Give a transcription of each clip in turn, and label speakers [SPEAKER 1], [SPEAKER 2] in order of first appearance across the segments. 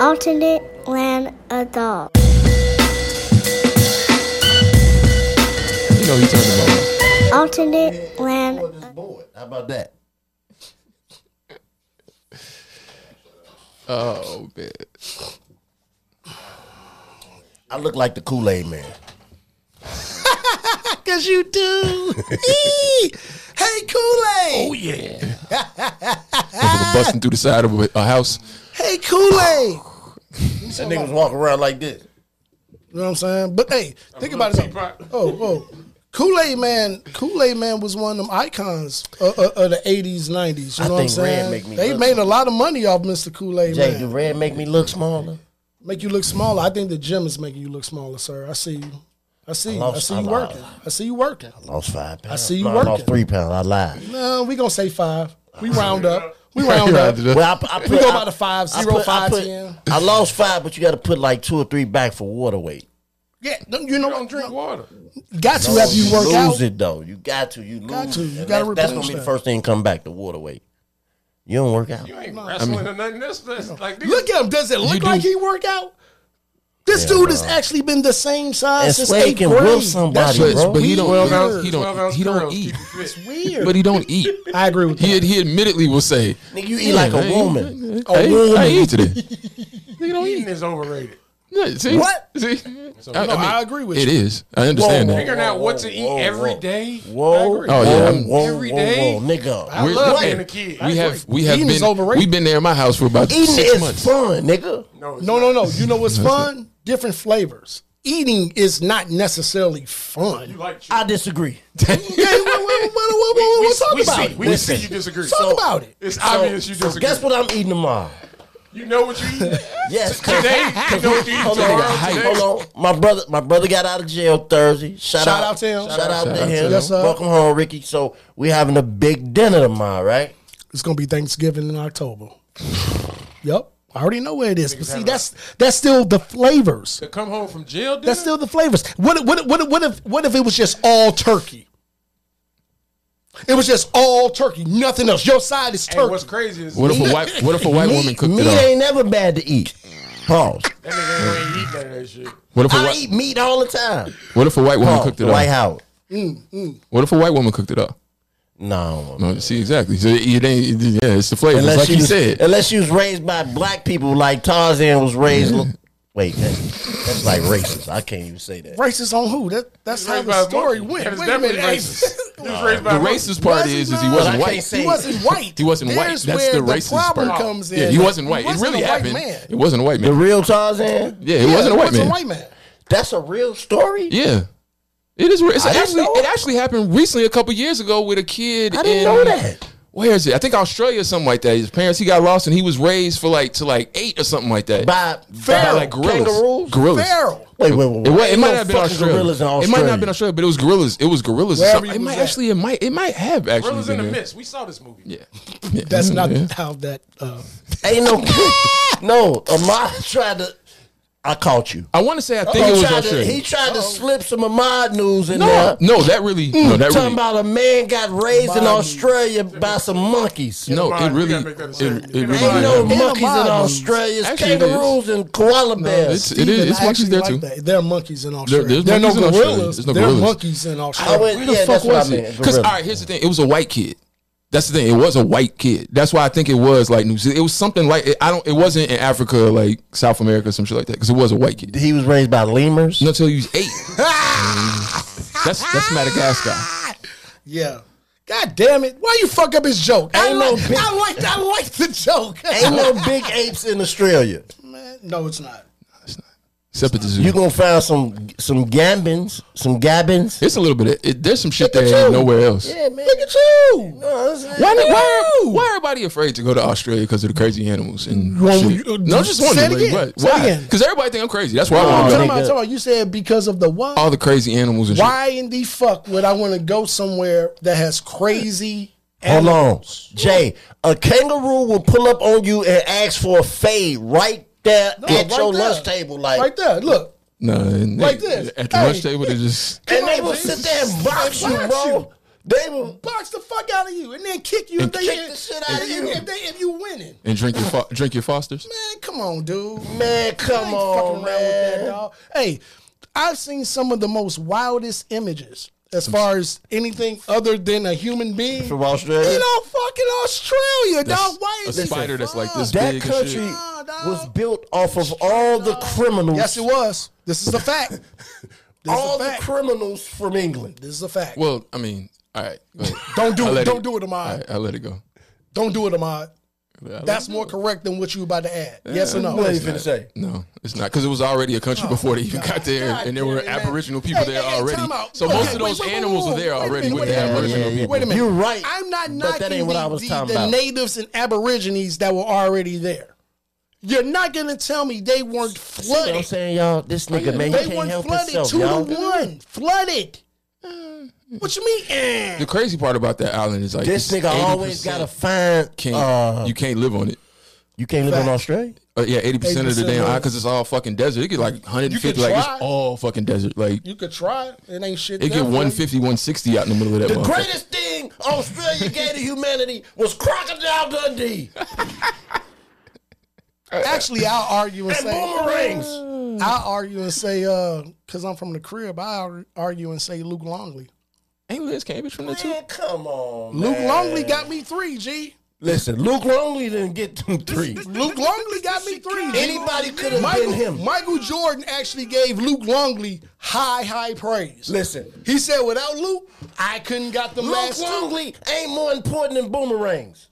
[SPEAKER 1] alternate land adult.
[SPEAKER 2] You know he's talking about.
[SPEAKER 1] Alternate land.
[SPEAKER 3] Boy, this boy. How about that?
[SPEAKER 2] Oh man.
[SPEAKER 3] I look like the Kool Aid man.
[SPEAKER 2] Cause you do.
[SPEAKER 3] Hey, Kool Aid.
[SPEAKER 2] oh yeah.
[SPEAKER 3] Uh,
[SPEAKER 2] busting through the side of a, a house.
[SPEAKER 4] Hey, Kool Aid.
[SPEAKER 3] That nigga was walking around like this.
[SPEAKER 4] You know what I'm saying? But hey, think about it. though. Oh, oh. Kool Aid Man, Kool Aid Man was one of them icons of, of, of the '80s, '90s. You
[SPEAKER 3] I
[SPEAKER 4] know what I'm
[SPEAKER 3] think red
[SPEAKER 4] saying?
[SPEAKER 3] make me
[SPEAKER 4] they
[SPEAKER 3] look-
[SPEAKER 4] made a lot of money off Mr. Kool Aid
[SPEAKER 3] Jay,
[SPEAKER 4] Man.
[SPEAKER 3] do red make me look smaller?
[SPEAKER 4] Make you look smaller. I think the gym is making you look smaller, sir. I see you. I see you. I
[SPEAKER 3] lost-
[SPEAKER 4] see
[SPEAKER 3] I
[SPEAKER 4] you
[SPEAKER 3] lied.
[SPEAKER 4] working. I see you working.
[SPEAKER 3] Lost five pounds.
[SPEAKER 4] see you
[SPEAKER 3] no, I lost
[SPEAKER 4] working.
[SPEAKER 3] three pounds. I lied.
[SPEAKER 4] No, we gonna say five. We
[SPEAKER 5] Ah,
[SPEAKER 4] round up. We round up.
[SPEAKER 3] Well, I, I put,
[SPEAKER 4] We go
[SPEAKER 3] I-
[SPEAKER 4] by the five,
[SPEAKER 3] I
[SPEAKER 4] zero,
[SPEAKER 3] put- I
[SPEAKER 4] five,
[SPEAKER 3] put-
[SPEAKER 4] ten.
[SPEAKER 3] I lost five, but you got to put like two or three back for water weight.
[SPEAKER 4] Yeah, don't- you know,
[SPEAKER 5] Don't drink water.
[SPEAKER 4] got to after you work
[SPEAKER 3] lose
[SPEAKER 4] out.
[SPEAKER 3] it though. You got to. You lose.
[SPEAKER 4] Got to.
[SPEAKER 3] it.
[SPEAKER 4] You
[SPEAKER 3] And
[SPEAKER 4] gotta
[SPEAKER 3] that's, that's gonna
[SPEAKER 4] replenish
[SPEAKER 3] be the
[SPEAKER 4] that.
[SPEAKER 3] first thing come back. The water weight. You don't work out.
[SPEAKER 5] You ain't wrestling or nothing. This, this like these.
[SPEAKER 4] Look at him. Does it look like he work out? This dude has actually been the same size
[SPEAKER 3] And
[SPEAKER 4] since
[SPEAKER 3] Sway
[SPEAKER 4] eighth
[SPEAKER 3] can
[SPEAKER 4] grade.
[SPEAKER 3] whip somebody,
[SPEAKER 4] That's
[SPEAKER 3] bro.
[SPEAKER 2] But he don't.
[SPEAKER 4] Weird.
[SPEAKER 2] He
[SPEAKER 5] Twelve
[SPEAKER 2] don't.
[SPEAKER 5] ounce
[SPEAKER 2] He don't
[SPEAKER 5] curls
[SPEAKER 2] eat.
[SPEAKER 5] keep you fit.
[SPEAKER 4] Weird.
[SPEAKER 2] But he don't eat.
[SPEAKER 4] I agree with
[SPEAKER 2] He
[SPEAKER 4] that.
[SPEAKER 2] he admittedly will say,
[SPEAKER 3] Nigga, you eat like
[SPEAKER 2] "Yeah, I
[SPEAKER 3] a
[SPEAKER 2] ain't-
[SPEAKER 3] woman.
[SPEAKER 2] I ain't- I
[SPEAKER 3] woman.
[SPEAKER 2] ain't eat today."
[SPEAKER 5] Eating is overrated.
[SPEAKER 2] Yeah, see?
[SPEAKER 3] What?
[SPEAKER 2] See? I,
[SPEAKER 4] I agree with
[SPEAKER 2] It
[SPEAKER 4] you.
[SPEAKER 2] is. I understand that.
[SPEAKER 5] Figuring out what to eat every
[SPEAKER 3] whoa.
[SPEAKER 5] day.
[SPEAKER 3] Whoa,
[SPEAKER 2] Oh, yeah,
[SPEAKER 3] whoa,
[SPEAKER 2] I'm-
[SPEAKER 3] whoa,
[SPEAKER 5] Every
[SPEAKER 3] whoa,
[SPEAKER 5] day.
[SPEAKER 3] whoa, nigga.
[SPEAKER 5] I
[SPEAKER 2] We're-
[SPEAKER 5] love
[SPEAKER 2] hey,
[SPEAKER 5] being a kid.
[SPEAKER 2] We have we have
[SPEAKER 4] Eating is
[SPEAKER 2] been
[SPEAKER 4] overrated.
[SPEAKER 2] we've been there in my house for about
[SPEAKER 3] Eating
[SPEAKER 2] six
[SPEAKER 3] is
[SPEAKER 2] months.
[SPEAKER 3] fun, nigga.
[SPEAKER 5] No, it's
[SPEAKER 4] No,
[SPEAKER 5] not.
[SPEAKER 4] no, no. You know what's fun? Different flavors. Eating is not necessarily fun.
[SPEAKER 5] You like shit.
[SPEAKER 3] I disagree.
[SPEAKER 4] Yeah, what, what, what, what, what,
[SPEAKER 5] We-
[SPEAKER 4] what, talk
[SPEAKER 5] we
[SPEAKER 4] about
[SPEAKER 5] see,
[SPEAKER 4] it.
[SPEAKER 5] we see you disagree.
[SPEAKER 4] Talk
[SPEAKER 5] So,
[SPEAKER 4] about it.
[SPEAKER 5] It's
[SPEAKER 3] So-
[SPEAKER 5] obvious you
[SPEAKER 3] so
[SPEAKER 5] disagree.
[SPEAKER 3] guess what I'm eating tomorrow?
[SPEAKER 5] You know what you eat.
[SPEAKER 3] Yes.
[SPEAKER 5] Today, you know what you eat
[SPEAKER 3] Hold on,
[SPEAKER 5] tomorrow.
[SPEAKER 2] hype.
[SPEAKER 5] Today.
[SPEAKER 3] hold on. My brother, my brother got out of jail Thursday. Shout,
[SPEAKER 4] Shout out to him.
[SPEAKER 3] Shout,
[SPEAKER 4] Shout
[SPEAKER 3] out to
[SPEAKER 2] out to
[SPEAKER 3] him.
[SPEAKER 2] him.
[SPEAKER 4] Yes, sir.
[SPEAKER 3] Welcome home, Ricky. So we having a big dinner tomorrow, right?
[SPEAKER 4] It's gonna be Thanksgiving in October. Yep. I already know where it is. But see, that's that's still the flavors.
[SPEAKER 5] To come home from jail, dinner?
[SPEAKER 4] That's still the flavors. What if- what if- what if- what if what if it was just all turkey? It was just all turkey, nothing else. Your side is
[SPEAKER 5] And what's
[SPEAKER 4] turkey.
[SPEAKER 5] crazy is
[SPEAKER 2] What if a white What if a white woman
[SPEAKER 3] Meat,
[SPEAKER 2] cooked it
[SPEAKER 3] meat
[SPEAKER 2] all?
[SPEAKER 3] ain't never bad to eat. Pause.
[SPEAKER 5] that nigga ain't eat none of that shit.
[SPEAKER 2] What if a
[SPEAKER 3] I
[SPEAKER 2] white
[SPEAKER 3] eat meat all the time.
[SPEAKER 2] What if a white woman
[SPEAKER 3] Pause.
[SPEAKER 2] cooked it
[SPEAKER 3] Oh, White
[SPEAKER 2] all?
[SPEAKER 3] Howard.
[SPEAKER 5] Mm,
[SPEAKER 2] What if a white woman cooked it all?
[SPEAKER 3] No, I don't want
[SPEAKER 2] No, see exactly. So it ain't. it- Yeah, it's the flavors,
[SPEAKER 3] Unless
[SPEAKER 2] like
[SPEAKER 3] she
[SPEAKER 2] you
[SPEAKER 3] was,
[SPEAKER 2] said.
[SPEAKER 3] Unless she was raised by black people, like Tarzan was raised. wait, that, that's like racist. I can't even say that.
[SPEAKER 4] Racist on who? That that's how
[SPEAKER 5] Raised
[SPEAKER 4] the
[SPEAKER 5] by a
[SPEAKER 4] story
[SPEAKER 5] monkey.
[SPEAKER 4] went.
[SPEAKER 5] That is
[SPEAKER 4] Wait a minute.
[SPEAKER 5] definitely
[SPEAKER 4] Hey,
[SPEAKER 5] racist. He was raised by
[SPEAKER 2] The
[SPEAKER 5] a monkey.
[SPEAKER 2] racist part is is he wasn't
[SPEAKER 4] not?
[SPEAKER 3] But I
[SPEAKER 2] white.
[SPEAKER 3] can't say-
[SPEAKER 4] He wasn't white.
[SPEAKER 2] He wasn't white.
[SPEAKER 4] There's
[SPEAKER 2] That's
[SPEAKER 4] where
[SPEAKER 2] the racist
[SPEAKER 4] problem
[SPEAKER 2] part.
[SPEAKER 4] comes in.
[SPEAKER 2] Yeah, he wasn't white.
[SPEAKER 4] He
[SPEAKER 2] It
[SPEAKER 4] wasn't
[SPEAKER 2] really
[SPEAKER 4] a white
[SPEAKER 2] happened.
[SPEAKER 4] man.
[SPEAKER 2] It wasn't a white
[SPEAKER 3] The
[SPEAKER 2] man.
[SPEAKER 3] real Tarzan?
[SPEAKER 2] Yeah, it wasn't a white
[SPEAKER 4] He wasn't
[SPEAKER 2] man.
[SPEAKER 4] a white man.
[SPEAKER 3] That's a real story.
[SPEAKER 2] Yeah. It is. It's
[SPEAKER 3] didn't
[SPEAKER 2] actually.
[SPEAKER 3] know.
[SPEAKER 2] It actually happened recently, a couple years ago, with a kid.
[SPEAKER 3] I didn't
[SPEAKER 2] in-
[SPEAKER 3] know that.
[SPEAKER 2] Where is it? I think Australia or something like that. His parents. He got lost, and he was raised for like to like eight or something like that.
[SPEAKER 3] By
[SPEAKER 2] By,
[SPEAKER 3] feral
[SPEAKER 2] like gorillas.
[SPEAKER 3] kangaroos.
[SPEAKER 2] Gorillas.
[SPEAKER 4] Feral.
[SPEAKER 3] Wait, wait, wait.
[SPEAKER 2] It,
[SPEAKER 3] wait.
[SPEAKER 2] wa- it
[SPEAKER 3] Ain't
[SPEAKER 2] might
[SPEAKER 3] no
[SPEAKER 2] not have been
[SPEAKER 3] fucking
[SPEAKER 2] Australia.
[SPEAKER 3] Gorillas in
[SPEAKER 2] It
[SPEAKER 3] Australia.
[SPEAKER 2] might not have been Australia, but it was gorillas. It was gorillas. or
[SPEAKER 4] Wherever
[SPEAKER 2] something.
[SPEAKER 4] he
[SPEAKER 2] It
[SPEAKER 4] was
[SPEAKER 2] might
[SPEAKER 4] at.
[SPEAKER 2] actually. It might. It might have actually.
[SPEAKER 5] Brothers in the
[SPEAKER 2] been there.
[SPEAKER 5] Mist. We saw this movie.
[SPEAKER 2] Yeah.
[SPEAKER 4] That's not
[SPEAKER 2] Yeah.
[SPEAKER 4] how that. Uh,
[SPEAKER 3] Ain't no. no, Ahmad tried to. I caught you. Oh,
[SPEAKER 2] I want to say I think
[SPEAKER 3] He
[SPEAKER 2] it was
[SPEAKER 3] tried, to,
[SPEAKER 2] Australia.
[SPEAKER 3] he tried to slip some Ahmad news in
[SPEAKER 2] no,
[SPEAKER 3] there. Mm,
[SPEAKER 2] no, that really. No, that
[SPEAKER 3] Talking
[SPEAKER 2] really.
[SPEAKER 3] about a man got raised in Australia by some monkeys.
[SPEAKER 2] No,
[SPEAKER 5] Ahmad,
[SPEAKER 2] it
[SPEAKER 5] you
[SPEAKER 2] really.
[SPEAKER 5] gotta make that a
[SPEAKER 2] It,
[SPEAKER 5] statement.
[SPEAKER 2] it
[SPEAKER 5] Ain't
[SPEAKER 2] really.
[SPEAKER 3] Ain't no
[SPEAKER 4] Ain't no
[SPEAKER 2] happened.
[SPEAKER 3] monkeys in
[SPEAKER 4] Ahmad monkeys.
[SPEAKER 3] Australia. It's
[SPEAKER 2] Actually, it is.
[SPEAKER 3] kangaroos and koala bears.
[SPEAKER 2] it's- it is.
[SPEAKER 4] Steven,
[SPEAKER 2] It's
[SPEAKER 4] I
[SPEAKER 2] monkeys
[SPEAKER 4] actually
[SPEAKER 2] there
[SPEAKER 4] like
[SPEAKER 2] too.
[SPEAKER 4] that. There are monkeys in Australia.
[SPEAKER 2] there's
[SPEAKER 4] There are no
[SPEAKER 2] monkeys in Australia.
[SPEAKER 4] gorillas.
[SPEAKER 2] There's no
[SPEAKER 4] There are
[SPEAKER 2] gorillas.
[SPEAKER 4] monkeys in
[SPEAKER 3] I
[SPEAKER 4] Australia.
[SPEAKER 3] went-
[SPEAKER 2] Where the
[SPEAKER 3] yeah,
[SPEAKER 2] fuck
[SPEAKER 3] that's what I
[SPEAKER 2] was
[SPEAKER 3] meant,
[SPEAKER 2] it? Because all
[SPEAKER 3] gorilla.
[SPEAKER 2] right, here's the thing. It was a white kid. That's the thing. It was a white kid. That's why I think it was like New Zealand. It was something like I don't. It wasn't in Africa, like South America, or some shit like that. Because it was a white kid
[SPEAKER 3] He was raised by lemurs.
[SPEAKER 2] Not until he was eight. that's that's Madagascar.
[SPEAKER 4] Yeah. God damn it! Why you fuck up his joke? I
[SPEAKER 3] Ain't no
[SPEAKER 4] like,
[SPEAKER 3] big-
[SPEAKER 4] I like, I like the joke.
[SPEAKER 3] Ain't no big apes in Australia.
[SPEAKER 4] Man, no, it's not.
[SPEAKER 2] Except at the zoo.
[SPEAKER 3] You gonna find some some gambins, some gabbins.
[SPEAKER 2] it's a little bit. Of, it, there's some shit
[SPEAKER 3] Look
[SPEAKER 2] that
[SPEAKER 3] at
[SPEAKER 2] ain't
[SPEAKER 3] you.
[SPEAKER 2] nowhere else.
[SPEAKER 3] Yeah, man. Look at you. No, I'm saying-
[SPEAKER 2] Why, why, why everybody afraid to go to Australia because of the crazy animals and
[SPEAKER 4] Well,
[SPEAKER 2] shit?
[SPEAKER 4] you-
[SPEAKER 2] No, I'm just
[SPEAKER 4] say it
[SPEAKER 2] wondering. like,
[SPEAKER 4] again.
[SPEAKER 2] what-
[SPEAKER 4] Say it
[SPEAKER 2] Why?
[SPEAKER 4] again.
[SPEAKER 2] Because everybody think I'm crazy. That's why I
[SPEAKER 4] Tell
[SPEAKER 2] want to
[SPEAKER 3] they
[SPEAKER 4] me,
[SPEAKER 2] go.
[SPEAKER 3] good.
[SPEAKER 4] tell me, you said because of the what?
[SPEAKER 2] All the crazy animals and shit.
[SPEAKER 4] Why in the fuck would I want to go somewhere that has crazy?
[SPEAKER 3] Hold on,
[SPEAKER 4] animals?
[SPEAKER 3] Jay. A kangaroo will pull up on you and ask for a fade right there
[SPEAKER 4] No,
[SPEAKER 3] at
[SPEAKER 4] right
[SPEAKER 3] your
[SPEAKER 4] there.
[SPEAKER 3] lunch table, like,
[SPEAKER 4] Right there, look.
[SPEAKER 2] No, and
[SPEAKER 4] Like
[SPEAKER 2] they-
[SPEAKER 4] this.
[SPEAKER 2] At the
[SPEAKER 4] Hey.
[SPEAKER 2] lunch table, they just.
[SPEAKER 3] and they will sit there and box you, bro. They will.
[SPEAKER 4] box the fuck out of you and then kick you
[SPEAKER 2] And
[SPEAKER 4] if they
[SPEAKER 3] Mm. kick the shit out of
[SPEAKER 4] if-
[SPEAKER 3] you.
[SPEAKER 4] if they if you winning.
[SPEAKER 2] and drink your fo- drink your Fosters.
[SPEAKER 4] Man, come on, dude.
[SPEAKER 3] Man,
[SPEAKER 4] I
[SPEAKER 3] come
[SPEAKER 4] ain't
[SPEAKER 3] on,
[SPEAKER 4] fucking around with that,
[SPEAKER 3] man.
[SPEAKER 4] dog. Hey, I've seen some of the most wildest images as far as anything other than a human being.
[SPEAKER 3] From Australia?
[SPEAKER 4] You know, fucking Australia, dog.
[SPEAKER 2] That's
[SPEAKER 4] Why
[SPEAKER 2] a
[SPEAKER 4] is this
[SPEAKER 2] spider that's like this
[SPEAKER 3] That
[SPEAKER 2] big and
[SPEAKER 3] country
[SPEAKER 2] shit.
[SPEAKER 4] Nah, dog.
[SPEAKER 3] was built off of all the criminals.
[SPEAKER 4] Yes, it was. This is a fact. This
[SPEAKER 3] all
[SPEAKER 4] is a
[SPEAKER 3] the
[SPEAKER 4] fact.
[SPEAKER 3] criminals from England.
[SPEAKER 4] this is a fact.
[SPEAKER 2] Well, I mean, all right. go ahead.
[SPEAKER 4] don't do
[SPEAKER 2] I
[SPEAKER 4] it.
[SPEAKER 2] let
[SPEAKER 4] Don't do it, Ahmad.
[SPEAKER 2] All right, I let it go.
[SPEAKER 4] Don't do it, Ahmad.
[SPEAKER 2] I let
[SPEAKER 4] That's
[SPEAKER 2] it
[SPEAKER 4] more
[SPEAKER 2] go.
[SPEAKER 4] correct than what you about to add. Yes or no?
[SPEAKER 3] What you finna say?
[SPEAKER 2] No, it's not because it was already a country before they even got there,
[SPEAKER 4] Oh God
[SPEAKER 2] and there were
[SPEAKER 4] damn it, man.
[SPEAKER 2] Aboriginal people
[SPEAKER 4] Hey,
[SPEAKER 2] there
[SPEAKER 4] hey, hey,
[SPEAKER 2] already.
[SPEAKER 4] time out.
[SPEAKER 2] So
[SPEAKER 4] Okay,
[SPEAKER 2] most of
[SPEAKER 4] wait,
[SPEAKER 2] those
[SPEAKER 4] wait, wait,
[SPEAKER 2] animals
[SPEAKER 4] wait,
[SPEAKER 2] were there
[SPEAKER 4] wait,
[SPEAKER 2] already
[SPEAKER 4] wait,
[SPEAKER 2] with
[SPEAKER 4] wait,
[SPEAKER 2] the
[SPEAKER 4] wait,
[SPEAKER 2] Aboriginal
[SPEAKER 3] yeah, yeah,
[SPEAKER 2] people.
[SPEAKER 4] Wait a minute.
[SPEAKER 3] You're right.
[SPEAKER 4] I'm not knocking
[SPEAKER 3] But that ain't what
[SPEAKER 4] the,
[SPEAKER 3] I was
[SPEAKER 4] the-
[SPEAKER 3] talking
[SPEAKER 4] the
[SPEAKER 3] about.
[SPEAKER 4] natives and aborigines that were already there. You're not gonna tell me they weren't
[SPEAKER 3] You know what I'm
[SPEAKER 4] flooded.
[SPEAKER 3] saying, y'all? This nigga, man, you
[SPEAKER 4] They
[SPEAKER 3] can't
[SPEAKER 4] weren't
[SPEAKER 3] help
[SPEAKER 4] flooded
[SPEAKER 3] yourself,
[SPEAKER 4] two
[SPEAKER 3] y'all.
[SPEAKER 4] to one. Flooded. What you mean? eh?
[SPEAKER 2] The crazy part about that island is like
[SPEAKER 3] This
[SPEAKER 2] it's
[SPEAKER 3] nigga always
[SPEAKER 2] 80%
[SPEAKER 3] gotta find.
[SPEAKER 2] can't
[SPEAKER 3] uh,
[SPEAKER 2] you can't live on it.
[SPEAKER 3] you can't live in Australia.
[SPEAKER 2] Uh, yeah, eighty percent of the
[SPEAKER 4] 80%
[SPEAKER 2] damn
[SPEAKER 4] of it.
[SPEAKER 2] because it's all fucking desert. It get like hundred and fifty,
[SPEAKER 4] You
[SPEAKER 2] like
[SPEAKER 4] could
[SPEAKER 2] it's
[SPEAKER 4] try.
[SPEAKER 2] all fucking desert. Like
[SPEAKER 4] You could try. it. It ain't shit.
[SPEAKER 2] it
[SPEAKER 4] there
[SPEAKER 2] get
[SPEAKER 4] for you.
[SPEAKER 2] 150, 160 out in the middle of that.
[SPEAKER 3] The
[SPEAKER 2] motherfucker.
[SPEAKER 3] greatest thing Australia gave to humanity was Crocodile Dundee
[SPEAKER 4] Actually, I'll argue and
[SPEAKER 3] and
[SPEAKER 4] say
[SPEAKER 3] boomerangs.
[SPEAKER 4] I'll argue and say because I'm from the crib. I argue and say Luke Longley.
[SPEAKER 2] Ain't Liz Cambridge from there too?
[SPEAKER 3] Man, come on,
[SPEAKER 4] Luke
[SPEAKER 3] man.
[SPEAKER 4] Longley got me three. G.
[SPEAKER 3] Listen, Luke Longley didn't get them three.
[SPEAKER 4] Luke Longley got me three. G.
[SPEAKER 3] Anybody could have
[SPEAKER 4] Michael,
[SPEAKER 3] been him.
[SPEAKER 4] Michael Jordan actually gave Luke Longley high, high praise.
[SPEAKER 3] Listen,
[SPEAKER 4] He said, without Luke, I couldn't got the
[SPEAKER 3] Luke
[SPEAKER 4] last two.
[SPEAKER 3] Longley ain't more important than boomerangs.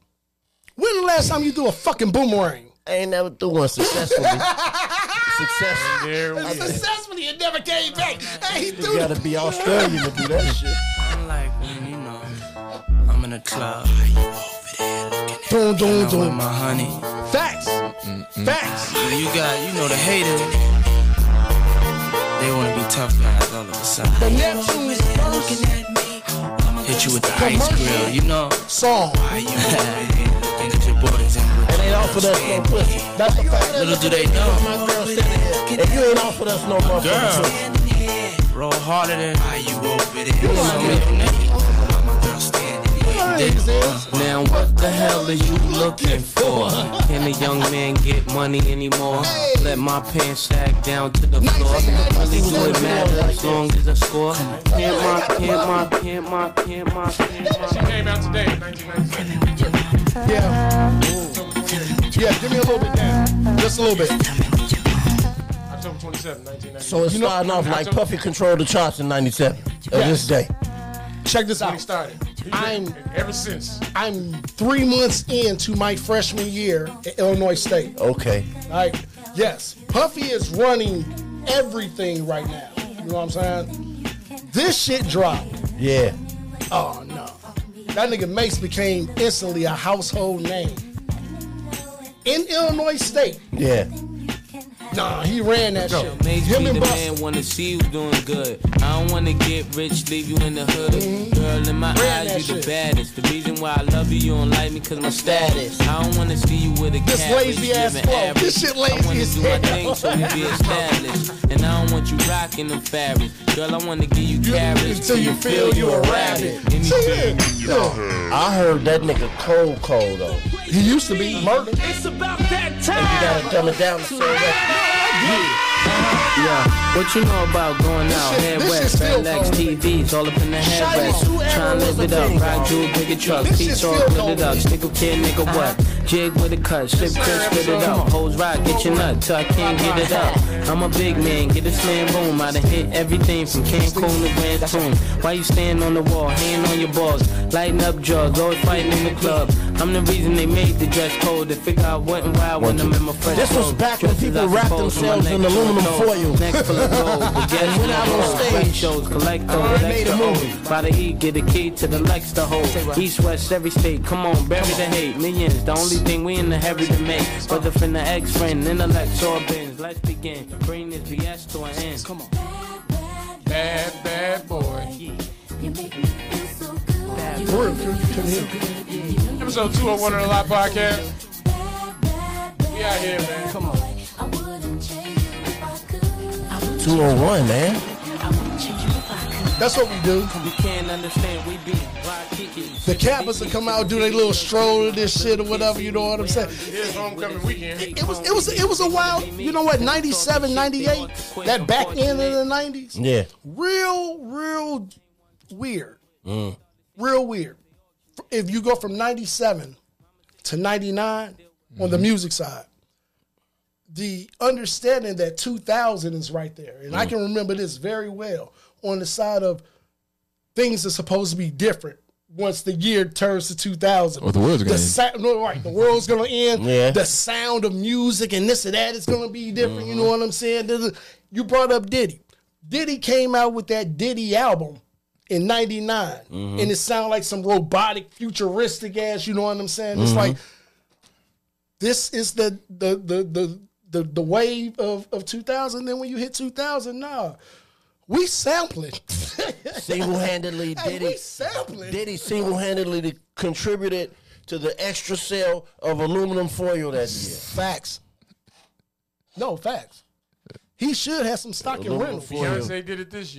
[SPEAKER 4] When the last time you threw a fucking boomerang?
[SPEAKER 3] I ain't never threw one successfully. Successful.
[SPEAKER 5] There we go.
[SPEAKER 4] Successfully, it never came back. Hey, he
[SPEAKER 3] You
[SPEAKER 4] threw
[SPEAKER 3] gotta be Australian to do that shit.
[SPEAKER 6] I'm like, when you know, I'm in a club.
[SPEAKER 4] Doom, doom,
[SPEAKER 6] I'm with
[SPEAKER 4] doom.
[SPEAKER 6] my honey.
[SPEAKER 4] Facts. Facts.
[SPEAKER 6] Now You got, you know, the haters. They wanna be tough guys all of a
[SPEAKER 4] The
[SPEAKER 6] sudden.
[SPEAKER 4] Neptune's first
[SPEAKER 6] Hit you with the ice grill, you know.
[SPEAKER 4] song.
[SPEAKER 6] and get your boys in with
[SPEAKER 3] And they offered us no pussy. That's the fact.
[SPEAKER 6] Little do they know,
[SPEAKER 3] My girl sitting here, and you ain't offered us no motherfucking
[SPEAKER 6] Girl.
[SPEAKER 3] pussy.
[SPEAKER 6] roll harder than I you over there. You know Now what the hell are you looking for? Can a young man get money anymore? Let my pants sag down to the floor. Really do it matter as long as I score. Can't my, can't my, can't my, can't my, can't my.
[SPEAKER 5] She came out today in 1997.
[SPEAKER 4] Yeah. Yeah, give me a little bit down. Just a little bit.
[SPEAKER 5] October 27, 1997.
[SPEAKER 3] So it's starting off like Puffy controlled the charts in '97 to this day.
[SPEAKER 4] Check this
[SPEAKER 5] when he
[SPEAKER 4] out.
[SPEAKER 5] started. He's
[SPEAKER 4] I'm-
[SPEAKER 5] been- ever since.
[SPEAKER 4] I'm three months into my freshman year at Illinois State.
[SPEAKER 3] Okay.
[SPEAKER 4] Like, yes, Puffy is running everything right now. You know what I'm saying? This shit dropped.
[SPEAKER 3] Yeah.
[SPEAKER 4] Oh no. That nigga Mace became instantly a household name. In Illinois State.
[SPEAKER 3] Yeah.
[SPEAKER 4] Nah, he ran that shit.
[SPEAKER 6] Makes
[SPEAKER 4] Him
[SPEAKER 6] me
[SPEAKER 4] and
[SPEAKER 6] the
[SPEAKER 4] Busta.
[SPEAKER 6] man wanna see you doing good. I don't wanna get rich, leave you in the hood. Girl, in my
[SPEAKER 4] Ran that
[SPEAKER 6] eyes, you
[SPEAKER 4] shit.
[SPEAKER 6] the baddest. The reason why I love you, you don't like me cause my status. I don't wanna see you with a
[SPEAKER 4] This
[SPEAKER 6] cat, rich,
[SPEAKER 4] lazy ass
[SPEAKER 6] living
[SPEAKER 4] flow.
[SPEAKER 6] average.
[SPEAKER 4] This shit
[SPEAKER 6] I
[SPEAKER 4] lazy
[SPEAKER 6] wanna
[SPEAKER 4] as
[SPEAKER 6] do my
[SPEAKER 4] hell.
[SPEAKER 6] thing so we be established. And I don't want you rocking them fabrics. Girl, I wanna give you carrots
[SPEAKER 4] until you feel you a rabbit.
[SPEAKER 6] Anything.
[SPEAKER 4] Yeah.
[SPEAKER 3] I heard that nigga cold cold though. You
[SPEAKER 4] He used to be murder.
[SPEAKER 3] gotta dumb it down to say that.
[SPEAKER 6] Yeah, what you know about going out,
[SPEAKER 4] shit-
[SPEAKER 6] head
[SPEAKER 4] this shit's
[SPEAKER 6] west,
[SPEAKER 4] still
[SPEAKER 6] Fat Legs,
[SPEAKER 4] cold.
[SPEAKER 6] TVs, all up in the
[SPEAKER 3] Shiny
[SPEAKER 6] headrest.
[SPEAKER 3] two
[SPEAKER 6] Tryna
[SPEAKER 3] arrows
[SPEAKER 6] live it
[SPEAKER 3] a thing,
[SPEAKER 6] up, rock
[SPEAKER 3] dog.
[SPEAKER 6] jewel, pick a truck,
[SPEAKER 4] This shit's
[SPEAKER 6] peace
[SPEAKER 4] still Uh-huh.
[SPEAKER 6] off, split
[SPEAKER 4] cold.
[SPEAKER 6] it up, stick a kid, nigga what? Jig with a cut, slip crisp, split it up, hoes rock, get your nut till I can't get it up. I'm a big man, get this man boom, I done hit everything from Cancun to Grand Tune. Why you stand on the wall, hand on your balls, lighting up drugs, always fighting in the club. I'm the reason they made the dress code to figure out what and why when I'm in my friends.
[SPEAKER 3] This was back when people wrapped themselves in aluminum foil.
[SPEAKER 6] Neck full of gold, but yes,
[SPEAKER 3] When I was on
[SPEAKER 6] gold. Rent
[SPEAKER 3] stage,
[SPEAKER 6] shows, collect
[SPEAKER 3] I
[SPEAKER 6] those
[SPEAKER 3] made a
[SPEAKER 6] extra
[SPEAKER 3] movie.
[SPEAKER 6] hoes. By the E, get a key to the Lex to hold. East, west, every state, come on, bury the hate. Millions, the only thing we in the hurry to make. Whether from the ex-friend, intellect, or bins. Let's begin, bring this BS to an end. Come on.
[SPEAKER 5] Bad, bad boy. Episode 201 of the Live Podcast. We out here, man.
[SPEAKER 6] Come on.
[SPEAKER 3] 201, man.
[SPEAKER 4] That's what we do.
[SPEAKER 6] You can't understand, we be Waikiki.
[SPEAKER 4] The Kappas will come out, do their little stroll of this shit or whatever, you know what I'm saying?
[SPEAKER 5] Here's homecoming weekend.
[SPEAKER 4] It was it was it was a wild, you know what, 97, 98, that back end of the nineties.
[SPEAKER 3] Yeah.
[SPEAKER 4] Real, real weird.
[SPEAKER 2] Uh,
[SPEAKER 4] Real weird. F- If you go from ninety seven to ninety on
[SPEAKER 2] Mm-hmm.
[SPEAKER 4] the music side, the understanding that two thousand is right there. And
[SPEAKER 2] Mm.
[SPEAKER 4] I can remember this very well on the side of things are supposed to be different. Once the year turns to 2000,
[SPEAKER 2] Or the world's gonna
[SPEAKER 4] the
[SPEAKER 2] end.
[SPEAKER 4] sa- no, right, the world's gonna end.
[SPEAKER 3] Yeah.
[SPEAKER 4] The sound of music and this and that is gonna be different. You
[SPEAKER 2] Mm-hmm.
[SPEAKER 4] know what I'm saying? This is- You brought up Diddy. Diddy came out with that Diddy album in '99,
[SPEAKER 2] Mm-hmm.
[SPEAKER 4] and it sounded like some robotic, futuristic ass. You know what I'm saying? It's like this is the the the the the, the wave of of 2000. Then when you hit 2000, nah, we sampling.
[SPEAKER 3] Single handedly,
[SPEAKER 4] Hey,
[SPEAKER 3] Diddy.
[SPEAKER 4] we sampling.
[SPEAKER 3] Diddy single handedly contributed to the extra sale of aluminum foil that year.
[SPEAKER 4] Facts. No Oh, facts. He should have some stock in
[SPEAKER 3] Aluminum
[SPEAKER 4] rental.
[SPEAKER 3] foil.
[SPEAKER 5] Beyonce did it this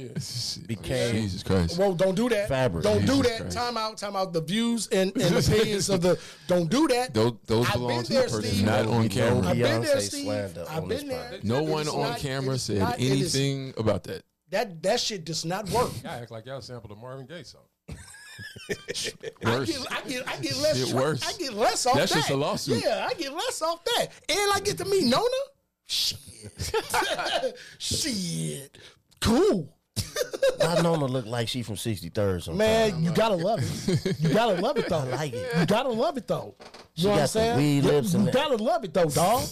[SPEAKER 5] year.
[SPEAKER 3] Became
[SPEAKER 2] Jesus Christ.
[SPEAKER 4] Whoa, don't do that.
[SPEAKER 3] Fabric.
[SPEAKER 4] Don't do
[SPEAKER 2] Jesus
[SPEAKER 4] that.
[SPEAKER 2] Christ.
[SPEAKER 4] Time out, time out. The views and, and opinions of the don't do that.
[SPEAKER 2] Those, those
[SPEAKER 4] I've
[SPEAKER 2] belong
[SPEAKER 4] been
[SPEAKER 2] to the
[SPEAKER 4] there,
[SPEAKER 2] person,
[SPEAKER 4] Steve.
[SPEAKER 2] not on camera.
[SPEAKER 4] I've been there,
[SPEAKER 3] Beyonce
[SPEAKER 4] Steve.
[SPEAKER 3] slander
[SPEAKER 4] I've
[SPEAKER 3] on
[SPEAKER 4] been
[SPEAKER 3] this
[SPEAKER 4] there.
[SPEAKER 2] No
[SPEAKER 4] It
[SPEAKER 2] one
[SPEAKER 4] is
[SPEAKER 2] on
[SPEAKER 4] not- it
[SPEAKER 2] camera
[SPEAKER 4] is
[SPEAKER 2] said
[SPEAKER 4] not- it is-
[SPEAKER 2] anything about that.
[SPEAKER 4] that that shit does not work.
[SPEAKER 5] Y'all act like y'all sampled a Marvin Gaye song.
[SPEAKER 4] I
[SPEAKER 2] Worse.
[SPEAKER 4] get, I get, I get less.
[SPEAKER 2] Shit
[SPEAKER 4] tra-
[SPEAKER 2] worse.
[SPEAKER 4] I get less off
[SPEAKER 2] That's
[SPEAKER 4] that.
[SPEAKER 2] just a lawsuit.
[SPEAKER 4] Yeah, I get less off that, and I get to meet Nona. Shit, shit, cool.
[SPEAKER 3] I know to look like she from 63rd. Sometime.
[SPEAKER 4] Man, you gotta love it. You gotta love it though.
[SPEAKER 3] like it.
[SPEAKER 4] You gotta love it though. You
[SPEAKER 3] got
[SPEAKER 4] know what I'm
[SPEAKER 3] the
[SPEAKER 4] saying?
[SPEAKER 3] weed
[SPEAKER 4] you
[SPEAKER 3] lips and
[SPEAKER 4] you
[SPEAKER 3] that.
[SPEAKER 4] gotta love it though, dog.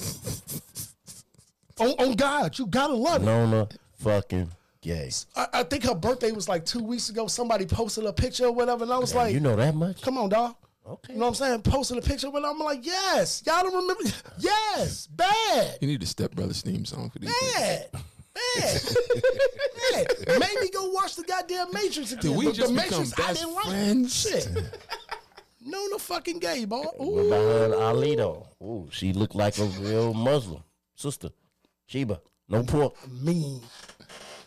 [SPEAKER 4] on, on God, you gotta love it.
[SPEAKER 3] Nona fucking gay.
[SPEAKER 4] I, I think her birthday was like two weeks ago. Somebody posted a picture or whatever, and I was
[SPEAKER 3] Now,
[SPEAKER 4] like,
[SPEAKER 3] you know that much?
[SPEAKER 4] "Come on, dog."
[SPEAKER 3] Okay.
[SPEAKER 4] You know what I'm saying? Posting a picture, but I'm like, "Yes, y'all don't remember? Yes, bad,
[SPEAKER 2] You need a stepbrother theme song for these. things.
[SPEAKER 4] bad." Bad. Bad. Made me go watch the goddamn Matrix again.
[SPEAKER 2] we
[SPEAKER 4] but
[SPEAKER 2] just
[SPEAKER 4] the
[SPEAKER 2] become
[SPEAKER 4] Matrix, I
[SPEAKER 2] best
[SPEAKER 4] didn't like.
[SPEAKER 2] friends?
[SPEAKER 4] Shit. no, no fucking gay, boy.
[SPEAKER 3] What
[SPEAKER 4] Ooh.
[SPEAKER 3] about her and Ali though? Ooh, she looked like a real Muslim sister. Sheba, no pork.
[SPEAKER 4] mean.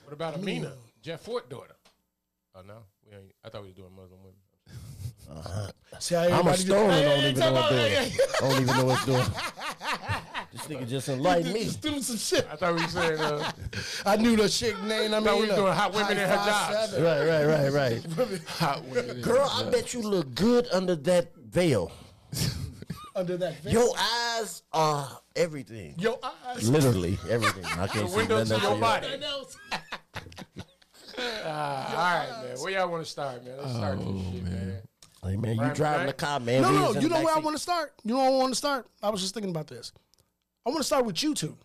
[SPEAKER 5] What about Amina, Jeff Ford daughter? Oh no, we ain't, I thought we was doing Muslim women.
[SPEAKER 2] Uh-huh.
[SPEAKER 4] See how
[SPEAKER 3] I'm a
[SPEAKER 4] everybody
[SPEAKER 3] stoner.
[SPEAKER 4] Just,
[SPEAKER 3] Don't even know what doing. Don't even know what's doing. This nigga just enlightened me.
[SPEAKER 4] just do some shit.
[SPEAKER 5] I thought we were saying uh,
[SPEAKER 4] I knew the chick name. I mean,
[SPEAKER 5] we was
[SPEAKER 4] uh,
[SPEAKER 5] doing hot women and
[SPEAKER 4] high
[SPEAKER 5] hijabs.
[SPEAKER 4] seven.
[SPEAKER 3] Right, right, right, right.
[SPEAKER 2] Hot women.
[SPEAKER 3] Girl, I bet you look good under that veil.
[SPEAKER 4] under that. Veil.
[SPEAKER 3] Your eyes are everything.
[SPEAKER 4] Your eyes.
[SPEAKER 3] Literally everything. I can't
[SPEAKER 5] the
[SPEAKER 3] see
[SPEAKER 5] window
[SPEAKER 3] nothing
[SPEAKER 5] to
[SPEAKER 3] else
[SPEAKER 5] your
[SPEAKER 3] in
[SPEAKER 5] body.
[SPEAKER 4] Nothing else.
[SPEAKER 5] Ah,
[SPEAKER 4] Ah,
[SPEAKER 5] All right, man. Where y'all want to start, man? Let's
[SPEAKER 3] Uh,
[SPEAKER 5] start this shit, man.
[SPEAKER 3] Hey man, you
[SPEAKER 5] Right,
[SPEAKER 3] driving
[SPEAKER 5] right.
[SPEAKER 3] the car, man.
[SPEAKER 4] Oh, No, no. You know where I want to start. You know where I want to start. I was just thinking about this. I want to start with you two.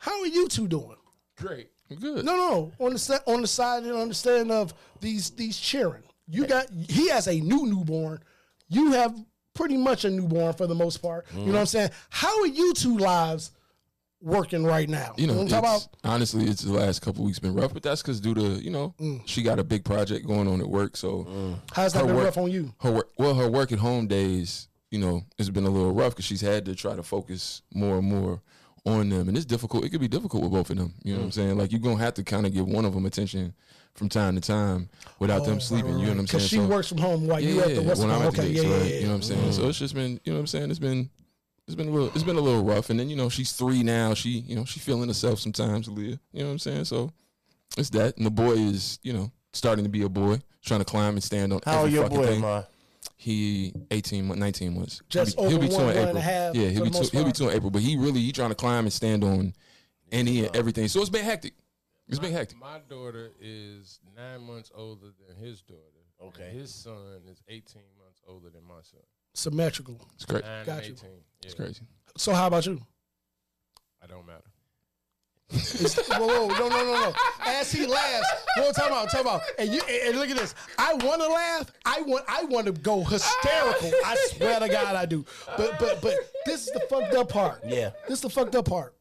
[SPEAKER 4] How are you two doing?
[SPEAKER 5] Great.
[SPEAKER 2] Good.
[SPEAKER 4] No, no. On the se- on the side and understanding of these these cheering. You got he has a new newborn. You have pretty much a newborn for the most part. You
[SPEAKER 2] Mm-hmm.
[SPEAKER 4] know what I'm saying? How are you two lives working right now? Mm,
[SPEAKER 2] you know,
[SPEAKER 4] what I'm talking
[SPEAKER 2] it's- honestly, it's the last couple weeks been rough, but that's because due to you know she got a big project going on at work, so
[SPEAKER 4] about? Mm. How's that
[SPEAKER 2] her
[SPEAKER 4] been
[SPEAKER 2] work-
[SPEAKER 4] rough on you?
[SPEAKER 2] her work, well, her work at home days, you know, it's been a little rough because she's had to try to focus more and more on them, and it's difficult. It could be difficult with both of them. You know what I'm saying? Like you're gonna have to kind of give one of them attention from time to time without
[SPEAKER 4] Oh,
[SPEAKER 2] them sleeping. You know what I'm saying?
[SPEAKER 4] Because she
[SPEAKER 2] So-
[SPEAKER 4] works from home while
[SPEAKER 2] yeah,
[SPEAKER 4] you have
[SPEAKER 2] yeah,
[SPEAKER 4] to what's
[SPEAKER 2] when I'm
[SPEAKER 4] home.
[SPEAKER 2] at the
[SPEAKER 4] Okay,
[SPEAKER 2] gigs,
[SPEAKER 4] yeah,
[SPEAKER 2] right?
[SPEAKER 4] yeah,
[SPEAKER 2] You know what I'm saying? So it's just been, you know what I'm saying? It's been, it's been a little, it's been a little rough. And then you know she's three now. She, you know, she feeling herself sometimes, Leah. You know what I'm saying? So it's that. And the boy is, you know, starting to be a boy, trying to climb and stand on.
[SPEAKER 3] How
[SPEAKER 2] every
[SPEAKER 3] old your
[SPEAKER 2] fucking
[SPEAKER 3] boy,
[SPEAKER 2] thing.
[SPEAKER 3] Ma?
[SPEAKER 2] He 18, mon- 19 months. he'll
[SPEAKER 4] Just
[SPEAKER 2] be,
[SPEAKER 4] over
[SPEAKER 2] he'll be
[SPEAKER 4] one,
[SPEAKER 2] two in
[SPEAKER 4] one and
[SPEAKER 2] April.
[SPEAKER 4] a half
[SPEAKER 2] yeah,
[SPEAKER 4] for
[SPEAKER 2] he'll
[SPEAKER 4] the
[SPEAKER 2] be two.
[SPEAKER 4] most
[SPEAKER 2] He'll be
[SPEAKER 4] part.
[SPEAKER 2] two in April. But he really he trying to climb and stand on any and everything. So it's been hectic. It's been hectic.
[SPEAKER 5] My daughter is nine months older than his daughter.
[SPEAKER 3] Okay.
[SPEAKER 5] And his son is 18 months older than my son.
[SPEAKER 4] Symmetrical.
[SPEAKER 2] It's crazy.
[SPEAKER 5] Nine
[SPEAKER 4] Got you.
[SPEAKER 5] and 18. Yeah,
[SPEAKER 2] It's crazy.
[SPEAKER 4] So how about you?
[SPEAKER 5] I don't matter.
[SPEAKER 4] It's- whoa, whoa, no, no, no, no. As he laughs, whoa, time out, time out. And you and and look at this. I want to laugh. I want I want to go hysterical. I swear to God I do. But but but this is the fucked up part.
[SPEAKER 3] Yeah.
[SPEAKER 4] This is the fucked up part.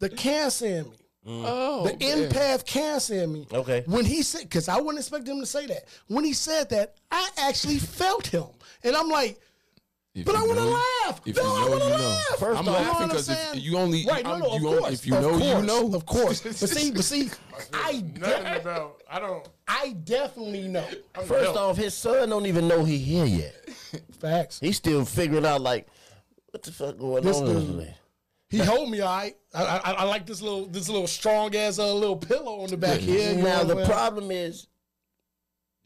[SPEAKER 4] The cancer in me. Oh, the empath cancer in me.
[SPEAKER 3] Mm. Okay.
[SPEAKER 4] When he said, because I wouldn't expect him to say that. When he said that, I actually felt him, and I'm like,
[SPEAKER 2] If
[SPEAKER 4] But I
[SPEAKER 2] you
[SPEAKER 4] want to
[SPEAKER 2] know,
[SPEAKER 4] laugh.
[SPEAKER 2] If
[SPEAKER 4] no,
[SPEAKER 2] you know,
[SPEAKER 4] I want to
[SPEAKER 2] you know.
[SPEAKER 4] laugh.
[SPEAKER 3] First
[SPEAKER 2] I'm
[SPEAKER 3] off-
[SPEAKER 4] You know what
[SPEAKER 2] laughing
[SPEAKER 4] I'm
[SPEAKER 2] because if
[SPEAKER 4] saying?
[SPEAKER 2] you only,
[SPEAKER 4] Right, no,
[SPEAKER 2] I'm-
[SPEAKER 4] no,
[SPEAKER 2] you
[SPEAKER 4] of
[SPEAKER 2] only-
[SPEAKER 4] course.
[SPEAKER 2] if you
[SPEAKER 4] of
[SPEAKER 2] know,
[SPEAKER 4] course,
[SPEAKER 2] you know.
[SPEAKER 4] Of course. But see, but see, I, de-
[SPEAKER 5] Nothing about. I don't.
[SPEAKER 4] I definitely know.
[SPEAKER 3] First off, his son don't even know he here yet.
[SPEAKER 4] Facts.
[SPEAKER 3] He's still figuring out like, what the fuck going
[SPEAKER 4] This
[SPEAKER 3] on?
[SPEAKER 4] dude.
[SPEAKER 3] over there?
[SPEAKER 4] He hold me, all right. I, I, I like this little this little strong ass uh, little pillow on the back here. you
[SPEAKER 3] now
[SPEAKER 4] know
[SPEAKER 3] the
[SPEAKER 4] what I'm saying?
[SPEAKER 3] problem is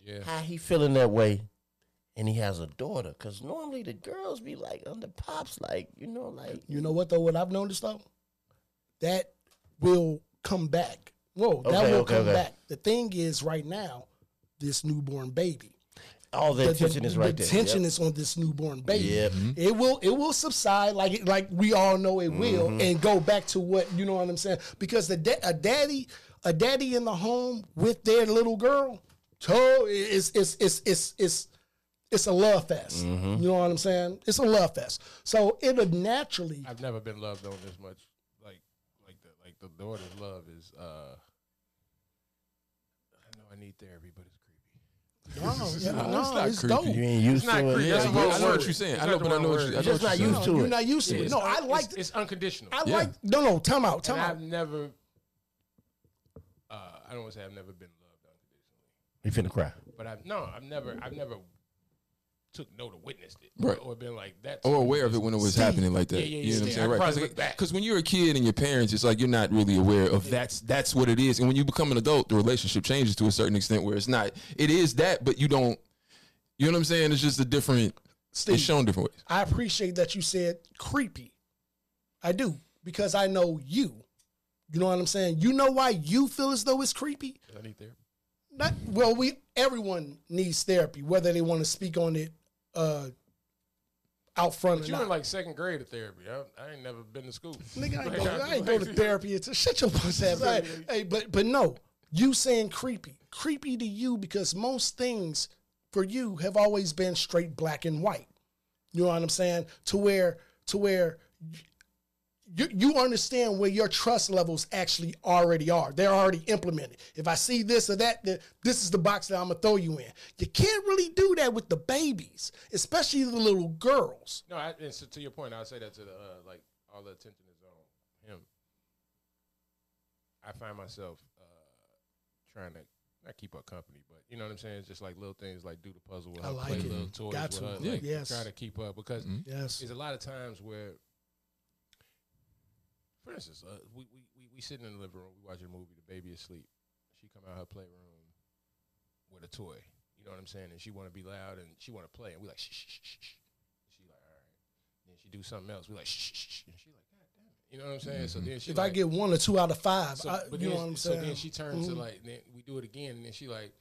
[SPEAKER 5] Yeah.
[SPEAKER 3] how he feeling that way, and he has a daughter. Cause normally the girls be like under pops, like you know, like
[SPEAKER 4] You know what though? What I've noticed though, that will come back. Whoa, that
[SPEAKER 3] Okay,
[SPEAKER 4] will
[SPEAKER 3] okay,
[SPEAKER 4] come
[SPEAKER 3] okay.
[SPEAKER 4] back. The thing is, right now, this newborn baby.
[SPEAKER 3] all the attention is right
[SPEAKER 4] the
[SPEAKER 3] there.
[SPEAKER 4] Tension
[SPEAKER 3] Yep.
[SPEAKER 4] is on this newborn baby.
[SPEAKER 3] Yep.
[SPEAKER 4] It will it will subside like it, like we all know it will and go back to what you know what I'm saying because the da- a daddy a daddy in the home with their little girl, so it's it's it's it's it's it's a love fest. You know what I'm saying? It's a love fest. So it'll naturally
[SPEAKER 5] I've never been loved on this much. Like, like the like the daughter's love is. uh I know I need therapy, but it's creepy.
[SPEAKER 4] no, yeah, no,
[SPEAKER 2] not
[SPEAKER 4] it's
[SPEAKER 2] creepy.
[SPEAKER 4] dope.
[SPEAKER 3] You ain't used
[SPEAKER 5] not
[SPEAKER 3] to it.
[SPEAKER 5] creepy.
[SPEAKER 2] Yeah,
[SPEAKER 5] That's
[SPEAKER 2] I
[SPEAKER 5] the wrong
[SPEAKER 2] know what
[SPEAKER 5] word.
[SPEAKER 2] you're saying. I
[SPEAKER 5] It's
[SPEAKER 2] know,
[SPEAKER 5] not
[SPEAKER 2] but
[SPEAKER 5] the
[SPEAKER 2] I know what you- I know
[SPEAKER 5] wrong word.
[SPEAKER 2] what
[SPEAKER 5] You're
[SPEAKER 2] you're
[SPEAKER 3] just not
[SPEAKER 2] saying.
[SPEAKER 3] used to
[SPEAKER 4] No,
[SPEAKER 3] it.
[SPEAKER 4] You're not used to it. No, I
[SPEAKER 5] It's-
[SPEAKER 4] like
[SPEAKER 5] It's, unconditional.
[SPEAKER 4] I
[SPEAKER 2] Yeah.
[SPEAKER 4] like no no. Time out. Time
[SPEAKER 5] and
[SPEAKER 4] out.
[SPEAKER 5] I've never. Uh, I don't want to say I've never been loved unconditionally,
[SPEAKER 3] You finna cry.
[SPEAKER 5] but I've no, I've never, I've never took note or witnessed it,
[SPEAKER 2] Right.
[SPEAKER 5] Or been like that.
[SPEAKER 2] or aware of it when it was happening like that.
[SPEAKER 5] Yeah, yeah, yeah,
[SPEAKER 2] you know what I'm
[SPEAKER 5] yeah.
[SPEAKER 2] saying?
[SPEAKER 5] I
[SPEAKER 2] Right.
[SPEAKER 5] probably
[SPEAKER 2] Cause,
[SPEAKER 5] look back.
[SPEAKER 2] 'cause when you're a kid and your parents, it's like you're not really aware of that's that's what it is. And when you become an adult, the relationship changes to a certain extent where it's not. It is that, but you don't. You know what I'm saying? It's just a different.
[SPEAKER 4] Steve.
[SPEAKER 2] It's shown different ways.
[SPEAKER 4] I appreciate that you said creepy. I do because I know you. You know what I'm saying? You know why you feel as though it's creepy?
[SPEAKER 5] I need therapy.
[SPEAKER 4] Not well, we everyone needs therapy whether they want to speak on it uh out front
[SPEAKER 5] But
[SPEAKER 4] or
[SPEAKER 5] you
[SPEAKER 4] not.
[SPEAKER 5] in like second grade of therapy. I, I ain't never been to school.
[SPEAKER 4] Nigga, I ain't, go, I ain't go to therapy. It's a shut your puss ass. Hey, hey, but but no, you saying creepy, creepy to you because most things for you have always been straight black and white. You know what I'm saying? To where to where you you understand where your trust levels actually already are. They're already implemented. If I see this or that, then this is the box that I'm gonna throw you in. You can't really do that with the babies, especially the little girls.
[SPEAKER 5] No, I, and so to your point, I'll say that to the uh, like all the attention is on him. I find myself uh, trying to not keep her company, but you know what I'm saying. It's just like little things, like do the puzzle with
[SPEAKER 4] I
[SPEAKER 5] her,
[SPEAKER 4] like
[SPEAKER 5] play
[SPEAKER 4] it.
[SPEAKER 5] little toys
[SPEAKER 4] Got
[SPEAKER 5] with
[SPEAKER 4] to.
[SPEAKER 5] her, like,
[SPEAKER 4] Yes. Mm-hmm.
[SPEAKER 5] try to keep up because
[SPEAKER 4] Yes.
[SPEAKER 5] there's a lot of times where, for instance, uh, we, we, we, we sitting in the living room, we watching a movie, the baby asleep. She come out her playroom with a toy. You know what I'm saying? And she want to be loud and she want to play. And we like, shh, shh, shh, shh, shh. She like, all right. Then she do something else. We like, shh, shh, shh. And she like, God damn it. You know what I'm saying? So
[SPEAKER 3] Mm-hmm.
[SPEAKER 5] then she
[SPEAKER 4] if
[SPEAKER 5] like,
[SPEAKER 4] I get one or two out of five,
[SPEAKER 5] so,
[SPEAKER 4] I,
[SPEAKER 5] but
[SPEAKER 4] you
[SPEAKER 5] then,
[SPEAKER 4] know what I'm
[SPEAKER 5] so
[SPEAKER 4] saying.
[SPEAKER 5] then she turns
[SPEAKER 4] Mhm.
[SPEAKER 5] to like, then we do it again. And then she like,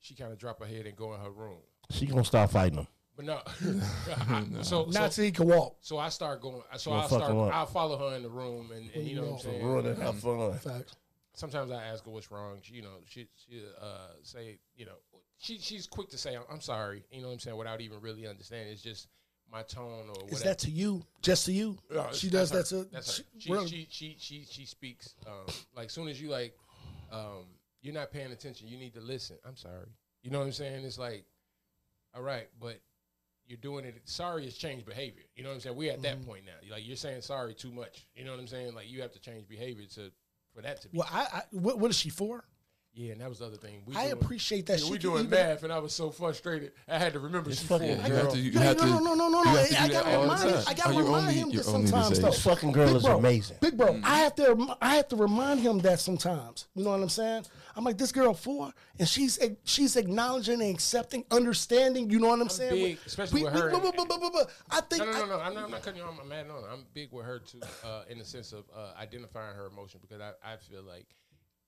[SPEAKER 5] she kind of drop her head and go in her room.
[SPEAKER 3] She gonna start fighting him.
[SPEAKER 5] But no. I- So, so,
[SPEAKER 4] not till he can walk.
[SPEAKER 5] So I start going. So
[SPEAKER 3] Gonna
[SPEAKER 5] I
[SPEAKER 3] fuck
[SPEAKER 5] start.
[SPEAKER 3] her up.
[SPEAKER 5] I follow her in the room, and, and you know what I'm saying.
[SPEAKER 3] Ruining her fun.
[SPEAKER 4] Fact.
[SPEAKER 5] Sometimes I ask her what's wrong. She, you know, she she uh, say, you know, she she's quick to say I'm, I'm sorry. You know what I'm saying, without even really understanding. It's just my tone or whatever.
[SPEAKER 4] Is that to you? Just to you?
[SPEAKER 5] No, it's-
[SPEAKER 4] she does that
[SPEAKER 5] that's her.
[SPEAKER 4] to.
[SPEAKER 5] That's her.
[SPEAKER 4] she-
[SPEAKER 5] She,
[SPEAKER 4] really?
[SPEAKER 5] she she she she speaks. Um, like soon as you like, um, you're not paying attention. You need to listen. I'm sorry. You know what I'm saying? It's like, all right, but you're doing it. Sorry is change behavior. You know what I'm saying? We're at that point now. You're like you're saying sorry too much. You know what I'm saying? Like you have to change behavior to for that to be.
[SPEAKER 4] well, I, I what, what is she for?
[SPEAKER 5] yeah, and that was the other thing. We
[SPEAKER 4] I
[SPEAKER 5] doing-
[SPEAKER 4] appreciate that.
[SPEAKER 5] yeah,
[SPEAKER 4] she
[SPEAKER 5] we
[SPEAKER 4] can
[SPEAKER 5] doing
[SPEAKER 4] even-
[SPEAKER 5] math, and I was so frustrated. I had to remember she's four.
[SPEAKER 3] fucking
[SPEAKER 2] You have
[SPEAKER 5] Girl.
[SPEAKER 2] to- you
[SPEAKER 4] Hey,
[SPEAKER 2] have
[SPEAKER 4] no,
[SPEAKER 2] to-
[SPEAKER 4] no, no, no, no,
[SPEAKER 2] you
[SPEAKER 4] no.
[SPEAKER 2] have to
[SPEAKER 4] I
[SPEAKER 2] do
[SPEAKER 4] gotta
[SPEAKER 2] that all the
[SPEAKER 4] remind.
[SPEAKER 2] time.
[SPEAKER 4] I gotta
[SPEAKER 2] Oh, you're
[SPEAKER 4] remind
[SPEAKER 2] only-
[SPEAKER 4] him
[SPEAKER 2] you're
[SPEAKER 4] that
[SPEAKER 2] only this
[SPEAKER 4] sometimes
[SPEAKER 2] age.
[SPEAKER 4] though.
[SPEAKER 2] This
[SPEAKER 3] fucking girl
[SPEAKER 4] Big
[SPEAKER 3] is
[SPEAKER 4] bro,
[SPEAKER 3] amazing.
[SPEAKER 4] Big bro,
[SPEAKER 5] Mm-hmm.
[SPEAKER 4] I have to. rem- I have to remind him that sometimes. You know what I'm saying? I'm like this girl four, and she's a- she's acknowledging and accepting, understanding. You know what I'm saying?
[SPEAKER 5] big, especially with her
[SPEAKER 4] bu- bu-
[SPEAKER 5] and-
[SPEAKER 4] bu- bu- bu- bu- I think.
[SPEAKER 5] No, no,
[SPEAKER 4] I-
[SPEAKER 5] no, no. I'm not, I'm not cutting you off. I'm mad on. her. I'm big with her too, uh, in the sense of uh, identifying her emotion because I, I feel like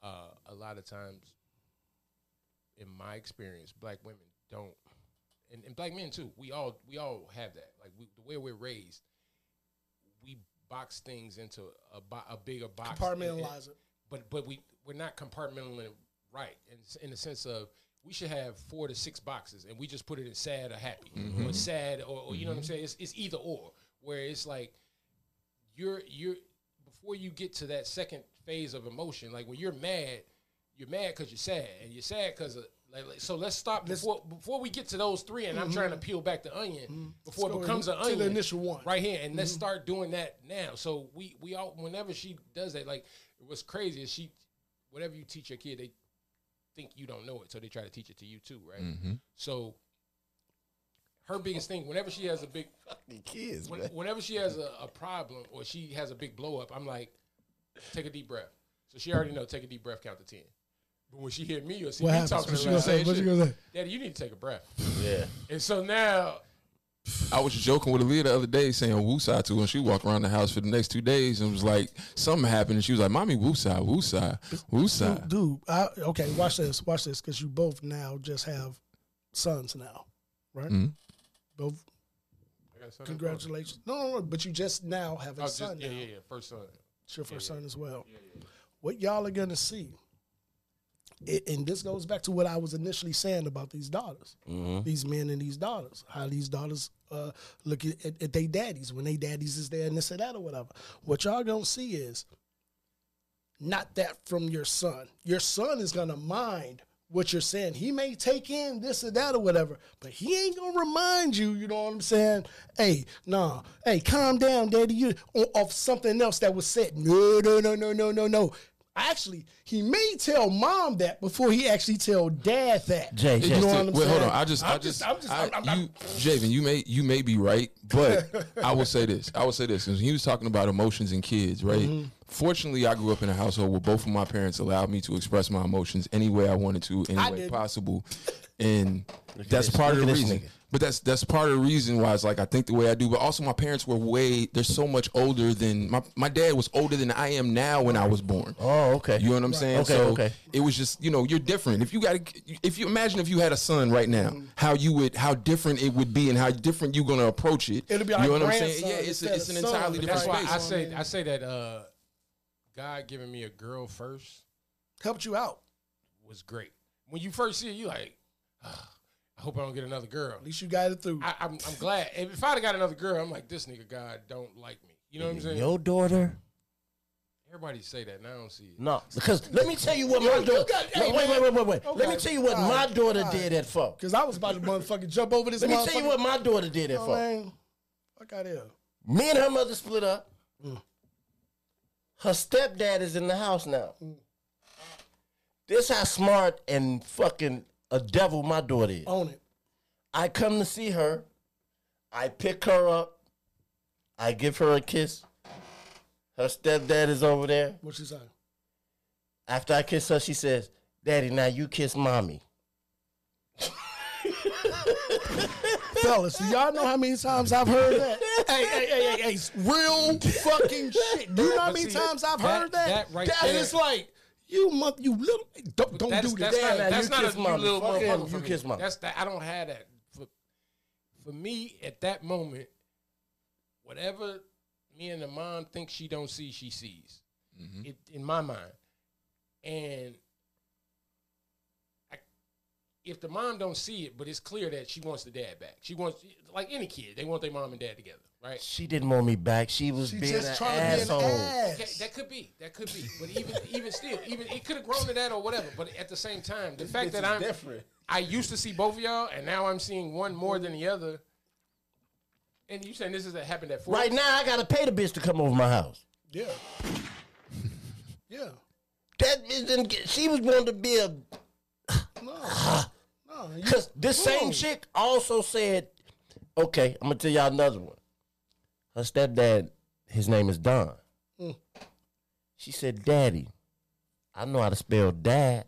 [SPEAKER 5] uh, a lot of times, in my experience, black women don't, and, and black men too. We all we all have that. Like we, the way we're raised, we box things into a, bo- a bigger box.
[SPEAKER 4] Compartmentalize it.
[SPEAKER 5] But but we we're not compartmentalizing it right, in, s- in the sense of we should have four to six boxes, and we just put it in sad or happy, or sad, or, or you know what I'm saying. It's, it's either or, where it's like you're you're before you get to that second phase of emotion, like when you're mad, you're mad because you're sad, and you're sad because of Like, like, so let's stop before before we get to those three, and I'm trying to peel back the onion before
[SPEAKER 4] Let's
[SPEAKER 5] it
[SPEAKER 4] go
[SPEAKER 5] becomes an
[SPEAKER 4] Mm-hmm. to the
[SPEAKER 5] onion.
[SPEAKER 4] initial one. Mm-hmm.
[SPEAKER 5] right here, and
[SPEAKER 3] Mm-hmm.
[SPEAKER 5] let's start doing that now. So we we all whenever she does that, like what's crazy is she, whatever you teach your kid, they think you don't know it, so they try to teach it to you too, right?
[SPEAKER 3] Mm-hmm.
[SPEAKER 5] So her biggest thing, whenever she has a big
[SPEAKER 3] Kids,
[SPEAKER 5] when,
[SPEAKER 3] man.
[SPEAKER 5] whenever she has a, a problem or she has a big blow up, I'm like, take a deep breath. So she already know, take a deep breath, count to ten. But when she hear me or see
[SPEAKER 4] What
[SPEAKER 5] me
[SPEAKER 4] happens?
[SPEAKER 5] talking, to
[SPEAKER 4] What she
[SPEAKER 5] her,
[SPEAKER 4] gonna
[SPEAKER 5] I
[SPEAKER 4] say? What she gonna say?
[SPEAKER 5] Daddy, you need to take a breath.
[SPEAKER 3] Yeah.
[SPEAKER 5] And so now,
[SPEAKER 2] I was joking with Aaliyah the other day saying woosai to her, and she walked around the house for the next two days and was like, something happened. And she was like, Mommy, woosai, woosai, woosai.
[SPEAKER 4] dude. I, okay, watch this, watch this, because you both now just have sons now, right? Both. Congratulations. No, no, no, but you just now have a
[SPEAKER 5] oh, just,
[SPEAKER 4] son.
[SPEAKER 5] yeah,
[SPEAKER 4] now.
[SPEAKER 5] yeah, yeah, first son.
[SPEAKER 4] It's your first son as well. What y'all are gonna see, it, and this goes back to what I was initially saying about these daughters, these men and these daughters, how these daughters uh, look at, at, at their daddies when they daddies is there and this and that or whatever. What y'all gonna see is not that from your son. Your son is gonna mind what you're saying. He may take in this or that or whatever, but he ain't gonna remind you. You know what I'm saying? Hey, nah. Hey, calm down, daddy. You o- of something else that was said. No, no, no, no, no, no, no. Actually, he may tell mom that before he actually tell dad that.
[SPEAKER 3] Jay,
[SPEAKER 2] It
[SPEAKER 3] Jay.
[SPEAKER 4] you know
[SPEAKER 2] just-
[SPEAKER 4] what I'm
[SPEAKER 2] wait,
[SPEAKER 4] saying?
[SPEAKER 2] hold on. I just, i
[SPEAKER 5] I'm
[SPEAKER 2] just,
[SPEAKER 5] just- I'm just-
[SPEAKER 2] I-
[SPEAKER 5] I'm- I'm- I'm-
[SPEAKER 2] you, Javen, you may, you may be right, but I will say this. I will say this. 'cause he was talking about emotions and kids, right? Fortunately, I grew up in a household where both of my parents allowed me to express my emotions any way I wanted to, any
[SPEAKER 4] I
[SPEAKER 2] way
[SPEAKER 4] didn't.
[SPEAKER 2] possible, and that's
[SPEAKER 3] this-
[SPEAKER 2] part
[SPEAKER 3] look
[SPEAKER 2] of the
[SPEAKER 3] at this
[SPEAKER 2] reason.
[SPEAKER 3] nigga.
[SPEAKER 2] But that's that's part of the reason why it's like I think the way I do. But also, my parents were way they're so much older than my my dad was older than I am now when I was born.
[SPEAKER 3] Oh, okay.
[SPEAKER 2] You know what I'm saying?
[SPEAKER 3] Okay,
[SPEAKER 2] so
[SPEAKER 3] okay.
[SPEAKER 2] it was just, you know, you're different. If you got a- if you imagine if you had a son right now, how you would how different it would be and how different you're gonna approach it.
[SPEAKER 4] It'll be
[SPEAKER 2] you
[SPEAKER 4] like
[SPEAKER 2] know what I'm saying?
[SPEAKER 4] grandson
[SPEAKER 2] Yeah, it's a,
[SPEAKER 4] instead
[SPEAKER 2] it's
[SPEAKER 4] of
[SPEAKER 2] an
[SPEAKER 4] son,
[SPEAKER 2] entirely
[SPEAKER 4] but
[SPEAKER 2] different
[SPEAKER 5] That's why
[SPEAKER 2] space.
[SPEAKER 5] I say I say that uh, God giving me a girl first
[SPEAKER 4] Helped you out.
[SPEAKER 5] was great. When you first see it, you like, "Ah, I hope I don't get another girl.
[SPEAKER 4] At least you got it through.
[SPEAKER 5] I, I'm, I'm glad. If I'd have got another girl, I'm like, this nigga God don't like me. You know what I'm saying?
[SPEAKER 3] Your daughter?
[SPEAKER 5] Everybody say that, and I don't see it.
[SPEAKER 3] No, because let me tell you what my daughter.
[SPEAKER 4] got-
[SPEAKER 3] No,
[SPEAKER 4] hey,
[SPEAKER 3] wait, wait,
[SPEAKER 4] man.
[SPEAKER 3] wait, wait, wait. Let me
[SPEAKER 4] Okay.
[SPEAKER 3] tell you what
[SPEAKER 4] All
[SPEAKER 3] my
[SPEAKER 4] right.
[SPEAKER 3] daughter
[SPEAKER 4] All right.
[SPEAKER 3] did at fuck.
[SPEAKER 4] Cause I was about to motherfucking jump over this.
[SPEAKER 3] Let me tell you
[SPEAKER 4] motherfucking-
[SPEAKER 3] what my daughter did at
[SPEAKER 4] Oh,
[SPEAKER 3] fuck.
[SPEAKER 4] man. Fuck out here.
[SPEAKER 3] Me and her mother split up. Her stepdad is in the house now. This how smart and fucking a devil my daughter is.
[SPEAKER 4] Own it.
[SPEAKER 3] I come to see her. I pick her up. I give her a kiss. Her stepdad is over there.
[SPEAKER 4] What you say?
[SPEAKER 3] After I kiss her, she says, Daddy, now you kiss mommy.
[SPEAKER 4] Fellas, do y'all know how many times I've heard that? hey, hey, hey, hey, hey, it's real fucking shit. Do you know how
[SPEAKER 5] But
[SPEAKER 4] many
[SPEAKER 5] see,
[SPEAKER 4] times I've
[SPEAKER 5] that-
[SPEAKER 4] heard that?
[SPEAKER 5] that right
[SPEAKER 4] and
[SPEAKER 5] there-
[SPEAKER 4] it's like, you mother, you little, don't, don't
[SPEAKER 5] that's,
[SPEAKER 4] do
[SPEAKER 5] that's
[SPEAKER 4] this.
[SPEAKER 3] Yeah,
[SPEAKER 5] Not,
[SPEAKER 3] now
[SPEAKER 5] that's
[SPEAKER 3] you
[SPEAKER 5] not
[SPEAKER 3] kiss
[SPEAKER 5] a you
[SPEAKER 3] mama.
[SPEAKER 5] little
[SPEAKER 3] Fuck him,
[SPEAKER 5] motherfucker.
[SPEAKER 3] you
[SPEAKER 5] for me.
[SPEAKER 3] kiss mama.
[SPEAKER 5] That's that. I don't have that. For, for me, at that moment, whatever me and the mom think she don't see, she sees. It, in my mind, and I, if the mom don't see it, but it's clear that she wants the dad back. She wants, like any kid, they want their mom and dad together, right?
[SPEAKER 3] She didn't want me back. She was
[SPEAKER 4] She
[SPEAKER 3] being
[SPEAKER 4] just
[SPEAKER 3] an
[SPEAKER 4] trying
[SPEAKER 3] asshole.
[SPEAKER 4] to be an ass.
[SPEAKER 5] Yeah, that could be. That could be. But even even still, even it could have grown to that or whatever. But at the same time, the fact that I'm I used to see both of y'all, and now I'm seeing one more than the other. And you saying this is that happened at four?
[SPEAKER 3] Right now, I gotta pay the bitch to come over my house.
[SPEAKER 4] Yeah. Yeah.
[SPEAKER 3] That bitch didn't get, she was going to be a
[SPEAKER 4] No, you,
[SPEAKER 3] Because this same
[SPEAKER 4] Ooh.
[SPEAKER 3] chick also said, okay, I'm going to tell y'all another one. Her stepdad, his name is Don.
[SPEAKER 4] Mm.
[SPEAKER 3] She said, Daddy, I know how to spell dad.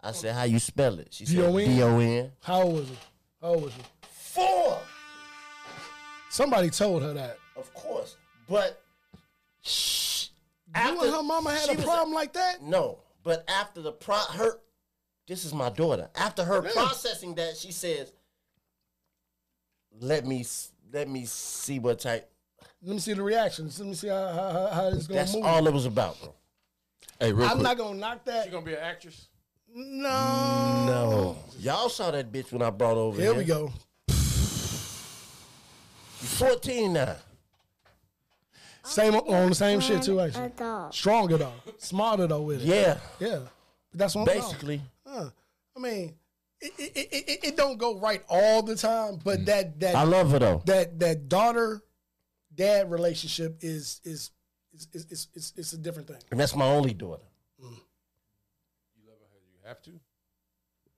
[SPEAKER 3] I said, how you spell it? She said,
[SPEAKER 4] D-O-N?
[SPEAKER 3] D-O-N.
[SPEAKER 4] how old was it? How old was it?
[SPEAKER 3] Four,
[SPEAKER 4] Somebody told her that.
[SPEAKER 3] of course. But, shh.
[SPEAKER 4] you and her mama had
[SPEAKER 3] she
[SPEAKER 4] a
[SPEAKER 3] was
[SPEAKER 4] problem like that?
[SPEAKER 3] No, but after the pro her, this is my daughter. After her processing that, she says, "Let me s- let me see what type."
[SPEAKER 4] Let me see the reactions. Let me see how, how, how, how this going to
[SPEAKER 3] That's
[SPEAKER 4] move.
[SPEAKER 3] all it was about, bro.
[SPEAKER 2] hey, real
[SPEAKER 4] I'm
[SPEAKER 2] quick.
[SPEAKER 4] not going to knock that.
[SPEAKER 5] You gonna be an actress?
[SPEAKER 4] No.
[SPEAKER 3] No, y'all saw that bitch when I brought her over.
[SPEAKER 4] Oh, Here we go.
[SPEAKER 3] You Fourteen now.
[SPEAKER 4] Same on the same shit too,
[SPEAKER 1] One
[SPEAKER 4] actually.
[SPEAKER 1] Adult.
[SPEAKER 4] Stronger though, smarter though with it.
[SPEAKER 3] Yeah,
[SPEAKER 4] Yeah, But that's what I'm-
[SPEAKER 3] basically.
[SPEAKER 4] Huh. I mean, it, it, it- it, it don't go right all the time,
[SPEAKER 5] Mm.
[SPEAKER 4] but that that
[SPEAKER 3] I love her though.
[SPEAKER 4] that that daughter dad relationship is is is is, is, is is a different thing.
[SPEAKER 3] And that's my only daughter.
[SPEAKER 5] You have to.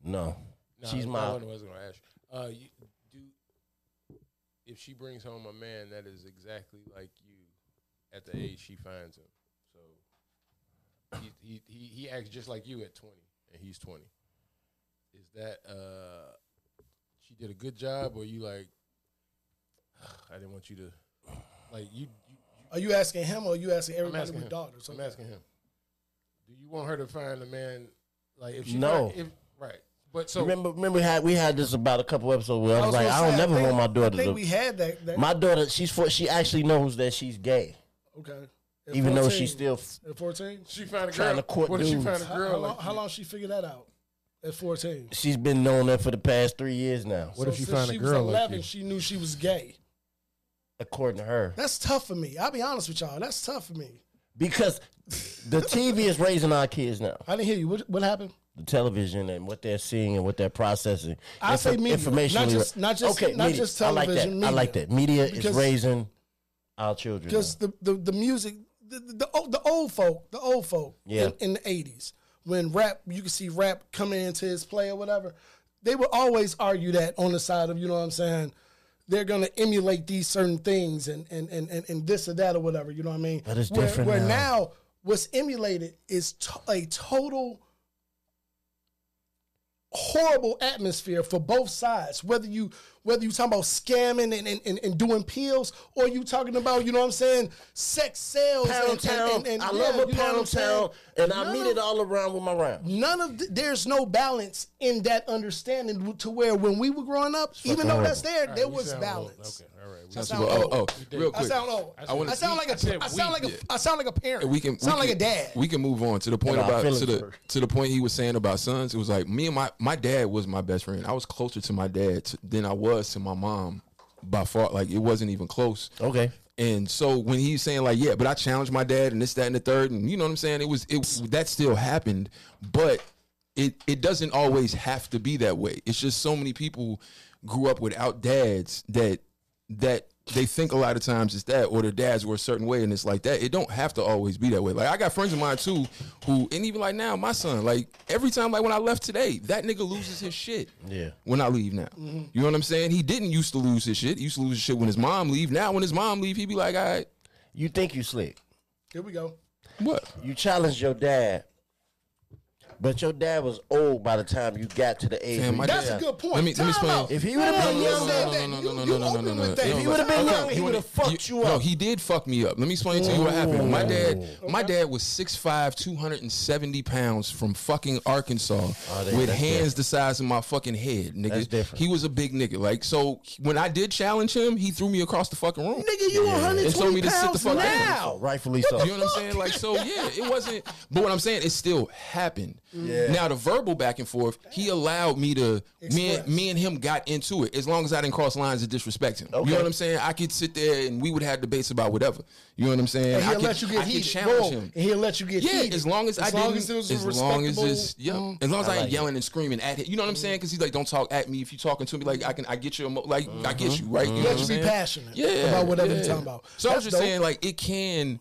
[SPEAKER 3] No.
[SPEAKER 5] No,
[SPEAKER 3] She's
[SPEAKER 5] no,
[SPEAKER 3] my
[SPEAKER 5] I wasn't gonna ask. You. Uh, you, do if she brings home a man that is exactly like you at the age she finds him. So he he he, he acts just like you at twenty, and he's twenty. Is that uh, she did a good job, or you like? I didn't want you to like you. you
[SPEAKER 4] Are you asking him or are you asking
[SPEAKER 5] I'm
[SPEAKER 4] everybody
[SPEAKER 5] asking
[SPEAKER 4] with
[SPEAKER 5] him.
[SPEAKER 4] daughters?
[SPEAKER 5] I'm asking him. Do you want her to find a man like if she
[SPEAKER 3] No.
[SPEAKER 5] if, right? But so
[SPEAKER 3] remember remember we had we had this about a couple episodes where I was like,
[SPEAKER 4] gonna
[SPEAKER 3] I don't
[SPEAKER 4] say,
[SPEAKER 3] never
[SPEAKER 4] think-
[SPEAKER 3] want my daughter
[SPEAKER 4] I think
[SPEAKER 3] to
[SPEAKER 4] we had that. that
[SPEAKER 3] my daughter, she's four, she actually knows that she's gay.
[SPEAKER 4] okay. At
[SPEAKER 3] Even though
[SPEAKER 4] 14,
[SPEAKER 3] she's still
[SPEAKER 4] at fourteen.
[SPEAKER 5] She found a girl.
[SPEAKER 3] Trying to court
[SPEAKER 5] what if she
[SPEAKER 3] dudes.
[SPEAKER 5] found a
[SPEAKER 4] How,
[SPEAKER 5] girl?
[SPEAKER 4] how
[SPEAKER 5] like
[SPEAKER 4] long, how long she figured that out? At fourteen.
[SPEAKER 3] she's been knowing that for the past three years now.
[SPEAKER 5] What if you
[SPEAKER 4] since
[SPEAKER 5] find a
[SPEAKER 4] she
[SPEAKER 5] girl
[SPEAKER 4] Was
[SPEAKER 5] like
[SPEAKER 4] Eleven.
[SPEAKER 5] you?
[SPEAKER 4] she knew she was gay.
[SPEAKER 3] According to her.
[SPEAKER 4] That's tough for me. I'll be honest with y'all. That's tough for me.
[SPEAKER 3] Because the TV is raising our kids now.
[SPEAKER 4] I didn't hear you. What, what happened?
[SPEAKER 3] The television and what they're seeing and what they're processing.
[SPEAKER 4] I say media,
[SPEAKER 3] information.
[SPEAKER 4] not just- not just- not just television,
[SPEAKER 3] I like that.
[SPEAKER 4] media.
[SPEAKER 3] I like that. Media is
[SPEAKER 4] Because-
[SPEAKER 3] raising our children.
[SPEAKER 4] Because the, the the music, the, the the old the old folk, the old folk,
[SPEAKER 3] Yeah.
[SPEAKER 4] in, in the eighties, when rap, you could see rap coming into his play or whatever. They would always argue that on the side of you know what I'm saying. They're gonna emulate these certain things and and and and, and this or that or whatever. You know what I mean?
[SPEAKER 3] But it's
[SPEAKER 4] where,
[SPEAKER 3] different
[SPEAKER 4] Where
[SPEAKER 3] now.
[SPEAKER 4] now. what's emulated is to- a total horrible atmosphere for both sides whether you whether you talking about scamming and, and, and, and doing pills or you talking about you know what i'm saying sex sales
[SPEAKER 3] Pound
[SPEAKER 4] and, and-
[SPEAKER 3] Town.
[SPEAKER 4] and- and-
[SPEAKER 3] I
[SPEAKER 4] yeah,
[SPEAKER 3] love
[SPEAKER 4] you
[SPEAKER 3] a
[SPEAKER 4] know what I'm
[SPEAKER 3] Pound
[SPEAKER 4] saying?
[SPEAKER 3] Town, and I
[SPEAKER 4] No.
[SPEAKER 3] meet it all around with my round.
[SPEAKER 4] none of th- there's no balance in that understanding to where when we were growing up even though that's there there
[SPEAKER 5] you
[SPEAKER 4] was
[SPEAKER 5] sound old.
[SPEAKER 4] balance
[SPEAKER 5] Okay, all right. We-
[SPEAKER 4] I
[SPEAKER 2] That's
[SPEAKER 4] sound
[SPEAKER 2] what-
[SPEAKER 4] old.
[SPEAKER 2] oh, oh, real
[SPEAKER 4] i
[SPEAKER 2] quick.
[SPEAKER 4] sound old i,
[SPEAKER 2] I wanna-
[SPEAKER 4] sound like
[SPEAKER 5] I said
[SPEAKER 4] a i sound
[SPEAKER 5] we.
[SPEAKER 4] like a I sound like a parent
[SPEAKER 2] we can
[SPEAKER 4] sound
[SPEAKER 2] we
[SPEAKER 4] like
[SPEAKER 2] can-
[SPEAKER 4] a dad
[SPEAKER 2] We can move on to the point
[SPEAKER 3] And our
[SPEAKER 2] about
[SPEAKER 3] feelings
[SPEAKER 2] to the
[SPEAKER 3] hurt.
[SPEAKER 2] to the point he was saying about sons. It was like me and my my dad was my best friend. I was closer to my dad t than I was to my mom by far. Like it wasn't even close.
[SPEAKER 3] Okay.
[SPEAKER 2] And so when he's saying like, yeah, but I challenged my dad and this, that, and the third, and you know what I'm saying? It was it that still happened, but it it doesn't always have to be that way. It's just so many people grew up without dads that that they think a lot of times it's that or their dads were a certain way and it's like that. It don't have to always be that way. Like I got friends of mine too who and even like now, my son, like every time like when I left today, that nigga loses his shit.
[SPEAKER 3] Yeah.
[SPEAKER 2] When I leave now. You know what I'm saying? He didn't used to lose his shit. He used to lose his shit when his mom leave. Now when his mom leave, he be like, all right,
[SPEAKER 3] You think you slick.
[SPEAKER 4] here we go
[SPEAKER 2] what?
[SPEAKER 3] You challenged your dad, but your dad was old by the time you got to the age.
[SPEAKER 2] Damn,
[SPEAKER 3] where
[SPEAKER 2] my
[SPEAKER 3] you
[SPEAKER 4] that's
[SPEAKER 2] dad-
[SPEAKER 3] got-
[SPEAKER 4] a good point
[SPEAKER 2] Let me- let me
[SPEAKER 4] Time
[SPEAKER 2] explain.
[SPEAKER 4] out.
[SPEAKER 3] If he would've
[SPEAKER 4] Time
[SPEAKER 3] been
[SPEAKER 4] out.
[SPEAKER 2] no, no,
[SPEAKER 3] young,
[SPEAKER 4] That-
[SPEAKER 2] no,
[SPEAKER 4] that-
[SPEAKER 2] no,
[SPEAKER 4] you-
[SPEAKER 2] no,
[SPEAKER 4] you
[SPEAKER 2] no, no,
[SPEAKER 4] open
[SPEAKER 2] no,
[SPEAKER 4] with
[SPEAKER 2] no.
[SPEAKER 4] that.
[SPEAKER 2] If
[SPEAKER 3] he would've been young, he would've fucked you
[SPEAKER 2] No,
[SPEAKER 3] up.
[SPEAKER 2] he did fuck me up. Let me explain to you what happened. My dad, my dad was 6'5", 270 pounds from fucking Arkansas
[SPEAKER 3] Oh, that-
[SPEAKER 2] with
[SPEAKER 3] that's
[SPEAKER 2] hands the size of my fucking head, nigga.
[SPEAKER 3] That's different.
[SPEAKER 2] He was a big nigga. Like so, when I did challenge him, he threw me across the fucking room.
[SPEAKER 4] Nigga, you
[SPEAKER 2] And told me
[SPEAKER 4] 120
[SPEAKER 2] to sit the
[SPEAKER 4] pounds
[SPEAKER 2] fuck down.
[SPEAKER 4] now.
[SPEAKER 3] rightfully so.
[SPEAKER 2] You know what I'm saying? Like, so yeah, it wasn't. But what I'm saying, it still happened. Now the verbal back and forth, he allowed me to. Me and, me and him got into it. As long as I didn't cross lines and disrespect him. You know what I'm saying? I could sit there and we would have debates about whatever. You know what I'm saying?
[SPEAKER 4] And
[SPEAKER 2] I
[SPEAKER 4] he'll
[SPEAKER 2] could,
[SPEAKER 4] let you get
[SPEAKER 2] I could
[SPEAKER 4] heated.
[SPEAKER 2] challenge
[SPEAKER 4] Whoa.
[SPEAKER 2] him.
[SPEAKER 4] And he'll let you get
[SPEAKER 2] Yeah,
[SPEAKER 4] heated.
[SPEAKER 2] as long as, I didn't,
[SPEAKER 4] long as it was a
[SPEAKER 2] as long as this, yeah,
[SPEAKER 4] respectable- Mm.
[SPEAKER 2] as long as I, ain't
[SPEAKER 3] like it.
[SPEAKER 2] yelling and screaming at him, you know what I'm saying? Because he's like, don't talk at me if you talking to me. Like I can, I get your, emo- like I get
[SPEAKER 3] Mm-hmm.
[SPEAKER 2] you, right? You know
[SPEAKER 4] Let
[SPEAKER 2] what
[SPEAKER 4] you
[SPEAKER 2] I'm
[SPEAKER 4] be
[SPEAKER 2] saying?
[SPEAKER 4] passionate
[SPEAKER 2] yeah,
[SPEAKER 4] about whatever you're
[SPEAKER 2] yeah.
[SPEAKER 4] talking about.
[SPEAKER 2] So I was
[SPEAKER 4] That's
[SPEAKER 2] just
[SPEAKER 4] dope.
[SPEAKER 2] saying, like, it can,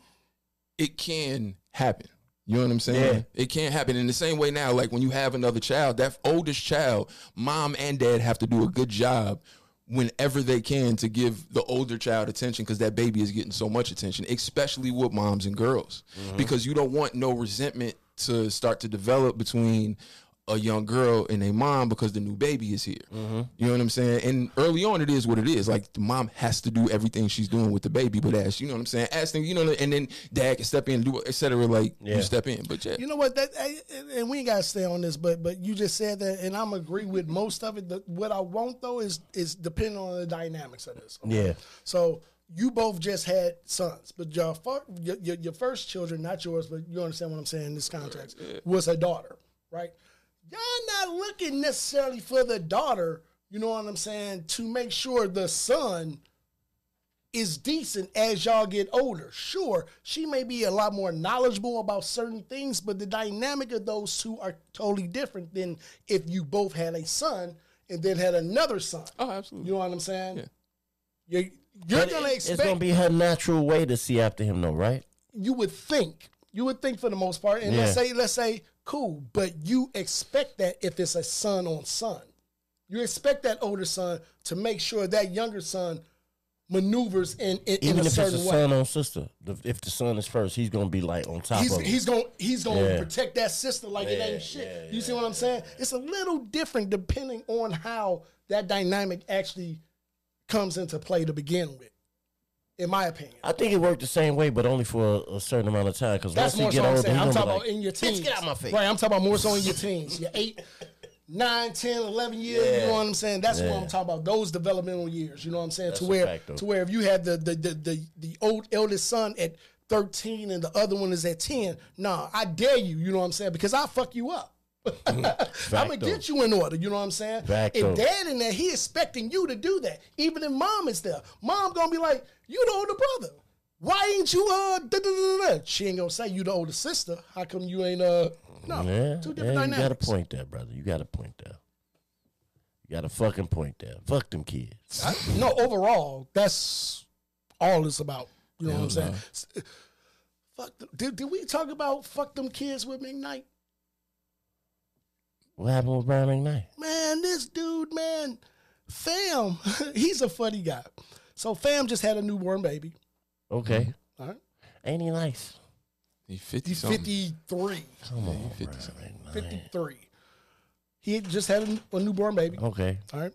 [SPEAKER 2] it can happen. You know what I'm saying? It can happen in the same way now. Like when you have another child, that oldest child, mom and dad have to do a good job whenever they can to give the older child attention because that baby is getting so much attention, especially with moms and girls,
[SPEAKER 3] Mm-hmm.
[SPEAKER 2] because you don't want no resentment to start to develop between a young girl and a mom because the new baby is here. You know what I'm saying? And early on, it is what it is. Like the mom has to do everything she's doing with the baby, but as you know what I'm saying, as things, you know, and then dad can step in, and do et cetera. Like
[SPEAKER 3] Yeah.
[SPEAKER 2] you step in, but yeah,
[SPEAKER 4] You know what? That I, and we ain't gotta stay on this, but but you just said that, and I'm agree with most of it. The, what I want though is is depending on the dynamics of this. okay?
[SPEAKER 3] Yeah.
[SPEAKER 4] So you both just had sons, but your, fir- your your your first children, not yours, but you understand what I'm saying in this context, was a daughter, right? Y'all not looking necessarily for the daughter. You know what I'm saying? To make sure the son is decent as y'all get older. Sure, she may be a lot more knowledgeable about certain things, but the dynamic of those two are totally different than if you both had a son and then had another son.
[SPEAKER 2] Oh, absolutely.
[SPEAKER 4] You know what I'm saying?
[SPEAKER 2] Yeah.
[SPEAKER 4] You're, you're
[SPEAKER 3] But
[SPEAKER 4] gonna
[SPEAKER 3] it-
[SPEAKER 4] expect
[SPEAKER 3] It's gonna be her natural way to see after him, though, right?
[SPEAKER 4] you would think you would think for the most part and let's
[SPEAKER 3] Yeah.
[SPEAKER 4] say let's say cool but you expect that if it's a son on son you expect that older son to make sure that younger son maneuvers in in, in
[SPEAKER 3] Even
[SPEAKER 4] a
[SPEAKER 3] if it's a
[SPEAKER 4] certain way
[SPEAKER 3] son on sister, the- if the son is first, he's gonna be like on top
[SPEAKER 4] he's
[SPEAKER 3] of it.
[SPEAKER 4] he's gonna he's gonna
[SPEAKER 3] Yeah.
[SPEAKER 4] protect that sister like it ain't shit you see what i'm saying it's a little different depending on how that dynamic actually comes into play to begin with in my opinion
[SPEAKER 3] I think it worked the same way, but only for a, a certain amount of time. Because
[SPEAKER 4] That's
[SPEAKER 3] once
[SPEAKER 4] more
[SPEAKER 3] he
[SPEAKER 4] so
[SPEAKER 3] get older, he
[SPEAKER 4] I'm saying. I'm
[SPEAKER 3] gonna be
[SPEAKER 4] talking
[SPEAKER 3] like,
[SPEAKER 4] about in your teens.
[SPEAKER 3] "Bitch, get out my face!"
[SPEAKER 4] Right, I'm talking about more so in your teens. Your eight, nine, 10, 11 years, you know what I'm saying? That's what I'm talking about. Those developmental years, you know what I'm saying?
[SPEAKER 3] That's
[SPEAKER 4] to
[SPEAKER 3] a
[SPEAKER 4] where
[SPEAKER 3] fact, though.
[SPEAKER 4] to where if you had the the, the the the old eldest son at 13 and the other one is at 10, nah, I dare you, you know what I'm saying? Because I'll fuck you up. I'm gonna
[SPEAKER 3] though.
[SPEAKER 4] get you in order, you know what I'm saying?
[SPEAKER 3] Fact,
[SPEAKER 4] if
[SPEAKER 3] though.
[SPEAKER 4] dad in there, he expecting you to do that. Even if mom is there, mom gonna be like, "You the older brother. Why ain't you uh?" Da, da, da, da, da?" She ain't gonna say you the older sister. How come you ain't uh? No,
[SPEAKER 3] Yeah,
[SPEAKER 4] two different
[SPEAKER 3] yeah, you
[SPEAKER 4] dynamics.
[SPEAKER 3] got a point there, brother. You got a point there. You got a fucking point there. Fuck them kids.
[SPEAKER 4] No, overall, that's all it's about. You know what I'm saying? S- uh, Fuck. The, did, did we talk about fuck them kids with McKnight?
[SPEAKER 3] What happened with Brian McKnight?
[SPEAKER 4] man, this dude, man, fam, he's a funny guy. So fam just had a newborn baby.
[SPEAKER 3] Okay,
[SPEAKER 4] Uh-huh. All right.
[SPEAKER 3] ain't he nice?
[SPEAKER 2] He fifty something.
[SPEAKER 4] 53.
[SPEAKER 3] Come on,
[SPEAKER 2] 50
[SPEAKER 3] Brian
[SPEAKER 2] something.
[SPEAKER 3] McKnight.
[SPEAKER 4] 53. He had just had a, a newborn baby.
[SPEAKER 3] Okay,
[SPEAKER 4] All right.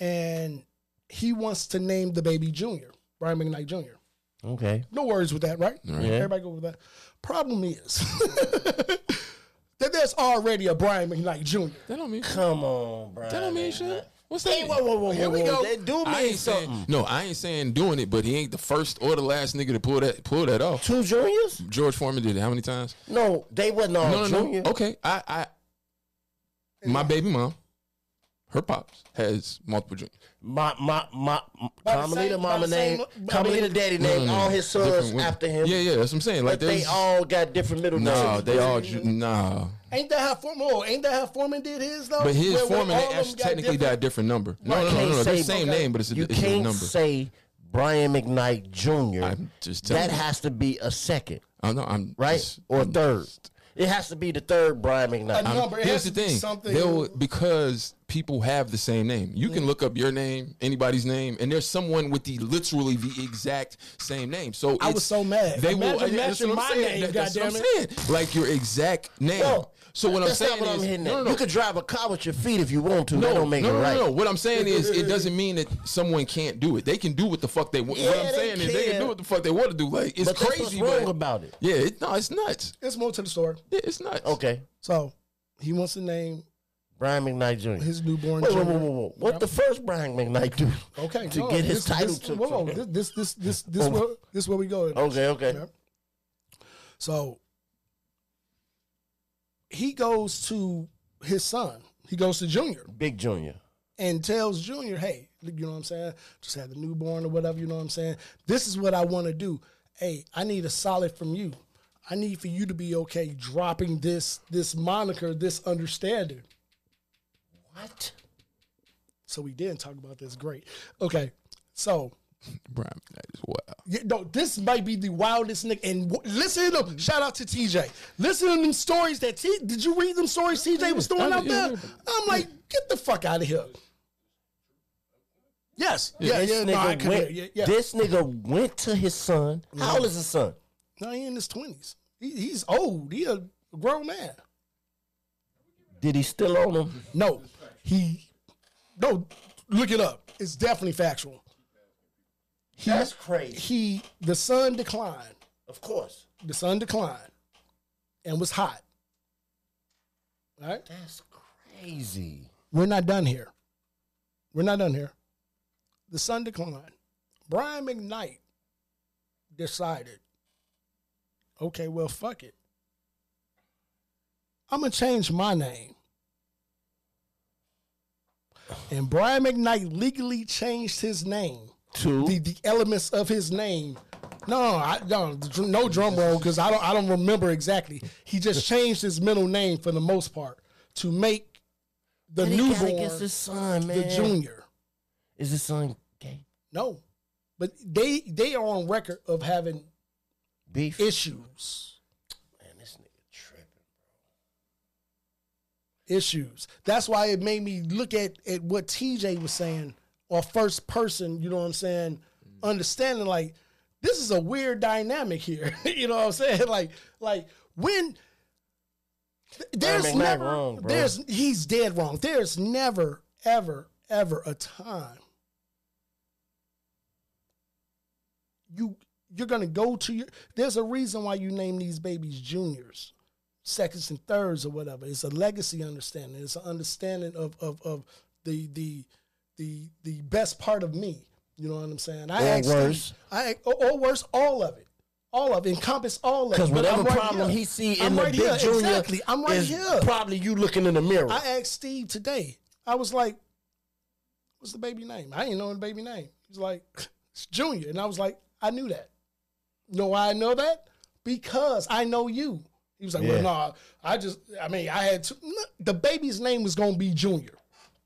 [SPEAKER 4] And he wants to name the baby Junior, Brian McKnight Jr.
[SPEAKER 3] okay.
[SPEAKER 4] No worries with that, right?
[SPEAKER 3] Yeah.
[SPEAKER 4] Everybody go with that. Problem is that there's already a Brian McKnight Jr.
[SPEAKER 2] That don't mean.
[SPEAKER 3] Come on, Brian.
[SPEAKER 2] That don't mean shit. What's that? mean?
[SPEAKER 3] whoa,
[SPEAKER 4] Here we go.
[SPEAKER 3] That do
[SPEAKER 2] I
[SPEAKER 3] mean
[SPEAKER 2] ain't
[SPEAKER 3] something.
[SPEAKER 2] saying no. I ain't saying doing it, but he ain't the first or the last nigga to pull that pull that off.
[SPEAKER 3] Two juniors?
[SPEAKER 2] George Foreman did it how many times?
[SPEAKER 3] No, they wasn't all
[SPEAKER 2] No, no,
[SPEAKER 3] junior.
[SPEAKER 2] no. Okay, I, I, my baby mom, her pops has multiple juniors.
[SPEAKER 3] My my my
[SPEAKER 4] By the
[SPEAKER 3] Carmelita
[SPEAKER 4] same- by
[SPEAKER 3] mama
[SPEAKER 4] the same-
[SPEAKER 3] name,
[SPEAKER 4] by
[SPEAKER 3] Carmelita
[SPEAKER 4] the-
[SPEAKER 3] daddy
[SPEAKER 2] No, no,
[SPEAKER 3] name,
[SPEAKER 2] no.
[SPEAKER 3] all his
[SPEAKER 2] Different
[SPEAKER 3] sons
[SPEAKER 2] women.
[SPEAKER 3] after him.
[SPEAKER 2] Yeah, yeah, that's what I'm saying. Like
[SPEAKER 3] but they
[SPEAKER 2] there's
[SPEAKER 3] all got different middle names.
[SPEAKER 2] nah, they all ju- nah.
[SPEAKER 4] Ain't that how Foreman? Oh, ain't that how Foreman did his though?
[SPEAKER 2] But his
[SPEAKER 4] Where- where
[SPEAKER 2] Foreman,
[SPEAKER 4] all
[SPEAKER 2] they
[SPEAKER 4] of
[SPEAKER 2] actually
[SPEAKER 4] them got
[SPEAKER 2] technically
[SPEAKER 4] different-
[SPEAKER 2] got a different number. No,
[SPEAKER 3] Right.
[SPEAKER 2] no, no,
[SPEAKER 3] Can't
[SPEAKER 2] no, no. They're
[SPEAKER 3] say-
[SPEAKER 2] the same name, but it's a,
[SPEAKER 3] you
[SPEAKER 2] it's a
[SPEAKER 3] can't
[SPEAKER 2] number.
[SPEAKER 3] say Brian McKnight Jr.
[SPEAKER 2] I'm just telling
[SPEAKER 3] that
[SPEAKER 2] you.
[SPEAKER 3] has to be a second,
[SPEAKER 2] I don't know. I'm
[SPEAKER 3] right,
[SPEAKER 2] just-
[SPEAKER 3] or third. It has to be the third Brian McKnight.
[SPEAKER 4] I
[SPEAKER 2] I'm-
[SPEAKER 4] know. number. Uh, It
[SPEAKER 2] Here's
[SPEAKER 4] has
[SPEAKER 2] the
[SPEAKER 4] to be
[SPEAKER 2] thing.
[SPEAKER 4] something-
[SPEAKER 2] They'll- because people have the same name. You can look up your name, anybody's name, and there's someone with the literally the exact same name. So
[SPEAKER 4] I
[SPEAKER 2] it's-
[SPEAKER 4] was so mad.
[SPEAKER 2] They will
[SPEAKER 4] Imagine
[SPEAKER 2] that's what
[SPEAKER 4] matching
[SPEAKER 2] I'm
[SPEAKER 4] my
[SPEAKER 2] saying.
[SPEAKER 4] name,
[SPEAKER 2] That- that's what I'm
[SPEAKER 4] goddammit.
[SPEAKER 2] saying. Like your exact name.
[SPEAKER 3] No,
[SPEAKER 2] so what I'm
[SPEAKER 3] That's not
[SPEAKER 2] saying
[SPEAKER 3] what
[SPEAKER 2] is
[SPEAKER 3] I'm hitting
[SPEAKER 2] no,
[SPEAKER 3] at.
[SPEAKER 2] no, no.
[SPEAKER 3] You could drive a car with your feet if you want to. that don't make
[SPEAKER 2] no,
[SPEAKER 3] it
[SPEAKER 2] no,
[SPEAKER 3] right.
[SPEAKER 2] No, no, What I'm saying is, it doesn't mean that someone can't do it. They can do what the fuck they want.
[SPEAKER 3] Yeah,
[SPEAKER 2] what I'm
[SPEAKER 3] they
[SPEAKER 2] saying is, they
[SPEAKER 3] can.
[SPEAKER 2] can do what the fuck they want to do. Like it's
[SPEAKER 3] But that's what's
[SPEAKER 2] crazy.
[SPEAKER 3] wrong
[SPEAKER 2] but-
[SPEAKER 3] about it.
[SPEAKER 2] Yeah, it, no, it's nuts.
[SPEAKER 4] It's more to the story.
[SPEAKER 2] Yeah, it's nuts.
[SPEAKER 3] Okay,
[SPEAKER 4] So he wants to name
[SPEAKER 3] Brian McKnight Jr.
[SPEAKER 4] his newborn.
[SPEAKER 3] Wait, wait,
[SPEAKER 4] junior-
[SPEAKER 3] whoa, whoa, whoa. What the first Brian McKnight do?
[SPEAKER 4] Okay,
[SPEAKER 3] to
[SPEAKER 4] no,
[SPEAKER 3] get his
[SPEAKER 4] this-
[SPEAKER 3] title
[SPEAKER 4] This,
[SPEAKER 3] to.
[SPEAKER 4] whoa, whoa, this, this, this, this,
[SPEAKER 3] Oh.
[SPEAKER 4] where, this where we go.
[SPEAKER 3] Okay, okay.
[SPEAKER 4] Yeah. So he goes to his son. He goes to Junior
[SPEAKER 3] Big Junior.
[SPEAKER 4] and tells Junior, "Hey, you know what I'm saying? Just had the newborn or whatever. You know what I'm saying? This is what I want to do. Hey, I need a solid from you. I need for you to be okay dropping this this moniker, this understanding."
[SPEAKER 3] What?
[SPEAKER 4] So we didn't talk about this. Great. Okay. So
[SPEAKER 2] Brian, that is wild.
[SPEAKER 4] Yeah, no, this might be the wildest nigga. And w- listen to them. Shout out to TJ. Listen to them stories that T. Did you read them stories TJ was throwing out there? I'm like, get the fuck out of here. Yes. Yeah.
[SPEAKER 3] this
[SPEAKER 4] Yeah. No, I
[SPEAKER 3] nigga
[SPEAKER 4] could-
[SPEAKER 3] went.
[SPEAKER 4] yeah, yeah. Mm-hmm.
[SPEAKER 3] This nigga went to his son. How old is his son?
[SPEAKER 4] No, he in his twenties. He, he's old. He a grown man.
[SPEAKER 3] Did he still own him?
[SPEAKER 4] No, he. No, look it up. It's definitely factual. He,
[SPEAKER 3] That's crazy.
[SPEAKER 4] He the son declined.
[SPEAKER 3] Of course.
[SPEAKER 4] The son declined, and was hot. All right.
[SPEAKER 3] That's crazy.
[SPEAKER 4] we're not done here. We're not done here. The sun declined. Brian McKnight decided, okay, well, fuck it. I'm going to change my name. And Brian McKnight legally changed his name
[SPEAKER 3] to
[SPEAKER 4] the, the elements of his name. No, I no, the dr- no drum roll because I don't I don't remember exactly. He just changed his middle name for the most part to make the
[SPEAKER 3] But he gotta
[SPEAKER 4] newborn
[SPEAKER 3] get the son,
[SPEAKER 4] the
[SPEAKER 3] man.
[SPEAKER 4] junior.
[SPEAKER 3] Is his son gay?
[SPEAKER 4] No, but they they are on record of having
[SPEAKER 3] Beef?
[SPEAKER 4] issues.
[SPEAKER 3] man, this nigga tripping.
[SPEAKER 4] Issues. That's why it made me look at at what TJ was saying or first person. You know what I'm saying? Understanding like this is a weird dynamic here. you know what I'm saying? Like like when. th- There's
[SPEAKER 3] McKnight
[SPEAKER 4] never,
[SPEAKER 3] wrong, bro.
[SPEAKER 4] there's he's dead wrong. There's never, ever, ever a time you you're gonna go to your there's a reason why you name these babies juniors seconds and thirds or whatever it's a legacy understanding it's an understanding of of, of the the the the best part of me you know what i'm saying i
[SPEAKER 3] Or
[SPEAKER 4] asked Steve-
[SPEAKER 3] worse.
[SPEAKER 4] i or, or worse all of it all of it encompass all of it
[SPEAKER 3] Because
[SPEAKER 4] But
[SPEAKER 3] whatever
[SPEAKER 4] I'm right
[SPEAKER 3] problem
[SPEAKER 4] here.
[SPEAKER 3] he see in
[SPEAKER 4] I'm
[SPEAKER 3] the
[SPEAKER 4] right
[SPEAKER 3] big
[SPEAKER 4] here.
[SPEAKER 3] junior
[SPEAKER 4] exactly i'm right
[SPEAKER 3] is
[SPEAKER 4] here
[SPEAKER 3] probably you looking in the mirror.
[SPEAKER 4] I asked Steve today. I was like, "What's the baby name?" I didn't know the baby name. He's like, "It's Junior," and I was like, "I knew that. You know why I know that? Because I know you." He was like,
[SPEAKER 3] Yeah.
[SPEAKER 4] "Well, no, I just, I mean, I had to. no, The baby's name was gonna be Junior.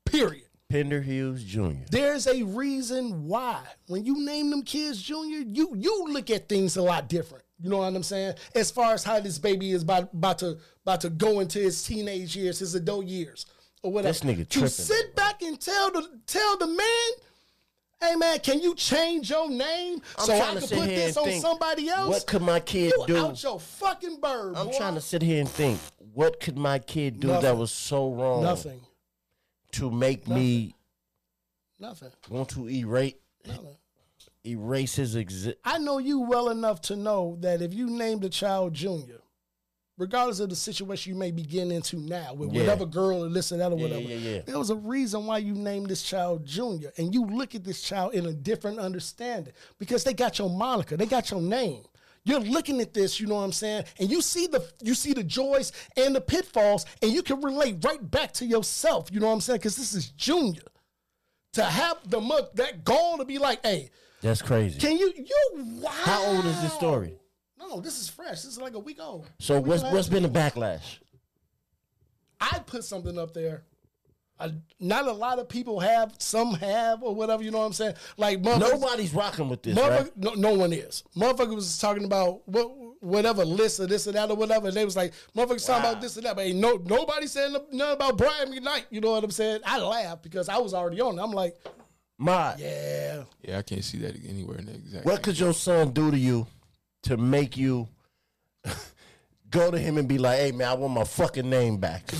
[SPEAKER 4] Period."
[SPEAKER 3] Pender Hughes Jr.
[SPEAKER 4] There's a reason why when you name them kids Junior, you you look at things a lot different. You know what I'm saying? As far as how this baby is about, about to about to go into his teenage years, his adult years, or whatever.
[SPEAKER 3] This nigga
[SPEAKER 4] to
[SPEAKER 3] tripping,
[SPEAKER 4] sit back and tell the tell the man, hey man, can you change your name
[SPEAKER 3] I'm
[SPEAKER 4] so
[SPEAKER 3] trying to
[SPEAKER 4] I can
[SPEAKER 3] sit
[SPEAKER 4] put
[SPEAKER 3] here
[SPEAKER 4] this
[SPEAKER 3] and
[SPEAKER 4] on
[SPEAKER 3] think,
[SPEAKER 4] somebody else?
[SPEAKER 3] What could my kid
[SPEAKER 4] you
[SPEAKER 3] do?
[SPEAKER 4] out your fucking bird?
[SPEAKER 3] I'm
[SPEAKER 4] boy.
[SPEAKER 3] trying to sit here and think, what could my kid do that
[SPEAKER 4] Nothing.
[SPEAKER 3] was so wrong
[SPEAKER 4] nothing,
[SPEAKER 3] to make me
[SPEAKER 4] nothing,
[SPEAKER 3] want to erase
[SPEAKER 4] nothing.
[SPEAKER 3] erase his exi-
[SPEAKER 4] I know you well enough to know that if you name the child Junior, regardless of the situation you may be getting into now with
[SPEAKER 3] Yeah.
[SPEAKER 4] whatever girl or this or that or whatever,
[SPEAKER 3] yeah, yeah.
[SPEAKER 4] there was a reason why you named this child Junior, and you look at this child in a different understanding because they got your moniker, they got your name. You're looking at this, you know what I'm saying, and you see the you see the joys and the pitfalls, and you can relate right back to yourself, you know what I'm saying, because this is Junior. To have the mo- that goal to be like, hey,
[SPEAKER 3] That's crazy.
[SPEAKER 4] can you you wow?
[SPEAKER 3] How old is this story?
[SPEAKER 4] No, this is fresh. This is like a week old.
[SPEAKER 3] So
[SPEAKER 4] Week
[SPEAKER 3] what's
[SPEAKER 4] last
[SPEAKER 3] what's
[SPEAKER 4] week.
[SPEAKER 3] been the backlash?
[SPEAKER 4] I put something up there. I, not a lot of people have. Some have or whatever. You know what I'm saying? Like motherfuckers,
[SPEAKER 3] Nobody's rocking with this,
[SPEAKER 4] motherfucker,
[SPEAKER 3] right?
[SPEAKER 4] no, no one is. Motherfucker was talking about what whatever list or this or that or whatever. And they was like motherfuckers talking about this or that, but ain't no nobody saying no- nothing about Brian McKnight. You know what I'm saying? I laughed because I was already on. it. I'm like,
[SPEAKER 3] My,
[SPEAKER 4] yeah,
[SPEAKER 2] Yeah, I can't see that anywhere in the exact.
[SPEAKER 3] what could your son do to you to make you go to him and be like, "Hey, man, I want my fucking name back.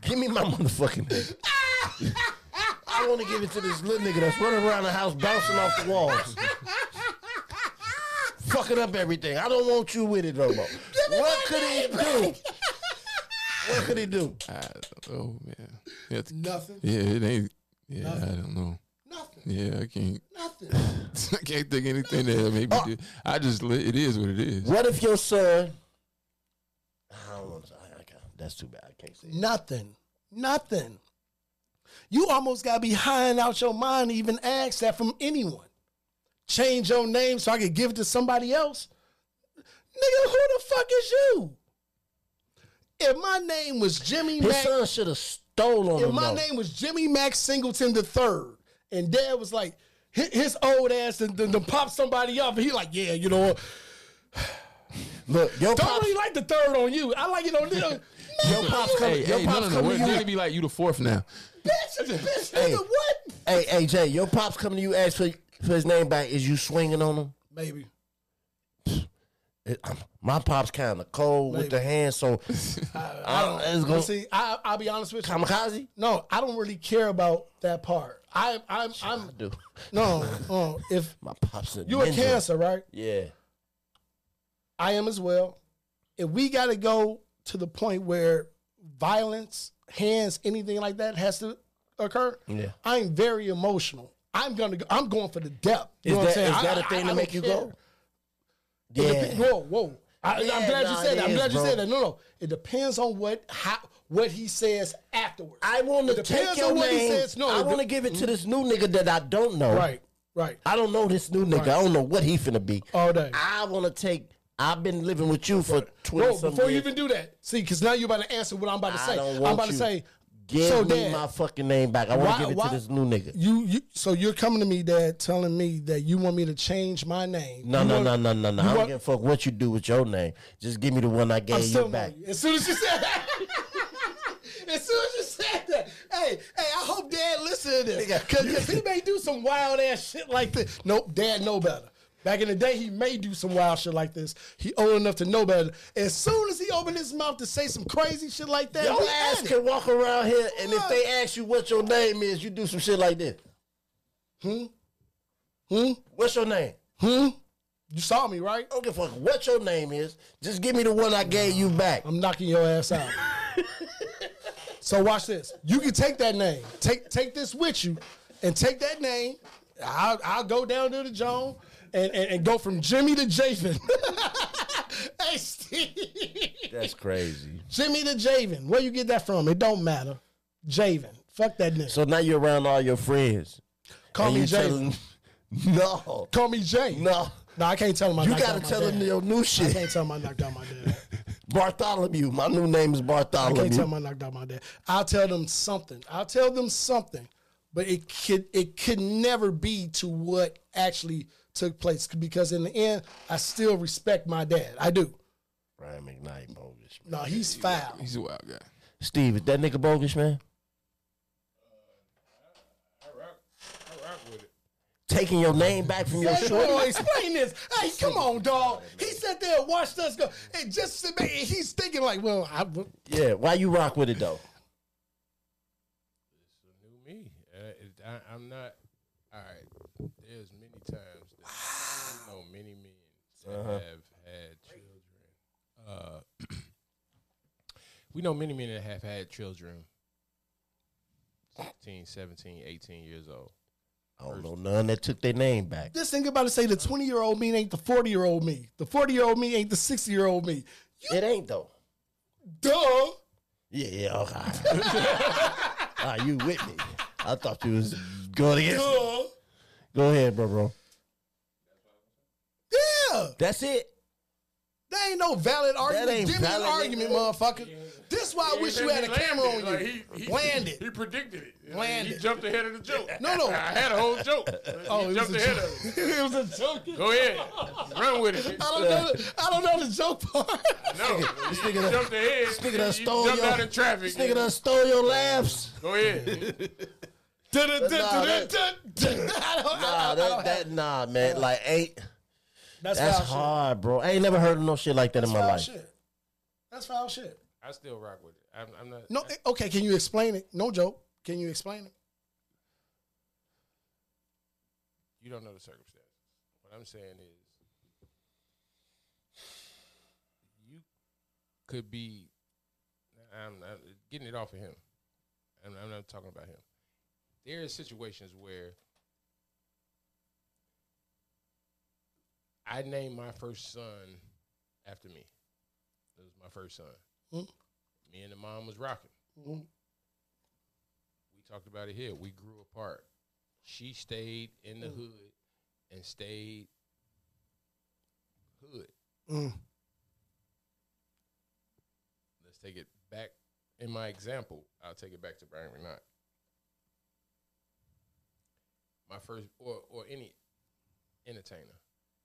[SPEAKER 3] give me my motherfucking name. I want to give it to this little nigga that's running around the house bouncing off the walls." Fucking up everything. I don't want you with it no more. What could he do? What could he do?
[SPEAKER 2] I don't know, man. You have to-
[SPEAKER 4] nothing,
[SPEAKER 2] yeah, it ain't. Yeah, I don't know.
[SPEAKER 4] nothing,
[SPEAKER 2] Yeah, I can't.
[SPEAKER 4] nothing.
[SPEAKER 2] I can't think anything that maybe.
[SPEAKER 3] Oh.
[SPEAKER 2] did. I just. li- It is what it is.
[SPEAKER 3] What if your son? I don't want to. I, I can't- that's too bad. I can't say. it.
[SPEAKER 4] Nothing. Nothing. You almost gotta be high and out your mind to even ask that from anyone. Change your name so I could give it to somebody else. Nigga, who the fuck is you? If my name was Jimmy
[SPEAKER 3] His
[SPEAKER 4] Mack,
[SPEAKER 3] son should have stolen
[SPEAKER 4] if
[SPEAKER 3] him.
[SPEAKER 4] my
[SPEAKER 3] though.
[SPEAKER 4] name was Jimmy Mack Singleton the third, and dad was like, hi- his old ass to, to, to pop somebody up, and he like, yeah, you know what?
[SPEAKER 3] Look, your
[SPEAKER 4] Don't
[SPEAKER 3] pops,
[SPEAKER 4] really like the third on you. I like it on this.
[SPEAKER 3] your pops coming.
[SPEAKER 2] Hey,
[SPEAKER 3] your
[SPEAKER 2] hey, no,
[SPEAKER 3] pops
[SPEAKER 2] no, no.
[SPEAKER 3] coming
[SPEAKER 2] We're
[SPEAKER 3] to you.
[SPEAKER 2] going to be like you the fourth now.
[SPEAKER 4] bitch, bitch,
[SPEAKER 3] Hey.
[SPEAKER 4] nigga, what?
[SPEAKER 3] Hey, hey, Jay, your pops coming to you. Ask for, for his name back. Is you swinging on him?
[SPEAKER 4] Maybe.
[SPEAKER 3] It- I'm- my pops kind of cold with the hand, so I don't. It's
[SPEAKER 4] But
[SPEAKER 3] going
[SPEAKER 4] see, I, I'll be honest with you.
[SPEAKER 3] kamikaze.
[SPEAKER 4] No, I don't really care about that part. I, I'm,
[SPEAKER 3] I
[SPEAKER 4] I'm
[SPEAKER 3] do.
[SPEAKER 4] no, no. If
[SPEAKER 3] My pops a
[SPEAKER 4] you're a
[SPEAKER 3] ninja.
[SPEAKER 4] cancer, right?
[SPEAKER 3] Yeah,
[SPEAKER 4] I am as well. If we got to go to the point where violence, hands, anything like that has to occur,
[SPEAKER 3] Yeah.
[SPEAKER 4] I'm very emotional. I'm gonna, go, I'm going for the depth.
[SPEAKER 3] Is
[SPEAKER 4] You know what I'm
[SPEAKER 3] that-
[SPEAKER 4] saying?
[SPEAKER 3] is that
[SPEAKER 4] I-
[SPEAKER 3] a thing
[SPEAKER 4] I- I
[SPEAKER 3] to
[SPEAKER 4] don't
[SPEAKER 3] make you go?
[SPEAKER 4] care. It
[SPEAKER 3] yeah.
[SPEAKER 4] depe- whoa, whoa. I,
[SPEAKER 3] Yeah,
[SPEAKER 4] am glad
[SPEAKER 3] nah,
[SPEAKER 4] you said
[SPEAKER 3] it
[SPEAKER 4] that. I'm
[SPEAKER 3] is,
[SPEAKER 4] glad you
[SPEAKER 3] bro.
[SPEAKER 4] said that. No, no. It depends on what how what he says afterwards.
[SPEAKER 3] I want to
[SPEAKER 4] It depends
[SPEAKER 3] take your
[SPEAKER 4] on what he
[SPEAKER 3] name.
[SPEAKER 4] says. No,
[SPEAKER 3] I
[SPEAKER 4] it
[SPEAKER 3] want to
[SPEAKER 4] de- Mm-hmm.
[SPEAKER 3] give it to this new nigga that I don't know.
[SPEAKER 4] Right, right.
[SPEAKER 3] I don't know this new nigga. I don't know what he finna be.
[SPEAKER 4] All day.
[SPEAKER 3] I want to take. I've been living with you for twenty.
[SPEAKER 4] Bro,
[SPEAKER 3] some
[SPEAKER 4] before you
[SPEAKER 3] years.
[SPEAKER 4] even do that, see, because now you're about to answer what I'm about to say.
[SPEAKER 3] I don't
[SPEAKER 4] I'm
[SPEAKER 3] want
[SPEAKER 4] about
[SPEAKER 3] you.
[SPEAKER 4] to say,
[SPEAKER 3] give
[SPEAKER 4] so
[SPEAKER 3] me
[SPEAKER 4] dad,
[SPEAKER 3] my fucking name back. I want to give it to this new nigga.
[SPEAKER 4] You, you, so you're coming to me, dad, telling me that you want me to change my name.
[SPEAKER 3] No,
[SPEAKER 4] You
[SPEAKER 3] no,
[SPEAKER 4] want-
[SPEAKER 3] no, no, no, no. I don't
[SPEAKER 4] want-
[SPEAKER 3] give a fuck what you do with your name. Just give me the one I gave
[SPEAKER 4] I'm
[SPEAKER 3] you
[SPEAKER 4] still
[SPEAKER 3] back.
[SPEAKER 4] mad. As soon as you said that. As soon as you said that, hey, hey, I hope Dad listen to this, because he may do some wild ass shit like this. Nope, Dad know better. Back in the day, he may do some wild shit like this. He old enough to know better. As soon as he opened his mouth to say some crazy shit like that,
[SPEAKER 3] Your
[SPEAKER 4] we
[SPEAKER 3] ass
[SPEAKER 4] at it.
[SPEAKER 3] can walk around here, and if
[SPEAKER 4] What?
[SPEAKER 3] they ask you what your name is, you do some shit like this.
[SPEAKER 4] Hmm?
[SPEAKER 3] What's your name?
[SPEAKER 4] Hmm? You saw me, right?
[SPEAKER 3] I don't give a fuck what your name is. Just give me the one I gave you back.
[SPEAKER 4] I'm knocking your ass out. so watch this. You can take that name. Take take this with you, and take that name. I'll, I'll go down to the Joan and, and, and go from Jimmy to Javen. hey Steve,
[SPEAKER 3] That's crazy.
[SPEAKER 4] Jimmy to Javen. Where you get that from? It don't matter. Javen. Fuck that nigga.
[SPEAKER 3] So now you're around all your friends.
[SPEAKER 4] call
[SPEAKER 3] and
[SPEAKER 4] me
[SPEAKER 3] you
[SPEAKER 4] Javen.
[SPEAKER 3] telling- No.
[SPEAKER 4] call me Jay.
[SPEAKER 3] No.
[SPEAKER 4] no, I can't tell him. I
[SPEAKER 3] You
[SPEAKER 4] knocked
[SPEAKER 3] gotta
[SPEAKER 4] out my
[SPEAKER 3] tell
[SPEAKER 4] dad.
[SPEAKER 3] them your new
[SPEAKER 4] I
[SPEAKER 3] shit.
[SPEAKER 4] can't tell him I knocked out my dad.
[SPEAKER 3] Bartholomew. My new name is
[SPEAKER 4] I can't tell
[SPEAKER 3] Bartholomew.
[SPEAKER 4] them I knocked out my dad. I'll tell them something. I'll tell them something, but it could it could never be to what actually took place because in the end, I still respect my dad. I do.
[SPEAKER 3] Brian McKnight, bogus. man.
[SPEAKER 4] No, he's foul.
[SPEAKER 2] He's a wild guy.
[SPEAKER 3] Steve, is that nigga bogus, man?
[SPEAKER 5] I rock with it.
[SPEAKER 3] Taking your name back from your
[SPEAKER 4] Hey,
[SPEAKER 3] shorty?
[SPEAKER 4] boy, explain this. Hey, come on, dog. He sat there and watched us go, and just and he's thinking like, well, I,
[SPEAKER 3] Yeah, why you rock with it though?
[SPEAKER 5] New me. Uh, it, I, I'm not. All right. There's many times that I know many men that have had children. Uh, we know many men that have had children 16, 17, 18 years old.
[SPEAKER 3] I don't know none that took their name back.
[SPEAKER 4] this thing about to say the twenty year old me ain't the forty year old me. The forty year old me ain't the sixty year old me.
[SPEAKER 3] It ain't though.
[SPEAKER 4] Duh.
[SPEAKER 3] Yeah, yeah, okay. Are you with me? I thought you was going against. me.
[SPEAKER 4] Duh.
[SPEAKER 3] Go ahead, bro, bro.
[SPEAKER 4] Yeah.
[SPEAKER 3] That's it.
[SPEAKER 4] That ain't no valid argument.
[SPEAKER 3] ain't
[SPEAKER 4] Give me an
[SPEAKER 3] valid,
[SPEAKER 4] argument,
[SPEAKER 3] nigga.
[SPEAKER 4] motherfucker. This why I wish you had a camera on you. Land it.
[SPEAKER 5] predicted it.
[SPEAKER 4] Land it.
[SPEAKER 5] jumped ahead of the joke.
[SPEAKER 4] No, no.
[SPEAKER 5] had a whole joke.
[SPEAKER 4] Oh, it was, a joke. it was a joke.
[SPEAKER 5] Go ahead. Run with it.
[SPEAKER 4] I don't know. The, I don't know the joke part.
[SPEAKER 5] No, this nigga done, jumped ahead. This
[SPEAKER 3] Nigga done stole your. This nigga done stole your laughs.
[SPEAKER 5] Go ahead.
[SPEAKER 3] Nah, that, that nah, man. Like ain't.
[SPEAKER 4] That's,
[SPEAKER 3] That's
[SPEAKER 4] foul shit.
[SPEAKER 3] hard, bro. I ain't never heard of no shit like that in
[SPEAKER 4] That's
[SPEAKER 3] my
[SPEAKER 4] foul
[SPEAKER 3] life.
[SPEAKER 4] shit. That's foul shit.
[SPEAKER 5] I still rock with it. I'm, I'm not.
[SPEAKER 4] No. eh, Okay. Can you explain it? No joke. Can you explain it?
[SPEAKER 5] You don't know the circumstances. What I'm saying is, you could be. I'm not getting it off of him. I'm, I'm not talking about him. There are situations where I named my first son after me. It was my first son.
[SPEAKER 4] Mhm.
[SPEAKER 5] Me and the mom was rocking.
[SPEAKER 4] Mhm.
[SPEAKER 5] We talked about it here. We grew apart. She stayed in the hood and stayed hood.
[SPEAKER 4] Mm.
[SPEAKER 5] Let's take it back. In my example, I'll take it back to Brian Renat. My first, or, or any entertainer,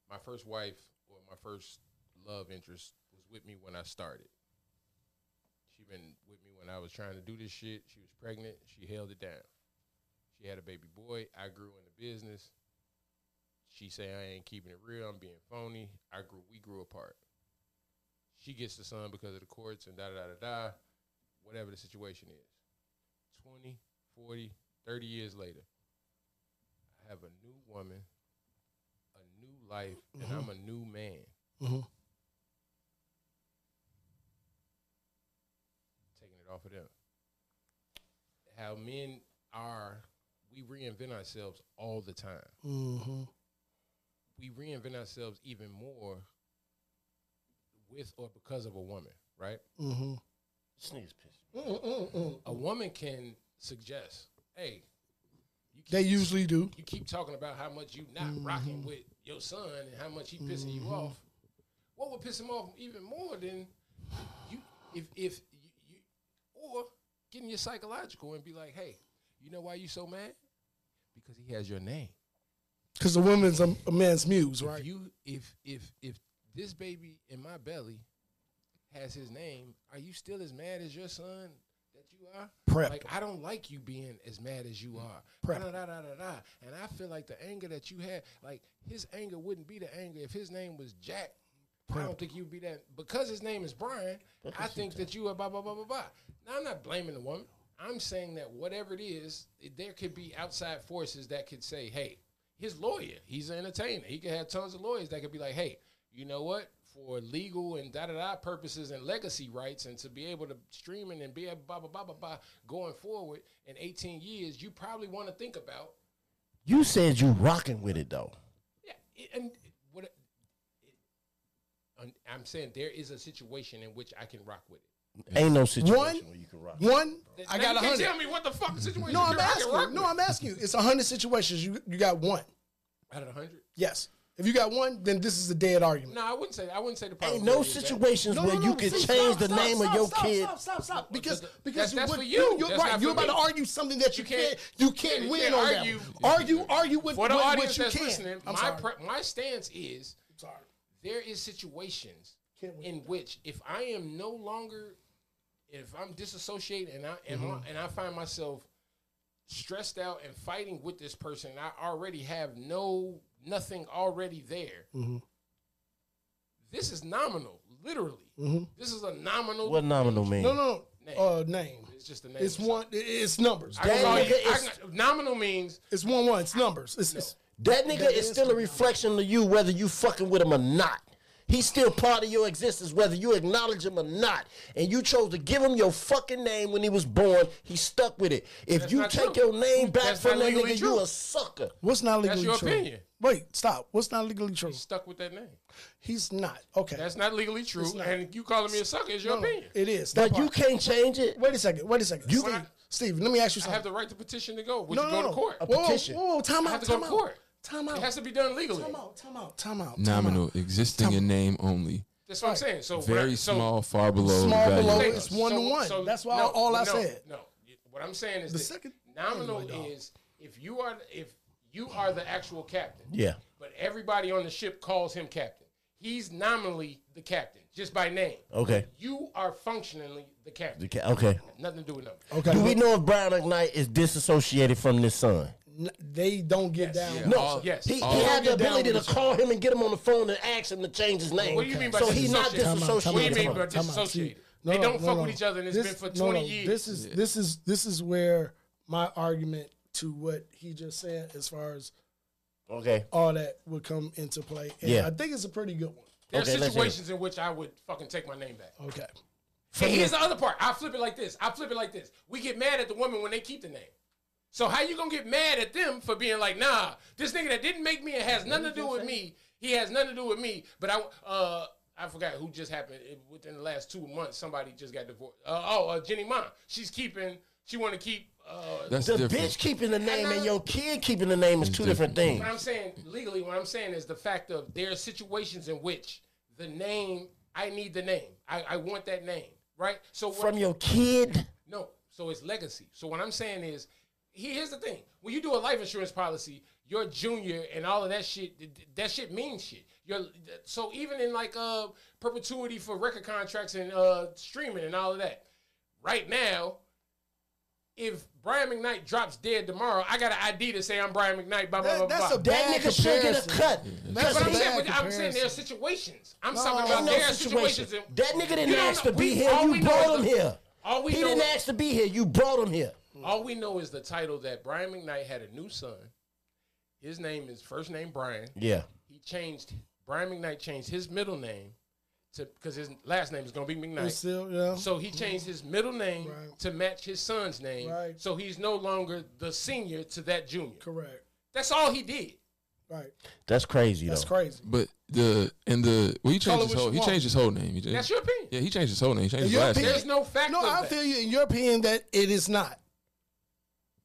[SPEAKER 5] my first wife or my first love interest was with me when I started. She been with me when I was trying to do this shit. She was pregnant. She held it down. She had a baby boy. I grew in the business. She say I ain't keeping it real. I'm being phony. I grew. We grew apart. She gets the son because of the courts and da da da da da. Whatever the situation is. 20, 40, 30 years later, I have a new woman, a new life, and I'm a new man.
[SPEAKER 4] Mhm.
[SPEAKER 5] Taking it off of them. How men are, we reinvent ourselves all the time
[SPEAKER 4] Mm-hmm.
[SPEAKER 5] we reinvent ourselves even more with or because of a woman, right?
[SPEAKER 4] Mm-hmm.
[SPEAKER 3] This nigga's pissed.
[SPEAKER 4] Mm,
[SPEAKER 5] A woman can suggest, "Hey, you keep,
[SPEAKER 4] They usually do. Mm-hmm.
[SPEAKER 5] you keep talking about how much you not rocking with your son and how much he pissing you
[SPEAKER 3] Mm-hmm.
[SPEAKER 5] off. What would piss him off even more than you if if you, you or getting your psychological and be like, "Hey, you know why you so mad? Because he has your name."
[SPEAKER 4] Because the woman's a, a man's muse,
[SPEAKER 5] If
[SPEAKER 4] right?
[SPEAKER 5] you if if if this baby in my belly has his name, are you still as mad as your son that you are?
[SPEAKER 4] Prep. Mm.
[SPEAKER 5] Like I don't like you being as mad as you are.
[SPEAKER 4] Prep.
[SPEAKER 5] Da, da, da, da, da. And I feel like the anger that you had, like his anger wouldn't be the anger if his name was Jack. I don't think you'd be that because his name is Brian. I think that you are blah blah blah blah blah. Now I'm not blaming the woman. I'm saying that whatever it is, it- there could be outside forces that could say, "Hey, his lawyer, he's an entertainer. He could have tons of lawyers that could be like, "Hey, you know what? For legal and da da da purposes and legacy rights, and to be able to stream it and be able blah blah blah blah blah going forward in 18 years, you probably want to think about
[SPEAKER 3] You said you rocking with it though.
[SPEAKER 5] yeah, it- and what it, and I'm saying there is a situation in which I can rock with it.
[SPEAKER 3] Ain't no situation
[SPEAKER 4] One-
[SPEAKER 3] where you can rock.
[SPEAKER 4] One, I
[SPEAKER 5] Now
[SPEAKER 4] got
[SPEAKER 5] you
[SPEAKER 4] a
[SPEAKER 5] can't
[SPEAKER 4] hundred.
[SPEAKER 5] Tell me what the fuck situation.
[SPEAKER 4] No,
[SPEAKER 5] you
[SPEAKER 4] I'm
[SPEAKER 5] can rock and
[SPEAKER 4] asking.
[SPEAKER 5] rock
[SPEAKER 4] you. No,
[SPEAKER 5] with.
[SPEAKER 4] I'm asking you. It's a hundred situations. You you got one.
[SPEAKER 5] out of the hundred.
[SPEAKER 4] Yes. If you got one, then this is a dead argument.
[SPEAKER 5] No, I wouldn't say. I wouldn't say the problem.
[SPEAKER 3] Ain't no situations where you can
[SPEAKER 4] see,
[SPEAKER 3] change
[SPEAKER 4] stop,
[SPEAKER 3] the
[SPEAKER 4] stop,
[SPEAKER 3] name
[SPEAKER 4] stop,
[SPEAKER 3] of your
[SPEAKER 4] stop,
[SPEAKER 3] kid.
[SPEAKER 4] Stop, stop, stop. Because
[SPEAKER 5] Because
[SPEAKER 4] because
[SPEAKER 5] that's- that's
[SPEAKER 4] would-
[SPEAKER 5] for you.
[SPEAKER 4] You're
[SPEAKER 5] That's
[SPEAKER 4] right.
[SPEAKER 5] not
[SPEAKER 4] You're
[SPEAKER 5] for
[SPEAKER 4] about to
[SPEAKER 5] me.
[SPEAKER 4] argue something that you,
[SPEAKER 5] You
[SPEAKER 4] can't,
[SPEAKER 5] can't-
[SPEAKER 4] you can't
[SPEAKER 5] you
[SPEAKER 4] win
[SPEAKER 5] can't
[SPEAKER 4] on
[SPEAKER 5] argue.
[SPEAKER 4] that. one. Argue argue with
[SPEAKER 5] For the
[SPEAKER 4] with
[SPEAKER 5] audience
[SPEAKER 4] what you
[SPEAKER 5] that's
[SPEAKER 4] can.
[SPEAKER 5] listening,
[SPEAKER 4] I'm
[SPEAKER 5] my
[SPEAKER 4] sorry.
[SPEAKER 5] pre- my stance is
[SPEAKER 4] sorry.
[SPEAKER 5] there is situations
[SPEAKER 4] Can't wait
[SPEAKER 5] in which if I am no longer if I'm disassociated and I and,
[SPEAKER 4] Mm-hmm.
[SPEAKER 5] I, and I find myself stressed out and fighting with this person and I already have no nothing already there.
[SPEAKER 4] Mm-hmm.
[SPEAKER 5] This is nominal, literally. This is a nominal.
[SPEAKER 3] What nominal mean?
[SPEAKER 4] Mm-hmm. No, no,
[SPEAKER 5] Name.
[SPEAKER 4] no. Uh, name.
[SPEAKER 5] It's just a name.
[SPEAKER 4] It's one. it- It's numbers.
[SPEAKER 5] I can
[SPEAKER 3] Damn,
[SPEAKER 5] call you-
[SPEAKER 3] nigga,
[SPEAKER 5] I
[SPEAKER 3] it's-
[SPEAKER 5] can- nominal means
[SPEAKER 4] It's one one. It's numbers. It's, it's
[SPEAKER 3] That nigga is still a reflection of you, whether you fucking with him or not. He's still part of your existence, whether you acknowledge him or not. And you chose to give him your fucking name when he was born. He stuck with it. If
[SPEAKER 5] That's
[SPEAKER 3] you
[SPEAKER 5] not
[SPEAKER 3] take
[SPEAKER 5] true.
[SPEAKER 3] your name back
[SPEAKER 5] That's
[SPEAKER 3] from
[SPEAKER 5] not
[SPEAKER 3] that
[SPEAKER 5] legally
[SPEAKER 3] nigga,
[SPEAKER 5] true.
[SPEAKER 3] you a sucker.
[SPEAKER 4] what's not legally
[SPEAKER 5] That's your
[SPEAKER 4] true.
[SPEAKER 5] opinion.
[SPEAKER 4] Wait, stop. What's not legally true?
[SPEAKER 5] stuck with that name.
[SPEAKER 4] He's not. Okay.
[SPEAKER 5] That's not legally true.
[SPEAKER 4] not.
[SPEAKER 5] And you calling me a sucker is your
[SPEAKER 4] No, no,
[SPEAKER 5] opinion.
[SPEAKER 4] It is.
[SPEAKER 3] But
[SPEAKER 4] That
[SPEAKER 3] you
[SPEAKER 4] part.
[SPEAKER 3] can't change it.
[SPEAKER 4] Wait a second. Wait a second. You, Steve,
[SPEAKER 5] When I-
[SPEAKER 4] Steve, let me ask you
[SPEAKER 5] I
[SPEAKER 4] something.
[SPEAKER 5] have the right to petition to go. Would
[SPEAKER 4] no,
[SPEAKER 5] you
[SPEAKER 4] no,
[SPEAKER 5] go
[SPEAKER 4] no.
[SPEAKER 5] to court?
[SPEAKER 3] A
[SPEAKER 4] Whoa, whoa,
[SPEAKER 3] petition.
[SPEAKER 4] Whoa, time
[SPEAKER 5] I have
[SPEAKER 4] out.
[SPEAKER 5] to go
[SPEAKER 4] Time
[SPEAKER 5] to
[SPEAKER 4] out.
[SPEAKER 5] court.
[SPEAKER 4] Time
[SPEAKER 5] It
[SPEAKER 4] out.
[SPEAKER 5] has to be done legally.
[SPEAKER 4] Time out. Time out. Time out.
[SPEAKER 2] Nominal, existing in name only.
[SPEAKER 5] That's what I'm saying. So what I-
[SPEAKER 2] Very
[SPEAKER 5] so-
[SPEAKER 2] small, far below.
[SPEAKER 4] Small
[SPEAKER 2] value.
[SPEAKER 4] below
[SPEAKER 5] Okay,
[SPEAKER 4] is one to one. That's why all I
[SPEAKER 5] no,
[SPEAKER 4] said.
[SPEAKER 5] No, what I'm saying is
[SPEAKER 4] The
[SPEAKER 5] the
[SPEAKER 4] second-
[SPEAKER 5] nominal
[SPEAKER 4] Anyway, dog.
[SPEAKER 5] is if you are if you are the actual captain.
[SPEAKER 3] Yeah.
[SPEAKER 5] But everybody on the ship calls him captain. He's nominally the captain, just by name.
[SPEAKER 3] Okay.
[SPEAKER 5] You are functionally the captain.
[SPEAKER 3] Okay.
[SPEAKER 5] Nothing to do with numbers.
[SPEAKER 4] Okay.
[SPEAKER 3] Do we know if Brian McKnight is disassociated from this son?
[SPEAKER 4] N- They don't get down.
[SPEAKER 2] Yeah.
[SPEAKER 4] No.
[SPEAKER 2] All-
[SPEAKER 5] yes.
[SPEAKER 3] He, he
[SPEAKER 2] All-
[SPEAKER 3] had the
[SPEAKER 4] Get down
[SPEAKER 3] ability to
[SPEAKER 4] with it.
[SPEAKER 3] call him and get him on the phone and ask him to change his name.
[SPEAKER 5] What do you mean by
[SPEAKER 3] so he's not
[SPEAKER 5] disassociated? Time out, time out,
[SPEAKER 3] disassociated.
[SPEAKER 5] What do you mean
[SPEAKER 4] Time
[SPEAKER 5] by disassociated? They
[SPEAKER 4] out, time out. See,
[SPEAKER 5] don't fuck with each other and it's been for 20 years.
[SPEAKER 4] This is this is this is where my argument to what he just said as far as
[SPEAKER 3] Okay.
[SPEAKER 4] all that would come into play. And
[SPEAKER 3] Yeah.
[SPEAKER 4] I think it's a pretty good one.
[SPEAKER 5] There are
[SPEAKER 3] Okay, let's hear it.
[SPEAKER 5] situations in which I would fucking take my name back.
[SPEAKER 4] Okay.
[SPEAKER 5] And here's the other part. I flip it like this. I flip it like this. We get mad at the woman when they keep the name. So how you gonna get mad at them for being like, nah, this nigga that didn't make me and has nothing to do with me. He has nothing to do with me. But I, uh, I forgot who just happened It- within the last two months. Somebody just got divorced. Uh, oh, uh, Jenny Ma. She's keeping. She want to keep. Uh,
[SPEAKER 2] That's
[SPEAKER 3] The
[SPEAKER 2] different.
[SPEAKER 3] bitch keeping the name and your kid keeping the name is two different things.
[SPEAKER 5] what I'm saying legally, what I'm saying is the fact of there are situations in which the name. I need the name. I, I want that name, right? So what-
[SPEAKER 3] From your kid,
[SPEAKER 5] No, so it's legacy. So what I'm saying is, he- here's the thing: when you do a life insurance policy, your junior and all of that shit, th- th- that shit means shit. Your so even in like uh perpetuity for record contracts and uh streaming and all of that. Right now, if Brian McKnight drops dead tomorrow, I got an ID to say I'm Brian McKnight. Blah blah
[SPEAKER 4] That-
[SPEAKER 5] blah.
[SPEAKER 4] that's
[SPEAKER 5] blah.
[SPEAKER 3] that
[SPEAKER 4] a Bad
[SPEAKER 3] nigga should get a
[SPEAKER 4] comparison.
[SPEAKER 3] cut.
[SPEAKER 4] That's
[SPEAKER 5] But
[SPEAKER 4] a
[SPEAKER 5] I'm saying,
[SPEAKER 4] bad
[SPEAKER 5] but I'm saying
[SPEAKER 4] comparison.
[SPEAKER 5] there are situations. I'm
[SPEAKER 4] No,
[SPEAKER 5] talking
[SPEAKER 4] ain't
[SPEAKER 5] about
[SPEAKER 3] Ain't no
[SPEAKER 5] there are
[SPEAKER 3] situation.
[SPEAKER 5] situations. in-
[SPEAKER 3] That nigga
[SPEAKER 5] You
[SPEAKER 3] didn't
[SPEAKER 5] don't
[SPEAKER 3] ask
[SPEAKER 5] know-
[SPEAKER 3] to be
[SPEAKER 5] we-
[SPEAKER 3] here.
[SPEAKER 5] all we
[SPEAKER 3] You
[SPEAKER 5] know
[SPEAKER 3] brought
[SPEAKER 5] is
[SPEAKER 3] him
[SPEAKER 5] the-
[SPEAKER 3] here.
[SPEAKER 5] all we
[SPEAKER 3] He
[SPEAKER 5] know
[SPEAKER 3] didn't
[SPEAKER 5] is-
[SPEAKER 3] ask to be here. You brought him here.
[SPEAKER 5] All we know is the title that Brian McKnight had a new son. His name is first name Brian.
[SPEAKER 3] Yeah.
[SPEAKER 5] He changed Brian McKnight changed his middle name to because his last name is gonna be McKnight.
[SPEAKER 4] It's still, yeah.
[SPEAKER 5] So he changed his middle name
[SPEAKER 4] Right.
[SPEAKER 5] to match his son's name.
[SPEAKER 4] Right.
[SPEAKER 5] So he's no longer the senior to that junior.
[SPEAKER 4] Correct.
[SPEAKER 5] That's all he did.
[SPEAKER 4] Right.
[SPEAKER 3] That's crazy
[SPEAKER 4] That's
[SPEAKER 3] though.
[SPEAKER 4] crazy.
[SPEAKER 2] But the and the well, he
[SPEAKER 4] Call
[SPEAKER 2] changed
[SPEAKER 4] it
[SPEAKER 2] his
[SPEAKER 4] what
[SPEAKER 2] whole
[SPEAKER 4] you
[SPEAKER 2] he
[SPEAKER 4] want.
[SPEAKER 2] changed his whole name. He changed,
[SPEAKER 5] That's your opinion.
[SPEAKER 2] yeah, he changed his whole name. He changed his
[SPEAKER 4] Your
[SPEAKER 2] last
[SPEAKER 4] opinion-
[SPEAKER 2] name.
[SPEAKER 5] There's no fact.
[SPEAKER 4] No,
[SPEAKER 5] of
[SPEAKER 4] I
[SPEAKER 5] that.
[SPEAKER 4] feel you. In your opinion, that it is not.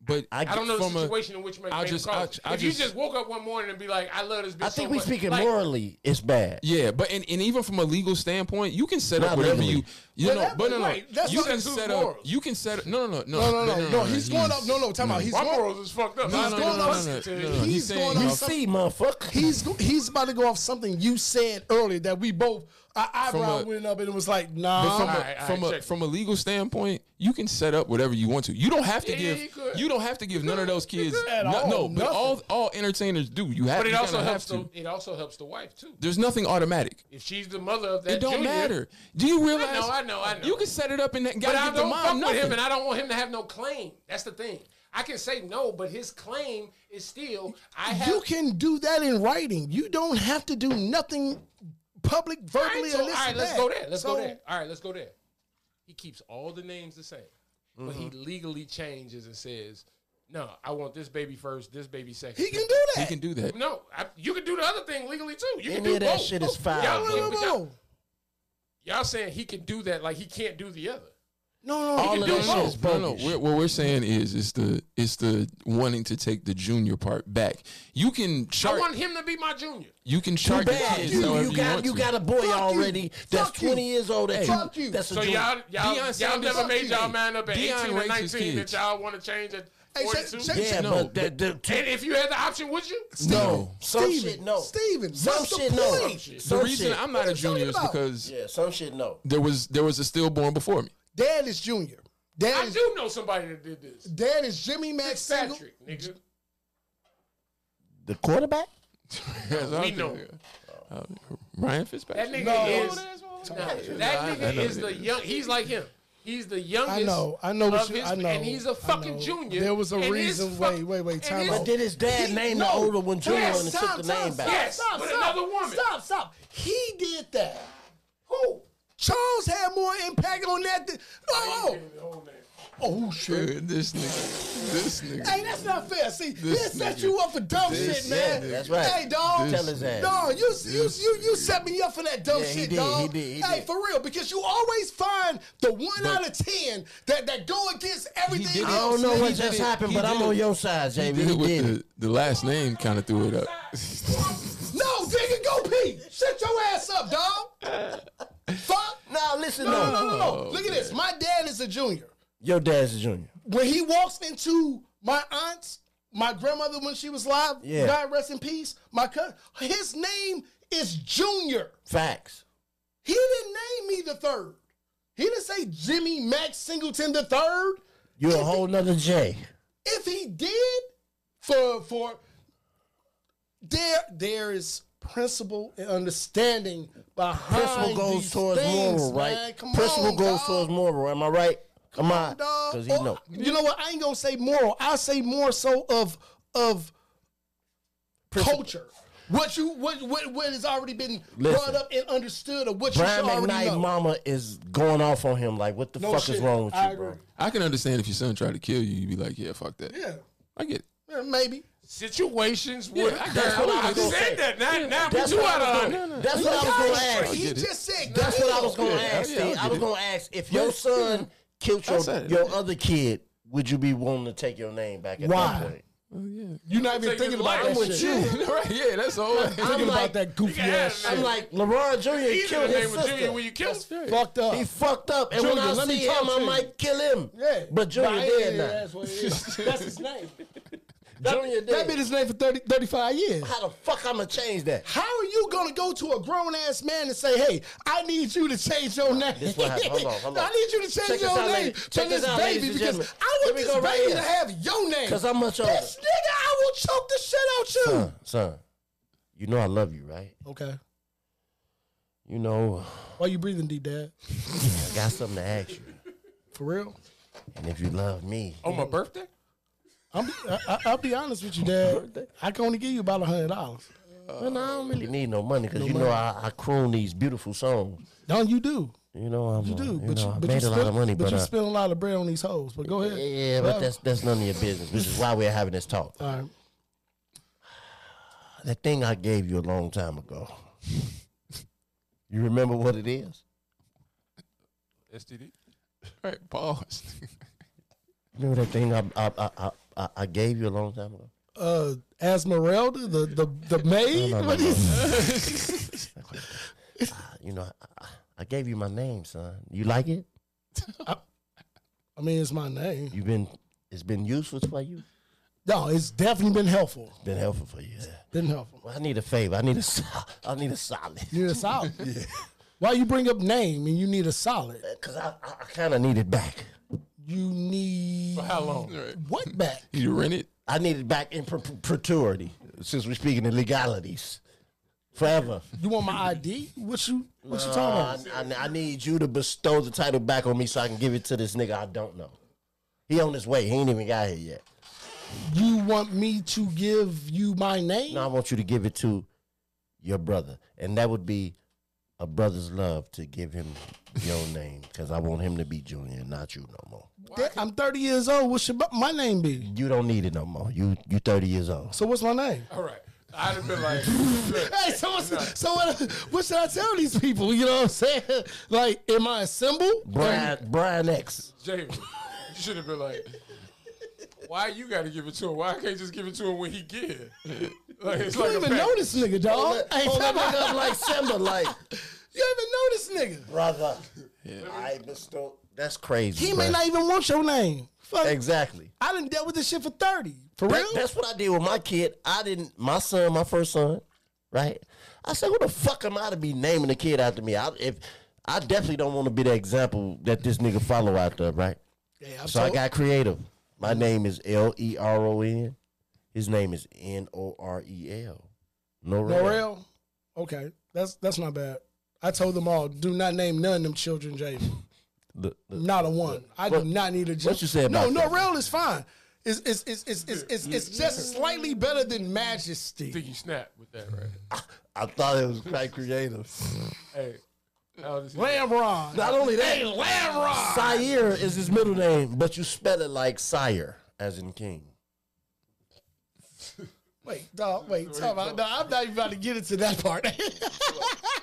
[SPEAKER 2] But
[SPEAKER 3] I
[SPEAKER 5] I don't know
[SPEAKER 2] from
[SPEAKER 5] the
[SPEAKER 2] a-
[SPEAKER 5] situation in which you made
[SPEAKER 2] I
[SPEAKER 5] made
[SPEAKER 2] just-
[SPEAKER 5] the call. If
[SPEAKER 2] I- I
[SPEAKER 5] you
[SPEAKER 2] just-
[SPEAKER 5] just woke up one morning and be like, "I love this bitch,"
[SPEAKER 3] I
[SPEAKER 5] so
[SPEAKER 3] think we
[SPEAKER 5] much.
[SPEAKER 3] speaking
[SPEAKER 5] like,
[SPEAKER 3] morally. It's bad.
[SPEAKER 2] Yeah, but and, and even from a legal standpoint, you can set up
[SPEAKER 3] Not
[SPEAKER 2] whatever
[SPEAKER 3] legally.
[SPEAKER 2] you you know.
[SPEAKER 4] that-
[SPEAKER 2] But no, no,
[SPEAKER 4] right, that's
[SPEAKER 2] you
[SPEAKER 4] not
[SPEAKER 2] can
[SPEAKER 4] his
[SPEAKER 2] set up.
[SPEAKER 4] morals.
[SPEAKER 2] You can set up. No, no, no,
[SPEAKER 4] No, no, no, no. he's going up. No, no. Time out. He's
[SPEAKER 5] My
[SPEAKER 4] going.
[SPEAKER 5] morals is fucked up.
[SPEAKER 2] No,
[SPEAKER 5] I'm
[SPEAKER 2] no,
[SPEAKER 5] going
[SPEAKER 2] no,
[SPEAKER 5] up
[SPEAKER 2] no, no,
[SPEAKER 5] to-
[SPEAKER 2] no, no.
[SPEAKER 4] he's
[SPEAKER 2] He's saying
[SPEAKER 4] going
[SPEAKER 3] You
[SPEAKER 4] up.
[SPEAKER 2] from-
[SPEAKER 3] see, motherfucker.
[SPEAKER 4] He's go- he's about to go off something you said earlier that we both our eyebrow
[SPEAKER 2] a-
[SPEAKER 4] went up and it was like
[SPEAKER 2] But
[SPEAKER 4] nah.
[SPEAKER 2] from,
[SPEAKER 5] Alright,
[SPEAKER 2] a, from,
[SPEAKER 5] alright,
[SPEAKER 2] a,
[SPEAKER 5] check.
[SPEAKER 2] from a legal standpoint, you can set up whatever you want to. You don't have to
[SPEAKER 5] Yeah,
[SPEAKER 2] give.
[SPEAKER 5] you
[SPEAKER 2] You,
[SPEAKER 5] could.
[SPEAKER 2] don't have to give none of those kids.
[SPEAKER 5] could.
[SPEAKER 4] At
[SPEAKER 2] no,
[SPEAKER 4] all,
[SPEAKER 2] no, but
[SPEAKER 4] nothing.
[SPEAKER 2] all all entertainers do. You have.
[SPEAKER 5] But it
[SPEAKER 2] you
[SPEAKER 5] also
[SPEAKER 2] kinda
[SPEAKER 5] helps.
[SPEAKER 2] have to.
[SPEAKER 5] The, it also helps the wife too.
[SPEAKER 2] There's nothing automatic.
[SPEAKER 5] If she's the mother of that,
[SPEAKER 2] It don't
[SPEAKER 5] junior,
[SPEAKER 2] matter. Do you realize?
[SPEAKER 5] I know, I know.
[SPEAKER 2] You can set it up and that
[SPEAKER 5] But
[SPEAKER 2] gotta
[SPEAKER 5] I
[SPEAKER 2] give the
[SPEAKER 5] don't fuck
[SPEAKER 2] mom
[SPEAKER 5] with him, and
[SPEAKER 2] nothing.
[SPEAKER 5] I don't want him to have no claim. That's the thing. I can say no, but his claim is still I have.
[SPEAKER 4] You can do that in writing. You don't have to do nothing public,
[SPEAKER 5] All right,
[SPEAKER 4] verbally,
[SPEAKER 5] so,
[SPEAKER 4] or
[SPEAKER 5] all
[SPEAKER 4] this
[SPEAKER 5] right,
[SPEAKER 4] and
[SPEAKER 5] let's
[SPEAKER 4] that.
[SPEAKER 5] go there. Let's
[SPEAKER 4] So,
[SPEAKER 5] go there. All right, let's go there. He keeps all the names the same, but he
[SPEAKER 3] Mm-hmm.
[SPEAKER 5] legally changes and says, "No, I want this baby first, this baby second.
[SPEAKER 4] He can do that.
[SPEAKER 2] He can do that.
[SPEAKER 5] No, I, you can do the other thing legally too. You can
[SPEAKER 3] Any
[SPEAKER 5] do
[SPEAKER 3] of that
[SPEAKER 5] both.
[SPEAKER 3] shit is foul,
[SPEAKER 5] Y'all,
[SPEAKER 3] bro.
[SPEAKER 5] y'all-
[SPEAKER 4] No, no, no.
[SPEAKER 5] y'all saying he can do that like he can't do the other.
[SPEAKER 4] No, no,
[SPEAKER 3] All
[SPEAKER 5] can
[SPEAKER 3] of
[SPEAKER 5] do
[SPEAKER 3] that shit
[SPEAKER 5] both.
[SPEAKER 3] is
[SPEAKER 2] No, no.
[SPEAKER 3] bogus.
[SPEAKER 2] We're, what we're saying is, it's the it's the wanting to take the junior part back. You can
[SPEAKER 5] I
[SPEAKER 2] chart.
[SPEAKER 5] want him to be my junior.
[SPEAKER 2] you can
[SPEAKER 3] Too
[SPEAKER 2] chart the
[SPEAKER 3] bad.
[SPEAKER 2] kids
[SPEAKER 3] You,
[SPEAKER 2] however
[SPEAKER 3] you got
[SPEAKER 2] want
[SPEAKER 3] you
[SPEAKER 2] to.
[SPEAKER 3] got a boy
[SPEAKER 4] you.
[SPEAKER 3] already that's
[SPEAKER 4] Fuck you.
[SPEAKER 3] twenty years old. Oh, That
[SPEAKER 4] Fuck you.
[SPEAKER 3] That's a
[SPEAKER 5] So
[SPEAKER 3] joke.
[SPEAKER 5] y'all,
[SPEAKER 2] Deion
[SPEAKER 5] y'all, y'all
[SPEAKER 2] Sanders-
[SPEAKER 5] never made y'all man up at
[SPEAKER 2] Deion
[SPEAKER 5] 18 or
[SPEAKER 2] rates
[SPEAKER 5] 19
[SPEAKER 2] his
[SPEAKER 5] that
[SPEAKER 2] kids.
[SPEAKER 5] y'all want to change at
[SPEAKER 4] Hey, check-
[SPEAKER 5] 42.
[SPEAKER 4] check-
[SPEAKER 3] yeah,
[SPEAKER 2] No,
[SPEAKER 3] but that, that,
[SPEAKER 5] and if you had the option, would you?
[SPEAKER 3] no, some
[SPEAKER 4] Steven,
[SPEAKER 3] shit no,
[SPEAKER 4] Steven,
[SPEAKER 3] some
[SPEAKER 4] what's the
[SPEAKER 3] shit no,
[SPEAKER 4] point?
[SPEAKER 2] The
[SPEAKER 3] some
[SPEAKER 2] reason
[SPEAKER 3] shit.
[SPEAKER 2] I'm not a
[SPEAKER 4] are you talking
[SPEAKER 2] junior is
[SPEAKER 4] about?
[SPEAKER 2] because
[SPEAKER 3] yeah, some shit no.
[SPEAKER 2] there was there was a stillborn before me.
[SPEAKER 4] Dad is Junior. Dad
[SPEAKER 5] I
[SPEAKER 4] is
[SPEAKER 5] do know somebody that did this.
[SPEAKER 4] Dad is Jimmy Mack single.
[SPEAKER 5] Fitzpatrick, nigga.
[SPEAKER 3] The quarterback.
[SPEAKER 2] That's what
[SPEAKER 5] We
[SPEAKER 2] I'm
[SPEAKER 5] know.
[SPEAKER 2] thinking. Uh, Ryan
[SPEAKER 5] That
[SPEAKER 2] Fitzpatrick.
[SPEAKER 5] nigga
[SPEAKER 4] No.
[SPEAKER 5] is.
[SPEAKER 4] Nah,
[SPEAKER 5] Nah,
[SPEAKER 2] I- I
[SPEAKER 5] that nigga
[SPEAKER 2] know
[SPEAKER 5] is
[SPEAKER 2] it
[SPEAKER 5] the
[SPEAKER 2] is.
[SPEAKER 5] young. He's like him. He's the youngest.
[SPEAKER 4] I know, I know
[SPEAKER 5] Of
[SPEAKER 4] what you.
[SPEAKER 5] his,
[SPEAKER 4] I know,
[SPEAKER 5] and he's a
[SPEAKER 4] I
[SPEAKER 5] fucking
[SPEAKER 4] know.
[SPEAKER 5] junior.
[SPEAKER 4] There was a
[SPEAKER 5] and his
[SPEAKER 4] reason.
[SPEAKER 5] fuck-
[SPEAKER 4] wait, wait, wait.
[SPEAKER 5] and
[SPEAKER 4] Time
[SPEAKER 5] his-
[SPEAKER 4] out.
[SPEAKER 3] But then his dad
[SPEAKER 4] He-
[SPEAKER 3] named
[SPEAKER 4] no.
[SPEAKER 3] the older one Junior
[SPEAKER 4] Yes,
[SPEAKER 3] and took
[SPEAKER 4] stop,
[SPEAKER 3] the
[SPEAKER 4] stop,
[SPEAKER 3] name back.
[SPEAKER 4] stop,
[SPEAKER 5] Yes,
[SPEAKER 4] stop,
[SPEAKER 5] with
[SPEAKER 4] stop,
[SPEAKER 5] another woman.
[SPEAKER 4] Stop, stop. He did that.
[SPEAKER 5] Who?
[SPEAKER 4] Charles had more impact on that. Than,
[SPEAKER 5] Oh,
[SPEAKER 4] oh, oh shit.
[SPEAKER 2] Dude, this nigga. This nigga.
[SPEAKER 4] Hey, that's not fair. See, this,
[SPEAKER 2] This
[SPEAKER 4] set
[SPEAKER 2] nigga.
[SPEAKER 4] you up for dumb
[SPEAKER 2] This
[SPEAKER 4] shit, man.
[SPEAKER 2] nigga.
[SPEAKER 3] That's right.
[SPEAKER 4] Hey, dog.
[SPEAKER 2] This
[SPEAKER 3] Tell his ass.
[SPEAKER 4] No, you, you you you set me up for that dumb
[SPEAKER 3] Yeah, he
[SPEAKER 4] shit,
[SPEAKER 3] did,
[SPEAKER 4] dog.
[SPEAKER 3] he did, he
[SPEAKER 4] hey,
[SPEAKER 3] did.
[SPEAKER 4] for real, because you always find the one
[SPEAKER 2] But-
[SPEAKER 4] out of ten that that go against everything
[SPEAKER 2] did it.
[SPEAKER 3] I
[SPEAKER 4] else.
[SPEAKER 3] don't know
[SPEAKER 4] man.
[SPEAKER 3] what
[SPEAKER 2] He
[SPEAKER 3] just
[SPEAKER 2] did it.
[SPEAKER 3] happened,
[SPEAKER 2] He
[SPEAKER 3] but
[SPEAKER 2] did
[SPEAKER 3] I'm
[SPEAKER 2] it.
[SPEAKER 3] on your side, Jamie.
[SPEAKER 2] Did
[SPEAKER 3] He
[SPEAKER 2] it with
[SPEAKER 3] did it.
[SPEAKER 2] The, the last name kind of threw it up.
[SPEAKER 4] No, nigga, go pee. Shut your ass up, dog. Fuck.
[SPEAKER 3] No, listen,
[SPEAKER 4] No,
[SPEAKER 3] no,
[SPEAKER 4] no, no, no, no. Look at this. My dad is a junior.
[SPEAKER 3] Your dad's a junior.
[SPEAKER 4] When he walks into my aunt's, my grandmother when she was live,
[SPEAKER 3] Yeah.
[SPEAKER 4] God rest in peace, my cousin, his name is Junior.
[SPEAKER 3] Facts.
[SPEAKER 4] He didn't name me the third. He didn't say Jimmy Max Singleton the third.
[SPEAKER 3] You're a whole nother J.
[SPEAKER 4] If he did, for for there there is principle and understanding behind
[SPEAKER 3] Principle goes
[SPEAKER 4] these
[SPEAKER 3] towards
[SPEAKER 4] things,
[SPEAKER 3] moral,
[SPEAKER 4] man.
[SPEAKER 3] right?
[SPEAKER 4] Come
[SPEAKER 3] Principle
[SPEAKER 4] on,
[SPEAKER 3] goes
[SPEAKER 4] dog.
[SPEAKER 3] towards moral. Am I right? Am I?
[SPEAKER 4] dog.
[SPEAKER 3] Because he
[SPEAKER 4] Or-
[SPEAKER 3] know
[SPEAKER 4] You know what? I ain't gonna say moral. I say more so of of culture. What you what what, what has already been
[SPEAKER 3] Listen.
[SPEAKER 4] brought up and understood of what
[SPEAKER 3] Brian
[SPEAKER 4] you should already
[SPEAKER 3] McKnight
[SPEAKER 4] know.
[SPEAKER 3] mama is going off on him like, what the
[SPEAKER 4] No
[SPEAKER 3] fuck is
[SPEAKER 4] shit.
[SPEAKER 3] wrong with
[SPEAKER 4] I
[SPEAKER 3] you, bro?
[SPEAKER 4] agree.
[SPEAKER 2] I can understand if your son tried to kill you, you'd be like, yeah, fuck that.
[SPEAKER 4] Yeah.
[SPEAKER 2] I get it.
[SPEAKER 4] Yeah, maybe.
[SPEAKER 5] Situations would
[SPEAKER 2] Yeah, I-
[SPEAKER 5] occur.
[SPEAKER 2] that's what I was
[SPEAKER 5] I
[SPEAKER 2] gonna say.
[SPEAKER 5] said that. Now, now we
[SPEAKER 3] That's
[SPEAKER 5] two
[SPEAKER 3] what
[SPEAKER 5] out
[SPEAKER 3] I
[SPEAKER 5] of
[SPEAKER 3] was
[SPEAKER 5] line.
[SPEAKER 3] gonna. That's what I was gonna ask.
[SPEAKER 4] He
[SPEAKER 2] get it.
[SPEAKER 4] just said
[SPEAKER 3] That's what I was gonna
[SPEAKER 2] Yeah, yeah,
[SPEAKER 3] ask.
[SPEAKER 2] I
[SPEAKER 3] Steve. I
[SPEAKER 2] get
[SPEAKER 3] was
[SPEAKER 2] it.
[SPEAKER 3] gonna ask if your
[SPEAKER 2] Yeah.
[SPEAKER 3] son killed
[SPEAKER 2] I said
[SPEAKER 3] your
[SPEAKER 2] it.
[SPEAKER 3] your other kid, would you be willing to take your name back at
[SPEAKER 4] Why?
[SPEAKER 3] that point?
[SPEAKER 2] Oh, yeah.
[SPEAKER 4] You're not even
[SPEAKER 5] Take his
[SPEAKER 4] thinking
[SPEAKER 5] life.
[SPEAKER 4] about that
[SPEAKER 5] I'm with
[SPEAKER 4] shit.
[SPEAKER 3] you.
[SPEAKER 2] right, yeah, that's the whole
[SPEAKER 3] I'm like,
[SPEAKER 4] Thinking about that goofy
[SPEAKER 5] can
[SPEAKER 4] ass
[SPEAKER 5] have
[SPEAKER 4] shit.
[SPEAKER 3] I'm like, LeBron Jr.
[SPEAKER 5] Either the
[SPEAKER 3] killed his
[SPEAKER 5] name was Junior
[SPEAKER 3] sister.
[SPEAKER 5] when you kill him.
[SPEAKER 4] Fucked up.
[SPEAKER 3] He fucked up, and when
[SPEAKER 4] Junior,
[SPEAKER 3] I
[SPEAKER 4] let me
[SPEAKER 3] see
[SPEAKER 4] talk
[SPEAKER 3] him,
[SPEAKER 4] to
[SPEAKER 3] I
[SPEAKER 4] you.
[SPEAKER 3] might kill him.
[SPEAKER 4] Yeah.
[SPEAKER 3] But Junior
[SPEAKER 4] I ain't- yeah,
[SPEAKER 3] dead
[SPEAKER 4] That's what it is. That's his name.
[SPEAKER 3] now. Junior
[SPEAKER 4] That been
[SPEAKER 3] dead.
[SPEAKER 4] his name for 30, 35 years.
[SPEAKER 3] How the fuck I'ma change that?
[SPEAKER 4] How are you gonna go to a grown ass man and say, "Hey, I need you to change your name"?
[SPEAKER 3] This what happened. Hold on, hold on.
[SPEAKER 4] I need you to change
[SPEAKER 3] Check this
[SPEAKER 4] your
[SPEAKER 3] out,
[SPEAKER 4] name
[SPEAKER 3] ladies.
[SPEAKER 4] to
[SPEAKER 3] Check this
[SPEAKER 4] this
[SPEAKER 3] out, ladies
[SPEAKER 4] baby
[SPEAKER 3] and
[SPEAKER 4] because
[SPEAKER 3] gentlemen.
[SPEAKER 4] I
[SPEAKER 3] Here
[SPEAKER 4] want
[SPEAKER 3] we
[SPEAKER 4] this
[SPEAKER 3] go
[SPEAKER 4] baby
[SPEAKER 3] right here.
[SPEAKER 4] to have your name.
[SPEAKER 3] 'Cause I'm much older.
[SPEAKER 4] This nigga, I will choke the shit out you.
[SPEAKER 3] Son, son, you know I love you, right?
[SPEAKER 4] Okay.
[SPEAKER 3] You know
[SPEAKER 4] Why you breathing deep, Dad?
[SPEAKER 3] I got something to ask you,
[SPEAKER 4] For real?
[SPEAKER 3] and if you love me,
[SPEAKER 5] On my birthday?
[SPEAKER 4] I'm, I, I- I'll be honest with you, Dad. I can only give you about a hundred dollars.
[SPEAKER 3] well, no, I don't really need no money because you know I, I croon these beautiful songs.
[SPEAKER 4] No, you do.
[SPEAKER 3] You know I'm,
[SPEAKER 4] You do,
[SPEAKER 3] you
[SPEAKER 4] but
[SPEAKER 3] know,
[SPEAKER 4] you,
[SPEAKER 3] I
[SPEAKER 4] but
[SPEAKER 3] made
[SPEAKER 4] you
[SPEAKER 3] a lot
[SPEAKER 4] spend-
[SPEAKER 3] of money,
[SPEAKER 4] but
[SPEAKER 3] but,
[SPEAKER 4] you
[SPEAKER 3] uh,
[SPEAKER 4] spend a lot of bread on these hoes. But go ahead.
[SPEAKER 3] yeah, but that's that's none of your business, which is why we're having this talk.
[SPEAKER 4] all right.
[SPEAKER 3] that thing I gave you a long time ago. you remember what it is?
[SPEAKER 2] STD. All right, pause.
[SPEAKER 3] Remember that thing I I I, I, I- I gave you a long time ago?
[SPEAKER 4] Uh, Esmeralda, the the the maid.
[SPEAKER 3] No, no,
[SPEAKER 4] What
[SPEAKER 3] no,
[SPEAKER 4] is-
[SPEAKER 3] Uh, you know, I, I, I gave you my name, son. You like it?
[SPEAKER 4] I mean, it's my name.
[SPEAKER 3] You've been it's been useful for you.
[SPEAKER 4] No, it's definitely been helpful.
[SPEAKER 3] Been helpful for you.
[SPEAKER 4] Been helpful.
[SPEAKER 3] Well, I need a favor. I need a so- I need a solid.
[SPEAKER 4] You're a solid. Why you bring up name and you need a solid?
[SPEAKER 3] Cause I I, I kind of need it back.
[SPEAKER 4] You need
[SPEAKER 5] How long?
[SPEAKER 4] what back?
[SPEAKER 2] you rent it?
[SPEAKER 3] I need it back in per- per- perpetuity. Since we're speaking in legalities, forever.
[SPEAKER 4] You want my ID? What you what you talking about?
[SPEAKER 3] I, I- I need you to bestow the title back on me so I can give it to this nigga I don't know. He on his way. He ain't even got here yet.
[SPEAKER 4] You want me to give you my name?
[SPEAKER 3] Now I want you to give it to your brother, and that would be a brother's love to give him your name because I want him to be Junior, not you no more.
[SPEAKER 4] That- I'm 30 years old. What should my name be?
[SPEAKER 3] You don't need it no more. You you thirty years old.
[SPEAKER 4] So what's my name?
[SPEAKER 5] All right. I'd have been like, look,
[SPEAKER 4] Hey, so, what's, so what, what should I tell these people? You know what I'm saying? Like, am I a symbol?
[SPEAKER 3] Brian Brian X.
[SPEAKER 5] Jamie, you should have been like, why you got to give it to him? Why I can't just give it to him when he get it? Like, it's
[SPEAKER 4] You
[SPEAKER 5] like
[SPEAKER 4] don't
[SPEAKER 5] a
[SPEAKER 4] even know
[SPEAKER 5] package.
[SPEAKER 4] this nigga, dog. Hey,
[SPEAKER 3] Hold that
[SPEAKER 4] come on.
[SPEAKER 3] nigga up like Simba, like
[SPEAKER 4] You don't even know this nigga.
[SPEAKER 3] brother. I bestow. That's crazy.
[SPEAKER 4] He may
[SPEAKER 3] bruh.
[SPEAKER 4] not even want your name. Fuck.
[SPEAKER 3] exactly.
[SPEAKER 4] I done dealt with this shit for 30. For
[SPEAKER 3] That-
[SPEAKER 4] real?
[SPEAKER 3] that's what I did with my kid. I didn't. My son, my first son, right? I said, "What the fuck am I to be naming a kid after me?" I, if I definitely don't want to be the example that this nigga follow out there, right?
[SPEAKER 4] Yeah, I'm
[SPEAKER 3] So I got creative. My name is L E R O N. His name is N O R E L. Norel.
[SPEAKER 4] Norrell. Okay. That's that's not bad. I told them all, do not name none of them children Jaden.
[SPEAKER 3] The- the-
[SPEAKER 4] Not a one. I do not need a Jaden.
[SPEAKER 3] what you say about
[SPEAKER 4] No,
[SPEAKER 3] that?
[SPEAKER 4] Norrell is fine. It's it's it's it's it's, it's, it's just slightly better than
[SPEAKER 5] I think
[SPEAKER 4] Majesty.
[SPEAKER 5] you snapped with that, right?
[SPEAKER 3] I thought it was quite creative.
[SPEAKER 5] hey. How does he-
[SPEAKER 4] Lamron.
[SPEAKER 3] Not only that,
[SPEAKER 4] Hey, Lamron.
[SPEAKER 3] Sire is his middle name, but you spell it like Sire, as in king.
[SPEAKER 4] Wait, dog, wait, talk about, no, I'm not even about to get into that part.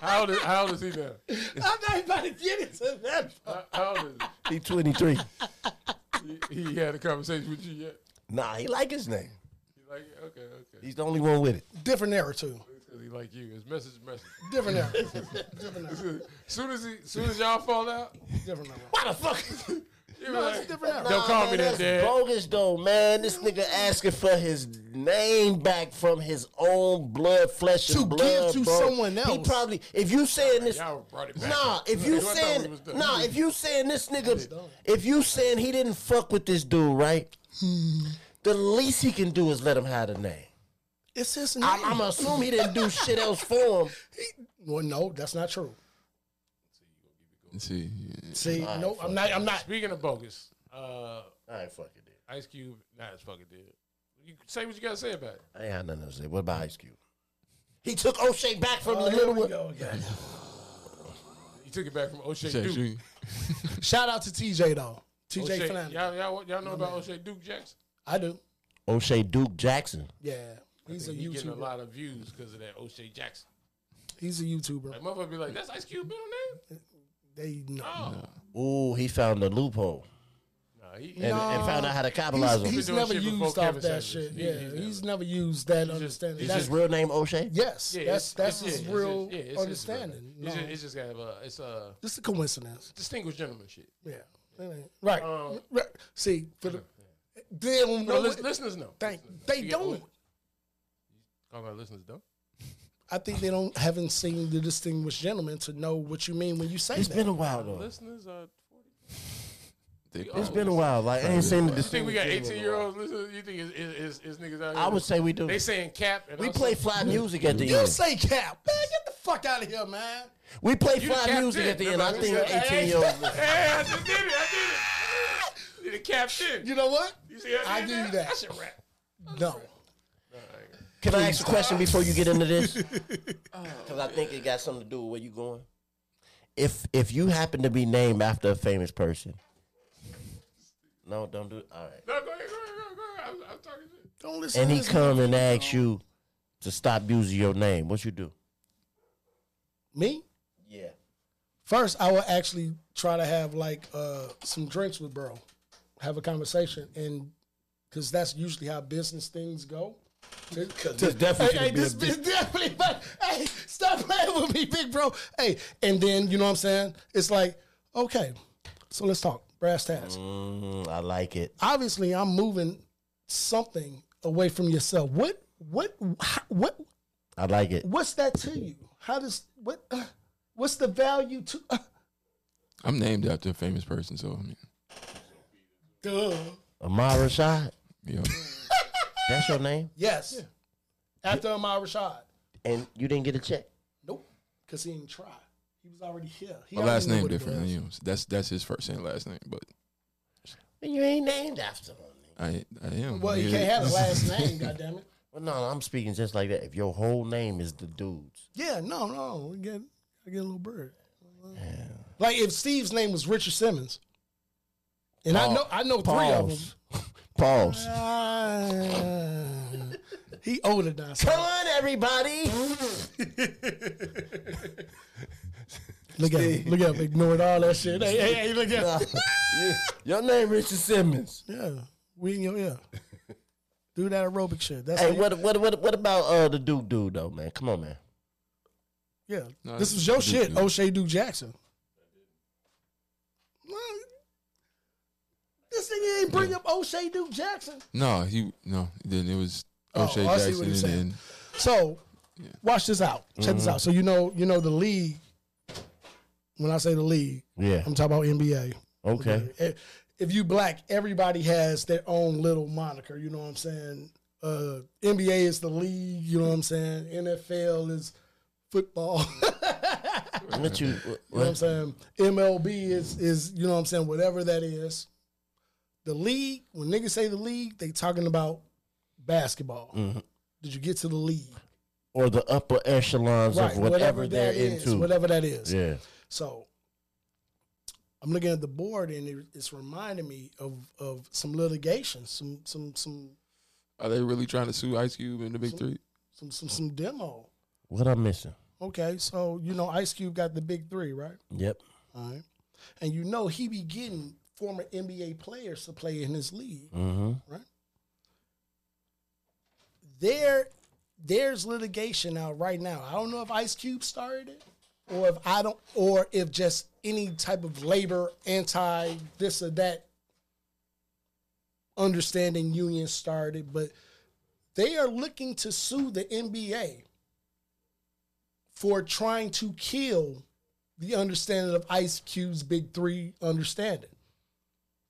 [SPEAKER 5] How old is, how old is he now?
[SPEAKER 4] I'm not even about to get into that part.
[SPEAKER 5] How- How old is
[SPEAKER 3] He twenty three.
[SPEAKER 5] he? He, he had a conversation with you yet?
[SPEAKER 3] nah, he like his name.
[SPEAKER 5] He like, it? okay, okay.
[SPEAKER 3] He's the only one with it.
[SPEAKER 4] Different era too.
[SPEAKER 5] Because he like you. His message, message.
[SPEAKER 4] Different era. different era.
[SPEAKER 5] Soon as he, soon as y'all fall out,
[SPEAKER 4] Different era.
[SPEAKER 3] Why the fuck?
[SPEAKER 5] you
[SPEAKER 4] No,
[SPEAKER 5] like,
[SPEAKER 4] it's different era.
[SPEAKER 5] Don't call me that,
[SPEAKER 3] that's
[SPEAKER 5] Dad.
[SPEAKER 3] bogus though, man. This nigga asking for his name back from his own blood, flesh, and
[SPEAKER 4] To
[SPEAKER 3] blood.
[SPEAKER 4] give to
[SPEAKER 3] bro.
[SPEAKER 4] someone
[SPEAKER 3] He
[SPEAKER 4] else.
[SPEAKER 3] probably, if you saying this,
[SPEAKER 5] Y'all brought it back.
[SPEAKER 3] nah. If you
[SPEAKER 5] I thought we
[SPEAKER 3] saying,
[SPEAKER 5] was done.
[SPEAKER 3] nah. If you saying this nigga, if you saying he didn't fuck with this dude, right? The least he can do is let him have the name.
[SPEAKER 4] It's his name.
[SPEAKER 3] I'm, I'm gonna assume he didn't do shit else for him.
[SPEAKER 4] well, no, that's not true.
[SPEAKER 2] Let's see.
[SPEAKER 4] See, no, I'm not. I'm not.
[SPEAKER 5] Speaking of bogus, uh,
[SPEAKER 3] I ain't fucking did.
[SPEAKER 5] Ice Cube, nah, it's fucking dead. You say what you gotta say about it.
[SPEAKER 3] I ain't had nothing to say. What about Ice Cube? He took O'Shea back from the
[SPEAKER 4] Here
[SPEAKER 3] little
[SPEAKER 4] Oh, we
[SPEAKER 3] one.
[SPEAKER 4] go again.
[SPEAKER 5] You took it back from O'Shea
[SPEAKER 2] Check,
[SPEAKER 5] Duke.
[SPEAKER 2] you-
[SPEAKER 4] Shout out to TJ though. TJ
[SPEAKER 5] O'Shea,
[SPEAKER 4] Fernandez.
[SPEAKER 5] y'all, y'all, y'all know about O'Shea Duke Jackson?
[SPEAKER 4] I do.
[SPEAKER 3] O'Shea Duke Jackson.
[SPEAKER 4] Yeah, he's a
[SPEAKER 5] He getting a
[SPEAKER 4] YouTuber.
[SPEAKER 5] lot of views because of that O'Shea Jackson.
[SPEAKER 4] He's a YouTuber.
[SPEAKER 5] Like motherfucker be like, that's Ice Cube middle name?
[SPEAKER 4] They know.
[SPEAKER 5] Oh,
[SPEAKER 3] Ooh, he found a loophole
[SPEAKER 5] nah, he,
[SPEAKER 3] and, and found out how to capitalize on it.
[SPEAKER 4] He's
[SPEAKER 5] doing
[SPEAKER 4] never
[SPEAKER 5] shit before
[SPEAKER 4] used off
[SPEAKER 5] Kevin
[SPEAKER 4] that
[SPEAKER 5] Samuels.
[SPEAKER 4] shit.
[SPEAKER 5] He-
[SPEAKER 4] Yeah,
[SPEAKER 5] he's never-
[SPEAKER 4] he's never used that understanding.
[SPEAKER 5] he's
[SPEAKER 3] Is
[SPEAKER 4] That's
[SPEAKER 3] his real name O'Shea?
[SPEAKER 4] yes,
[SPEAKER 5] yeah,
[SPEAKER 4] that's
[SPEAKER 5] it's-
[SPEAKER 4] that's
[SPEAKER 5] it's-
[SPEAKER 4] his
[SPEAKER 5] yeah, it's
[SPEAKER 4] real
[SPEAKER 5] just- yeah, it's just-
[SPEAKER 4] understanding.
[SPEAKER 5] It's
[SPEAKER 4] No.
[SPEAKER 5] just, it's just kind of a, it's a
[SPEAKER 4] It's a coincidence.
[SPEAKER 5] distinguished gentleman shit. Um,
[SPEAKER 4] Yeah. It ain't- Right. right. See, for the, they don't
[SPEAKER 5] No,
[SPEAKER 4] know.
[SPEAKER 5] lis-
[SPEAKER 4] it.
[SPEAKER 5] listeners know.
[SPEAKER 4] They,
[SPEAKER 5] You
[SPEAKER 4] they
[SPEAKER 5] get
[SPEAKER 4] don't.
[SPEAKER 5] what? All our Oh, listeners don't.
[SPEAKER 4] I think they don't haven't seen the distinguished gentleman to know what you mean when you say
[SPEAKER 3] It's
[SPEAKER 4] that.
[SPEAKER 3] been a while though.
[SPEAKER 5] Listeners are 40.
[SPEAKER 2] They
[SPEAKER 3] It's
[SPEAKER 2] probably-
[SPEAKER 3] been a while. Like I ain't seen the
[SPEAKER 5] You think we
[SPEAKER 3] distinguished.
[SPEAKER 5] got 18 year olds listeners? You think it's, it's, it's, it's niggas out here?
[SPEAKER 3] I would say we do.
[SPEAKER 5] They saying cap. And
[SPEAKER 3] We
[SPEAKER 5] I'm
[SPEAKER 3] play
[SPEAKER 5] saying-
[SPEAKER 3] fly music at the
[SPEAKER 4] You
[SPEAKER 3] end.
[SPEAKER 4] say cap, man. Get the fuck out of here, man.
[SPEAKER 3] We play
[SPEAKER 5] You the
[SPEAKER 3] fly
[SPEAKER 5] captain,
[SPEAKER 3] music at the end. I
[SPEAKER 5] remember?
[SPEAKER 3] think eighteen year olds.
[SPEAKER 5] Hey, I just did it. I did it. Did a cap shit.
[SPEAKER 4] You know what?
[SPEAKER 5] You see how
[SPEAKER 4] I
[SPEAKER 5] did
[SPEAKER 4] give you that.
[SPEAKER 5] I should rap.
[SPEAKER 4] No.
[SPEAKER 3] Can I ask a question before you get into this? Because I think it got something to do with where you going. If if you happen to be named after a famous person, no, don't do. All right.
[SPEAKER 5] No, go ahead, go ahead, go ahead, go ahead. I'm, I'm talking shit.
[SPEAKER 4] Don't listen
[SPEAKER 3] And
[SPEAKER 4] to
[SPEAKER 3] he
[SPEAKER 4] this.
[SPEAKER 3] come and ask you to stop using your name, what you do?
[SPEAKER 4] Me?
[SPEAKER 3] Yeah.
[SPEAKER 4] First, I will actually try to have like uh, some drinks with bro, have a conversation, and because that's usually how business things go.
[SPEAKER 3] this definitely
[SPEAKER 4] hey, hey,
[SPEAKER 3] should've been
[SPEAKER 4] this
[SPEAKER 3] a
[SPEAKER 4] bitch definitely. but, hey, stop playing with me, big bro. Hey, and then you know what I'm saying? It's like, okay, so let's talk brass tacks.
[SPEAKER 3] Mm, I like it.
[SPEAKER 4] Obviously, I'm moving something away from yourself. What? What? how- What?
[SPEAKER 3] I like it.
[SPEAKER 4] What's that to you? How does what? Uh, what's the value to? Uh,
[SPEAKER 2] I'm named after a famous person, so I mean,
[SPEAKER 4] duh.
[SPEAKER 3] Amara Shah,
[SPEAKER 2] yeah.
[SPEAKER 3] that's your name?
[SPEAKER 4] Yes. After Amar Rashad.
[SPEAKER 3] And you didn't get a check.
[SPEAKER 4] Nope. Because he didn't try. He was already here. He
[SPEAKER 2] My
[SPEAKER 4] already
[SPEAKER 2] last
[SPEAKER 4] knew
[SPEAKER 2] name
[SPEAKER 4] what it
[SPEAKER 2] different.
[SPEAKER 4] was.
[SPEAKER 2] You know, that's that's his first and last name, but
[SPEAKER 3] And you ain't named after him.
[SPEAKER 2] I I am.
[SPEAKER 4] Well, you
[SPEAKER 2] Yeah.
[SPEAKER 4] can't have a last name, goddammit.
[SPEAKER 3] Well, no, I'm speaking just like that. If your whole name is the dude's,
[SPEAKER 4] Yeah, no, no. We get, I get a little bird. Like if Steve's name was Richard Simmons, and I know I know three of them.
[SPEAKER 3] pause, pause.
[SPEAKER 4] Uh, he older than us.
[SPEAKER 3] Come on, everybody.
[SPEAKER 4] Look at him. Look at him. Ignored all that shit. Hey, hey, hey, look at him.
[SPEAKER 3] your name Richard Simmons.
[SPEAKER 4] Yeah, we in your ear. Do that aerobic shit. That's
[SPEAKER 3] Hey,
[SPEAKER 4] it.
[SPEAKER 3] what what what what about uh the Duke dude though, man? Come on, man.
[SPEAKER 4] Yeah,
[SPEAKER 2] No,
[SPEAKER 4] this
[SPEAKER 2] it's
[SPEAKER 4] was your
[SPEAKER 2] Duke
[SPEAKER 4] shit,
[SPEAKER 2] Duke.
[SPEAKER 4] O'Shea Duke Jackson. Well, This nigga ain't bring up O'Shea Duke Jackson.
[SPEAKER 2] No, he no. Then it was
[SPEAKER 4] Oh,
[SPEAKER 2] O'Shea
[SPEAKER 4] I see
[SPEAKER 2] Jackson,
[SPEAKER 4] what
[SPEAKER 2] and
[SPEAKER 4] you're saying.
[SPEAKER 2] then Mm-hmm.
[SPEAKER 4] So, watch this out. Check this out. So you know, you know the league. When I say the league,
[SPEAKER 3] Yeah.
[SPEAKER 4] I'm talking about NBA.
[SPEAKER 3] Okay.
[SPEAKER 4] If, if you black, everybody has their own little moniker. You know what I'm saying? Uh, NBA is the league. You know what I'm saying? NFL is football.
[SPEAKER 3] What you?
[SPEAKER 4] You know what I'm saying? MLB is is you know what I'm saying, whatever that is. The league, when niggas say the league, they talking about basketball.
[SPEAKER 3] Mm-hmm.
[SPEAKER 4] Did you get to the league?
[SPEAKER 3] Or the upper echelons of whatever, they're
[SPEAKER 4] that is,
[SPEAKER 3] into.
[SPEAKER 4] Whatever that is.
[SPEAKER 3] Yeah.
[SPEAKER 4] So I'm looking at the board and it, it's reminding me of of some litigation, some some some
[SPEAKER 2] are they really trying to sue Ice Cube and the Big Three?
[SPEAKER 4] some some some demo.
[SPEAKER 3] What I'm missing?
[SPEAKER 4] Okay, so you know Ice Cube got the big three, right?
[SPEAKER 3] Yep.
[SPEAKER 4] All right. And you know he be getting former NBA players to play in his league.
[SPEAKER 3] Mm-hmm.
[SPEAKER 4] there there's litigation out right now. I don't know if Ice Cube started it or if I don't or if just any type of labor anti this or that understanding union started, but they are looking to sue the NBA for trying to kill the understanding of Ice Cube's Big Three understanding.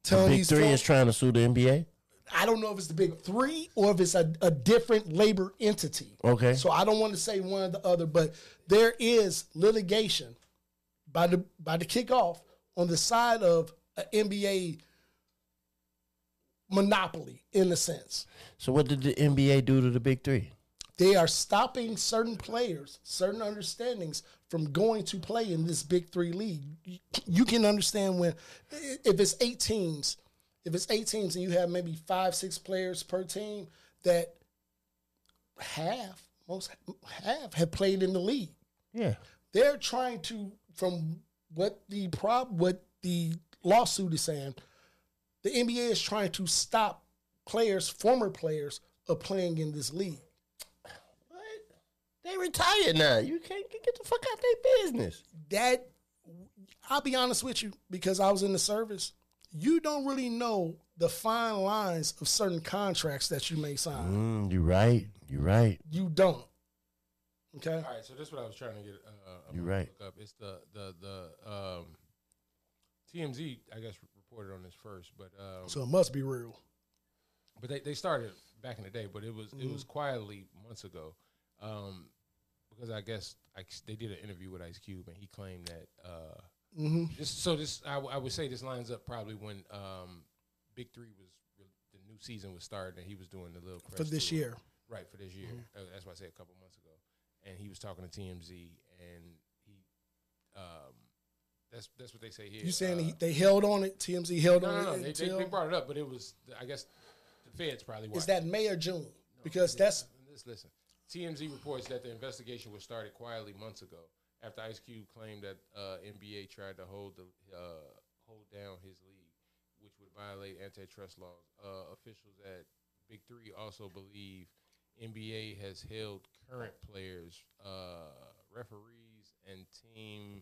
[SPEAKER 4] Telling
[SPEAKER 3] Big
[SPEAKER 4] these
[SPEAKER 3] Three
[SPEAKER 4] fo-
[SPEAKER 3] is trying to sue the NBA.
[SPEAKER 4] I don't know if it's the big three or if it's a, a different labor entity.
[SPEAKER 3] Okay.
[SPEAKER 4] So I don't want to say one or the other, but there is litigation by the by the kickoff on the side of an NBA monopoly in a sense.
[SPEAKER 3] So what did the NBA do to the Big Three?
[SPEAKER 4] They are stopping certain players, certain understandings from going to play in this big three league. You- You can understand when if it's eight teams, if it's eight teams and you have maybe five, six players per team, that half, most half have played in the league
[SPEAKER 3] Yeah.
[SPEAKER 4] they're trying to from what the prob what the lawsuit is saying the nba is trying to stop players former players of playing in this league
[SPEAKER 3] What? They retired now. You can't get the fuck out their business.
[SPEAKER 4] that i'll be honest with you because i was in the service you don't really know the fine lines of certain contracts that you may sign
[SPEAKER 3] Mm, you right. You right.
[SPEAKER 4] you don't okay
[SPEAKER 5] All right, so this is what I was trying to get. Uh, I'm
[SPEAKER 3] You're
[SPEAKER 5] gonna
[SPEAKER 3] right.
[SPEAKER 5] Look up. It's the the the um, TMZ. I guess reported on this first, but um,
[SPEAKER 4] so it must be real
[SPEAKER 5] but they, they started back in the day, but it was it was
[SPEAKER 4] Mm-hmm.
[SPEAKER 5] quietly months ago, um, because I guess I, they did an interview with Ice Cube and he claimed that. Uh,
[SPEAKER 4] Mm-hmm.
[SPEAKER 5] this, so this I, w- I would say this lines up probably when um, Big Three was the new season was starting and he was doing the little
[SPEAKER 4] for
[SPEAKER 5] press
[SPEAKER 4] this
[SPEAKER 5] tour.
[SPEAKER 4] year Mm-hmm.
[SPEAKER 5] Right for this year. Uh, That's why I said a couple months ago. And he was talking to TMZ, and he, um, that's that's what they say here.
[SPEAKER 4] you saying
[SPEAKER 5] uh,
[SPEAKER 4] he, they held on it tmz held
[SPEAKER 5] No, no,
[SPEAKER 4] on
[SPEAKER 5] no.
[SPEAKER 4] it
[SPEAKER 5] They, they,
[SPEAKER 4] until
[SPEAKER 5] they brought it up, but it was I guess the feds probably.
[SPEAKER 4] is
[SPEAKER 5] watched.
[SPEAKER 4] that may or june because that's
[SPEAKER 5] Just listen. TMZ reports that the investigation was started quietly months ago after Ice Cube claimed that uh, NBA tried to hold the uh, hold down his league, which would violate antitrust laws. Uh, officials at Big Three also believe NBA has held current players, uh, referees, and team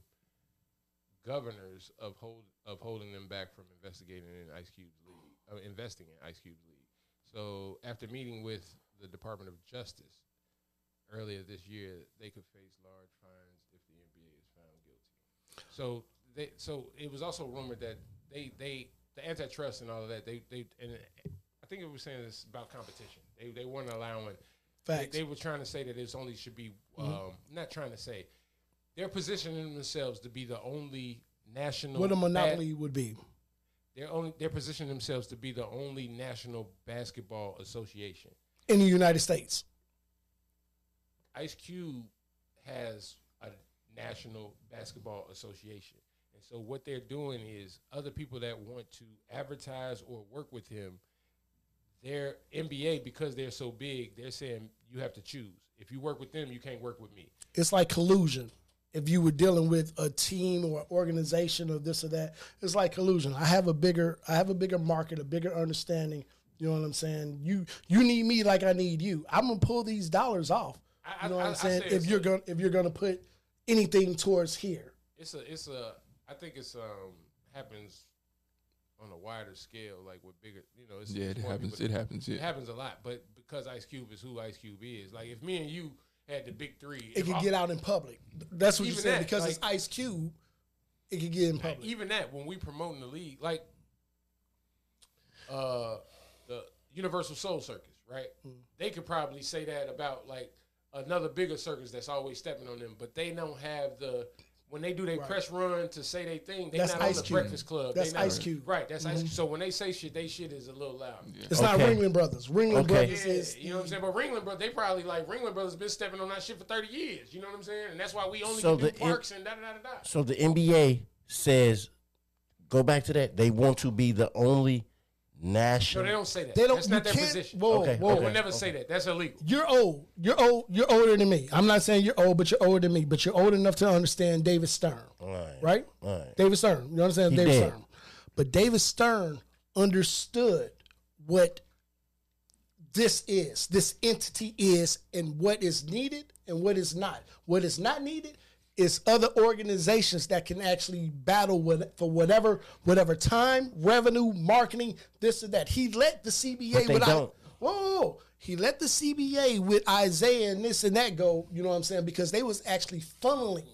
[SPEAKER 5] governors of hold of holding them back from investigating in Ice Cube's league, uh, investing in Ice Cube's league. So after meeting with the Department of Justice earlier this year, they could face large fines if the NBA is found guilty. So they so it was also rumored that they they the antitrust and all of that they they and I think it was saying this about competition. They they weren't allowing. They,
[SPEAKER 4] Facts. Mm-hmm.
[SPEAKER 5] they were trying to say that it's only should be um, not trying to say they're positioning themselves to be the only national
[SPEAKER 4] what a
[SPEAKER 5] ba-
[SPEAKER 4] monopoly would be.
[SPEAKER 5] they're only they're positioning themselves to be the only national basketball association.
[SPEAKER 4] in the United States.
[SPEAKER 5] Ice Cube has a national basketball association. And so what they're doing is other people that want to advertise or work with him, their NBA because they're so big, they're saying you have to choose. If you work with them, you can't work with me.
[SPEAKER 4] It's like collusion. If you were dealing with a team or organization or this or that, it's like collusion. I have a bigger, I have a bigger market, a bigger understanding. You know what I'm saying? You you need me like I need you. I'm gonna pull these dollars off.
[SPEAKER 5] I-
[SPEAKER 4] You know what
[SPEAKER 5] I-
[SPEAKER 4] I,
[SPEAKER 5] I
[SPEAKER 4] am saying?
[SPEAKER 5] say
[SPEAKER 4] If
[SPEAKER 5] it's-
[SPEAKER 4] you're gonna if you're gonna put anything towards here,
[SPEAKER 5] It's a it's a I think it's um happens on a wider scale, like with bigger you know, it's
[SPEAKER 2] Yeah,
[SPEAKER 5] it's
[SPEAKER 2] it
[SPEAKER 5] more
[SPEAKER 2] happens.
[SPEAKER 5] people-
[SPEAKER 2] It happens.
[SPEAKER 5] It
[SPEAKER 2] Yeah.
[SPEAKER 5] happens a lot, but because Ice Cube is who Ice Cube is, like if me and you had the big three,
[SPEAKER 4] it
[SPEAKER 5] if
[SPEAKER 4] could
[SPEAKER 5] I-
[SPEAKER 4] get out in public. That's what you
[SPEAKER 5] Even
[SPEAKER 4] said
[SPEAKER 5] that,
[SPEAKER 4] because it's
[SPEAKER 5] like-
[SPEAKER 4] Ice Cube. It could get in public.
[SPEAKER 5] Even that, when we promoting the league, like uh the Universal Soul Circus, right?
[SPEAKER 4] Mm.
[SPEAKER 5] They could probably say that about like another bigger circus that's always stepping on them, but they don't have the when they do their press run to say they thing, they
[SPEAKER 4] That's
[SPEAKER 5] not
[SPEAKER 4] Ice
[SPEAKER 5] on the
[SPEAKER 4] Cube.
[SPEAKER 5] Breakfast Club.
[SPEAKER 4] That's
[SPEAKER 5] they not,
[SPEAKER 4] Ice Cube. Mm-hmm.
[SPEAKER 5] right? That's Ice Cube. So when they say shit, they shit is a little loud.
[SPEAKER 4] It's not
[SPEAKER 3] Okay.
[SPEAKER 4] Ringling Brothers. Ringling
[SPEAKER 3] Okay.
[SPEAKER 4] Brothers
[SPEAKER 5] Yeah,
[SPEAKER 4] is
[SPEAKER 5] you know what I'm saying? But Ringling Brothers, they probably like Ringling Brothers been stepping on that shit for 30 years. You know what I'm saying? And that's why we only
[SPEAKER 3] So
[SPEAKER 5] can do
[SPEAKER 3] the-
[SPEAKER 5] parks and da da da da. da.
[SPEAKER 3] So the NBA says, go back to that. They want to be the only
[SPEAKER 5] No,
[SPEAKER 3] national.
[SPEAKER 5] they don't say that.
[SPEAKER 4] They don't.
[SPEAKER 5] That's
[SPEAKER 4] you
[SPEAKER 5] not their
[SPEAKER 4] can't,
[SPEAKER 5] position.
[SPEAKER 4] Whoa,
[SPEAKER 3] Okay,
[SPEAKER 4] whoa.
[SPEAKER 5] They
[SPEAKER 3] okay.
[SPEAKER 5] would never say that. That's illegal.
[SPEAKER 4] You're old. You're old. You're older than me. I'm not saying you're old, but you're older than me. But you're old enough to understand David Stern,
[SPEAKER 3] All right.
[SPEAKER 4] right?
[SPEAKER 3] Right.
[SPEAKER 4] David Stern. You understand
[SPEAKER 3] He
[SPEAKER 4] David
[SPEAKER 3] did.
[SPEAKER 4] Stern? But David Stern understood what this is, this entity is, and what is needed and what is not. What is not needed is other organizations that can actually battle with for whatever whatever time, revenue, marketing, this and that. He let the CBA
[SPEAKER 3] But they
[SPEAKER 4] without
[SPEAKER 3] don't.
[SPEAKER 4] whoa. He let the CBA with Isaiah and this and that go, you know what I'm saying? Because they was actually funneling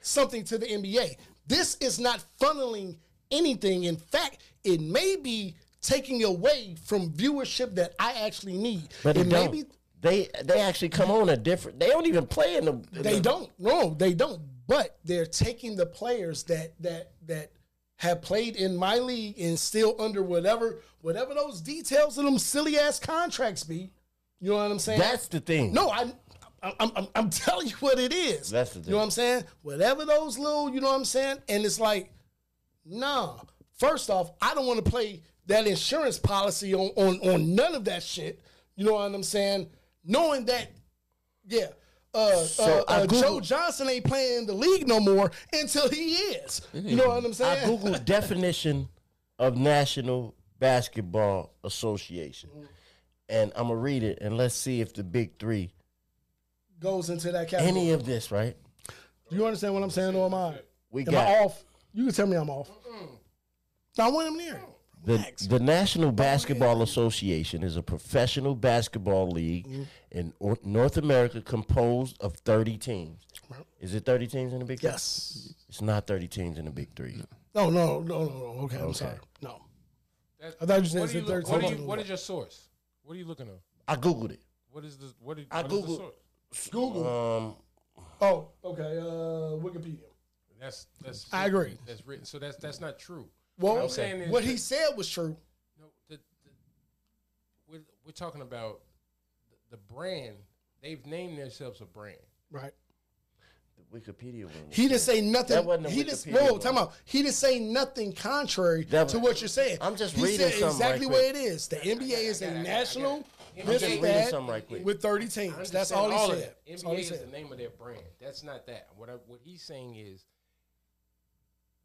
[SPEAKER 4] something to the NBA. This is not funneling anything. In fact, it may be taking away from viewership that I actually need.
[SPEAKER 3] But
[SPEAKER 4] it
[SPEAKER 3] it
[SPEAKER 4] may
[SPEAKER 3] don't.
[SPEAKER 4] be
[SPEAKER 3] They they actually come on a different. They don't even play in the. in
[SPEAKER 4] they
[SPEAKER 3] the-
[SPEAKER 4] don't. No, they don't. But they're taking the players that that that have played in my league and still under whatever whatever those details of them silly ass contracts be. You know what I'm saying?
[SPEAKER 3] That's the thing.
[SPEAKER 4] No, I, I, I'm, I'm, I'm telling you what it is.
[SPEAKER 3] That's the
[SPEAKER 4] You know what I'm saying? Whatever those little, you know what I'm saying? And it's like, nah. First off, I don't want to play that insurance policy on, on, on none of that shit. You know what I'm saying? Knowing that, yeah. Uh,
[SPEAKER 3] So
[SPEAKER 4] uh,
[SPEAKER 3] I
[SPEAKER 4] uh, Joe
[SPEAKER 3] Googled-
[SPEAKER 4] Johnson ain't playing in the league no more until he is. You know what I'm
[SPEAKER 3] I
[SPEAKER 4] saying?
[SPEAKER 3] googled definition of National Basketball Association, and I'm gonna read it and let's see if the big three
[SPEAKER 4] Goes into that category.
[SPEAKER 3] any of this right.
[SPEAKER 4] Do you understand what I'm saying or am I?
[SPEAKER 3] We
[SPEAKER 4] Am
[SPEAKER 3] got
[SPEAKER 4] I off? You can tell me I'm off. I want him there.
[SPEAKER 3] The, the National Basketball Association is a professional basketball league
[SPEAKER 4] Mm-hmm.
[SPEAKER 3] in or- North America composed of 30 teams. Is it 30 teams in the Big Three?
[SPEAKER 4] Yes.
[SPEAKER 3] It's not 30 teams in the Big Three.
[SPEAKER 4] No, no, no, no, no. Okay, I'm sorry. No. I thought you said
[SPEAKER 5] What, are you
[SPEAKER 4] it's a
[SPEAKER 5] look-
[SPEAKER 4] third
[SPEAKER 5] what are
[SPEAKER 4] team.
[SPEAKER 5] you- what is your source? What are you looking at?
[SPEAKER 3] I Googled it.
[SPEAKER 5] What is the what? Is,
[SPEAKER 3] I
[SPEAKER 5] what is the
[SPEAKER 3] Googled-
[SPEAKER 5] source?
[SPEAKER 4] Google.
[SPEAKER 3] Um,
[SPEAKER 4] Oh, okay. Uh, Wikipedia.
[SPEAKER 5] That's that's.
[SPEAKER 4] I agree.
[SPEAKER 5] That's written. So that's that's not true.
[SPEAKER 4] Well,
[SPEAKER 5] what I'm saying is
[SPEAKER 4] what
[SPEAKER 5] that-
[SPEAKER 4] he said was true.
[SPEAKER 5] No, the, the, we're we're talking about the, the brand. They've named themselves a brand.
[SPEAKER 4] Right.
[SPEAKER 3] the Wikipedia one.
[SPEAKER 4] He didn't say nothing.
[SPEAKER 3] That wasn't a
[SPEAKER 4] he just
[SPEAKER 3] Wikipedia
[SPEAKER 4] whoa,
[SPEAKER 3] one.
[SPEAKER 4] time out. He didn't say nothing contrary
[SPEAKER 3] That-
[SPEAKER 4] to what you're saying.
[SPEAKER 3] I'm just
[SPEAKER 4] he
[SPEAKER 3] reading
[SPEAKER 4] said
[SPEAKER 3] something right
[SPEAKER 4] exactly
[SPEAKER 3] quick.
[SPEAKER 4] what it is. The NBA is a national Chris
[SPEAKER 3] just reading
[SPEAKER 4] Bad
[SPEAKER 3] something right quick.
[SPEAKER 4] with 30 teams. That's all he said. That's all
[SPEAKER 5] NBA
[SPEAKER 4] he
[SPEAKER 5] is the
[SPEAKER 4] said.
[SPEAKER 5] name of their brand. That's not that. What I, what he's saying is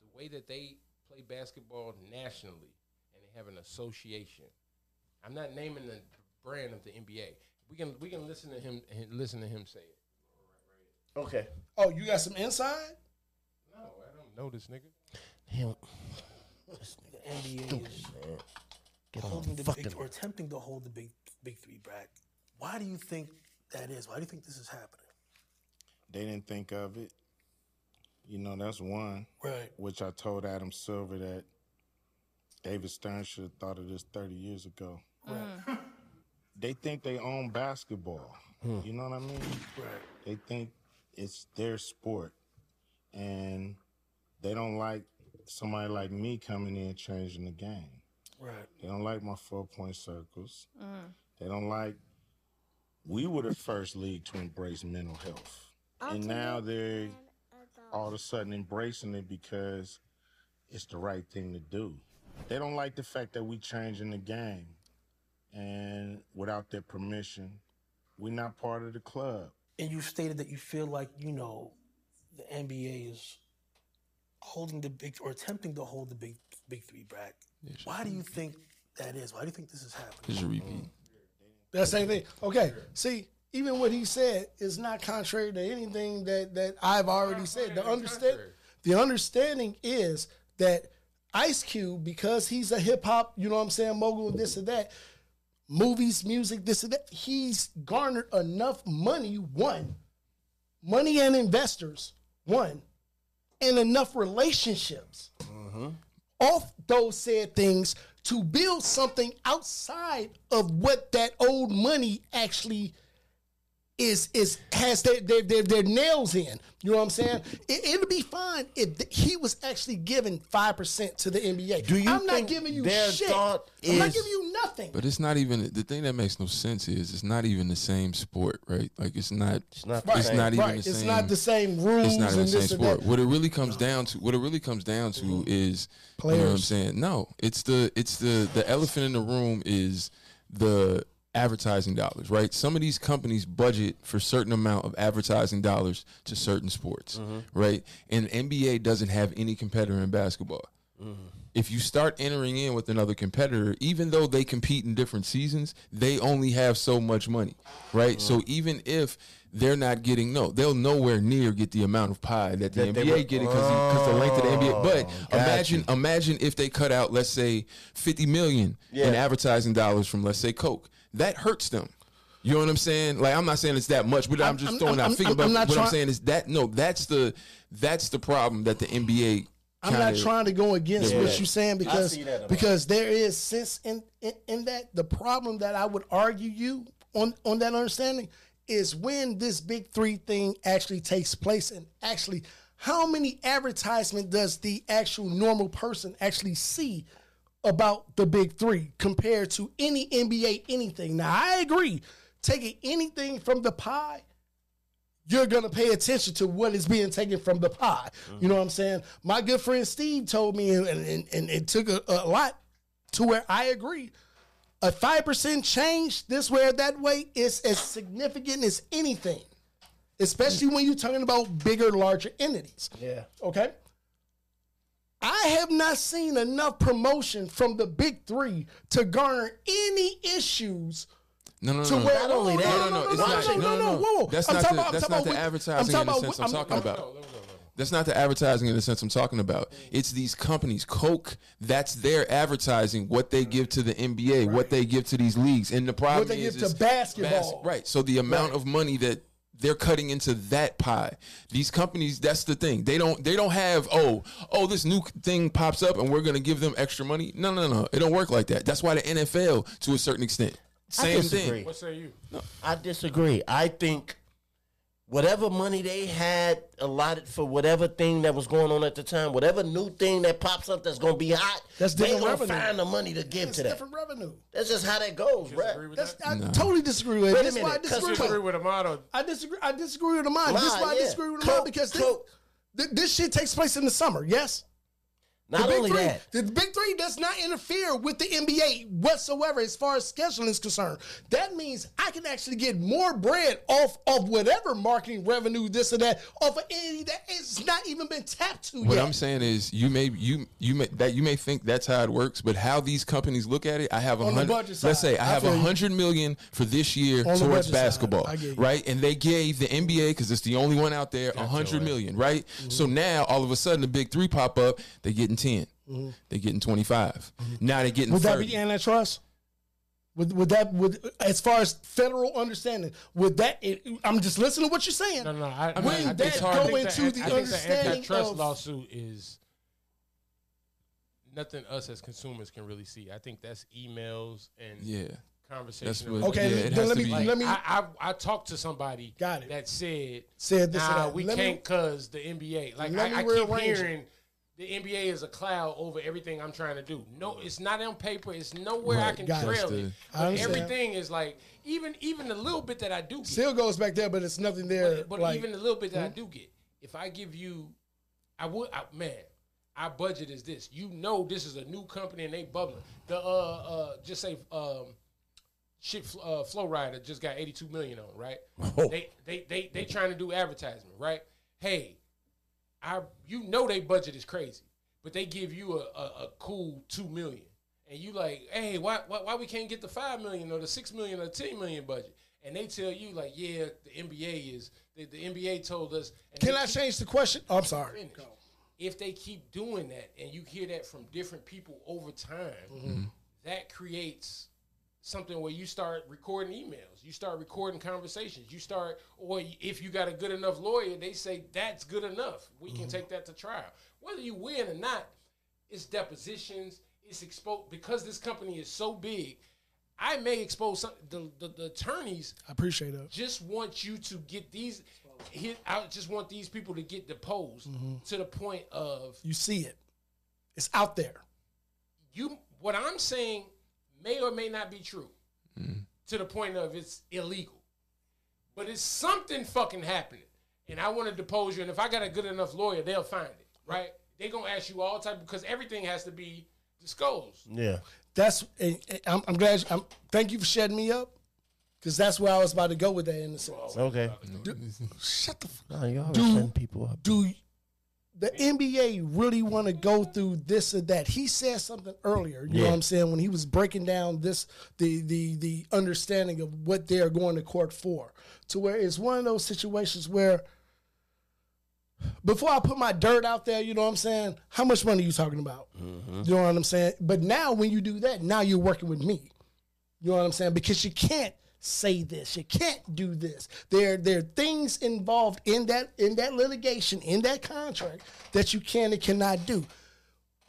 [SPEAKER 5] the way that they play basketball nationally, and they have an association. I'm not naming the brand of the NBA. We can we can listen to him and listen to him say it.
[SPEAKER 3] Okay.
[SPEAKER 4] Oh, you got some inside?
[SPEAKER 5] No, I don't know this nigga.
[SPEAKER 3] Hell,
[SPEAKER 7] NBA is
[SPEAKER 3] get on
[SPEAKER 7] holding
[SPEAKER 3] the
[SPEAKER 7] the big,
[SPEAKER 3] fucking.
[SPEAKER 7] or attempting to hold the big big three back. Why do you think that is? Why do you think this is happening?
[SPEAKER 8] They didn't think of it. You know, that's one.
[SPEAKER 7] Right.
[SPEAKER 8] Which I told Adam Silver that David Stern should have thought of this 30 years ago. They think they own basketball. You know what I mean?
[SPEAKER 7] Hmm. Right.
[SPEAKER 8] They think it's their sport. And they don't like somebody like me coming in changing the game.
[SPEAKER 7] Right.
[SPEAKER 8] They don't like my four point circles. They don't like. We were the first league to embrace mental health. And now they're all of a sudden embracing it because it's the right thing to do. They don't like the fact that we changing the game and without their permission, we're not part of the club.
[SPEAKER 7] And you stated that you feel like you know the NBA is holding the big or attempting to hold the big big three back. Why do you think that is? Why do you think this is happening?
[SPEAKER 2] This is a repeat.
[SPEAKER 4] That same thing. Okay. See, even what he said is not contrary to anything that that I've already said. The understand the understanding is that Ice Cube, because he's a hip hop, you know what I'm saying, mogul, this and that, movies, music, this and that, he's garnered enough money, one, money and investors, one, and enough relationships
[SPEAKER 5] Mm-hmm.
[SPEAKER 4] off those said things to build something outside of what that old money actually is is has their their, their, their nails in. You know what I'm saying? It, it'd be fine if th- he was actually giving five percent to the NBA.
[SPEAKER 3] Do you
[SPEAKER 4] I'm not
[SPEAKER 3] think
[SPEAKER 4] giving you
[SPEAKER 3] their
[SPEAKER 4] shit.
[SPEAKER 3] thought
[SPEAKER 4] I'm not
[SPEAKER 3] is-
[SPEAKER 4] giving you nothing.
[SPEAKER 2] But it's not even the thing that makes no sense is it's not even the same sport, right? Like it's not. It's
[SPEAKER 3] not
[SPEAKER 2] not.
[SPEAKER 3] the
[SPEAKER 2] It's
[SPEAKER 3] same.
[SPEAKER 2] not even
[SPEAKER 4] right?
[SPEAKER 2] the
[SPEAKER 4] It's
[SPEAKER 2] same.
[SPEAKER 4] not the same rules
[SPEAKER 2] It's not
[SPEAKER 4] and
[SPEAKER 2] even the same
[SPEAKER 4] this and
[SPEAKER 2] sport.
[SPEAKER 4] that.
[SPEAKER 2] What it really comes down to, what it really comes down to, is You know what I'm
[SPEAKER 4] Players.
[SPEAKER 2] saying no. It's the it's the the elephant in the room is the advertising dollars, right? Some of these companies budget for certain amount of advertising dollars to certain sports,
[SPEAKER 3] Mm-hmm.
[SPEAKER 2] right? And NBA doesn't have any competitor in basketball
[SPEAKER 4] Mm-hmm.
[SPEAKER 2] if you start entering in with another competitor, even though they compete in different seasons, they only have so much money, right? So
[SPEAKER 4] Mm-hmm.
[SPEAKER 2] even if they're not getting no, they'll nowhere near get the amount of pie that the NBA get it because the length of the
[SPEAKER 4] Oh,
[SPEAKER 2] NBA. But imagine, imagine if they cut out, let's say, fifty million in advertising dollars from, let's say, Coke. That hurts them. You know what I'm saying? Like I'm not saying it's that much, but I'm,
[SPEAKER 4] I'm-
[SPEAKER 2] just
[SPEAKER 4] I'm-
[SPEAKER 2] throwing out
[SPEAKER 4] I'm-
[SPEAKER 2] figures.
[SPEAKER 4] I'm-
[SPEAKER 2] But
[SPEAKER 4] I'm not
[SPEAKER 2] what I'm
[SPEAKER 4] trying-
[SPEAKER 2] saying is that no, that's the that's the problem that the NBA.
[SPEAKER 4] I'm not
[SPEAKER 2] kinda-
[SPEAKER 4] trying to go against
[SPEAKER 2] Yeah.
[SPEAKER 4] what you're saying because
[SPEAKER 3] see that a lot.
[SPEAKER 4] because there is sense in, in in that the problem that I would argue you on on that understanding is when this big three thing actually takes place and actually how many advertisement does the actual normal person actually see about the big three compared to any NBA anything? Now I agree, taking anything from the pie you're gonna pay attention to what is being taken from the pie. You know what I'm saying? My good friend Steve told me, and, and, and, and it took a, a lot to where I agree. A five percent change this way or that way is as significant as anything, especially when you're talking about bigger, larger entities.
[SPEAKER 3] Yeah.
[SPEAKER 4] Okay. I have not seen enough promotion from the big three to garner any issues
[SPEAKER 2] No, no,
[SPEAKER 4] to
[SPEAKER 2] no.
[SPEAKER 4] where
[SPEAKER 2] no.
[SPEAKER 4] no,
[SPEAKER 3] only that-
[SPEAKER 4] no, no, no,
[SPEAKER 2] it's
[SPEAKER 4] no,
[SPEAKER 2] not-
[SPEAKER 4] no, no, no, whoa.
[SPEAKER 2] That's
[SPEAKER 4] I'm
[SPEAKER 2] not
[SPEAKER 4] talking
[SPEAKER 2] the,
[SPEAKER 4] about-
[SPEAKER 2] that's
[SPEAKER 4] I'm
[SPEAKER 2] not
[SPEAKER 4] talking
[SPEAKER 2] the
[SPEAKER 4] about-
[SPEAKER 2] advertising in the
[SPEAKER 4] about-
[SPEAKER 2] sense I'm, talking about.
[SPEAKER 5] Let me go, let me go.
[SPEAKER 2] That's not the advertising in the sense I'm talking about. It's these companies, Coke. That's their advertising. What they give to the NBA, what they give to these leagues, and the problem
[SPEAKER 4] What they
[SPEAKER 2] is,
[SPEAKER 4] give to
[SPEAKER 2] is
[SPEAKER 4] basketball.
[SPEAKER 2] right? So the amount of money that they're cutting into that pie. These companies, that's the thing. They don't. They don't have. Oh, oh, this new thing pops up, and we're going to give them extra money. No, no, no. It don't work like that. That's why the NFL, to a certain extent, same
[SPEAKER 3] disagree.
[SPEAKER 2] thing.
[SPEAKER 5] What say you?
[SPEAKER 3] I disagree. I think whatever money they had allotted for whatever thing that was going on at the time, whatever new thing that pops up that's going to be hot,
[SPEAKER 4] That's
[SPEAKER 3] they
[SPEAKER 4] different
[SPEAKER 3] going to
[SPEAKER 4] revenue.
[SPEAKER 3] find the money to give
[SPEAKER 4] It's
[SPEAKER 3] to that.
[SPEAKER 4] different revenue.
[SPEAKER 3] That's just how that goes,
[SPEAKER 5] Disagree
[SPEAKER 3] right?
[SPEAKER 5] with
[SPEAKER 4] That's,
[SPEAKER 5] that?
[SPEAKER 4] I totally disagree with.
[SPEAKER 3] Wait a
[SPEAKER 4] That's why I
[SPEAKER 3] minute, 'cause
[SPEAKER 4] disagree
[SPEAKER 5] Disagree
[SPEAKER 4] with.
[SPEAKER 5] with Amado.
[SPEAKER 4] I disagree. I disagree with the mind.
[SPEAKER 3] Lie,
[SPEAKER 4] This is why I
[SPEAKER 3] yeah.
[SPEAKER 4] disagree with the
[SPEAKER 3] Coke,
[SPEAKER 4] mind because this,
[SPEAKER 3] Coke.
[SPEAKER 4] thi- this shit takes place in the summer. Yes,
[SPEAKER 3] Not
[SPEAKER 4] the big
[SPEAKER 3] only
[SPEAKER 4] three,
[SPEAKER 3] that,
[SPEAKER 4] the Big Three does not interfere with the NBA whatsoever as far as scheduling is concerned. That means I can actually get more bread off of whatever marketing revenue, this or that, off of any that is not even been tapped to
[SPEAKER 2] What
[SPEAKER 4] yet.
[SPEAKER 2] I'm saying is, you may you you may that you may think that's how it works, but how these companies look at it, I have a
[SPEAKER 4] On the
[SPEAKER 2] hundred.
[SPEAKER 4] budget
[SPEAKER 2] let's
[SPEAKER 4] side,
[SPEAKER 2] say I
[SPEAKER 4] I
[SPEAKER 2] have
[SPEAKER 4] feel
[SPEAKER 2] a
[SPEAKER 4] you.
[SPEAKER 2] hundred million for this year
[SPEAKER 4] On the budget
[SPEAKER 2] towards
[SPEAKER 4] side,
[SPEAKER 2] basketball,
[SPEAKER 4] I get you.
[SPEAKER 2] right? And they gave the NBA because it's the only one out there a hundred million, right?
[SPEAKER 4] Mm-hmm.
[SPEAKER 2] So now all of a sudden the big three pop up, they getting 10 they getting twenty now they getting
[SPEAKER 4] Mm-hmm. Would that
[SPEAKER 2] 30.
[SPEAKER 4] be antitrust? Would, would that would as far as federal understanding? Would that? It, I'm just listening to what you're saying.
[SPEAKER 5] No, no, no. I,
[SPEAKER 4] When
[SPEAKER 5] I, I think
[SPEAKER 4] that
[SPEAKER 5] it's
[SPEAKER 4] go
[SPEAKER 5] hard. I think
[SPEAKER 4] into the
[SPEAKER 5] I think
[SPEAKER 4] understanding
[SPEAKER 5] antitrust
[SPEAKER 4] of-
[SPEAKER 5] lawsuit is nothing us as consumers can really see. I think that's emails and
[SPEAKER 2] yeah, that's
[SPEAKER 5] conversation.
[SPEAKER 2] what.
[SPEAKER 5] around-
[SPEAKER 4] Okay,
[SPEAKER 2] yeah,
[SPEAKER 4] let-
[SPEAKER 2] it
[SPEAKER 4] then
[SPEAKER 2] has
[SPEAKER 4] let
[SPEAKER 2] to
[SPEAKER 4] me-
[SPEAKER 2] be-
[SPEAKER 5] Like,
[SPEAKER 4] let me-
[SPEAKER 5] I, I I talked to somebody
[SPEAKER 4] Got it.
[SPEAKER 5] that said
[SPEAKER 4] Said this and
[SPEAKER 5] Nah,
[SPEAKER 4] that.
[SPEAKER 5] we
[SPEAKER 4] Let me-
[SPEAKER 5] can't cause the NBA. Like
[SPEAKER 4] Let me
[SPEAKER 5] I, I keep
[SPEAKER 4] rearrange it.
[SPEAKER 5] hearing. The NBA is a cloud over everything I'm trying to do. No, it's not on paper. It's nowhere I
[SPEAKER 2] Right,
[SPEAKER 5] can
[SPEAKER 4] got it.
[SPEAKER 5] trail
[SPEAKER 2] That's
[SPEAKER 5] it.
[SPEAKER 2] the-
[SPEAKER 4] I
[SPEAKER 5] But
[SPEAKER 4] understand.
[SPEAKER 5] everything is like even even the little bit that I do. Get,
[SPEAKER 4] Still goes back there, but it's nothing there.
[SPEAKER 5] but, but
[SPEAKER 4] like, hmm?
[SPEAKER 5] even the little bit that I do get, if I give you, I would, I, man, our budget is this. You know, this is a new company and they bubbling. The uh, uh, just say um, shit, Fl- uh, Flow Rider just got eighty two million on right.
[SPEAKER 4] Oh.
[SPEAKER 5] They they they they trying to do advertisement right. Hey, I you know they budget is crazy, but they give you a, a, a cool two million, and you like, hey, why, why why we can't get the five million or the six million or the ten million budget? And they tell you like, yeah, the NBA is the, the NBA told us. And
[SPEAKER 4] can
[SPEAKER 5] they
[SPEAKER 4] I
[SPEAKER 5] keep
[SPEAKER 4] change the question? Oh, I'm sorry.
[SPEAKER 5] finish. If they keep doing that, and you hear that from different people over time, that creates something where you start recording emails, you start recording conversations, you start, or if you got a good enough lawyer, they say that's good enough. We can take that to trial. Whether you win or not, it's depositions, it's exposed because this company is so big. I may expose some, the, the the attorneys
[SPEAKER 4] I appreciate that.
[SPEAKER 5] just want you to get these. Here, I just want these people to get deposed to the point of
[SPEAKER 4] Mm-hmm. You see it. It's out there.
[SPEAKER 5] you. What I'm saying may or may not be true. To the point of it's illegal, but it's something fucking happening, and I want to depose you. And if I got a good enough lawyer, they'll find it. Right? They gonna ask you all type because everything has to be disclosed.
[SPEAKER 3] yeah.
[SPEAKER 4] That's. and- and I'm, I'm glad. you- I'm, thank you for shutting me up, because that's where I was about to go with that. In a sense.
[SPEAKER 3] Okay.
[SPEAKER 4] Shut the. F-
[SPEAKER 3] No, you always
[SPEAKER 4] Dude.
[SPEAKER 3] setting people up.
[SPEAKER 4] do the NBA really want to go through this or that? He said something earlier. You know what I'm saying when he was breaking down this the the the understanding of what they are going to court for. To where it's one of those situations where before I put my dirt out there, you know what I'm saying? How much money you talking about?
[SPEAKER 5] Mm-hmm.
[SPEAKER 4] You know what I'm saying? But now when you do that, now you're working with me. You know what I'm saying? Because you can't say this. You can't do this. There, there are things involved in that in that litigation, in that contract that you can and cannot do.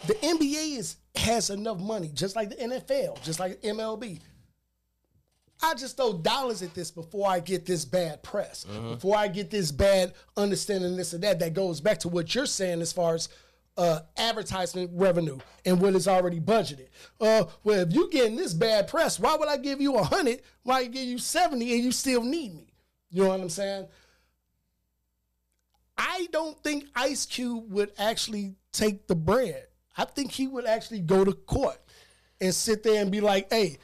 [SPEAKER 4] The NBA is has enough money, just like the NFL, just like MLB. I just throw dollars at this before I get this bad press, before I get this bad understanding this and that. That goes back to what you're saying as far as uh, advertisement revenue and what is already budgeted. Uh, well, if you getting this bad press, why would I give you a hundred? Why I give you seventy and you still need me? You know what I'm saying? I don't think Ice Cube would actually take the bread. I think he would actually go to court and sit there and be like, "Hey,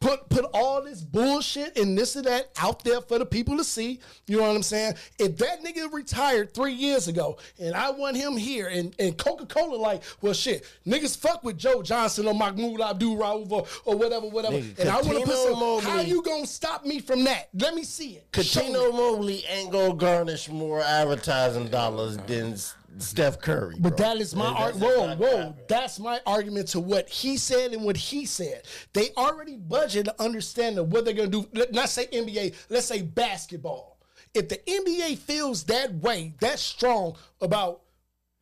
[SPEAKER 4] put put all this bullshit and this and that out there for the people to see." You know what I'm saying? If that nigga retired three years ago and I want him here, and and Coca Cola like, well, shit, niggas fuck with Joe Johnson or Mahmoud Abdul Rauf or, or whatever, whatever,
[SPEAKER 3] Nigga,
[SPEAKER 4] and I want to put
[SPEAKER 3] Catino
[SPEAKER 4] some. How
[SPEAKER 3] Mobley-
[SPEAKER 4] you gonna stop me from that? Let me see it. Show me.
[SPEAKER 3] Katino Mobley ain't gonna garnish more advertising dollars than S- Steph Curry.
[SPEAKER 4] But
[SPEAKER 3] bro.
[SPEAKER 4] that is my
[SPEAKER 3] That's
[SPEAKER 4] argument.
[SPEAKER 3] just
[SPEAKER 4] Whoa,
[SPEAKER 3] not
[SPEAKER 4] whoa.
[SPEAKER 3] happening.
[SPEAKER 4] That's my argument to what he said and what he said. They already budget to understand of what they're going to do. Let, not say NBA, let's say basketball. If the NBA feels that way, that strong about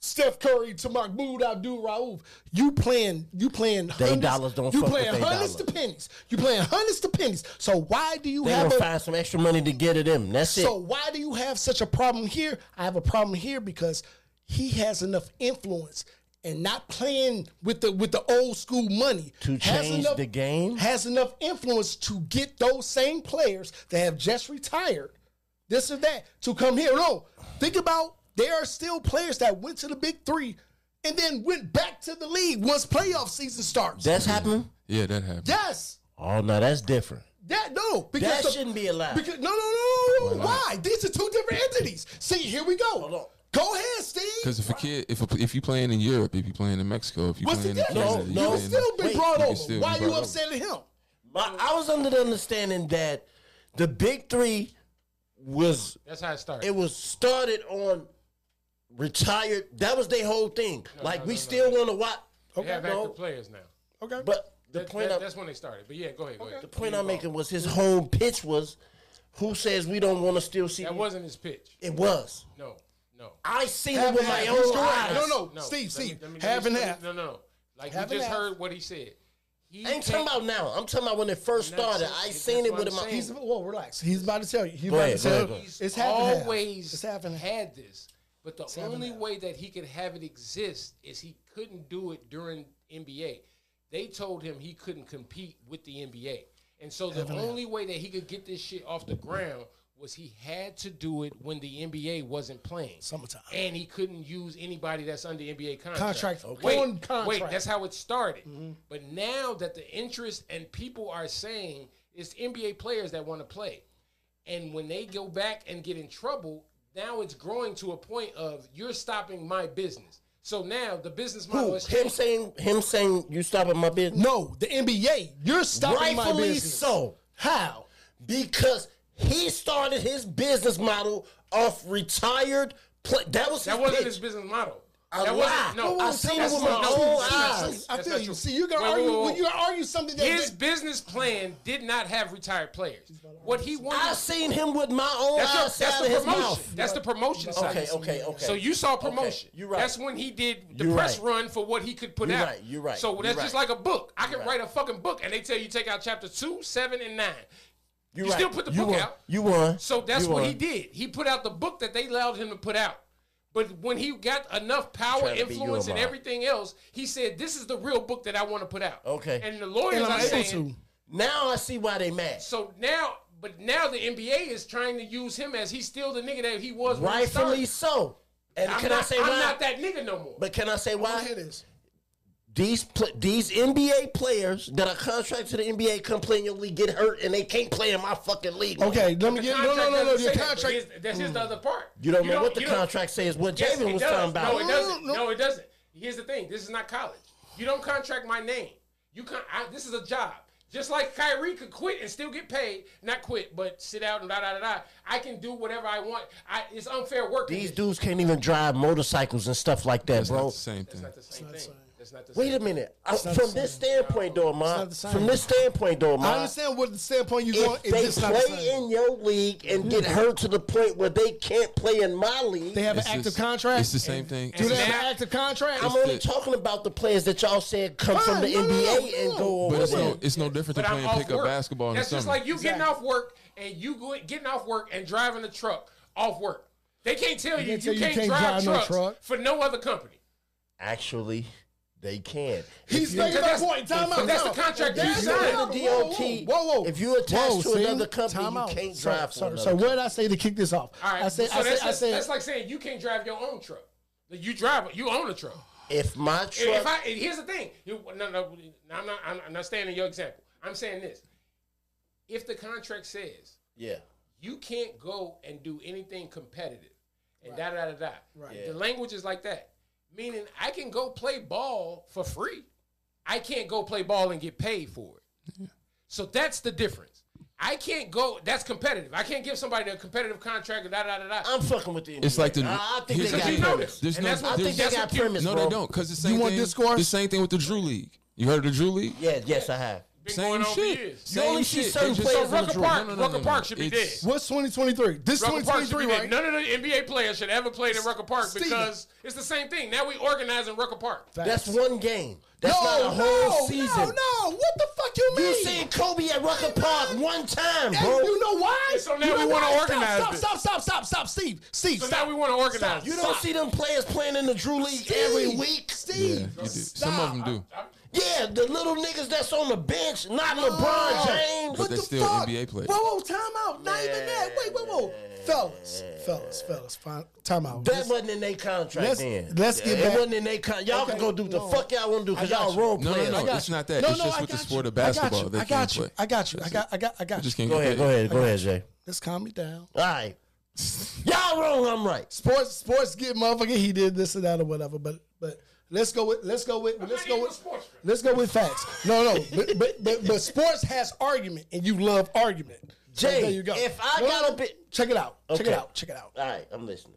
[SPEAKER 4] Steph Curry to Mahmoud Abdul Rauf, you playing, you playing hundreds,
[SPEAKER 3] dollars don't
[SPEAKER 4] you
[SPEAKER 3] fuck with
[SPEAKER 4] playing
[SPEAKER 3] they
[SPEAKER 4] hundreds
[SPEAKER 3] dollars.
[SPEAKER 4] to pennies, you playing hundreds to pennies. So why do you
[SPEAKER 3] They
[SPEAKER 4] have
[SPEAKER 3] gonna
[SPEAKER 4] a
[SPEAKER 3] find some extra money to get at him. That's
[SPEAKER 4] so
[SPEAKER 3] it.
[SPEAKER 4] why do you have such a problem here? I have a problem here because he has enough influence and not playing with the with the old school money
[SPEAKER 3] To
[SPEAKER 4] has
[SPEAKER 3] change the game?
[SPEAKER 4] has enough influence to get those same players that have just retired this or that to come here. No, think about there are still players that went to the big three and then went back to the league once playoff season starts.
[SPEAKER 3] That's happening.
[SPEAKER 2] Yeah, that happened.
[SPEAKER 4] yes.
[SPEAKER 3] Oh no, that's different.
[SPEAKER 4] That no, because
[SPEAKER 3] That
[SPEAKER 4] the-
[SPEAKER 3] shouldn't be allowed.
[SPEAKER 4] Because no, no, no, no, no. Why? These are two different entities. See, here we go. Go ahead, Steve.
[SPEAKER 2] Because if a kid, if a, if you playing in Europe, if you playing in Mexico, if you
[SPEAKER 4] What's the
[SPEAKER 2] playing in
[SPEAKER 4] difference?
[SPEAKER 2] Canada, you
[SPEAKER 3] No, no.
[SPEAKER 4] you
[SPEAKER 2] playing in-
[SPEAKER 4] still be
[SPEAKER 3] Wait,
[SPEAKER 4] brought
[SPEAKER 2] you can
[SPEAKER 4] over.
[SPEAKER 2] still be
[SPEAKER 4] Why are you
[SPEAKER 2] brought over.
[SPEAKER 4] upset at him?
[SPEAKER 3] My, I was under the understanding that the big three was
[SPEAKER 5] That's how it starts.
[SPEAKER 3] it was started on retired. That was their whole thing. like we still want to watch.
[SPEAKER 5] they have
[SPEAKER 3] no,
[SPEAKER 5] active players now.
[SPEAKER 4] Okay.
[SPEAKER 3] but the
[SPEAKER 5] That,
[SPEAKER 3] point
[SPEAKER 5] that-
[SPEAKER 3] I'm-
[SPEAKER 5] that's when they started. But yeah, go ahead. Go ahead.
[SPEAKER 3] the point I'm making was his whole pitch was, who says we don't want to still see?
[SPEAKER 5] That
[SPEAKER 3] you?"
[SPEAKER 5] wasn't his pitch.
[SPEAKER 3] It was.
[SPEAKER 5] No, no.
[SPEAKER 3] I seen it with my
[SPEAKER 4] half. He's
[SPEAKER 3] own
[SPEAKER 4] correct.
[SPEAKER 3] eyes.
[SPEAKER 4] No, no.
[SPEAKER 5] No,
[SPEAKER 4] Steve,
[SPEAKER 5] let me-
[SPEAKER 4] Steve,
[SPEAKER 5] let me- let
[SPEAKER 4] half
[SPEAKER 5] me-
[SPEAKER 4] and
[SPEAKER 5] let me-
[SPEAKER 4] half.
[SPEAKER 5] No, no, no. Like
[SPEAKER 4] Half
[SPEAKER 5] you
[SPEAKER 4] and
[SPEAKER 5] just
[SPEAKER 4] half.
[SPEAKER 5] heard what he said. He
[SPEAKER 3] I ain't talking
[SPEAKER 5] can't-
[SPEAKER 3] about now. I'm talking about when it first
[SPEAKER 5] That's
[SPEAKER 3] started.
[SPEAKER 5] it.
[SPEAKER 3] I
[SPEAKER 5] That's
[SPEAKER 3] seen it
[SPEAKER 5] what
[SPEAKER 3] with
[SPEAKER 5] I'm
[SPEAKER 3] my
[SPEAKER 5] saying.
[SPEAKER 4] He's well, relax. He's about to tell you. He's
[SPEAKER 3] Go
[SPEAKER 4] about
[SPEAKER 3] ahead,
[SPEAKER 4] to
[SPEAKER 3] go
[SPEAKER 4] tell
[SPEAKER 3] ahead,
[SPEAKER 4] you.
[SPEAKER 3] go ahead.
[SPEAKER 4] It's half and half.
[SPEAKER 5] always
[SPEAKER 4] It's half and half.
[SPEAKER 5] had this, but the
[SPEAKER 4] half and
[SPEAKER 5] only
[SPEAKER 4] half.
[SPEAKER 5] way that he could have it exist is he couldn't do it during NBA. They told him he couldn't compete with the NBA, and so the only way that he could get this shit off the ground was he had to do it when the NBA wasn't playing.
[SPEAKER 4] Summertime.
[SPEAKER 5] and he couldn't use anybody that's under NBA contract.
[SPEAKER 4] Contract. Okay.
[SPEAKER 5] Wait,
[SPEAKER 4] On contract. Mm-hmm.
[SPEAKER 5] wait, that's how it started. But now that the interest and people are saying it's NBA players that want to play. And when they go back and get in trouble, now it's growing to a point of you're stopping my business. So now the business model
[SPEAKER 3] Who?
[SPEAKER 5] is
[SPEAKER 3] Him saying him saying you stopping my business.
[SPEAKER 4] No, the NBA. You're stopping my
[SPEAKER 3] Rightfully
[SPEAKER 4] business.
[SPEAKER 3] so.
[SPEAKER 4] How?
[SPEAKER 3] Because he started his business model off retired play. That was his
[SPEAKER 5] that wasn't
[SPEAKER 3] pitch.
[SPEAKER 5] his business model.
[SPEAKER 3] A
[SPEAKER 5] that
[SPEAKER 3] lie.
[SPEAKER 5] wasn't
[SPEAKER 3] No,
[SPEAKER 5] no.
[SPEAKER 3] I
[SPEAKER 5] that's
[SPEAKER 3] seen it
[SPEAKER 5] not-
[SPEAKER 3] with my
[SPEAKER 5] no,
[SPEAKER 3] own
[SPEAKER 5] Oh, that's not
[SPEAKER 3] eyes.
[SPEAKER 5] true.
[SPEAKER 4] I
[SPEAKER 5] That's
[SPEAKER 4] feel
[SPEAKER 5] not
[SPEAKER 4] you.
[SPEAKER 5] true.
[SPEAKER 4] See, you're gonna
[SPEAKER 5] Wait, wait,
[SPEAKER 4] argue.
[SPEAKER 5] wait, wait.
[SPEAKER 4] When you argue something that
[SPEAKER 5] His business plan did not have retired players. What he wanted
[SPEAKER 3] I seen him with my own
[SPEAKER 5] That's, your,
[SPEAKER 3] eyes
[SPEAKER 5] that's
[SPEAKER 3] side
[SPEAKER 5] the
[SPEAKER 3] of his
[SPEAKER 5] promotion.
[SPEAKER 3] mouth.
[SPEAKER 5] That's the promotion side.
[SPEAKER 3] Okay, okay, okay.
[SPEAKER 5] So you saw promotion.
[SPEAKER 3] Okay, you're right.
[SPEAKER 5] That's when he did the
[SPEAKER 3] You're
[SPEAKER 5] press
[SPEAKER 3] right.
[SPEAKER 5] run for what he could put
[SPEAKER 3] You're
[SPEAKER 5] out.
[SPEAKER 3] right, you're right,
[SPEAKER 5] So
[SPEAKER 3] you're
[SPEAKER 5] that's just like
[SPEAKER 3] right.
[SPEAKER 5] a book. I can write a fucking book, and they tell you take out chapter two, seven, and nine. You, still put the
[SPEAKER 3] you
[SPEAKER 5] book
[SPEAKER 3] won.
[SPEAKER 5] out.
[SPEAKER 3] You won.
[SPEAKER 5] So that's
[SPEAKER 3] You
[SPEAKER 5] what
[SPEAKER 3] won.
[SPEAKER 5] he did. He put out the book that they allowed him to put out. But when he got enough power,
[SPEAKER 3] Trying to be
[SPEAKER 5] influence,
[SPEAKER 3] your
[SPEAKER 5] and
[SPEAKER 3] mom.
[SPEAKER 5] everything else, he said, "This is the real book that I want to put out."
[SPEAKER 3] Okay.
[SPEAKER 5] And the
[SPEAKER 4] And
[SPEAKER 5] lawyers
[SPEAKER 4] I'm
[SPEAKER 5] are
[SPEAKER 4] able
[SPEAKER 5] saying,
[SPEAKER 4] to.
[SPEAKER 3] Now I see why they mad.
[SPEAKER 5] so now, but now the NBA is trying to use him as he's still the nigga that he was. When he
[SPEAKER 3] Rightfully
[SPEAKER 5] started.
[SPEAKER 3] so. And
[SPEAKER 5] I'm,
[SPEAKER 3] can
[SPEAKER 5] not,
[SPEAKER 3] I say
[SPEAKER 5] I'm
[SPEAKER 3] why?
[SPEAKER 5] not that nigga no more.
[SPEAKER 3] But can I say
[SPEAKER 4] Go
[SPEAKER 3] why?
[SPEAKER 4] ahead is.
[SPEAKER 3] These pl- these NBA players that are contracted to the NBA come play in your league get hurt and they can't play in my fucking league. no
[SPEAKER 4] Okay, let me
[SPEAKER 5] The
[SPEAKER 4] get no,
[SPEAKER 5] contract
[SPEAKER 4] no, no, no.
[SPEAKER 5] doesn't
[SPEAKER 4] Your
[SPEAKER 5] say that, but
[SPEAKER 4] contract.
[SPEAKER 5] here's- that's here's the other part.
[SPEAKER 3] Hmm. You don't know what the
[SPEAKER 5] you don't-
[SPEAKER 3] contract says. What
[SPEAKER 5] Yes,
[SPEAKER 3] Javen
[SPEAKER 5] it
[SPEAKER 3] was
[SPEAKER 5] does.
[SPEAKER 3] talking about.
[SPEAKER 5] No, it doesn't.
[SPEAKER 4] No,
[SPEAKER 5] No,
[SPEAKER 4] no.
[SPEAKER 5] it doesn't. Here's the thing. This is not college. You don't contract my name. You can. I, this is a job. Just like Kyrie could quit and still get paid, not quit, but sit out and da da da da. I can do whatever I want. I, it's unfair work.
[SPEAKER 3] These dudes can't even drive motorcycles and stuff like that,
[SPEAKER 2] It's not
[SPEAKER 3] bro.
[SPEAKER 2] the same
[SPEAKER 5] That's
[SPEAKER 2] thing.
[SPEAKER 5] not the same thing. That's not the same.
[SPEAKER 3] Wait a minute. I-
[SPEAKER 4] not
[SPEAKER 3] from
[SPEAKER 4] the
[SPEAKER 3] this
[SPEAKER 4] same.
[SPEAKER 3] standpoint, though,
[SPEAKER 4] not
[SPEAKER 3] man.
[SPEAKER 4] the same.
[SPEAKER 3] From this standpoint, though, man.
[SPEAKER 4] I understand what the standpoint you're going.
[SPEAKER 3] If
[SPEAKER 4] It's
[SPEAKER 3] they
[SPEAKER 4] just not the
[SPEAKER 3] play
[SPEAKER 4] same.
[SPEAKER 3] in your league and get hurt to the point where they can't play in my league,
[SPEAKER 4] They have an
[SPEAKER 2] It's
[SPEAKER 4] active
[SPEAKER 2] just-
[SPEAKER 4] contract.
[SPEAKER 2] It's the same thing.
[SPEAKER 4] Do
[SPEAKER 2] It's
[SPEAKER 4] they
[SPEAKER 2] the-
[SPEAKER 4] have an active contract?
[SPEAKER 3] I'm
[SPEAKER 2] It's
[SPEAKER 3] only
[SPEAKER 2] the-
[SPEAKER 3] talking about the players that y'all said come from the
[SPEAKER 4] Fine, no, no,
[SPEAKER 3] NBA
[SPEAKER 4] no,
[SPEAKER 3] and go
[SPEAKER 4] no.
[SPEAKER 2] But
[SPEAKER 3] over
[SPEAKER 2] it's no,
[SPEAKER 3] there.
[SPEAKER 2] it's no different than playing
[SPEAKER 5] off
[SPEAKER 2] pickup
[SPEAKER 5] work.
[SPEAKER 2] basketball in the
[SPEAKER 5] That's
[SPEAKER 2] summer.
[SPEAKER 5] just like you getting off work and you go, getting off work and driving a truck off work. They can't tell you you,
[SPEAKER 4] can't tell
[SPEAKER 5] can't, drive,
[SPEAKER 4] no
[SPEAKER 5] trucks
[SPEAKER 4] truck.
[SPEAKER 5] for no other company.
[SPEAKER 3] Actually, they can.
[SPEAKER 4] He's
[SPEAKER 3] If you-
[SPEAKER 4] making my point. Time
[SPEAKER 5] But
[SPEAKER 4] out.
[SPEAKER 5] that's
[SPEAKER 4] time
[SPEAKER 5] the
[SPEAKER 4] out.
[SPEAKER 5] contract you
[SPEAKER 4] That's
[SPEAKER 3] If you
[SPEAKER 5] signed.
[SPEAKER 4] Whoa,
[SPEAKER 3] go to the
[SPEAKER 4] whoa,
[SPEAKER 3] DOT,
[SPEAKER 4] whoa, whoa.
[SPEAKER 3] if you attach
[SPEAKER 4] Whoa,
[SPEAKER 3] to
[SPEAKER 4] see?
[SPEAKER 3] another company,
[SPEAKER 4] Time
[SPEAKER 3] you
[SPEAKER 4] out.
[SPEAKER 3] can't
[SPEAKER 4] Sorry,
[SPEAKER 3] drive for
[SPEAKER 4] Sorry,
[SPEAKER 3] another
[SPEAKER 4] sorry. What did I say to kick this off?
[SPEAKER 5] All right.
[SPEAKER 4] I said,
[SPEAKER 5] so
[SPEAKER 4] I
[SPEAKER 5] that's,
[SPEAKER 4] said, I
[SPEAKER 5] just-
[SPEAKER 4] said,
[SPEAKER 5] that's like saying you can't drive your own truck. You drive it. You own a truck.
[SPEAKER 3] If my
[SPEAKER 5] If-
[SPEAKER 3] truck,
[SPEAKER 5] If I and here's the thing, you, no, no, I'm not. I'm- I'm not standing your example. I'm saying this. If the contract says
[SPEAKER 3] yeah,
[SPEAKER 5] you can't go and do anything competitive and da da da da. Right. The language is like that. Meaning I can go play ball for free. I can't go play ball and get paid for it. So that's the difference. I can't go that's competitive. I can't give somebody a competitive contract and da da da da.
[SPEAKER 3] I'm fucking with the NBA.
[SPEAKER 2] It's like the.
[SPEAKER 3] I, I think
[SPEAKER 2] here's the
[SPEAKER 3] they
[SPEAKER 5] thing.
[SPEAKER 3] got
[SPEAKER 2] thing.
[SPEAKER 5] You know
[SPEAKER 3] premise.
[SPEAKER 5] this.
[SPEAKER 2] There's
[SPEAKER 5] And
[SPEAKER 2] no-
[SPEAKER 5] that's what-
[SPEAKER 3] I
[SPEAKER 2] there's-
[SPEAKER 3] think they
[SPEAKER 5] That's
[SPEAKER 3] got
[SPEAKER 5] what you-
[SPEAKER 3] premise,
[SPEAKER 2] No,
[SPEAKER 3] bro.
[SPEAKER 2] they don't. Cause the same
[SPEAKER 4] want
[SPEAKER 2] thing.
[SPEAKER 4] discourse?
[SPEAKER 2] The same thing with the Drew League. You heard of the Drew League?
[SPEAKER 3] Yeah, yes, I have.
[SPEAKER 5] Been
[SPEAKER 2] Same
[SPEAKER 5] going on
[SPEAKER 2] shit.
[SPEAKER 5] for years.
[SPEAKER 3] You
[SPEAKER 2] Same
[SPEAKER 3] only see
[SPEAKER 2] shit.
[SPEAKER 3] certain
[SPEAKER 2] They just-
[SPEAKER 3] players in the
[SPEAKER 5] Rucker
[SPEAKER 3] Drew.
[SPEAKER 5] Park-
[SPEAKER 2] No, no, no,
[SPEAKER 5] Rucker
[SPEAKER 2] no,
[SPEAKER 5] Park
[SPEAKER 2] no.
[SPEAKER 5] should be
[SPEAKER 2] It's-
[SPEAKER 5] dead.
[SPEAKER 4] what's 2023? This
[SPEAKER 5] Rucker Park should be
[SPEAKER 4] 2023,
[SPEAKER 5] dead.
[SPEAKER 4] right?
[SPEAKER 5] None of the NBA players should ever play in Rucker Park
[SPEAKER 4] Steven.
[SPEAKER 5] because it's the same thing. Now we organize in Rucker Park.
[SPEAKER 3] That's one game.
[SPEAKER 4] no,
[SPEAKER 3] That's not a whole
[SPEAKER 4] no,
[SPEAKER 3] season.
[SPEAKER 4] No, no. What the fuck you mean?
[SPEAKER 3] You seen Kobe at Rucker Park one time,
[SPEAKER 4] And
[SPEAKER 3] bro.
[SPEAKER 4] you know why?
[SPEAKER 5] So now
[SPEAKER 4] You know
[SPEAKER 5] we wanna
[SPEAKER 4] why?
[SPEAKER 5] organize
[SPEAKER 4] Stop,
[SPEAKER 5] it.
[SPEAKER 4] stop, stop, stop, stop, Steve. Steve,
[SPEAKER 5] So
[SPEAKER 4] stop.
[SPEAKER 5] now we want to organize.
[SPEAKER 3] You don't see them players playing in the Drew League
[SPEAKER 4] Steve,
[SPEAKER 3] every week.
[SPEAKER 2] Yeah,
[SPEAKER 4] Steve.
[SPEAKER 2] you do. Some
[SPEAKER 4] Stop.
[SPEAKER 2] of them do.
[SPEAKER 3] Yeah, the little niggas that's on the bench, not LeBron James.
[SPEAKER 2] But- they're still NBA players.
[SPEAKER 4] Whoa, whoa, time out. Not even that. Wait, whoa, whoa. Fellas, fellas, fellas, fine. time out.
[SPEAKER 3] That wasn't in their contract
[SPEAKER 4] let's-
[SPEAKER 3] then.
[SPEAKER 4] let's get
[SPEAKER 3] It
[SPEAKER 4] back-
[SPEAKER 3] wasn't in their contract. Y'all
[SPEAKER 4] Okay,
[SPEAKER 3] can go do the
[SPEAKER 4] no.
[SPEAKER 3] fuck y'all want to do because
[SPEAKER 4] I got
[SPEAKER 3] y'all
[SPEAKER 4] you.
[SPEAKER 3] role
[SPEAKER 2] No,
[SPEAKER 3] players.
[SPEAKER 2] no,
[SPEAKER 3] I
[SPEAKER 2] no.
[SPEAKER 3] got
[SPEAKER 2] It's
[SPEAKER 3] you.
[SPEAKER 2] not that.
[SPEAKER 4] No,
[SPEAKER 2] it's
[SPEAKER 4] no,
[SPEAKER 2] just
[SPEAKER 4] I
[SPEAKER 2] with the
[SPEAKER 4] got
[SPEAKER 2] sport
[SPEAKER 4] you.
[SPEAKER 2] of basketball. They
[SPEAKER 4] I got you.
[SPEAKER 2] can't play.
[SPEAKER 4] I got you. I got you. I got I got I
[SPEAKER 2] They
[SPEAKER 4] got
[SPEAKER 2] just
[SPEAKER 4] you.
[SPEAKER 2] can't
[SPEAKER 3] Go
[SPEAKER 2] get
[SPEAKER 3] ahead, go
[SPEAKER 2] paid.
[SPEAKER 3] ahead, go ahead, Jay.
[SPEAKER 4] Let's calm me down.
[SPEAKER 3] All right. Y'all wrong, I'm right.
[SPEAKER 4] Sports sports get motherfucker he did this and that or whatever, but but let's go with let's go with let's go with let's go with facts. No, no, but but but, but sports has argument and you love argument. So
[SPEAKER 3] Jay,
[SPEAKER 4] there you go.
[SPEAKER 3] if I got a bit-
[SPEAKER 4] check it out. Check
[SPEAKER 3] Okay.
[SPEAKER 4] it out. Check it out.
[SPEAKER 3] All right, I'm listening.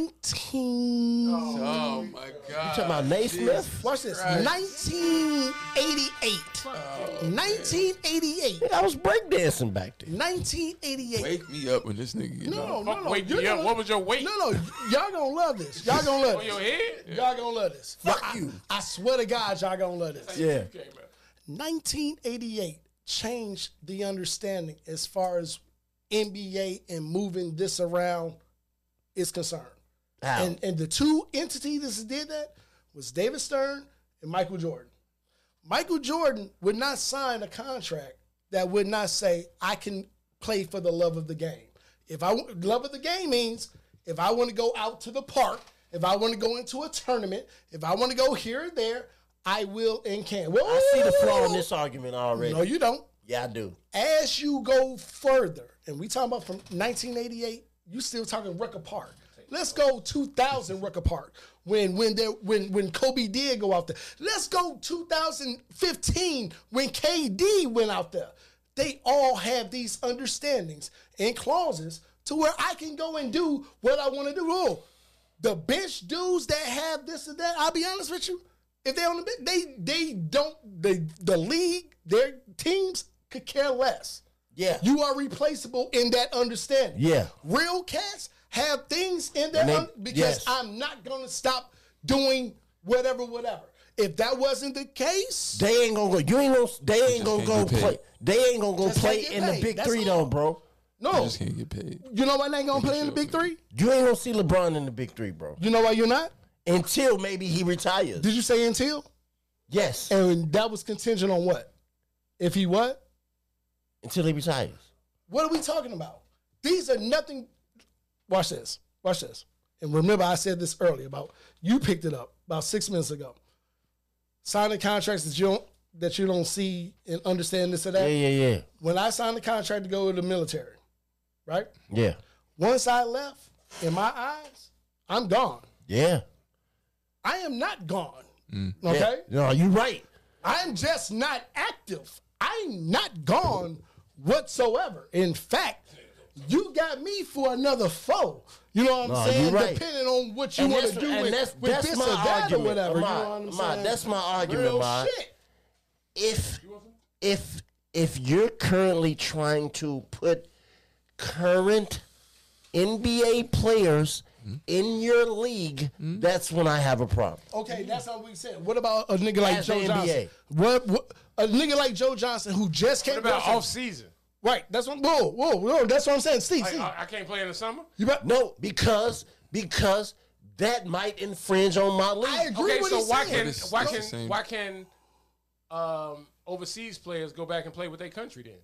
[SPEAKER 4] 19
[SPEAKER 5] Oh my God.
[SPEAKER 3] Talking about Naismith?
[SPEAKER 4] Watch this. 1988.
[SPEAKER 5] Oh.
[SPEAKER 4] 1988.
[SPEAKER 3] I was breakdancing back then.
[SPEAKER 4] 1988.
[SPEAKER 2] Wake me up when this nigga get
[SPEAKER 4] No, no,
[SPEAKER 2] off.
[SPEAKER 4] no. no.
[SPEAKER 5] Wait,
[SPEAKER 4] You're
[SPEAKER 5] yeah,
[SPEAKER 4] gonna-
[SPEAKER 5] what was your weight?
[SPEAKER 4] No, no. Y'all gonna love this. Y'all gonna love
[SPEAKER 5] On your head?
[SPEAKER 4] this. Y'all gonna love this. Fuck you. I swear to God, y'all gonna love this.
[SPEAKER 3] Yeah.
[SPEAKER 4] 1988 changed the understanding as far as NBA and moving this around is concerned.
[SPEAKER 3] How?
[SPEAKER 4] And and the two entities that did that was David Stern and Michael Jordan. Michael Jordan would not sign a contract that would not say I can play for the love of the game. If I want- love of the game means if I want to go out to the park, if I want to go into a tournament, if I want to go here or there, I will and can. Well,
[SPEAKER 3] I see the flaw in this argument already.
[SPEAKER 4] No, you don't
[SPEAKER 3] yeah, I do.
[SPEAKER 4] as you go further, and we talking about from 1988, you still talking Rucker Park. Let's go 2000 Rucker Park when when there when when Kobe did go out there. Let's go 2015 when KD went out there. They all have these understandings and clauses to where I can go and do what I want to do. Oh, the bench dudes that have this and that, I'll be honest with you, if they on the bench, they they don't they the league, their teams could care less.
[SPEAKER 3] Yeah.
[SPEAKER 4] You are replaceable in that understanding.
[SPEAKER 3] Yeah.
[SPEAKER 4] Real cats have things in their
[SPEAKER 3] And they-
[SPEAKER 4] un- because
[SPEAKER 3] yes.
[SPEAKER 4] I'm not gonna stop doing whatever, whatever. If that wasn't the case,
[SPEAKER 3] They ain't gonna go. You ain't gonna. They ain't gonna
[SPEAKER 2] can't
[SPEAKER 3] go
[SPEAKER 2] get paid.
[SPEAKER 3] play. They ain't gonna go
[SPEAKER 4] Just
[SPEAKER 3] play
[SPEAKER 4] can't get
[SPEAKER 3] in the
[SPEAKER 4] paid.
[SPEAKER 3] big
[SPEAKER 4] That's
[SPEAKER 3] three
[SPEAKER 4] all.
[SPEAKER 3] though, bro.
[SPEAKER 2] I
[SPEAKER 4] no.
[SPEAKER 2] just can't get paid.
[SPEAKER 4] You know why they ain't gonna play in the big three?
[SPEAKER 3] You ain't gonna see LeBron in the big three, bro.
[SPEAKER 4] You know why you're not?
[SPEAKER 3] Until maybe he retires.
[SPEAKER 4] Did you say until?
[SPEAKER 3] yes.
[SPEAKER 4] And that was contingent on what? If he what?
[SPEAKER 3] Until he retires.
[SPEAKER 4] What are we talking about? These are nothing. Watch this. Watch this. And remember, I said this earlier about you picked it up about six minutes ago. Signing contracts that you don't that you don't see and understand this or
[SPEAKER 3] Yeah,
[SPEAKER 4] that.
[SPEAKER 3] yeah, yeah,
[SPEAKER 4] When I signed the contract to go to the military, right?
[SPEAKER 3] yeah,
[SPEAKER 4] Once I left, in my eyes, I'm gone.
[SPEAKER 3] yeah.
[SPEAKER 4] I am not gone.
[SPEAKER 2] Mm.
[SPEAKER 4] Okay.
[SPEAKER 3] No, you right.
[SPEAKER 4] I'm just not active. I'm not gone whatsoever. In fact, you got me for another foe. You know what I'm
[SPEAKER 3] Nah,
[SPEAKER 4] saying?
[SPEAKER 3] you right.
[SPEAKER 4] Depending on what you
[SPEAKER 3] And
[SPEAKER 4] want to
[SPEAKER 3] that's-
[SPEAKER 4] do
[SPEAKER 3] and
[SPEAKER 4] with,
[SPEAKER 3] that's-
[SPEAKER 4] with
[SPEAKER 3] that's
[SPEAKER 4] this
[SPEAKER 3] my
[SPEAKER 4] or that
[SPEAKER 3] argument,
[SPEAKER 4] or whatever.
[SPEAKER 3] Ahmad.
[SPEAKER 4] you know what I'm
[SPEAKER 3] Ahmad,
[SPEAKER 4] saying?
[SPEAKER 3] that's my argument,
[SPEAKER 4] Real
[SPEAKER 3] Ahmad.
[SPEAKER 4] shit.
[SPEAKER 3] If if if you're currently trying to put current NBA players
[SPEAKER 2] Mm.
[SPEAKER 3] in your league, that's when I have a problem.
[SPEAKER 4] Okay, that's how we said. What about a nigga like
[SPEAKER 3] As
[SPEAKER 4] Joe
[SPEAKER 3] the
[SPEAKER 4] Johnson?
[SPEAKER 3] NBA.
[SPEAKER 4] What, what uh, a nigga like Joe Johnson who just came
[SPEAKER 5] What about
[SPEAKER 4] from-
[SPEAKER 5] off season?
[SPEAKER 4] Right, that's what. Whoa, whoa, whoa. That's what I'm saying. See,
[SPEAKER 5] Like,
[SPEAKER 4] see,
[SPEAKER 5] I, I can't play in the summer.
[SPEAKER 4] you bet-
[SPEAKER 3] No, because because that might infringe on my league.
[SPEAKER 4] I agree
[SPEAKER 5] Okay,
[SPEAKER 4] with
[SPEAKER 5] so
[SPEAKER 4] what
[SPEAKER 5] why
[SPEAKER 4] he's saying.
[SPEAKER 5] can
[SPEAKER 2] it's-
[SPEAKER 5] why
[SPEAKER 2] it's the
[SPEAKER 5] can
[SPEAKER 2] same.
[SPEAKER 5] why can um, overseas players go back and play with their country then?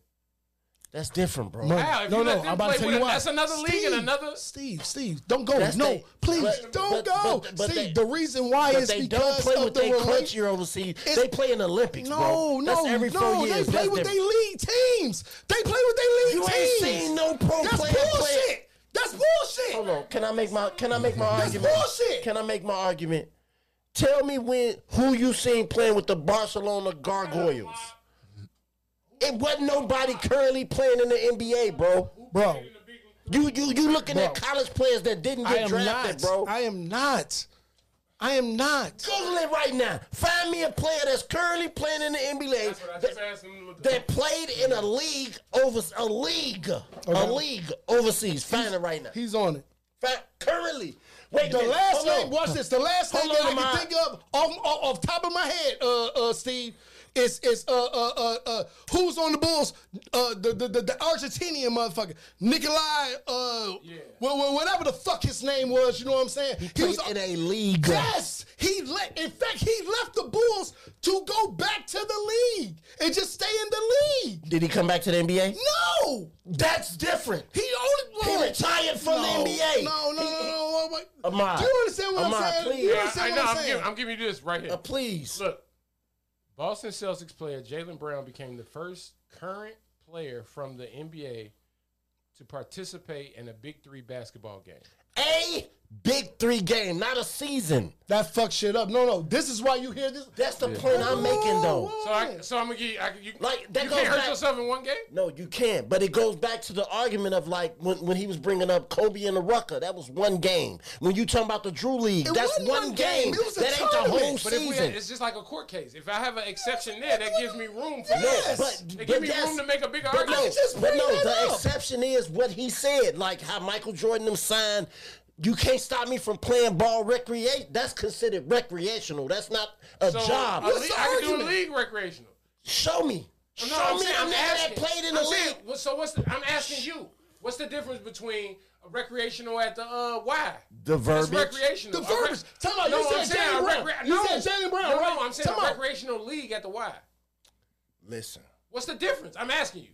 [SPEAKER 3] That's different, bro.
[SPEAKER 5] Wow, if you let them play with it, that's another league and another-
[SPEAKER 4] Steve, Steve, don't go.
[SPEAKER 3] That's
[SPEAKER 4] no,
[SPEAKER 3] they-
[SPEAKER 4] please
[SPEAKER 3] but-
[SPEAKER 4] don't
[SPEAKER 3] but-
[SPEAKER 4] go.
[SPEAKER 3] but- but
[SPEAKER 4] Steve,
[SPEAKER 3] they-
[SPEAKER 4] the reason why
[SPEAKER 3] But
[SPEAKER 4] is
[SPEAKER 3] they don't
[SPEAKER 4] because
[SPEAKER 3] play
[SPEAKER 4] of
[SPEAKER 3] with
[SPEAKER 4] the
[SPEAKER 3] their
[SPEAKER 4] relation-
[SPEAKER 3] country overseas.
[SPEAKER 4] It's-
[SPEAKER 3] They play in the Olympics,
[SPEAKER 4] No,
[SPEAKER 3] bro.
[SPEAKER 4] no,
[SPEAKER 3] That's every
[SPEAKER 4] no.
[SPEAKER 3] four years.
[SPEAKER 4] They play
[SPEAKER 3] That's
[SPEAKER 4] with their
[SPEAKER 3] different.
[SPEAKER 4] league teams. They play with their
[SPEAKER 3] You
[SPEAKER 4] league
[SPEAKER 3] ain't
[SPEAKER 4] teams.
[SPEAKER 3] seen no pro
[SPEAKER 4] That's
[SPEAKER 3] player
[SPEAKER 4] bullshit.
[SPEAKER 3] play-
[SPEAKER 4] That's bullshit.
[SPEAKER 3] Hold on. Can I make my Can I make my argument?
[SPEAKER 4] bullshit.
[SPEAKER 3] Can I make my argument? Tell me when who you seen playing with the Barcelona Gargoyles? It wasn't nobody currently playing in the NBA, bro.
[SPEAKER 4] Bro,
[SPEAKER 3] You you you looking at college players that didn't
[SPEAKER 4] I
[SPEAKER 3] get
[SPEAKER 4] am
[SPEAKER 3] drafted,
[SPEAKER 4] not.
[SPEAKER 3] bro.
[SPEAKER 4] I am not. I am not.
[SPEAKER 3] Google it right now. Find me a player that's currently playing in the NBA
[SPEAKER 5] That's what I just
[SPEAKER 3] that,
[SPEAKER 5] asked him. to-
[SPEAKER 3] that played in a league over a league
[SPEAKER 4] Okay.
[SPEAKER 3] a league overseas. Find it right now.
[SPEAKER 4] He's on it.
[SPEAKER 3] Find, currently, wait. a
[SPEAKER 4] The
[SPEAKER 3] minute.
[SPEAKER 4] last
[SPEAKER 3] Hold on.
[SPEAKER 4] thing, watch this. The last thing
[SPEAKER 3] Hold
[SPEAKER 4] that I
[SPEAKER 3] on,
[SPEAKER 4] can
[SPEAKER 3] Ma.
[SPEAKER 4] think of off, off, off top of my head, uh, uh, Steve, is is uh, uh, uh, uh, who's on the Bulls? Uh, the, the the the Argentinian motherfucker, Nikolai, uh, wha- wha- whatever the fuck his name was. You know what I'm saying? He,
[SPEAKER 3] Played in a league.
[SPEAKER 4] Yes, He let. In fact, he left the Bulls to go back to the league and just stay in the league.
[SPEAKER 3] Did he come back to the NBA?
[SPEAKER 4] No, that's different. He only
[SPEAKER 3] He retired from the
[SPEAKER 4] No,
[SPEAKER 3] NBA.
[SPEAKER 4] No, no, no, no. What, what?
[SPEAKER 3] Ahmad.
[SPEAKER 4] Do you understand what
[SPEAKER 3] Ahmad,
[SPEAKER 4] I'm saying?
[SPEAKER 3] please.
[SPEAKER 4] You
[SPEAKER 3] I-
[SPEAKER 5] I
[SPEAKER 4] understand
[SPEAKER 5] know.
[SPEAKER 4] what I'm
[SPEAKER 5] I'm
[SPEAKER 4] saying?
[SPEAKER 5] giving, I'm giving you this right here.
[SPEAKER 3] Uh, please.
[SPEAKER 5] Look, Boston Celtics player Jalen Brown became the first current player from the NBA to participate in a Big Three basketball game.
[SPEAKER 3] A big three game, not a season.
[SPEAKER 4] that fuck shit up. No, no. This is why you hear this.
[SPEAKER 3] That's the point I'm making, though.
[SPEAKER 5] So, I, so I'm gonna give you. I, you
[SPEAKER 3] Like, that
[SPEAKER 5] you
[SPEAKER 3] goes
[SPEAKER 5] can't hurt
[SPEAKER 3] back-
[SPEAKER 5] yourself in one game.
[SPEAKER 3] No, you can't. But it goes back to the argument of like when, when he was bringing up Kobe and the Rucker. That was one game. When you talking about the Drew League,
[SPEAKER 4] It
[SPEAKER 3] that's
[SPEAKER 4] wasn't
[SPEAKER 3] one,
[SPEAKER 4] one
[SPEAKER 3] game.
[SPEAKER 4] game. It was a
[SPEAKER 3] that ain't the
[SPEAKER 4] tournament.
[SPEAKER 3] whole
[SPEAKER 5] But if we,
[SPEAKER 3] season.
[SPEAKER 5] it's just like a court case. If I have an exception there, that gives me room for
[SPEAKER 3] No,
[SPEAKER 5] this.
[SPEAKER 3] but-
[SPEAKER 5] it
[SPEAKER 3] but
[SPEAKER 5] gives me
[SPEAKER 3] that's-
[SPEAKER 5] room to make a bigger
[SPEAKER 3] But no,
[SPEAKER 5] argument.
[SPEAKER 4] just
[SPEAKER 3] but
[SPEAKER 4] bring
[SPEAKER 3] no,
[SPEAKER 4] that
[SPEAKER 3] the
[SPEAKER 4] up.
[SPEAKER 3] exception is what he said, like how Michael Jordan them signed. You can't stop me from playing ball recreate. That's considered recreational. That's not a
[SPEAKER 5] So,
[SPEAKER 3] job.
[SPEAKER 5] a league-
[SPEAKER 3] the
[SPEAKER 5] I can do a
[SPEAKER 3] argument?
[SPEAKER 5] league recreational.
[SPEAKER 3] Show me.
[SPEAKER 5] No,
[SPEAKER 3] Show
[SPEAKER 5] I'm
[SPEAKER 3] me
[SPEAKER 5] saying,
[SPEAKER 3] a
[SPEAKER 5] I'm
[SPEAKER 3] nigga that
[SPEAKER 5] asking.
[SPEAKER 3] played in the
[SPEAKER 5] I'm
[SPEAKER 3] league.
[SPEAKER 5] saying, well, so what's? The, I'm asking you. What's the difference between a recreational at the uh why?
[SPEAKER 3] The
[SPEAKER 5] That's
[SPEAKER 3] verbiage.
[SPEAKER 5] recreational.
[SPEAKER 4] The
[SPEAKER 5] A rec-
[SPEAKER 4] verbiage. Time out, you
[SPEAKER 5] No,
[SPEAKER 4] said
[SPEAKER 5] I'm saying
[SPEAKER 4] Jaylen
[SPEAKER 5] a
[SPEAKER 4] Brown.
[SPEAKER 5] recre-
[SPEAKER 4] You
[SPEAKER 5] no,
[SPEAKER 4] said Jaylen Brown,
[SPEAKER 5] No,
[SPEAKER 4] right?
[SPEAKER 5] no, I'm saying
[SPEAKER 4] Time
[SPEAKER 5] a
[SPEAKER 4] out.
[SPEAKER 5] recreational league at the Y.
[SPEAKER 3] Listen,
[SPEAKER 5] What's the difference? I'm asking you.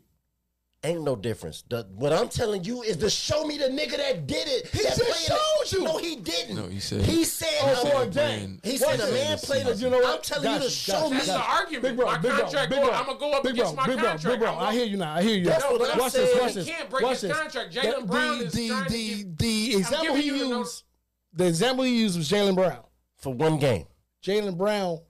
[SPEAKER 3] ain't no difference. The, what I'm telling you is to show me the nigga that did it. He
[SPEAKER 4] just showed you.
[SPEAKER 3] No, he didn't.
[SPEAKER 2] No, he said-
[SPEAKER 3] He said
[SPEAKER 4] Oh,
[SPEAKER 3] a
[SPEAKER 4] for a
[SPEAKER 3] man-
[SPEAKER 4] game.
[SPEAKER 3] He
[SPEAKER 4] What
[SPEAKER 3] said a
[SPEAKER 4] is
[SPEAKER 3] man
[SPEAKER 4] this?
[SPEAKER 3] played. A,
[SPEAKER 4] You know what?
[SPEAKER 3] I'm telling you
[SPEAKER 4] Gotcha,
[SPEAKER 3] to show
[SPEAKER 4] gotcha,
[SPEAKER 3] me.
[SPEAKER 5] That's the argument.
[SPEAKER 4] Big bro,
[SPEAKER 5] my
[SPEAKER 4] big bro,
[SPEAKER 5] contract.
[SPEAKER 4] big bro.
[SPEAKER 5] I'm gonna go up
[SPEAKER 4] big
[SPEAKER 5] against
[SPEAKER 4] bro,
[SPEAKER 5] my
[SPEAKER 4] big bro,
[SPEAKER 5] contract.
[SPEAKER 4] Big bro,
[SPEAKER 5] I'ma-
[SPEAKER 4] I hear you now. I hear you.
[SPEAKER 3] That's
[SPEAKER 4] now.
[SPEAKER 3] what I'm
[SPEAKER 4] watch this,
[SPEAKER 3] saying.
[SPEAKER 4] watch
[SPEAKER 3] He
[SPEAKER 4] this.
[SPEAKER 5] can't break
[SPEAKER 4] watch
[SPEAKER 5] his
[SPEAKER 4] this.
[SPEAKER 5] contract.
[SPEAKER 4] The-
[SPEAKER 5] Jaylen Brown
[SPEAKER 4] the,
[SPEAKER 5] is
[SPEAKER 4] the,
[SPEAKER 5] trying to
[SPEAKER 4] the,
[SPEAKER 5] give-
[SPEAKER 4] the example
[SPEAKER 5] giving
[SPEAKER 4] he
[SPEAKER 5] you the
[SPEAKER 4] used.
[SPEAKER 5] notice.
[SPEAKER 4] The example he used was Jalen Brown.
[SPEAKER 3] for one game.
[SPEAKER 4] Jalen Brown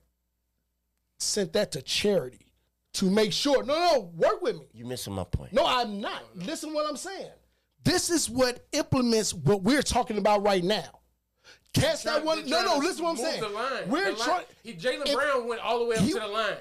[SPEAKER 4] sent that to charity to make sure. No, no, work with me.
[SPEAKER 3] You missing my point.
[SPEAKER 4] No, I'm not. Listen what I'm saying. This is what implements what we're talking about right now. Catch that
[SPEAKER 5] Trying-
[SPEAKER 4] one.
[SPEAKER 5] they're
[SPEAKER 4] No, no,
[SPEAKER 5] trying to
[SPEAKER 4] listen what I'm
[SPEAKER 5] move
[SPEAKER 4] saying.
[SPEAKER 5] The line.
[SPEAKER 4] We're
[SPEAKER 5] The line-
[SPEAKER 4] trying.
[SPEAKER 5] He Jalen
[SPEAKER 4] if-
[SPEAKER 5] Brown went all the way up
[SPEAKER 4] he-
[SPEAKER 5] to the line.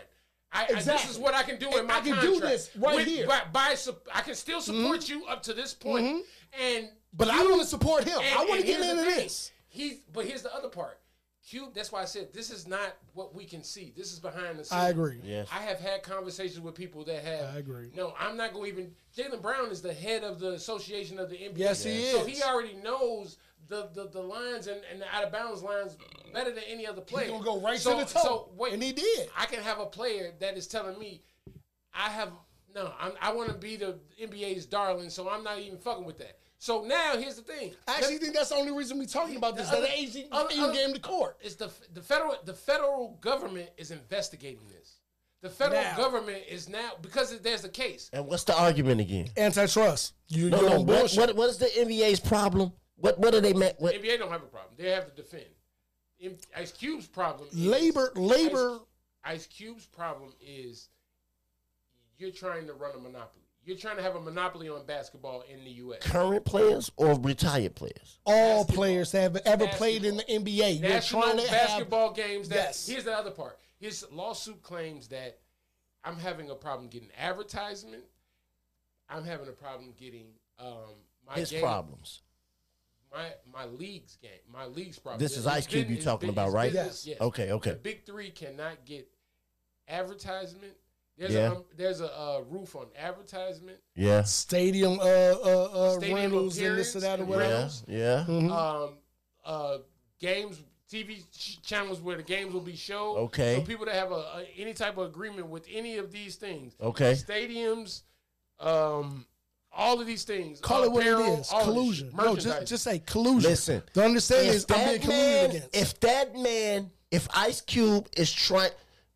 [SPEAKER 5] I, I, this
[SPEAKER 4] Exactly.
[SPEAKER 5] is what I can do in
[SPEAKER 4] And
[SPEAKER 5] my
[SPEAKER 4] I can do
[SPEAKER 5] contract.
[SPEAKER 4] this right
[SPEAKER 5] With-
[SPEAKER 4] here. Mm-hmm.
[SPEAKER 5] By, by sup- I can still support you up to this point. And
[SPEAKER 4] But I
[SPEAKER 5] you-
[SPEAKER 4] want to support him.
[SPEAKER 5] and-
[SPEAKER 4] I want to
[SPEAKER 5] and
[SPEAKER 4] get
[SPEAKER 5] here's
[SPEAKER 4] into
[SPEAKER 5] the thing.
[SPEAKER 4] this.
[SPEAKER 5] He's but here's the other part. Cube. That's why I said this is not what we can see. This is behind the scenes.
[SPEAKER 4] I agree.
[SPEAKER 3] Yes.
[SPEAKER 5] I have had conversations with people that have.
[SPEAKER 4] I agree.
[SPEAKER 5] No, I'm not going to even. Jalen Brown is the head of the association of the NBA.
[SPEAKER 4] Yes, he
[SPEAKER 5] So
[SPEAKER 4] is.
[SPEAKER 5] he already knows the the, the lines and, and the out of bounds lines better than any other player.
[SPEAKER 4] He's gonna go right
[SPEAKER 5] so,
[SPEAKER 4] to the top,
[SPEAKER 5] So wait,
[SPEAKER 4] and he did.
[SPEAKER 5] I can have a player that is telling me, I have no. I'm, I want to be the NBA's darling, so I'm not even fucking with that. So now here's the thing.
[SPEAKER 4] I actually think that's the only reason we're talking about this. That
[SPEAKER 5] other-
[SPEAKER 4] the Asian
[SPEAKER 5] other-
[SPEAKER 4] Asian
[SPEAKER 5] other-
[SPEAKER 4] game to court.
[SPEAKER 5] It's the the federal the federal government is investigating this. The federal
[SPEAKER 4] Now.
[SPEAKER 5] government is now because there's a case.
[SPEAKER 3] And what's the argument again?
[SPEAKER 4] Antitrust. You
[SPEAKER 3] No,
[SPEAKER 4] you're
[SPEAKER 3] no.
[SPEAKER 4] on
[SPEAKER 3] What,
[SPEAKER 4] bullshit.
[SPEAKER 3] what, what is the NBA's problem? What what are they met? What,
[SPEAKER 5] NBA don't have a problem. They have to defend. In- Ice Cube's problem. is-
[SPEAKER 4] labor, labor.
[SPEAKER 5] Ice, Ice Cube's problem is you're trying to run a monopoly. You're trying to have a monopoly on basketball in the U.S.
[SPEAKER 3] current players or retired players?
[SPEAKER 4] All players that have ever played in the NBA. You're
[SPEAKER 5] national
[SPEAKER 4] trying to have
[SPEAKER 5] basketball games. That
[SPEAKER 4] Yes.
[SPEAKER 5] here's the other part. His lawsuit claims that I'm having a problem getting advertisement. I'm having a problem getting um, my
[SPEAKER 3] His
[SPEAKER 5] game-
[SPEAKER 3] problems.
[SPEAKER 5] My my league's game. My league's problem.
[SPEAKER 3] This is Ice Cube you talking about, right?
[SPEAKER 5] Yes.
[SPEAKER 4] Yes.
[SPEAKER 3] Okay, okay.
[SPEAKER 5] The big three cannot get advertisement. There's
[SPEAKER 3] Yeah.
[SPEAKER 5] a um, there's a uh, roof on advertisement.
[SPEAKER 3] Yeah.
[SPEAKER 4] stadium uh uh uh
[SPEAKER 5] Stadium
[SPEAKER 4] rentals and this and that or
[SPEAKER 5] appearance.
[SPEAKER 4] whatever.
[SPEAKER 3] Yeah.
[SPEAKER 5] Rentals.
[SPEAKER 3] Yeah.
[SPEAKER 5] um, uh, games, TV ch- channels where the games will be showed.
[SPEAKER 3] Okay.
[SPEAKER 5] So people that have a, a any type of agreement with any of these things.
[SPEAKER 3] Okay.
[SPEAKER 5] Stadiums, um, all of these things.
[SPEAKER 4] Call
[SPEAKER 5] uh,
[SPEAKER 4] it what it
[SPEAKER 5] apparel,
[SPEAKER 4] is.
[SPEAKER 5] all of this
[SPEAKER 4] Collusion.
[SPEAKER 5] shit.
[SPEAKER 4] No, just
[SPEAKER 5] Merchandise.
[SPEAKER 4] Mm, just say collusion.
[SPEAKER 3] Listen,
[SPEAKER 4] The understanding is
[SPEAKER 3] If
[SPEAKER 4] I'm being
[SPEAKER 3] that
[SPEAKER 4] colluded
[SPEAKER 3] man,
[SPEAKER 4] against.
[SPEAKER 3] if that man, if Ice Cube is trying,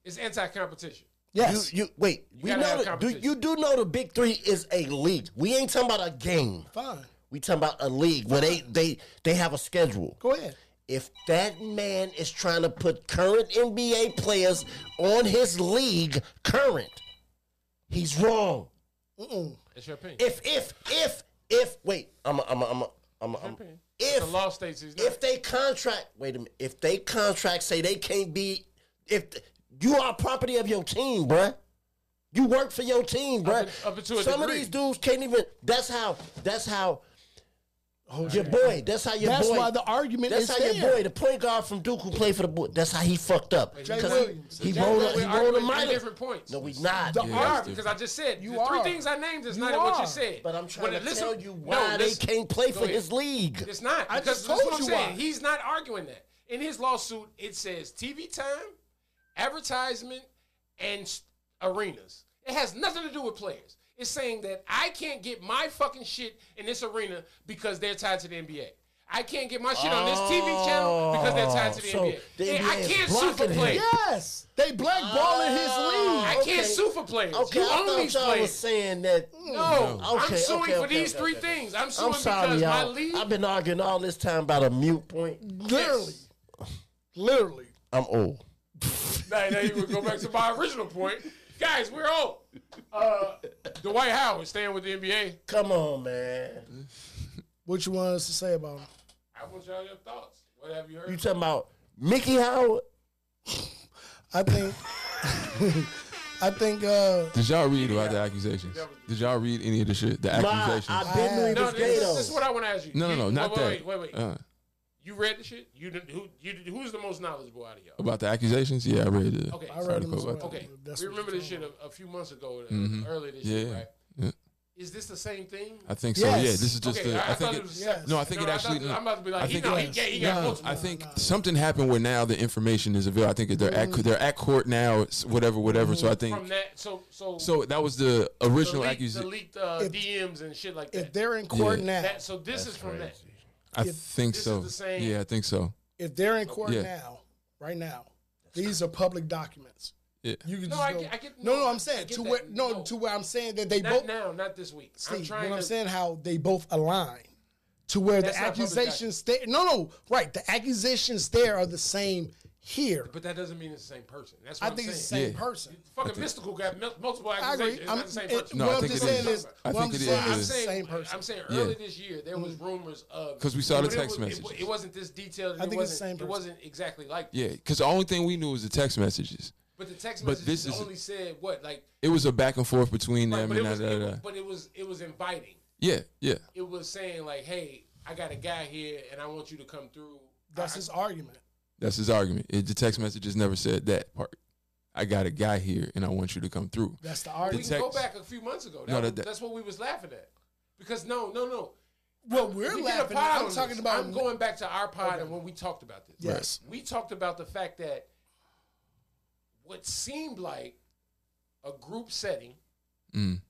[SPEAKER 5] it's anti-competition.
[SPEAKER 4] yes.
[SPEAKER 3] you, you wait. we
[SPEAKER 5] gotta have
[SPEAKER 3] know the, do,
[SPEAKER 5] competition.
[SPEAKER 3] you do know the Big Three is a league. We ain't talking about a game.
[SPEAKER 4] fine.
[SPEAKER 3] We talking about a league where they they they have a schedule.
[SPEAKER 4] Go ahead.
[SPEAKER 3] If that man is trying to put current NBA players on his league, current, he's wrong.
[SPEAKER 5] It's your opinion.
[SPEAKER 3] If if if if wait, I'm a, I'm a, I'm a, I'm a, I'm a,
[SPEAKER 5] the
[SPEAKER 3] if
[SPEAKER 5] law states he's not.
[SPEAKER 3] if they contract wait a minute if they contract say they can't be if th- you are property of your team bruh you work for your team bruh
[SPEAKER 5] up until a
[SPEAKER 3] some
[SPEAKER 5] degree.
[SPEAKER 3] of these dudes can't even that's how that's how
[SPEAKER 5] Oh,
[SPEAKER 3] your boy that's how your
[SPEAKER 4] That's
[SPEAKER 3] boy
[SPEAKER 4] why the argument
[SPEAKER 3] that's
[SPEAKER 4] is
[SPEAKER 3] how your
[SPEAKER 4] there.
[SPEAKER 3] boy the point guard from duke who played for the boy that's how he fucked up
[SPEAKER 5] Jay
[SPEAKER 3] 'Cause
[SPEAKER 4] Williams.
[SPEAKER 3] he
[SPEAKER 4] Jay
[SPEAKER 3] rolled a,
[SPEAKER 5] We're
[SPEAKER 3] he rolled a
[SPEAKER 5] arguing three
[SPEAKER 3] minor
[SPEAKER 5] different points.
[SPEAKER 3] no we not
[SPEAKER 4] The
[SPEAKER 2] Yeah,
[SPEAKER 4] argument.
[SPEAKER 5] because I just said
[SPEAKER 4] You
[SPEAKER 5] the
[SPEAKER 4] are.
[SPEAKER 5] three things I named is
[SPEAKER 4] You
[SPEAKER 5] not what
[SPEAKER 4] are.
[SPEAKER 5] you said.
[SPEAKER 3] but i'm trying
[SPEAKER 5] When
[SPEAKER 3] to
[SPEAKER 5] it- listen-
[SPEAKER 3] tell you
[SPEAKER 5] no,
[SPEAKER 3] why they
[SPEAKER 5] listen.
[SPEAKER 3] can't play
[SPEAKER 5] Go
[SPEAKER 3] for
[SPEAKER 5] ahead.
[SPEAKER 3] his league
[SPEAKER 5] It's not.
[SPEAKER 4] I
[SPEAKER 5] because
[SPEAKER 4] just
[SPEAKER 5] that's
[SPEAKER 4] told
[SPEAKER 5] what I'm
[SPEAKER 4] you
[SPEAKER 5] saying.
[SPEAKER 4] why.
[SPEAKER 5] He's not arguing that. in his lawsuit, it says TV time, advertisement, and s- arenas. It has nothing to do with players. It's saying that I can't get my fucking shit in this arena because they're tied to the NBA. I can't get my shit on this TV channel because they're tied to the
[SPEAKER 3] Oh, so
[SPEAKER 5] NBA.
[SPEAKER 3] the
[SPEAKER 5] Yeah, I
[SPEAKER 3] NBA is
[SPEAKER 5] can't sue for
[SPEAKER 3] blocking him.
[SPEAKER 5] players. Oh,
[SPEAKER 4] Yes, they blackballing his league.
[SPEAKER 5] I can't sue for players.
[SPEAKER 3] Okay,
[SPEAKER 5] you
[SPEAKER 3] I
[SPEAKER 5] own
[SPEAKER 3] thought
[SPEAKER 5] these
[SPEAKER 3] y'all was
[SPEAKER 5] players.
[SPEAKER 3] saying that.
[SPEAKER 5] No,
[SPEAKER 3] Okay,
[SPEAKER 5] I'm suing
[SPEAKER 3] okay,
[SPEAKER 5] for
[SPEAKER 3] okay,
[SPEAKER 5] these
[SPEAKER 3] okay,
[SPEAKER 5] three
[SPEAKER 3] okay.
[SPEAKER 5] things. I'm suing
[SPEAKER 3] I'm sorry,
[SPEAKER 5] because my
[SPEAKER 3] y'all.
[SPEAKER 5] league.
[SPEAKER 3] I've been arguing all this time about a mute point.
[SPEAKER 4] Literally,
[SPEAKER 5] Yes.
[SPEAKER 4] literally.
[SPEAKER 3] I'm old.
[SPEAKER 5] Now, now you would go back to my original point. Guys, we're old. Uh, Dwight Howard staying with the NBA.
[SPEAKER 3] Come on, man.
[SPEAKER 4] What you want us to say about him?
[SPEAKER 5] I want y'all your thoughts. What have you
[SPEAKER 3] You
[SPEAKER 5] heard?
[SPEAKER 3] talking about Mickey Howard?
[SPEAKER 4] I think, I think. uh
[SPEAKER 2] Did y'all read about the accusations? Did y'all read any of the shit? The
[SPEAKER 3] Nah,
[SPEAKER 2] accusations?
[SPEAKER 3] I've been reading
[SPEAKER 5] No,
[SPEAKER 3] the
[SPEAKER 5] this, this is
[SPEAKER 3] Gatos.
[SPEAKER 5] what I want to ask you.
[SPEAKER 2] no, no,
[SPEAKER 5] You-
[SPEAKER 2] no,
[SPEAKER 5] wait,
[SPEAKER 2] not
[SPEAKER 5] wait,
[SPEAKER 2] that.
[SPEAKER 5] Wait, wait, wait.
[SPEAKER 2] Uh,
[SPEAKER 5] you read the shit? You did, who? You did, who's the most knowledgeable out of y'all?
[SPEAKER 2] about the accusations? Yeah, I read it.
[SPEAKER 5] Okay,
[SPEAKER 4] I read him as well.
[SPEAKER 5] okay.
[SPEAKER 4] That's
[SPEAKER 5] we
[SPEAKER 4] what
[SPEAKER 5] remember
[SPEAKER 4] you're
[SPEAKER 5] this shit
[SPEAKER 4] talking
[SPEAKER 5] a, a few months ago, uh,
[SPEAKER 2] Mhm.
[SPEAKER 5] earlier this year,
[SPEAKER 2] Yeah.
[SPEAKER 5] right?
[SPEAKER 2] yeah.
[SPEAKER 5] Is this the same thing?
[SPEAKER 2] I think so.
[SPEAKER 4] Yes.
[SPEAKER 2] Yeah, this is just
[SPEAKER 5] okay,
[SPEAKER 2] the.
[SPEAKER 5] I, I
[SPEAKER 2] I think
[SPEAKER 5] thought it
[SPEAKER 2] it,
[SPEAKER 5] was.
[SPEAKER 4] yes.
[SPEAKER 2] no, I think it
[SPEAKER 5] I
[SPEAKER 2] actually.
[SPEAKER 5] thought-
[SPEAKER 2] no.
[SPEAKER 5] I'm about to be like,
[SPEAKER 2] I
[SPEAKER 5] he,
[SPEAKER 2] think
[SPEAKER 5] know,
[SPEAKER 2] it
[SPEAKER 5] he,
[SPEAKER 2] was-
[SPEAKER 5] gay, he
[SPEAKER 2] no,
[SPEAKER 5] got multiple.
[SPEAKER 2] I think something happened where now the information is available. I think they're at
[SPEAKER 4] Mm-hmm.
[SPEAKER 2] they're at court now, it's whatever, whatever. So I
[SPEAKER 5] Mm-hmm. from
[SPEAKER 2] think
[SPEAKER 5] that. So, so,
[SPEAKER 2] so. That was the
[SPEAKER 5] the
[SPEAKER 2] original
[SPEAKER 5] leaked, the
[SPEAKER 2] accusation.
[SPEAKER 5] leaked uh,
[SPEAKER 4] If-
[SPEAKER 5] DMs and shit like
[SPEAKER 4] If
[SPEAKER 5] that.
[SPEAKER 4] they're in court
[SPEAKER 2] Yeah.
[SPEAKER 4] now,
[SPEAKER 5] that so this is from that.
[SPEAKER 2] I
[SPEAKER 4] if
[SPEAKER 2] think
[SPEAKER 5] this is
[SPEAKER 2] so.
[SPEAKER 5] the same-
[SPEAKER 2] Yeah, I think so.
[SPEAKER 4] if they're in court
[SPEAKER 2] Yeah.
[SPEAKER 4] now, right now, these are public documents.
[SPEAKER 2] Yeah.
[SPEAKER 4] You can
[SPEAKER 5] No,
[SPEAKER 4] just
[SPEAKER 5] I
[SPEAKER 4] go-
[SPEAKER 5] get- I get-
[SPEAKER 4] no,
[SPEAKER 5] no,
[SPEAKER 4] no. I'm
[SPEAKER 5] I
[SPEAKER 4] saying
[SPEAKER 5] get
[SPEAKER 4] to
[SPEAKER 5] that.
[SPEAKER 4] where no,
[SPEAKER 5] No.
[SPEAKER 4] to where I'm saying that they
[SPEAKER 5] Not
[SPEAKER 4] both.
[SPEAKER 5] now, not this week.
[SPEAKER 4] See,
[SPEAKER 5] I'm trying
[SPEAKER 4] what
[SPEAKER 5] to.
[SPEAKER 4] I'm saying how they both align to where
[SPEAKER 5] That's
[SPEAKER 4] the
[SPEAKER 5] not public
[SPEAKER 4] accusations there. No, no, right. The accusations there are the same here.
[SPEAKER 5] But that doesn't mean it's the same person. That's
[SPEAKER 4] I
[SPEAKER 5] what I am
[SPEAKER 4] think
[SPEAKER 5] saying.
[SPEAKER 4] it's the same
[SPEAKER 2] Yeah.
[SPEAKER 4] person.
[SPEAKER 5] Fucking mystical got mul- multiple
[SPEAKER 4] I
[SPEAKER 5] accusations.
[SPEAKER 4] agree.
[SPEAKER 5] It's
[SPEAKER 4] I'm,
[SPEAKER 5] not the same
[SPEAKER 4] it-
[SPEAKER 5] person.
[SPEAKER 2] No,
[SPEAKER 4] what
[SPEAKER 2] I
[SPEAKER 4] I'm
[SPEAKER 2] think
[SPEAKER 4] just
[SPEAKER 2] it
[SPEAKER 4] saying
[SPEAKER 2] is.
[SPEAKER 4] is,
[SPEAKER 2] I
[SPEAKER 4] what I'm
[SPEAKER 2] think it
[SPEAKER 4] saying
[SPEAKER 2] is.
[SPEAKER 5] I'm
[SPEAKER 4] is the
[SPEAKER 5] saying,
[SPEAKER 4] same person. Mm.
[SPEAKER 5] I'm saying
[SPEAKER 2] Yeah.
[SPEAKER 5] earlier this year there was rumors of
[SPEAKER 2] 'Cause we saw the
[SPEAKER 5] but it
[SPEAKER 2] text
[SPEAKER 5] was- it
[SPEAKER 2] messages.
[SPEAKER 5] wa- It, wasn't this detailed.
[SPEAKER 4] I
[SPEAKER 5] it
[SPEAKER 4] think
[SPEAKER 5] wasn't,
[SPEAKER 4] it's the same person.
[SPEAKER 5] It wasn't exactly like. that.
[SPEAKER 2] Yeah, because the only thing we knew was the text messages.
[SPEAKER 5] But the text
[SPEAKER 2] But
[SPEAKER 5] messages
[SPEAKER 2] this is-
[SPEAKER 5] only said what like.
[SPEAKER 2] It was a back and forth between
[SPEAKER 5] right,
[SPEAKER 2] them
[SPEAKER 5] but, it
[SPEAKER 2] and
[SPEAKER 5] was,
[SPEAKER 2] da, da,
[SPEAKER 5] it
[SPEAKER 2] da,
[SPEAKER 5] was,
[SPEAKER 2] da.
[SPEAKER 5] but it was it was inviting.
[SPEAKER 2] Yeah, yeah.
[SPEAKER 5] It was saying like, hey, I got a guy here and I want you to come through.
[SPEAKER 4] That's
[SPEAKER 5] I-
[SPEAKER 4] his argument.
[SPEAKER 2] That's his argument. It, the text messages never said that part. I got a guy here, and I want you to come through.
[SPEAKER 4] That's the
[SPEAKER 5] we
[SPEAKER 4] argument.
[SPEAKER 5] can go
[SPEAKER 2] text-
[SPEAKER 5] back a few months ago. That
[SPEAKER 2] No,
[SPEAKER 5] was-
[SPEAKER 2] that- that-
[SPEAKER 5] that's what we was laughing at. Because no, no, no.
[SPEAKER 4] Well, we're
[SPEAKER 5] We did a
[SPEAKER 4] laughing.
[SPEAKER 5] pod
[SPEAKER 4] I'm
[SPEAKER 5] on
[SPEAKER 4] talking
[SPEAKER 5] this.
[SPEAKER 4] about.
[SPEAKER 5] I'm going back to our pod and when we talked about this.
[SPEAKER 4] Yes.
[SPEAKER 5] We talked about the fact that what seemed like a group setting,
[SPEAKER 2] Mm.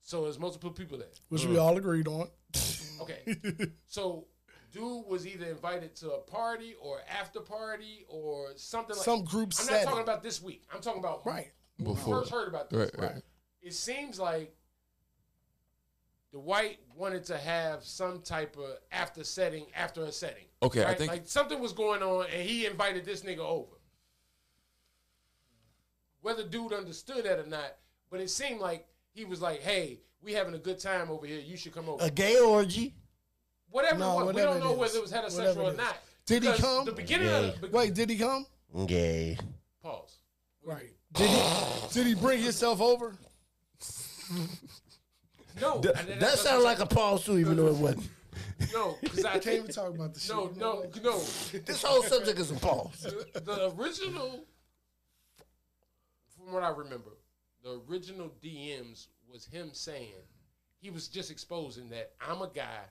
[SPEAKER 5] so there's multiple people there.
[SPEAKER 4] which we all agreed on.
[SPEAKER 5] Okay. so dude was either invited to a party or after party or something like
[SPEAKER 4] Some group
[SPEAKER 5] I'm not
[SPEAKER 4] setting.
[SPEAKER 5] talking about this week. I'm talking about
[SPEAKER 4] Right.
[SPEAKER 5] when we
[SPEAKER 2] Before.
[SPEAKER 5] first heard about this.
[SPEAKER 2] Right, right.
[SPEAKER 5] It seems like the white wanted to have some type of after setting after a setting.
[SPEAKER 2] Okay, I
[SPEAKER 5] right?
[SPEAKER 2] think-
[SPEAKER 5] like something was going on and he invited this nigga over. Whether dude understood that or not, but it seemed like he was like, "Hey, we having a good time over here. You should come over."
[SPEAKER 3] A gay orgy?
[SPEAKER 5] Whatever
[SPEAKER 4] No,
[SPEAKER 5] it was,
[SPEAKER 4] whatever
[SPEAKER 5] we
[SPEAKER 4] it
[SPEAKER 5] don't know
[SPEAKER 4] is.
[SPEAKER 5] whether it was
[SPEAKER 4] Whatever
[SPEAKER 5] heterosexual
[SPEAKER 4] it
[SPEAKER 5] or
[SPEAKER 4] is.
[SPEAKER 5] not.
[SPEAKER 4] Did he
[SPEAKER 5] Because
[SPEAKER 4] come?
[SPEAKER 5] The beginning of the,
[SPEAKER 4] Wait, did he come?
[SPEAKER 3] Gay.
[SPEAKER 5] pause.
[SPEAKER 4] Right. Did he, did he bring himself over?
[SPEAKER 5] No, I-
[SPEAKER 3] That, sounds like a pause too, even though it wasn't.
[SPEAKER 5] no, because I
[SPEAKER 4] Can't
[SPEAKER 5] came.
[SPEAKER 4] even talk about this.
[SPEAKER 5] No,
[SPEAKER 4] shit.
[SPEAKER 5] no, no.
[SPEAKER 3] This whole subject is a pause.
[SPEAKER 5] The original, from what I remember, the original DMs was him saying he was just exposing that I'm a guy,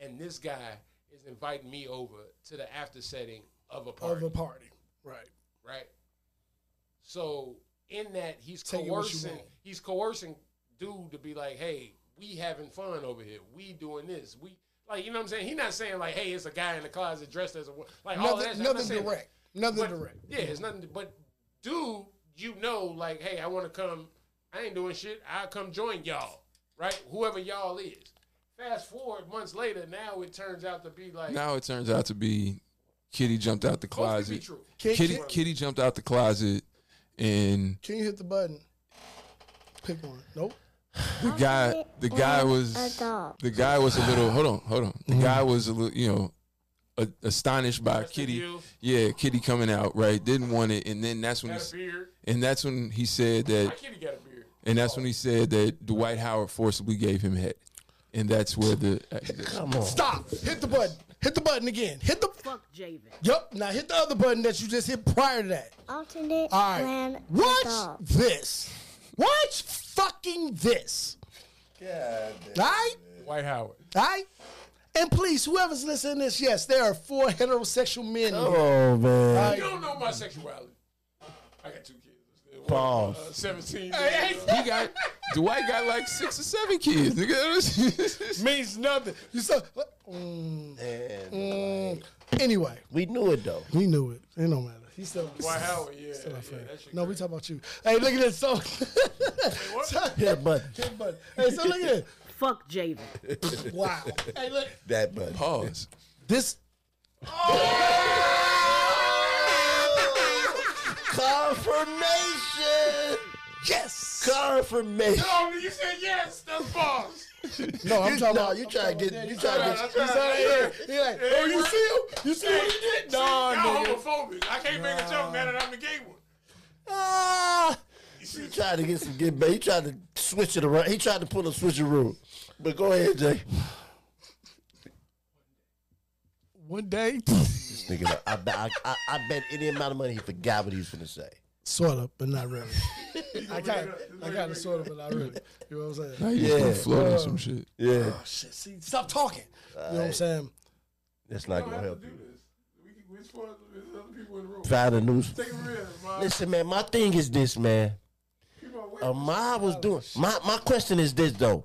[SPEAKER 5] and this guy is inviting me over to the after setting of a
[SPEAKER 4] Of
[SPEAKER 5] party,
[SPEAKER 4] a party. Right.
[SPEAKER 5] right? So in that he's
[SPEAKER 4] Take it what you
[SPEAKER 5] coercing,
[SPEAKER 4] want.
[SPEAKER 5] he's coercing dude to be like, hey, we having fun over here, we doing this, we. Like you know what I'm saying? He's not saying like, "Hey, it's a guy in the closet dressed as a wo-" like all that. shit.
[SPEAKER 4] Nothing,
[SPEAKER 5] I'm not
[SPEAKER 4] nothing
[SPEAKER 5] saying that.
[SPEAKER 4] direct. Nothing
[SPEAKER 5] But-
[SPEAKER 4] direct.
[SPEAKER 5] Yeah, it's nothing. But dude, you know, like, hey, I want to come. I ain't doing shit. I come join y'all, right? Whoever y'all is. Fast forward months later, now it turns out to be like
[SPEAKER 2] Now it turns out to be Kitty jumped out the
[SPEAKER 5] supposed to be
[SPEAKER 2] closet.
[SPEAKER 5] true.
[SPEAKER 4] Can,
[SPEAKER 2] Kitty,
[SPEAKER 4] can-
[SPEAKER 2] Kitty jumped out the closet, and
[SPEAKER 4] can you hit the button? Pick one. Nope.
[SPEAKER 2] the guy, the guy was,
[SPEAKER 1] Adult.
[SPEAKER 2] the guy was a little. Hold on, hold on. The guy was a little, you know, a, astonished by
[SPEAKER 5] Rest in
[SPEAKER 2] Kitty.
[SPEAKER 5] you.
[SPEAKER 2] Yeah, Kitty coming out right. Didn't want it, and then that's when, he,
[SPEAKER 5] Got
[SPEAKER 2] s-
[SPEAKER 5] a beard.
[SPEAKER 2] and that's when he said
[SPEAKER 5] My
[SPEAKER 2] that
[SPEAKER 5] kitty got a beard.
[SPEAKER 2] And that's when he said that Dwight Howard forcibly gave him head. And that's where the. uh,
[SPEAKER 3] Come on.
[SPEAKER 4] Stop. Hit the button. Hit the button again. Hit the.
[SPEAKER 6] Fuck Javen.
[SPEAKER 4] Yep. Now hit the other button that you just hit prior to that.
[SPEAKER 1] Alternate
[SPEAKER 4] All right.
[SPEAKER 1] when
[SPEAKER 4] Watch
[SPEAKER 1] adult.
[SPEAKER 4] this. Watch fucking this.
[SPEAKER 3] God.
[SPEAKER 4] All right.
[SPEAKER 5] White Howard.
[SPEAKER 4] All right. And please, whoever's listening to this, yes, there are four heterosexual men. here.
[SPEAKER 3] Oh man.
[SPEAKER 5] You don't know my sexuality. I got two kids.
[SPEAKER 4] Oh.
[SPEAKER 3] Pause.
[SPEAKER 5] Uh, 17.
[SPEAKER 2] He got Dwight got like six or seven kids. Nigga.
[SPEAKER 4] means nothing. You saw. Mm, mm. Anyway,
[SPEAKER 3] We knew it though.
[SPEAKER 4] we knew it. It don't matter. He's still.
[SPEAKER 5] Dwight Howard, yeah.
[SPEAKER 4] still
[SPEAKER 5] yeah,
[SPEAKER 4] our friend.
[SPEAKER 5] that shit
[SPEAKER 4] no, we talking about you. Hey, look at this. So, so-
[SPEAKER 3] That but
[SPEAKER 4] Kid Bud. Hey, so look at
[SPEAKER 9] Fuck Javen.
[SPEAKER 4] this. Wow. Hey, look.
[SPEAKER 3] that but
[SPEAKER 2] Pause.
[SPEAKER 4] This.
[SPEAKER 3] confirmation.
[SPEAKER 4] Yes.
[SPEAKER 3] Confirmation.
[SPEAKER 5] Oh, you said yes. That's false.
[SPEAKER 4] No, Oh, I'm
[SPEAKER 3] You,
[SPEAKER 4] talking
[SPEAKER 3] no,
[SPEAKER 4] about.
[SPEAKER 3] you try to get. You try
[SPEAKER 5] trying-
[SPEAKER 3] to
[SPEAKER 5] I'm
[SPEAKER 3] get.
[SPEAKER 5] trying-
[SPEAKER 4] Yeah, yeah. Like, oh, you see him? You see what he did? Nah,
[SPEAKER 5] Y'all
[SPEAKER 4] nigga.
[SPEAKER 5] homophobic. I can't make a joke now that I'm the gay one.
[SPEAKER 3] Ah. You tried to get some good bait. He tried to switch it around. He tried to pull a switcheroo. But go ahead, Jay.
[SPEAKER 4] One day,
[SPEAKER 3] This nigga, I, bet- I, I, I bet any amount of money he forgot what he was gonna say.
[SPEAKER 4] sort of, but not really. I kind, I kind of sort of, but not really. You know what I'm saying?
[SPEAKER 2] Now you just
[SPEAKER 3] Yeah.
[SPEAKER 2] gonna float on some shit.
[SPEAKER 3] Yeah,
[SPEAKER 4] Oh shit! See, stop talking. You know what I'm saying?
[SPEAKER 3] that's not gonna help you.
[SPEAKER 5] this. We can, we're supposed to there's other people in the room.
[SPEAKER 3] Find a news.
[SPEAKER 5] Take it real, man.
[SPEAKER 3] Listen, man, my thing is this, man. Uh, my was doing. My my question is this though.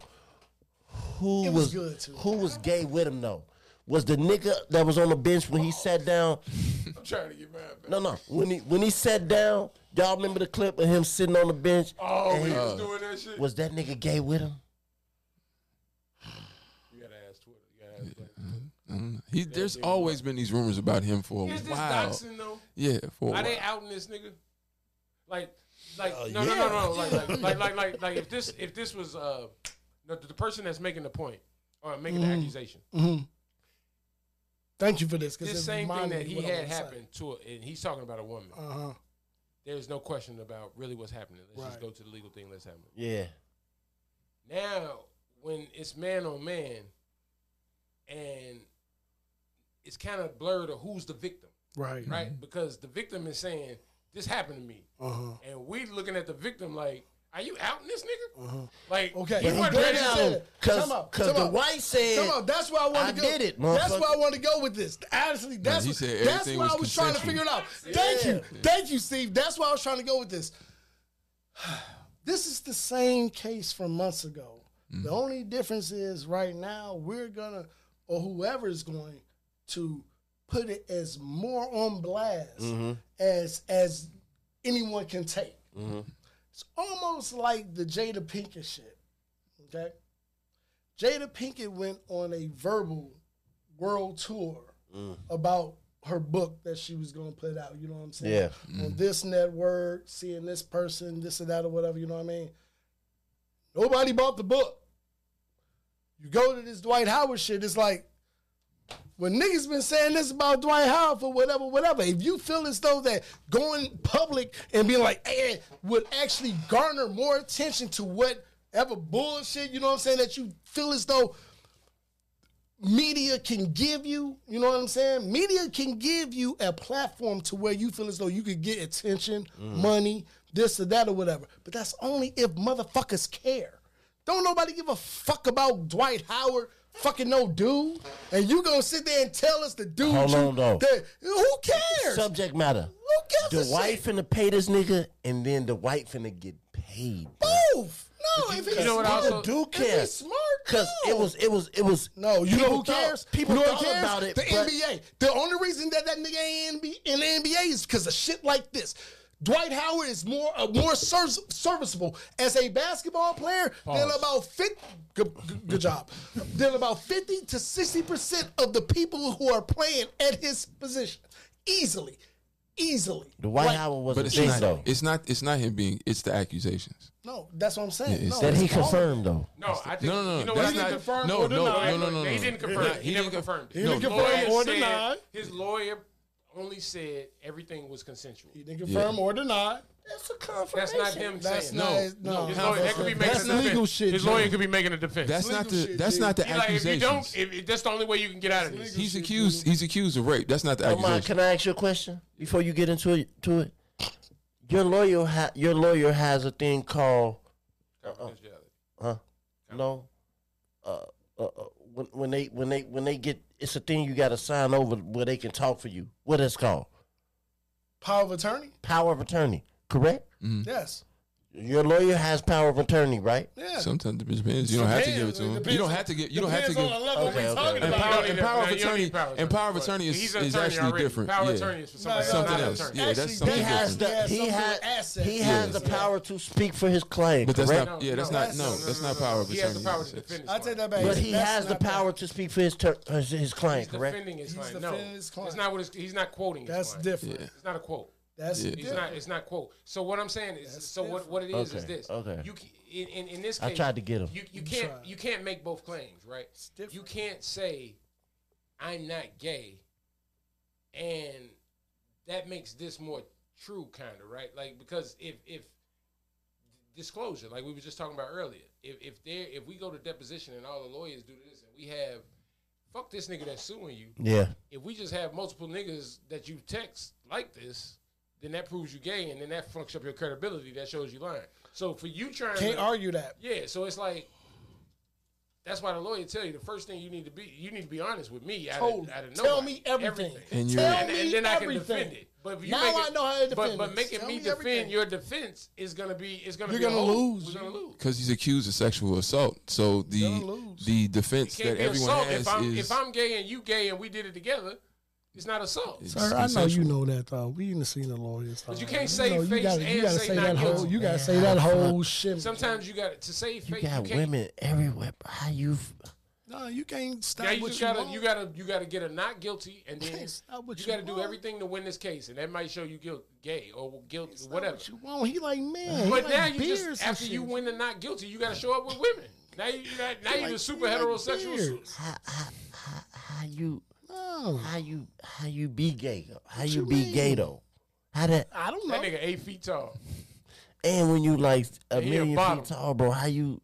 [SPEAKER 3] Who
[SPEAKER 4] It
[SPEAKER 3] was,
[SPEAKER 4] was good, too.
[SPEAKER 3] who was gay with him though? Was the nigga that was on the bench when he sat down?
[SPEAKER 5] I'm trying to get mad back.
[SPEAKER 3] No, no. When he when he sat down, y'all remember the clip of him sitting on the bench?
[SPEAKER 5] Oh, we was doing that shit.
[SPEAKER 3] Was that nigga gay with him?
[SPEAKER 5] You gotta ask Twitter. You gotta ask Twitter.
[SPEAKER 2] He, there's always been these rumors about him for a
[SPEAKER 5] Is this
[SPEAKER 2] while.
[SPEAKER 5] doxing though?
[SPEAKER 2] Yeah, for a
[SPEAKER 5] Are
[SPEAKER 2] while.
[SPEAKER 5] they outing this nigga? Like, like
[SPEAKER 4] Uh,
[SPEAKER 5] no, no, no, no, like, like, like, like, like, like, if this, if this was uh, the, the person that's making the point or making
[SPEAKER 2] Mm.
[SPEAKER 5] the accusation,
[SPEAKER 4] mm-hmm. Thank you for this. Mm, 'cause
[SPEAKER 5] this
[SPEAKER 4] it
[SPEAKER 5] same thing
[SPEAKER 4] reminded
[SPEAKER 5] that
[SPEAKER 4] me
[SPEAKER 5] he
[SPEAKER 4] what I
[SPEAKER 5] had
[SPEAKER 4] was saying.
[SPEAKER 5] happen to, a, and he's talking about a woman.
[SPEAKER 4] Uh-huh.
[SPEAKER 5] There's no question about really what's happening. Let's just
[SPEAKER 4] Right.
[SPEAKER 5] go to the legal thing. Let's happen.
[SPEAKER 3] Yeah.
[SPEAKER 5] Now, when it's man on man, and it's kind of blurred of who's the victim,
[SPEAKER 4] Right.
[SPEAKER 5] right? Because the victim is saying this happened to me.
[SPEAKER 4] Uh-huh.
[SPEAKER 5] and we looking at the victim like, are you outing this nigga?
[SPEAKER 4] Uh-huh.
[SPEAKER 5] Like,
[SPEAKER 4] Okay.
[SPEAKER 5] you
[SPEAKER 4] But he
[SPEAKER 5] weren't
[SPEAKER 4] did
[SPEAKER 5] ready to
[SPEAKER 4] out.
[SPEAKER 5] say
[SPEAKER 4] said
[SPEAKER 3] Because
[SPEAKER 4] it. Come on,
[SPEAKER 3] because
[SPEAKER 4] come
[SPEAKER 3] the
[SPEAKER 4] on.
[SPEAKER 3] white said
[SPEAKER 4] Come on, that's why I wanted
[SPEAKER 3] I
[SPEAKER 4] to go.
[SPEAKER 3] did it,
[SPEAKER 4] That's
[SPEAKER 3] motherfucker.
[SPEAKER 4] why I wanted to go with this. Honestly, that's
[SPEAKER 2] he
[SPEAKER 4] what-
[SPEAKER 2] said
[SPEAKER 4] that's
[SPEAKER 2] everything
[SPEAKER 4] why I
[SPEAKER 2] was
[SPEAKER 4] was trying to figure
[SPEAKER 2] consensual.
[SPEAKER 4] it out. Thank you, thank you, Steve. That's why I was trying to go with this. This is the same case from months ago. The
[SPEAKER 2] Mm-hmm.
[SPEAKER 4] only difference is right now we're gonna or whoever is going to put it as more on blast
[SPEAKER 5] Mm-hmm.
[SPEAKER 4] as as anyone can take.
[SPEAKER 5] Mm-hmm.
[SPEAKER 4] It's almost like the Jada Pinkett shit. Okay. Jada Pinkett went on a verbal world tour about her book that she was going to put out. You know what I'm saying?
[SPEAKER 3] Yeah.
[SPEAKER 4] On this network, seeing this person, this and that, or whatever. You know what I mean? Nobody bought the book. You go to this Dwight Howard shit, it's like, when niggas been saying this about Dwight Howard for whatever, whatever, if you feel as though that going public and being like, eh, would actually garner more attention to whatever bullshit, you know what I'm saying, that you feel as though media can give you, you know what I'm saying? Media can give you a platform to where you feel as though you could get attention,
[SPEAKER 3] Mm.
[SPEAKER 4] money, this or that or whatever. But that's only if motherfuckers care. Don't nobody give a fuck about Dwight Howard, fucking no dude. And you gonna sit there and tell us the dude
[SPEAKER 3] Hold
[SPEAKER 4] you-
[SPEAKER 3] on, though.
[SPEAKER 4] that- who cares?
[SPEAKER 3] subject matter.
[SPEAKER 4] who
[SPEAKER 3] The
[SPEAKER 4] gives a
[SPEAKER 3] wife
[SPEAKER 4] shit?
[SPEAKER 3] finna pay this nigga, and then the white finna get paid.
[SPEAKER 4] Move. No, if he's
[SPEAKER 5] you know what I
[SPEAKER 4] smart,
[SPEAKER 5] also-
[SPEAKER 3] Do
[SPEAKER 4] if he's
[SPEAKER 3] care?
[SPEAKER 4] smart,
[SPEAKER 3] Cause
[SPEAKER 4] no.
[SPEAKER 3] it was it was it was
[SPEAKER 4] No, you know who
[SPEAKER 3] people thought-
[SPEAKER 4] cares?
[SPEAKER 3] People
[SPEAKER 4] you know who
[SPEAKER 3] thought about it.
[SPEAKER 4] The
[SPEAKER 3] but-
[SPEAKER 4] NBA. The only reason that that nigga ain't NB in the NBA is because of shit like this. Dwight Howard is more uh, more ser- serviceable as a basketball player than about fifty. Good, good- good job. than about fifty to sixty percent of the people who are playing at his position, easily, easily.
[SPEAKER 3] The White
[SPEAKER 4] Like,
[SPEAKER 3] Howard was
[SPEAKER 2] But
[SPEAKER 3] a
[SPEAKER 2] it's
[SPEAKER 3] thing
[SPEAKER 2] not.
[SPEAKER 3] though.
[SPEAKER 2] It's not. It's not him being. It's the accusations.
[SPEAKER 4] No, that's what I'm saying.
[SPEAKER 2] Yeah,
[SPEAKER 4] no,
[SPEAKER 2] it's-
[SPEAKER 3] That he
[SPEAKER 4] it's all-
[SPEAKER 3] confirmed though.
[SPEAKER 5] No, I think,
[SPEAKER 2] No, no, no.
[SPEAKER 5] You know
[SPEAKER 2] that's
[SPEAKER 5] what?
[SPEAKER 2] not.
[SPEAKER 4] confirm
[SPEAKER 2] no, no,
[SPEAKER 4] or deny.
[SPEAKER 2] no, no, no, no.
[SPEAKER 5] He didn't confirm. it.
[SPEAKER 2] didn't
[SPEAKER 5] He, never
[SPEAKER 2] con-
[SPEAKER 5] confirmed. it.
[SPEAKER 2] no,
[SPEAKER 5] His
[SPEAKER 4] confirm
[SPEAKER 5] lawyer
[SPEAKER 4] or
[SPEAKER 5] said-
[SPEAKER 4] deny.
[SPEAKER 5] His lawyer only said everything was consensual.
[SPEAKER 4] You can confirm or deny.
[SPEAKER 3] That's a confirmation.
[SPEAKER 5] That's not him
[SPEAKER 4] That's
[SPEAKER 5] saying.
[SPEAKER 2] No,
[SPEAKER 4] not. No,
[SPEAKER 5] His lawyer, that could be making
[SPEAKER 4] that's
[SPEAKER 5] a defense.
[SPEAKER 4] legal shit.
[SPEAKER 5] His
[SPEAKER 4] Joe.
[SPEAKER 5] lawyer could be making a defense.
[SPEAKER 2] That's not the.
[SPEAKER 4] shit,
[SPEAKER 2] That's
[SPEAKER 4] dude.
[SPEAKER 2] not the
[SPEAKER 5] He like, if you don't,
[SPEAKER 2] accusations.
[SPEAKER 5] if, if that's the only way you can get out of this.
[SPEAKER 2] He's accused. He's accused of rape. That's not the
[SPEAKER 3] Come on,
[SPEAKER 2] accusation.
[SPEAKER 3] can I ask you a question before you get into it? To it, your lawyer, ha- your lawyer has a thing called
[SPEAKER 5] Confidentiality.
[SPEAKER 3] huh? No, uh, uh, uh, when, when they when they when they get it's a thing you got to sign over where they can talk for you. What it's called
[SPEAKER 4] Power of attorney?
[SPEAKER 3] power of attorney, correct?
[SPEAKER 2] Mm-hmm.
[SPEAKER 4] Yes.
[SPEAKER 3] Your lawyer has power of attorney, right?
[SPEAKER 4] Yeah.
[SPEAKER 2] Sometimes it depends. You don't have to give it
[SPEAKER 5] Depends-
[SPEAKER 2] to him.
[SPEAKER 5] depends
[SPEAKER 2] You don't
[SPEAKER 5] on-
[SPEAKER 2] have to give. You don't have to
[SPEAKER 5] depends
[SPEAKER 2] give.
[SPEAKER 5] on the level
[SPEAKER 3] Okay,
[SPEAKER 5] we're
[SPEAKER 3] okay,
[SPEAKER 5] talking
[SPEAKER 3] okay.
[SPEAKER 5] about.
[SPEAKER 2] Empower-
[SPEAKER 5] You don't
[SPEAKER 2] empower
[SPEAKER 5] need- you don't
[SPEAKER 2] attorney-
[SPEAKER 5] need power
[SPEAKER 2] empower attorney is-
[SPEAKER 5] He's an
[SPEAKER 2] is
[SPEAKER 5] attorney
[SPEAKER 2] actually
[SPEAKER 5] already.
[SPEAKER 2] different.
[SPEAKER 5] Power
[SPEAKER 2] Yeah.
[SPEAKER 5] attorney is for
[SPEAKER 4] No, no,
[SPEAKER 5] somebody
[SPEAKER 2] Something
[SPEAKER 5] not an
[SPEAKER 2] else.
[SPEAKER 5] attorney.
[SPEAKER 2] Yeah, that's
[SPEAKER 4] Actually,
[SPEAKER 2] something
[SPEAKER 4] they
[SPEAKER 3] He
[SPEAKER 4] have-
[SPEAKER 3] has
[SPEAKER 2] different.
[SPEAKER 4] they
[SPEAKER 3] the
[SPEAKER 4] have
[SPEAKER 3] he
[SPEAKER 4] some
[SPEAKER 3] has
[SPEAKER 4] sort of asset.
[SPEAKER 3] he has
[SPEAKER 2] Yeah.
[SPEAKER 3] the power to speak for his client,
[SPEAKER 2] But that's
[SPEAKER 3] correct?
[SPEAKER 2] not. Yeah, that's
[SPEAKER 5] No,
[SPEAKER 2] not. No,
[SPEAKER 4] no,
[SPEAKER 2] that's not power of
[SPEAKER 5] He has the
[SPEAKER 2] attorney.
[SPEAKER 5] power to defend. his
[SPEAKER 4] I take
[SPEAKER 5] client.
[SPEAKER 4] that back.
[SPEAKER 3] but he
[SPEAKER 4] That's
[SPEAKER 3] has the
[SPEAKER 4] not bad.
[SPEAKER 3] power to speak for his ter- his, his client,
[SPEAKER 5] He's
[SPEAKER 3] correct?
[SPEAKER 5] defending his
[SPEAKER 4] He's
[SPEAKER 5] client. No,
[SPEAKER 4] defending his client.
[SPEAKER 5] it's not what his, he's not quoting. His
[SPEAKER 4] That's
[SPEAKER 5] client.
[SPEAKER 4] different.
[SPEAKER 5] It's not a quote.
[SPEAKER 4] That's
[SPEAKER 2] Yeah.
[SPEAKER 5] He's
[SPEAKER 4] different.
[SPEAKER 5] not. It's not quote. So what I'm saying is, so what, what it is is
[SPEAKER 3] Okay,
[SPEAKER 5] this.
[SPEAKER 3] okay.
[SPEAKER 5] You ca- in, in in this
[SPEAKER 3] I
[SPEAKER 5] case,
[SPEAKER 3] tried to get him.
[SPEAKER 5] You you can't
[SPEAKER 4] tried.
[SPEAKER 5] you can't make both claims, right?
[SPEAKER 4] different.
[SPEAKER 5] You can't say I'm not gay, and that makes this more true, kind of right. Like because if if disclosure, like we were just talking about earlier, if if there if we go to deposition and all the lawyers do this and we have fuck this nigga that's suing you,
[SPEAKER 3] Yeah.
[SPEAKER 5] if we just have multiple niggas that you text like this, then that proves you gay, and then that fucks up your credibility. That shows you lying. So for you trying,
[SPEAKER 4] Can't
[SPEAKER 5] to,
[SPEAKER 4] argue that.
[SPEAKER 5] Yeah, so it's like that's why the lawyer tell you the first thing you need to be you need to be honest with me. Out of,
[SPEAKER 4] Totally.
[SPEAKER 5] out of
[SPEAKER 4] Tell
[SPEAKER 5] nowhere.
[SPEAKER 4] me everything.
[SPEAKER 2] And you-
[SPEAKER 4] Tell
[SPEAKER 5] And,
[SPEAKER 4] me
[SPEAKER 5] and then I can
[SPEAKER 4] everything.
[SPEAKER 5] defend it. But if you
[SPEAKER 4] Now
[SPEAKER 5] make
[SPEAKER 4] I
[SPEAKER 5] it-
[SPEAKER 4] know how to
[SPEAKER 5] but,
[SPEAKER 4] defend
[SPEAKER 5] but
[SPEAKER 4] it.
[SPEAKER 5] making
[SPEAKER 4] Tell
[SPEAKER 5] me
[SPEAKER 4] me
[SPEAKER 5] defend
[SPEAKER 4] everything.
[SPEAKER 5] your defense is gonna be it's gonna
[SPEAKER 4] You're
[SPEAKER 5] be a
[SPEAKER 4] gonna
[SPEAKER 5] whole-
[SPEAKER 4] lose.
[SPEAKER 5] We're gonna lose.
[SPEAKER 2] Because he's accused of sexual assault. So the
[SPEAKER 4] lose.
[SPEAKER 2] the
[SPEAKER 5] It
[SPEAKER 2] defense
[SPEAKER 5] can't
[SPEAKER 2] that
[SPEAKER 5] be
[SPEAKER 2] everyone
[SPEAKER 5] assault
[SPEAKER 2] has
[SPEAKER 5] if I'm
[SPEAKER 2] is.
[SPEAKER 5] if I'm gay and you gay and we did it together. It's not assault.
[SPEAKER 2] is
[SPEAKER 4] Sir, I know you
[SPEAKER 2] consensual.
[SPEAKER 4] know that though. We ain't seen the lawyers.
[SPEAKER 5] But you
[SPEAKER 4] though.
[SPEAKER 5] can't say
[SPEAKER 4] know, you
[SPEAKER 5] face
[SPEAKER 4] gotta,
[SPEAKER 5] and
[SPEAKER 4] you gotta
[SPEAKER 5] say
[SPEAKER 4] say
[SPEAKER 5] not
[SPEAKER 4] that whole.
[SPEAKER 5] guilty.
[SPEAKER 4] You gotta say that whole shit.
[SPEAKER 5] Sometimes you got to save
[SPEAKER 3] You
[SPEAKER 5] face.
[SPEAKER 3] got
[SPEAKER 5] can't-
[SPEAKER 3] women everywhere. but How you f-
[SPEAKER 4] no, you can't stop.
[SPEAKER 5] Yeah, you
[SPEAKER 4] what
[SPEAKER 5] just gotta
[SPEAKER 4] want.
[SPEAKER 5] you gotta you gotta get a not guilty, and then
[SPEAKER 4] It's not what
[SPEAKER 5] you
[SPEAKER 4] you
[SPEAKER 5] gotta do
[SPEAKER 4] want.
[SPEAKER 5] everything to win this case, and that might show you guilt, gay or guilty, whatever.
[SPEAKER 4] What you want? He like man.
[SPEAKER 5] But
[SPEAKER 4] he
[SPEAKER 5] now
[SPEAKER 4] like
[SPEAKER 5] you
[SPEAKER 4] beers
[SPEAKER 5] just
[SPEAKER 4] and
[SPEAKER 5] after you
[SPEAKER 4] shit.
[SPEAKER 5] win the not guilty, you gotta show up with women. Now you you got, now you
[SPEAKER 4] like-
[SPEAKER 5] the super
[SPEAKER 4] he like
[SPEAKER 5] heterosexual.
[SPEAKER 4] beers.
[SPEAKER 5] suit.
[SPEAKER 3] how, how, how, how you
[SPEAKER 4] No,
[SPEAKER 3] how you how you be gay? How
[SPEAKER 4] Oh. What
[SPEAKER 3] you
[SPEAKER 4] you
[SPEAKER 3] be
[SPEAKER 4] mean?
[SPEAKER 3] gay though? How that
[SPEAKER 4] I don't know.
[SPEAKER 5] That nigga eight feet tall.
[SPEAKER 3] and when you like a
[SPEAKER 5] he a
[SPEAKER 3] million
[SPEAKER 5] bottom.
[SPEAKER 3] feet tall, bro? How you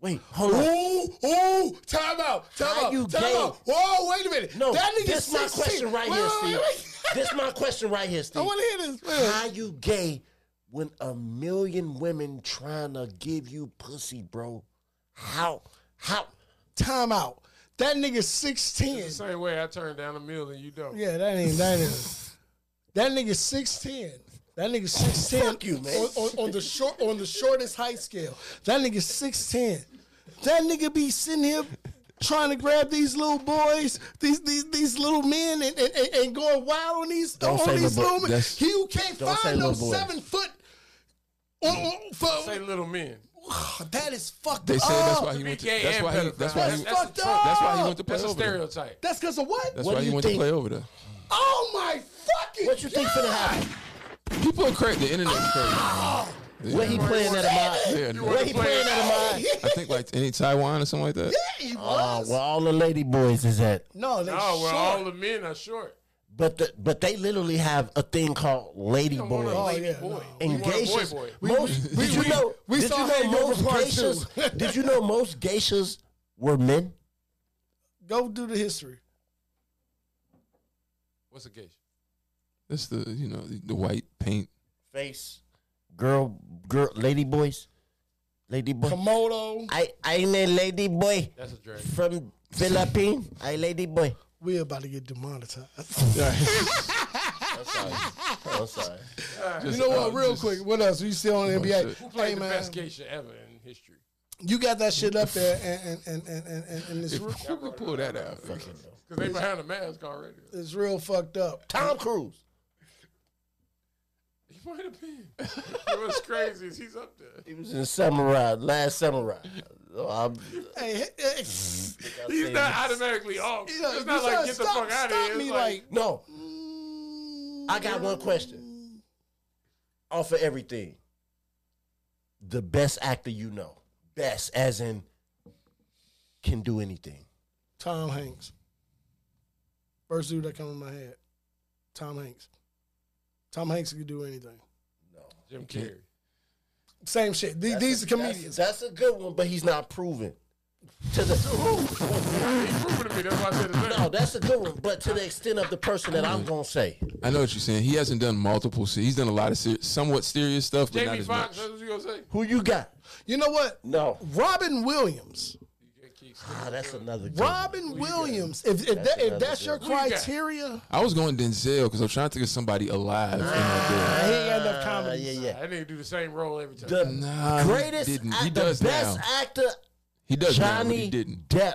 [SPEAKER 3] wait? Hold on.
[SPEAKER 4] Ooh, ooh, time out, time
[SPEAKER 3] How
[SPEAKER 4] out,
[SPEAKER 3] you
[SPEAKER 4] time
[SPEAKER 3] gay?
[SPEAKER 4] out. Whoa, wait a minute.
[SPEAKER 3] No,
[SPEAKER 4] that nigga
[SPEAKER 3] this my
[SPEAKER 4] 16.
[SPEAKER 3] question right
[SPEAKER 4] Wait,
[SPEAKER 3] here,
[SPEAKER 4] wait,
[SPEAKER 3] Steve.
[SPEAKER 4] wait, wait.
[SPEAKER 3] this my question right here, Steve.
[SPEAKER 4] I want to hear this. Wait.
[SPEAKER 3] How you gay when a million women trying to give you pussy, bro? How how
[SPEAKER 4] Time out. That nigga sixteen.
[SPEAKER 5] The same way I turned down a meal and you don't.
[SPEAKER 4] Yeah, that ain't that ain't. That nigga six ten. That nigga six ten.
[SPEAKER 3] Fuck you, man.
[SPEAKER 4] On, on, on the short on the shortest height scale. That nigga six ten. That nigga be sitting here trying to grab these little boys, these these these little men, and and, and, and going wild on these
[SPEAKER 3] Don't
[SPEAKER 4] on
[SPEAKER 3] say
[SPEAKER 4] these
[SPEAKER 3] little boy.
[SPEAKER 4] little men.
[SPEAKER 2] That's-
[SPEAKER 4] He who can't
[SPEAKER 3] Don't say
[SPEAKER 4] find no
[SPEAKER 3] little boy.
[SPEAKER 4] seven foot. on- on-
[SPEAKER 5] Say
[SPEAKER 4] for, oh,
[SPEAKER 5] little men.
[SPEAKER 4] that is fucked
[SPEAKER 2] They
[SPEAKER 4] up.
[SPEAKER 2] said that's why he
[SPEAKER 5] be
[SPEAKER 2] went. To,
[SPEAKER 5] gay
[SPEAKER 2] that's
[SPEAKER 5] and
[SPEAKER 2] why he.
[SPEAKER 5] pedophile.
[SPEAKER 2] That's why
[SPEAKER 4] That's
[SPEAKER 2] he.
[SPEAKER 4] fucked up.
[SPEAKER 2] That's why he went to play
[SPEAKER 5] That's a
[SPEAKER 2] over there.
[SPEAKER 5] stereotype.
[SPEAKER 4] That's because of what?
[SPEAKER 2] That's
[SPEAKER 3] What
[SPEAKER 2] why
[SPEAKER 3] do
[SPEAKER 2] he
[SPEAKER 3] you
[SPEAKER 2] went to
[SPEAKER 3] think-
[SPEAKER 2] play over there.
[SPEAKER 4] Oh my fucking!
[SPEAKER 3] what you think
[SPEAKER 4] God.
[SPEAKER 3] finna happen?
[SPEAKER 2] People are crazy. The internet's crazy.
[SPEAKER 3] Where he playing at a mind?
[SPEAKER 2] Yeah, no.
[SPEAKER 3] Where he playing at a mind?
[SPEAKER 2] I think like any Taiwan or something like that.
[SPEAKER 4] He
[SPEAKER 3] Oh,
[SPEAKER 4] was.
[SPEAKER 3] where all the lady boys is at.
[SPEAKER 4] No, they
[SPEAKER 5] Oh, well,
[SPEAKER 4] short.
[SPEAKER 5] all the men are short.
[SPEAKER 3] But the, but they literally have a thing called lady
[SPEAKER 5] Come on,
[SPEAKER 3] boys.
[SPEAKER 5] a lady
[SPEAKER 4] Oh, yeah,
[SPEAKER 5] boy.
[SPEAKER 4] no.
[SPEAKER 5] You
[SPEAKER 3] And
[SPEAKER 5] want a
[SPEAKER 3] geishas.
[SPEAKER 5] boy, boy.
[SPEAKER 3] Most, did you
[SPEAKER 4] we-
[SPEAKER 3] know?
[SPEAKER 4] we
[SPEAKER 3] did
[SPEAKER 4] saw
[SPEAKER 3] you
[SPEAKER 4] Hangover
[SPEAKER 3] know most
[SPEAKER 4] Part Two.
[SPEAKER 3] geishas? did you know most geishas were men?
[SPEAKER 4] Go do the history.
[SPEAKER 5] What's a geisha?
[SPEAKER 2] That's the you know the, the white paint.
[SPEAKER 3] Face, girl, girl, lady boys, lady boy.
[SPEAKER 4] Komodo.
[SPEAKER 3] I I'm a lady boy
[SPEAKER 5] That's a drag.
[SPEAKER 3] from Philippines. I lady boy.
[SPEAKER 4] We about to get demonetized. Oh,
[SPEAKER 3] I'm sorry.
[SPEAKER 4] you know what? Real quick, what else? You still on the NBA?
[SPEAKER 2] shit.
[SPEAKER 5] Oh, Who played
[SPEAKER 4] Hey
[SPEAKER 5] the
[SPEAKER 4] man,
[SPEAKER 5] best geisha ever in history?
[SPEAKER 4] you got that shit up there, and and and and and, and it's, real,
[SPEAKER 2] Who could pull that out?
[SPEAKER 5] Because they behind the mask already.
[SPEAKER 4] it's real fucked up.
[SPEAKER 3] Tom Cruise.
[SPEAKER 5] He might have been. it was crazy. as He's up there.
[SPEAKER 3] He was in Samurai, last Samurai. Oh, I'm-
[SPEAKER 4] Hey, hey, hey,
[SPEAKER 5] He's not automatically off.
[SPEAKER 4] you know,
[SPEAKER 5] it's
[SPEAKER 4] you
[SPEAKER 5] not like
[SPEAKER 4] gotta
[SPEAKER 5] get the
[SPEAKER 4] stop,
[SPEAKER 5] fuck out of
[SPEAKER 4] stop
[SPEAKER 5] here. It's
[SPEAKER 4] me,
[SPEAKER 5] like,
[SPEAKER 4] like,
[SPEAKER 3] no, I got one question. Off of everything, the best actor you know, best as in can do anything.
[SPEAKER 4] Tom Hanks. First dude that come in my head, Tom Hanks. Tom Hanks can do anything.
[SPEAKER 5] Jim Carrey.
[SPEAKER 4] Same shit. These, these are comedians.
[SPEAKER 3] That's, that's a good one, but he's not proven. To the
[SPEAKER 5] He proving to me. That's why I said his name.
[SPEAKER 3] no, that's a good one, but to the extent of the person that I'm gonna say,
[SPEAKER 2] I know what you're saying. He hasn't done multiple. se- He's done a lot of ser- somewhat serious stuff, but not
[SPEAKER 5] Jamie
[SPEAKER 2] as much.
[SPEAKER 5] Foxx. That's what you gonna say?
[SPEAKER 3] who you got?
[SPEAKER 4] You know what?
[SPEAKER 3] No,
[SPEAKER 4] Robin Williams.
[SPEAKER 5] You get Keith. State. Still
[SPEAKER 3] Ah, that's another. good one.
[SPEAKER 4] Robin Williams. If if, that, if that's your criteria,
[SPEAKER 2] I was going Denzel because I'm trying to think of somebody alive. in that
[SPEAKER 4] he ain't got enough
[SPEAKER 3] Ah,
[SPEAKER 4] comedy.
[SPEAKER 3] yeah, yeah.
[SPEAKER 5] that nigga do the same role every time.
[SPEAKER 3] The
[SPEAKER 2] day. Nah, he
[SPEAKER 3] greatest,
[SPEAKER 2] didn't.
[SPEAKER 3] act-
[SPEAKER 2] He does
[SPEAKER 3] the best
[SPEAKER 2] now.
[SPEAKER 3] actor,
[SPEAKER 2] He does now, but
[SPEAKER 3] Johnny
[SPEAKER 2] he didn't.
[SPEAKER 3] Depp.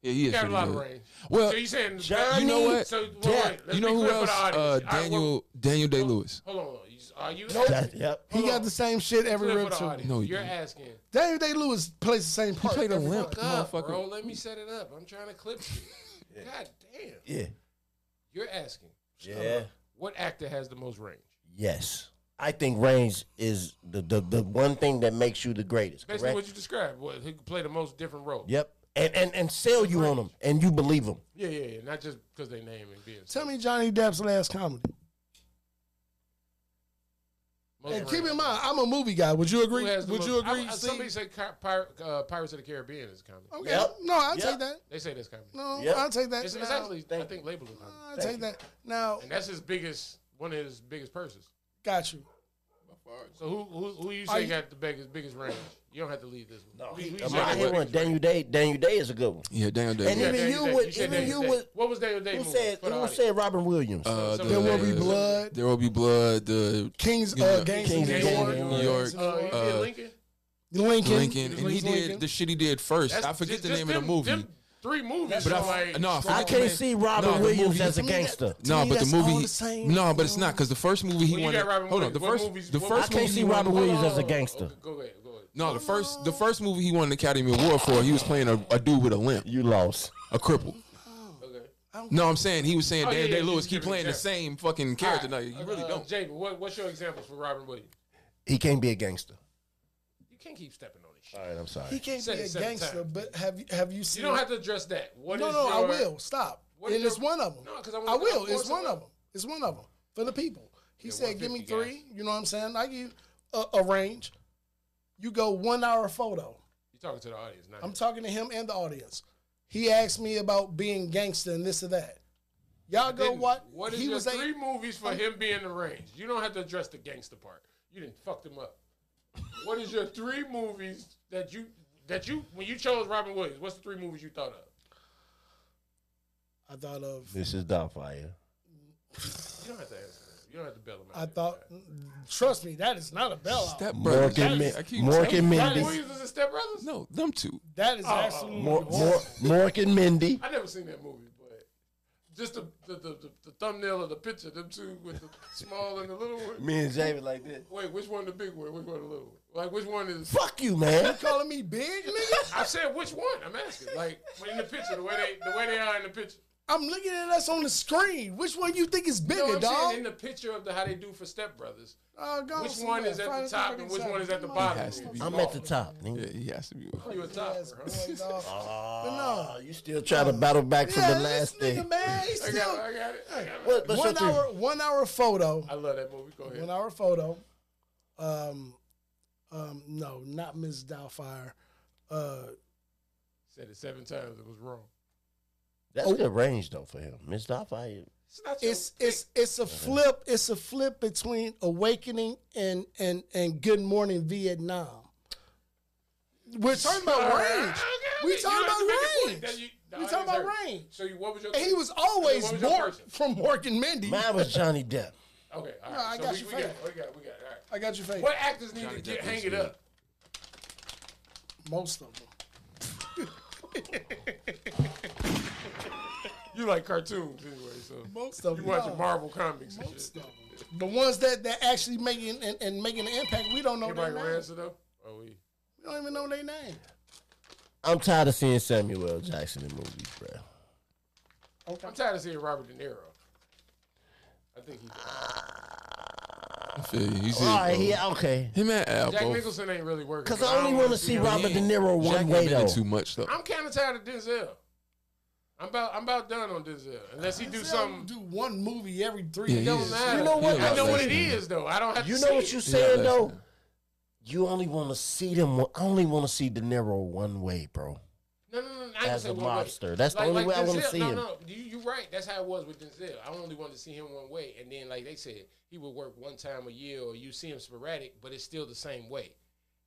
[SPEAKER 2] Yeah, he
[SPEAKER 5] He
[SPEAKER 2] is
[SPEAKER 5] got a
[SPEAKER 2] pretty
[SPEAKER 5] lot of
[SPEAKER 2] good.
[SPEAKER 5] range.
[SPEAKER 2] Well,
[SPEAKER 5] so you saying
[SPEAKER 3] Johnny
[SPEAKER 2] you know what?
[SPEAKER 5] So wait,
[SPEAKER 3] Depp.
[SPEAKER 5] wait, let's
[SPEAKER 2] you know
[SPEAKER 5] be
[SPEAKER 2] who
[SPEAKER 5] clear for
[SPEAKER 2] else?
[SPEAKER 5] the
[SPEAKER 2] Uh,
[SPEAKER 5] audience. I- well,
[SPEAKER 2] Daniel Daniel Day Lewis.
[SPEAKER 5] Hold on. hold on. You- Are you?
[SPEAKER 3] That, yep.
[SPEAKER 4] He got the same shit every
[SPEAKER 5] Clear
[SPEAKER 4] rib
[SPEAKER 5] for the
[SPEAKER 4] too.
[SPEAKER 5] audience.
[SPEAKER 2] No, he
[SPEAKER 5] You're
[SPEAKER 2] didn't.
[SPEAKER 5] asking.
[SPEAKER 4] Daniel Day Lewis plays the same part.
[SPEAKER 2] played a
[SPEAKER 4] every-
[SPEAKER 2] limp
[SPEAKER 5] God, bro,
[SPEAKER 2] motherfucker.
[SPEAKER 5] let me set it up. I'm trying to clip you. God damn.
[SPEAKER 3] Yeah.
[SPEAKER 5] You're asking.
[SPEAKER 3] Yeah.
[SPEAKER 5] What actor has the most range?
[SPEAKER 3] Yes. I think range is the, the, the one thing that makes you the greatest.
[SPEAKER 5] Basically,
[SPEAKER 3] Correct?
[SPEAKER 5] what you described. What who could play the most different roles?
[SPEAKER 3] Yep. And, and and sell you on them and you believe them.
[SPEAKER 5] Yeah, yeah, yeah. Not just because they name and being.
[SPEAKER 4] Tell me Johnny Depp's last comedy.
[SPEAKER 5] Most
[SPEAKER 4] and keep
[SPEAKER 5] range.
[SPEAKER 4] in mind, I'm a movie guy. Would you
[SPEAKER 5] Who
[SPEAKER 4] agree?
[SPEAKER 5] has the
[SPEAKER 4] Would
[SPEAKER 5] most-
[SPEAKER 4] you agree?
[SPEAKER 5] I, I,
[SPEAKER 4] Steve?
[SPEAKER 5] somebody say Car- Pir- uh, Pirates of the Caribbean is comedy.
[SPEAKER 4] okay.
[SPEAKER 3] Yep.
[SPEAKER 4] No, I'll
[SPEAKER 3] Yep.
[SPEAKER 4] take that.
[SPEAKER 5] They say that's comedy.
[SPEAKER 4] No,
[SPEAKER 3] Yep.
[SPEAKER 4] I'll take that.
[SPEAKER 5] It's, it's
[SPEAKER 4] Now-
[SPEAKER 5] actually, I
[SPEAKER 3] Thank
[SPEAKER 5] think, labeled as comedy.
[SPEAKER 4] I'll
[SPEAKER 3] Thank
[SPEAKER 4] take
[SPEAKER 3] you.
[SPEAKER 4] that. Now,
[SPEAKER 5] And that's his biggest, one of his biggest purses.
[SPEAKER 4] got you.
[SPEAKER 5] So who who, who you
[SPEAKER 4] Are
[SPEAKER 5] say
[SPEAKER 4] you-
[SPEAKER 5] got the biggest biggest range? You don't have to leave this one. Who- who you
[SPEAKER 3] I'm
[SPEAKER 5] say got
[SPEAKER 3] not
[SPEAKER 5] the
[SPEAKER 3] here one.
[SPEAKER 5] biggest range?
[SPEAKER 3] Daniel Day. Daniel Day is a good one.
[SPEAKER 2] Yeah, Daniel Day
[SPEAKER 3] And
[SPEAKER 5] Yeah,
[SPEAKER 2] Lewis.
[SPEAKER 3] even
[SPEAKER 5] Daniel
[SPEAKER 3] you
[SPEAKER 5] Day.
[SPEAKER 3] would-
[SPEAKER 5] said
[SPEAKER 3] even
[SPEAKER 5] Daniel
[SPEAKER 3] you
[SPEAKER 5] Day.
[SPEAKER 3] would-
[SPEAKER 5] What was Daniel Day?
[SPEAKER 3] Who
[SPEAKER 5] movie
[SPEAKER 3] said
[SPEAKER 5] for the
[SPEAKER 3] who
[SPEAKER 5] audience?
[SPEAKER 3] said Robin Williams?
[SPEAKER 2] Uh,
[SPEAKER 5] There
[SPEAKER 2] the-
[SPEAKER 4] There
[SPEAKER 5] Yeah,
[SPEAKER 4] will be
[SPEAKER 5] yeah.
[SPEAKER 4] blood.
[SPEAKER 2] There will be blood. The
[SPEAKER 4] Kings,
[SPEAKER 2] You
[SPEAKER 4] uh,
[SPEAKER 2] know,
[SPEAKER 4] Gangs
[SPEAKER 3] Kings
[SPEAKER 4] of
[SPEAKER 3] of
[SPEAKER 4] New York.
[SPEAKER 3] New
[SPEAKER 2] York.
[SPEAKER 5] Uh, you did
[SPEAKER 2] Uh,
[SPEAKER 5] Lincoln.
[SPEAKER 4] Lincoln.
[SPEAKER 2] Lincoln, and he
[SPEAKER 4] Lincoln.
[SPEAKER 2] did the shit he did first.
[SPEAKER 5] That's
[SPEAKER 2] I forget
[SPEAKER 5] just-
[SPEAKER 2] the
[SPEAKER 5] just
[SPEAKER 2] name of
[SPEAKER 5] them-
[SPEAKER 2] the movie.
[SPEAKER 5] Them three movies.
[SPEAKER 2] But I-
[SPEAKER 5] are like,
[SPEAKER 2] no, I forget
[SPEAKER 3] I
[SPEAKER 2] the
[SPEAKER 3] can't
[SPEAKER 2] name.
[SPEAKER 3] see Robin
[SPEAKER 2] No, the
[SPEAKER 3] Williams
[SPEAKER 2] movie-
[SPEAKER 3] as a
[SPEAKER 4] To me, that-
[SPEAKER 3] gangster.
[SPEAKER 4] to
[SPEAKER 2] No,
[SPEAKER 4] me,
[SPEAKER 2] but the
[SPEAKER 4] that's all
[SPEAKER 2] movie.
[SPEAKER 4] the same,
[SPEAKER 2] no,
[SPEAKER 4] you
[SPEAKER 2] but it's
[SPEAKER 4] know?
[SPEAKER 2] not because the first movie he
[SPEAKER 5] Well, you
[SPEAKER 2] wanted.
[SPEAKER 5] got Robin
[SPEAKER 2] hold on,
[SPEAKER 5] Williams.
[SPEAKER 2] the
[SPEAKER 5] What
[SPEAKER 2] first,
[SPEAKER 5] movies-
[SPEAKER 2] the
[SPEAKER 5] what
[SPEAKER 2] first
[SPEAKER 3] I can't
[SPEAKER 2] movie.
[SPEAKER 3] see
[SPEAKER 2] he
[SPEAKER 3] Robin
[SPEAKER 2] won-
[SPEAKER 3] Williams as a
[SPEAKER 5] Oh,
[SPEAKER 3] gangster.
[SPEAKER 5] okay, go ahead, go ahead.
[SPEAKER 2] No, the first, the first movie he won an Academy Award for, he was playing a, a dude with a limp,
[SPEAKER 3] You lost.
[SPEAKER 2] a cripple.
[SPEAKER 5] Okay.
[SPEAKER 2] No, I'm saying he was saying
[SPEAKER 5] Oh, yeah,
[SPEAKER 2] Daniel
[SPEAKER 5] yeah,
[SPEAKER 2] Day Lewis keep
[SPEAKER 5] you give an
[SPEAKER 2] playing the
[SPEAKER 5] example.
[SPEAKER 2] same fucking character.
[SPEAKER 5] All
[SPEAKER 2] No,
[SPEAKER 5] right,
[SPEAKER 2] you really
[SPEAKER 5] uh,
[SPEAKER 2] don't.
[SPEAKER 5] Jake, what, what's your examples for Robin Williams?
[SPEAKER 3] He can't be a gangster.
[SPEAKER 5] You can't keep stepping on this shit.
[SPEAKER 3] All right, I'm sorry.
[SPEAKER 4] He can't be
[SPEAKER 5] Said it
[SPEAKER 4] a
[SPEAKER 5] seven
[SPEAKER 4] gangster,
[SPEAKER 5] times.
[SPEAKER 4] but have you have you
[SPEAKER 5] You
[SPEAKER 4] seen?
[SPEAKER 5] don't have to address that. What
[SPEAKER 4] no,
[SPEAKER 5] is
[SPEAKER 4] no,
[SPEAKER 5] your-
[SPEAKER 4] I will stop.
[SPEAKER 5] What
[SPEAKER 4] and
[SPEAKER 5] is
[SPEAKER 4] it's
[SPEAKER 5] your-
[SPEAKER 4] one of them.
[SPEAKER 5] No, 'cause I
[SPEAKER 4] I,
[SPEAKER 5] wanna- I
[SPEAKER 4] will.
[SPEAKER 5] wanna
[SPEAKER 4] It's
[SPEAKER 5] force
[SPEAKER 4] one
[SPEAKER 5] it.
[SPEAKER 4] of them. It's one of them for the people. He
[SPEAKER 5] Yeah,
[SPEAKER 4] said, "Give me
[SPEAKER 5] 150 guys.
[SPEAKER 4] three. You know what I'm saying? I give a, a range. You go one hour photo.
[SPEAKER 5] You're talking to the audience, not
[SPEAKER 4] I'm
[SPEAKER 5] me.
[SPEAKER 4] talking to him and the audience. He asked me about being gangster and this or that. Y'all go
[SPEAKER 5] Didn't-
[SPEAKER 4] what?
[SPEAKER 5] What is
[SPEAKER 4] he
[SPEAKER 5] your
[SPEAKER 4] was
[SPEAKER 5] three
[SPEAKER 4] a,
[SPEAKER 5] movies for him being the range? You don't have to address the gangster part. You didn't fuck him up. what is your three movies that you that you when you chose Robin Williams? What's the three movies you thought of?
[SPEAKER 4] I thought of.
[SPEAKER 3] This is Doubtfire.
[SPEAKER 5] You don't have to answer. That. You don't have to bail him out.
[SPEAKER 4] I thought. Trust me, that is not a bailout.
[SPEAKER 2] Step
[SPEAKER 3] Mork
[SPEAKER 2] Brothers.
[SPEAKER 3] and,
[SPEAKER 2] I
[SPEAKER 3] Min-
[SPEAKER 2] keep
[SPEAKER 3] Mork
[SPEAKER 2] telling
[SPEAKER 3] and
[SPEAKER 2] you.
[SPEAKER 5] Robin
[SPEAKER 3] Mindy.
[SPEAKER 5] Williams was in Step Brothers.
[SPEAKER 2] No, them two.
[SPEAKER 4] that is
[SPEAKER 5] Oh,
[SPEAKER 4] absolutely
[SPEAKER 3] Mor- Mor- Mork and Mindy.
[SPEAKER 5] I never seen that movie, but just the the, the, the, the thumbnail of the picture, them two with the small and the little one.
[SPEAKER 3] Me and Jay was like this.
[SPEAKER 5] Wait, which one the big one? Which one the little one? Like which one is?
[SPEAKER 3] Fuck you, man.
[SPEAKER 4] calling me big, nigga.
[SPEAKER 5] I said which one? I'm asking. Like in the picture, the way they the way they are in the picture.
[SPEAKER 4] I'm looking at us on the screen. Which one you think is
[SPEAKER 5] No,
[SPEAKER 4] bigger,
[SPEAKER 5] I'm
[SPEAKER 4] dog?
[SPEAKER 5] saying in the picture of the how they do for Step Brothers.
[SPEAKER 4] Oh, go
[SPEAKER 5] Which
[SPEAKER 4] somewhere.
[SPEAKER 5] one is at
[SPEAKER 4] Find
[SPEAKER 5] the
[SPEAKER 4] us
[SPEAKER 5] top
[SPEAKER 4] somebody
[SPEAKER 5] and which
[SPEAKER 4] inside.
[SPEAKER 5] one is at the
[SPEAKER 4] Come
[SPEAKER 5] bottom?
[SPEAKER 4] on.
[SPEAKER 2] Has to be.
[SPEAKER 3] I'm at the top.
[SPEAKER 2] Yeah,
[SPEAKER 3] nigga.
[SPEAKER 2] he has to be.
[SPEAKER 5] You a topper,
[SPEAKER 4] Yes,
[SPEAKER 5] huh?
[SPEAKER 4] boy, dog.
[SPEAKER 3] Ah, you still trying to battle back from
[SPEAKER 4] Yeah,
[SPEAKER 3] the last
[SPEAKER 4] this nigga,
[SPEAKER 3] thing.
[SPEAKER 4] man, he
[SPEAKER 5] I got,
[SPEAKER 4] still-
[SPEAKER 5] it, I got it. I got it.
[SPEAKER 3] What, what's your
[SPEAKER 4] one
[SPEAKER 3] three?
[SPEAKER 4] hour, one hour photo.
[SPEAKER 5] I love that movie. Go ahead.
[SPEAKER 4] One hour photo. Um, um, no, not Miss Doubtfire. Uh,
[SPEAKER 5] Said it seven times. It was wrong.
[SPEAKER 3] That's good range though for him. Miss Doubtfire.
[SPEAKER 5] It's not your
[SPEAKER 4] it's it's it's
[SPEAKER 3] Uh-huh.
[SPEAKER 4] a flip. It's a flip between Awakening and and and Good Morning Vietnam. We're talking about range. We talking about range. We talking about range.
[SPEAKER 5] So you, what was your?
[SPEAKER 4] And he was
[SPEAKER 5] What
[SPEAKER 4] always
[SPEAKER 5] was your
[SPEAKER 4] Mark
[SPEAKER 5] person?
[SPEAKER 4] from Mork and Mindy.
[SPEAKER 3] Mine was Johnny Depp.
[SPEAKER 5] Okay, all right.
[SPEAKER 4] No, I
[SPEAKER 5] so
[SPEAKER 4] got
[SPEAKER 5] we,
[SPEAKER 4] you
[SPEAKER 5] we
[SPEAKER 4] fake.
[SPEAKER 5] got, we got, we got. All right.
[SPEAKER 4] I got your face.
[SPEAKER 5] What actors need to get
[SPEAKER 2] Depp
[SPEAKER 5] hang
[SPEAKER 2] is
[SPEAKER 5] it
[SPEAKER 2] good.
[SPEAKER 5] up?
[SPEAKER 4] Most of them.
[SPEAKER 5] You like cartoons anyway, so
[SPEAKER 4] Most of
[SPEAKER 5] you
[SPEAKER 4] them.
[SPEAKER 5] watch your
[SPEAKER 4] No.
[SPEAKER 5] Marvel comics and
[SPEAKER 4] Most
[SPEAKER 5] shit.
[SPEAKER 4] of them. The ones that that actually making and, and making an impact, we don't know their
[SPEAKER 5] Anybody
[SPEAKER 4] name.
[SPEAKER 5] Rancid though? Oh, we.
[SPEAKER 4] We don't even know their name.
[SPEAKER 3] I'm tired of seeing Samuel L. Jackson in movies, bro.
[SPEAKER 5] I'm tired of seeing Robert De Niro. I think he.
[SPEAKER 2] Ah. I feel you. He's
[SPEAKER 3] All right,
[SPEAKER 2] it,
[SPEAKER 3] yeah, okay.
[SPEAKER 2] bro. Him and Al
[SPEAKER 5] Jack
[SPEAKER 2] both.
[SPEAKER 5] Nicholson ain't really working.
[SPEAKER 3] Because
[SPEAKER 5] but
[SPEAKER 3] I only
[SPEAKER 5] don't
[SPEAKER 3] want to
[SPEAKER 5] wanna
[SPEAKER 3] see
[SPEAKER 5] him.
[SPEAKER 3] Robert De Niro
[SPEAKER 2] Jack
[SPEAKER 3] one
[SPEAKER 2] ain't
[SPEAKER 3] way
[SPEAKER 2] been in
[SPEAKER 3] though.
[SPEAKER 2] too much though.
[SPEAKER 5] I'm kind of tired of Denzel. I'm about I'm about done on Denzel. Unless he do
[SPEAKER 4] They
[SPEAKER 5] something.
[SPEAKER 4] don't do one movie every three
[SPEAKER 2] Yeah, he
[SPEAKER 4] years.
[SPEAKER 5] Don't
[SPEAKER 2] is.
[SPEAKER 5] matter.
[SPEAKER 3] You know what?
[SPEAKER 5] I
[SPEAKER 2] Yeah,
[SPEAKER 5] know what it
[SPEAKER 2] listen.
[SPEAKER 5] is though. I don't have.
[SPEAKER 3] You
[SPEAKER 5] to
[SPEAKER 3] know
[SPEAKER 5] see
[SPEAKER 3] what
[SPEAKER 5] it.
[SPEAKER 3] you saying
[SPEAKER 2] that's-
[SPEAKER 3] though? You only want to see them. I only want to see De Niro one way, bro.
[SPEAKER 5] No, no, no. I
[SPEAKER 3] As
[SPEAKER 5] say
[SPEAKER 3] a
[SPEAKER 5] one way.
[SPEAKER 3] mobster. That's the only way I wanna
[SPEAKER 5] Denzel-
[SPEAKER 3] see
[SPEAKER 5] no,
[SPEAKER 3] him.
[SPEAKER 5] No, you you right. That's how it was with Denzel. I only wanted to see him one way, and then like they said, he would work one time a year, or you see him sporadic, but it's still the same way.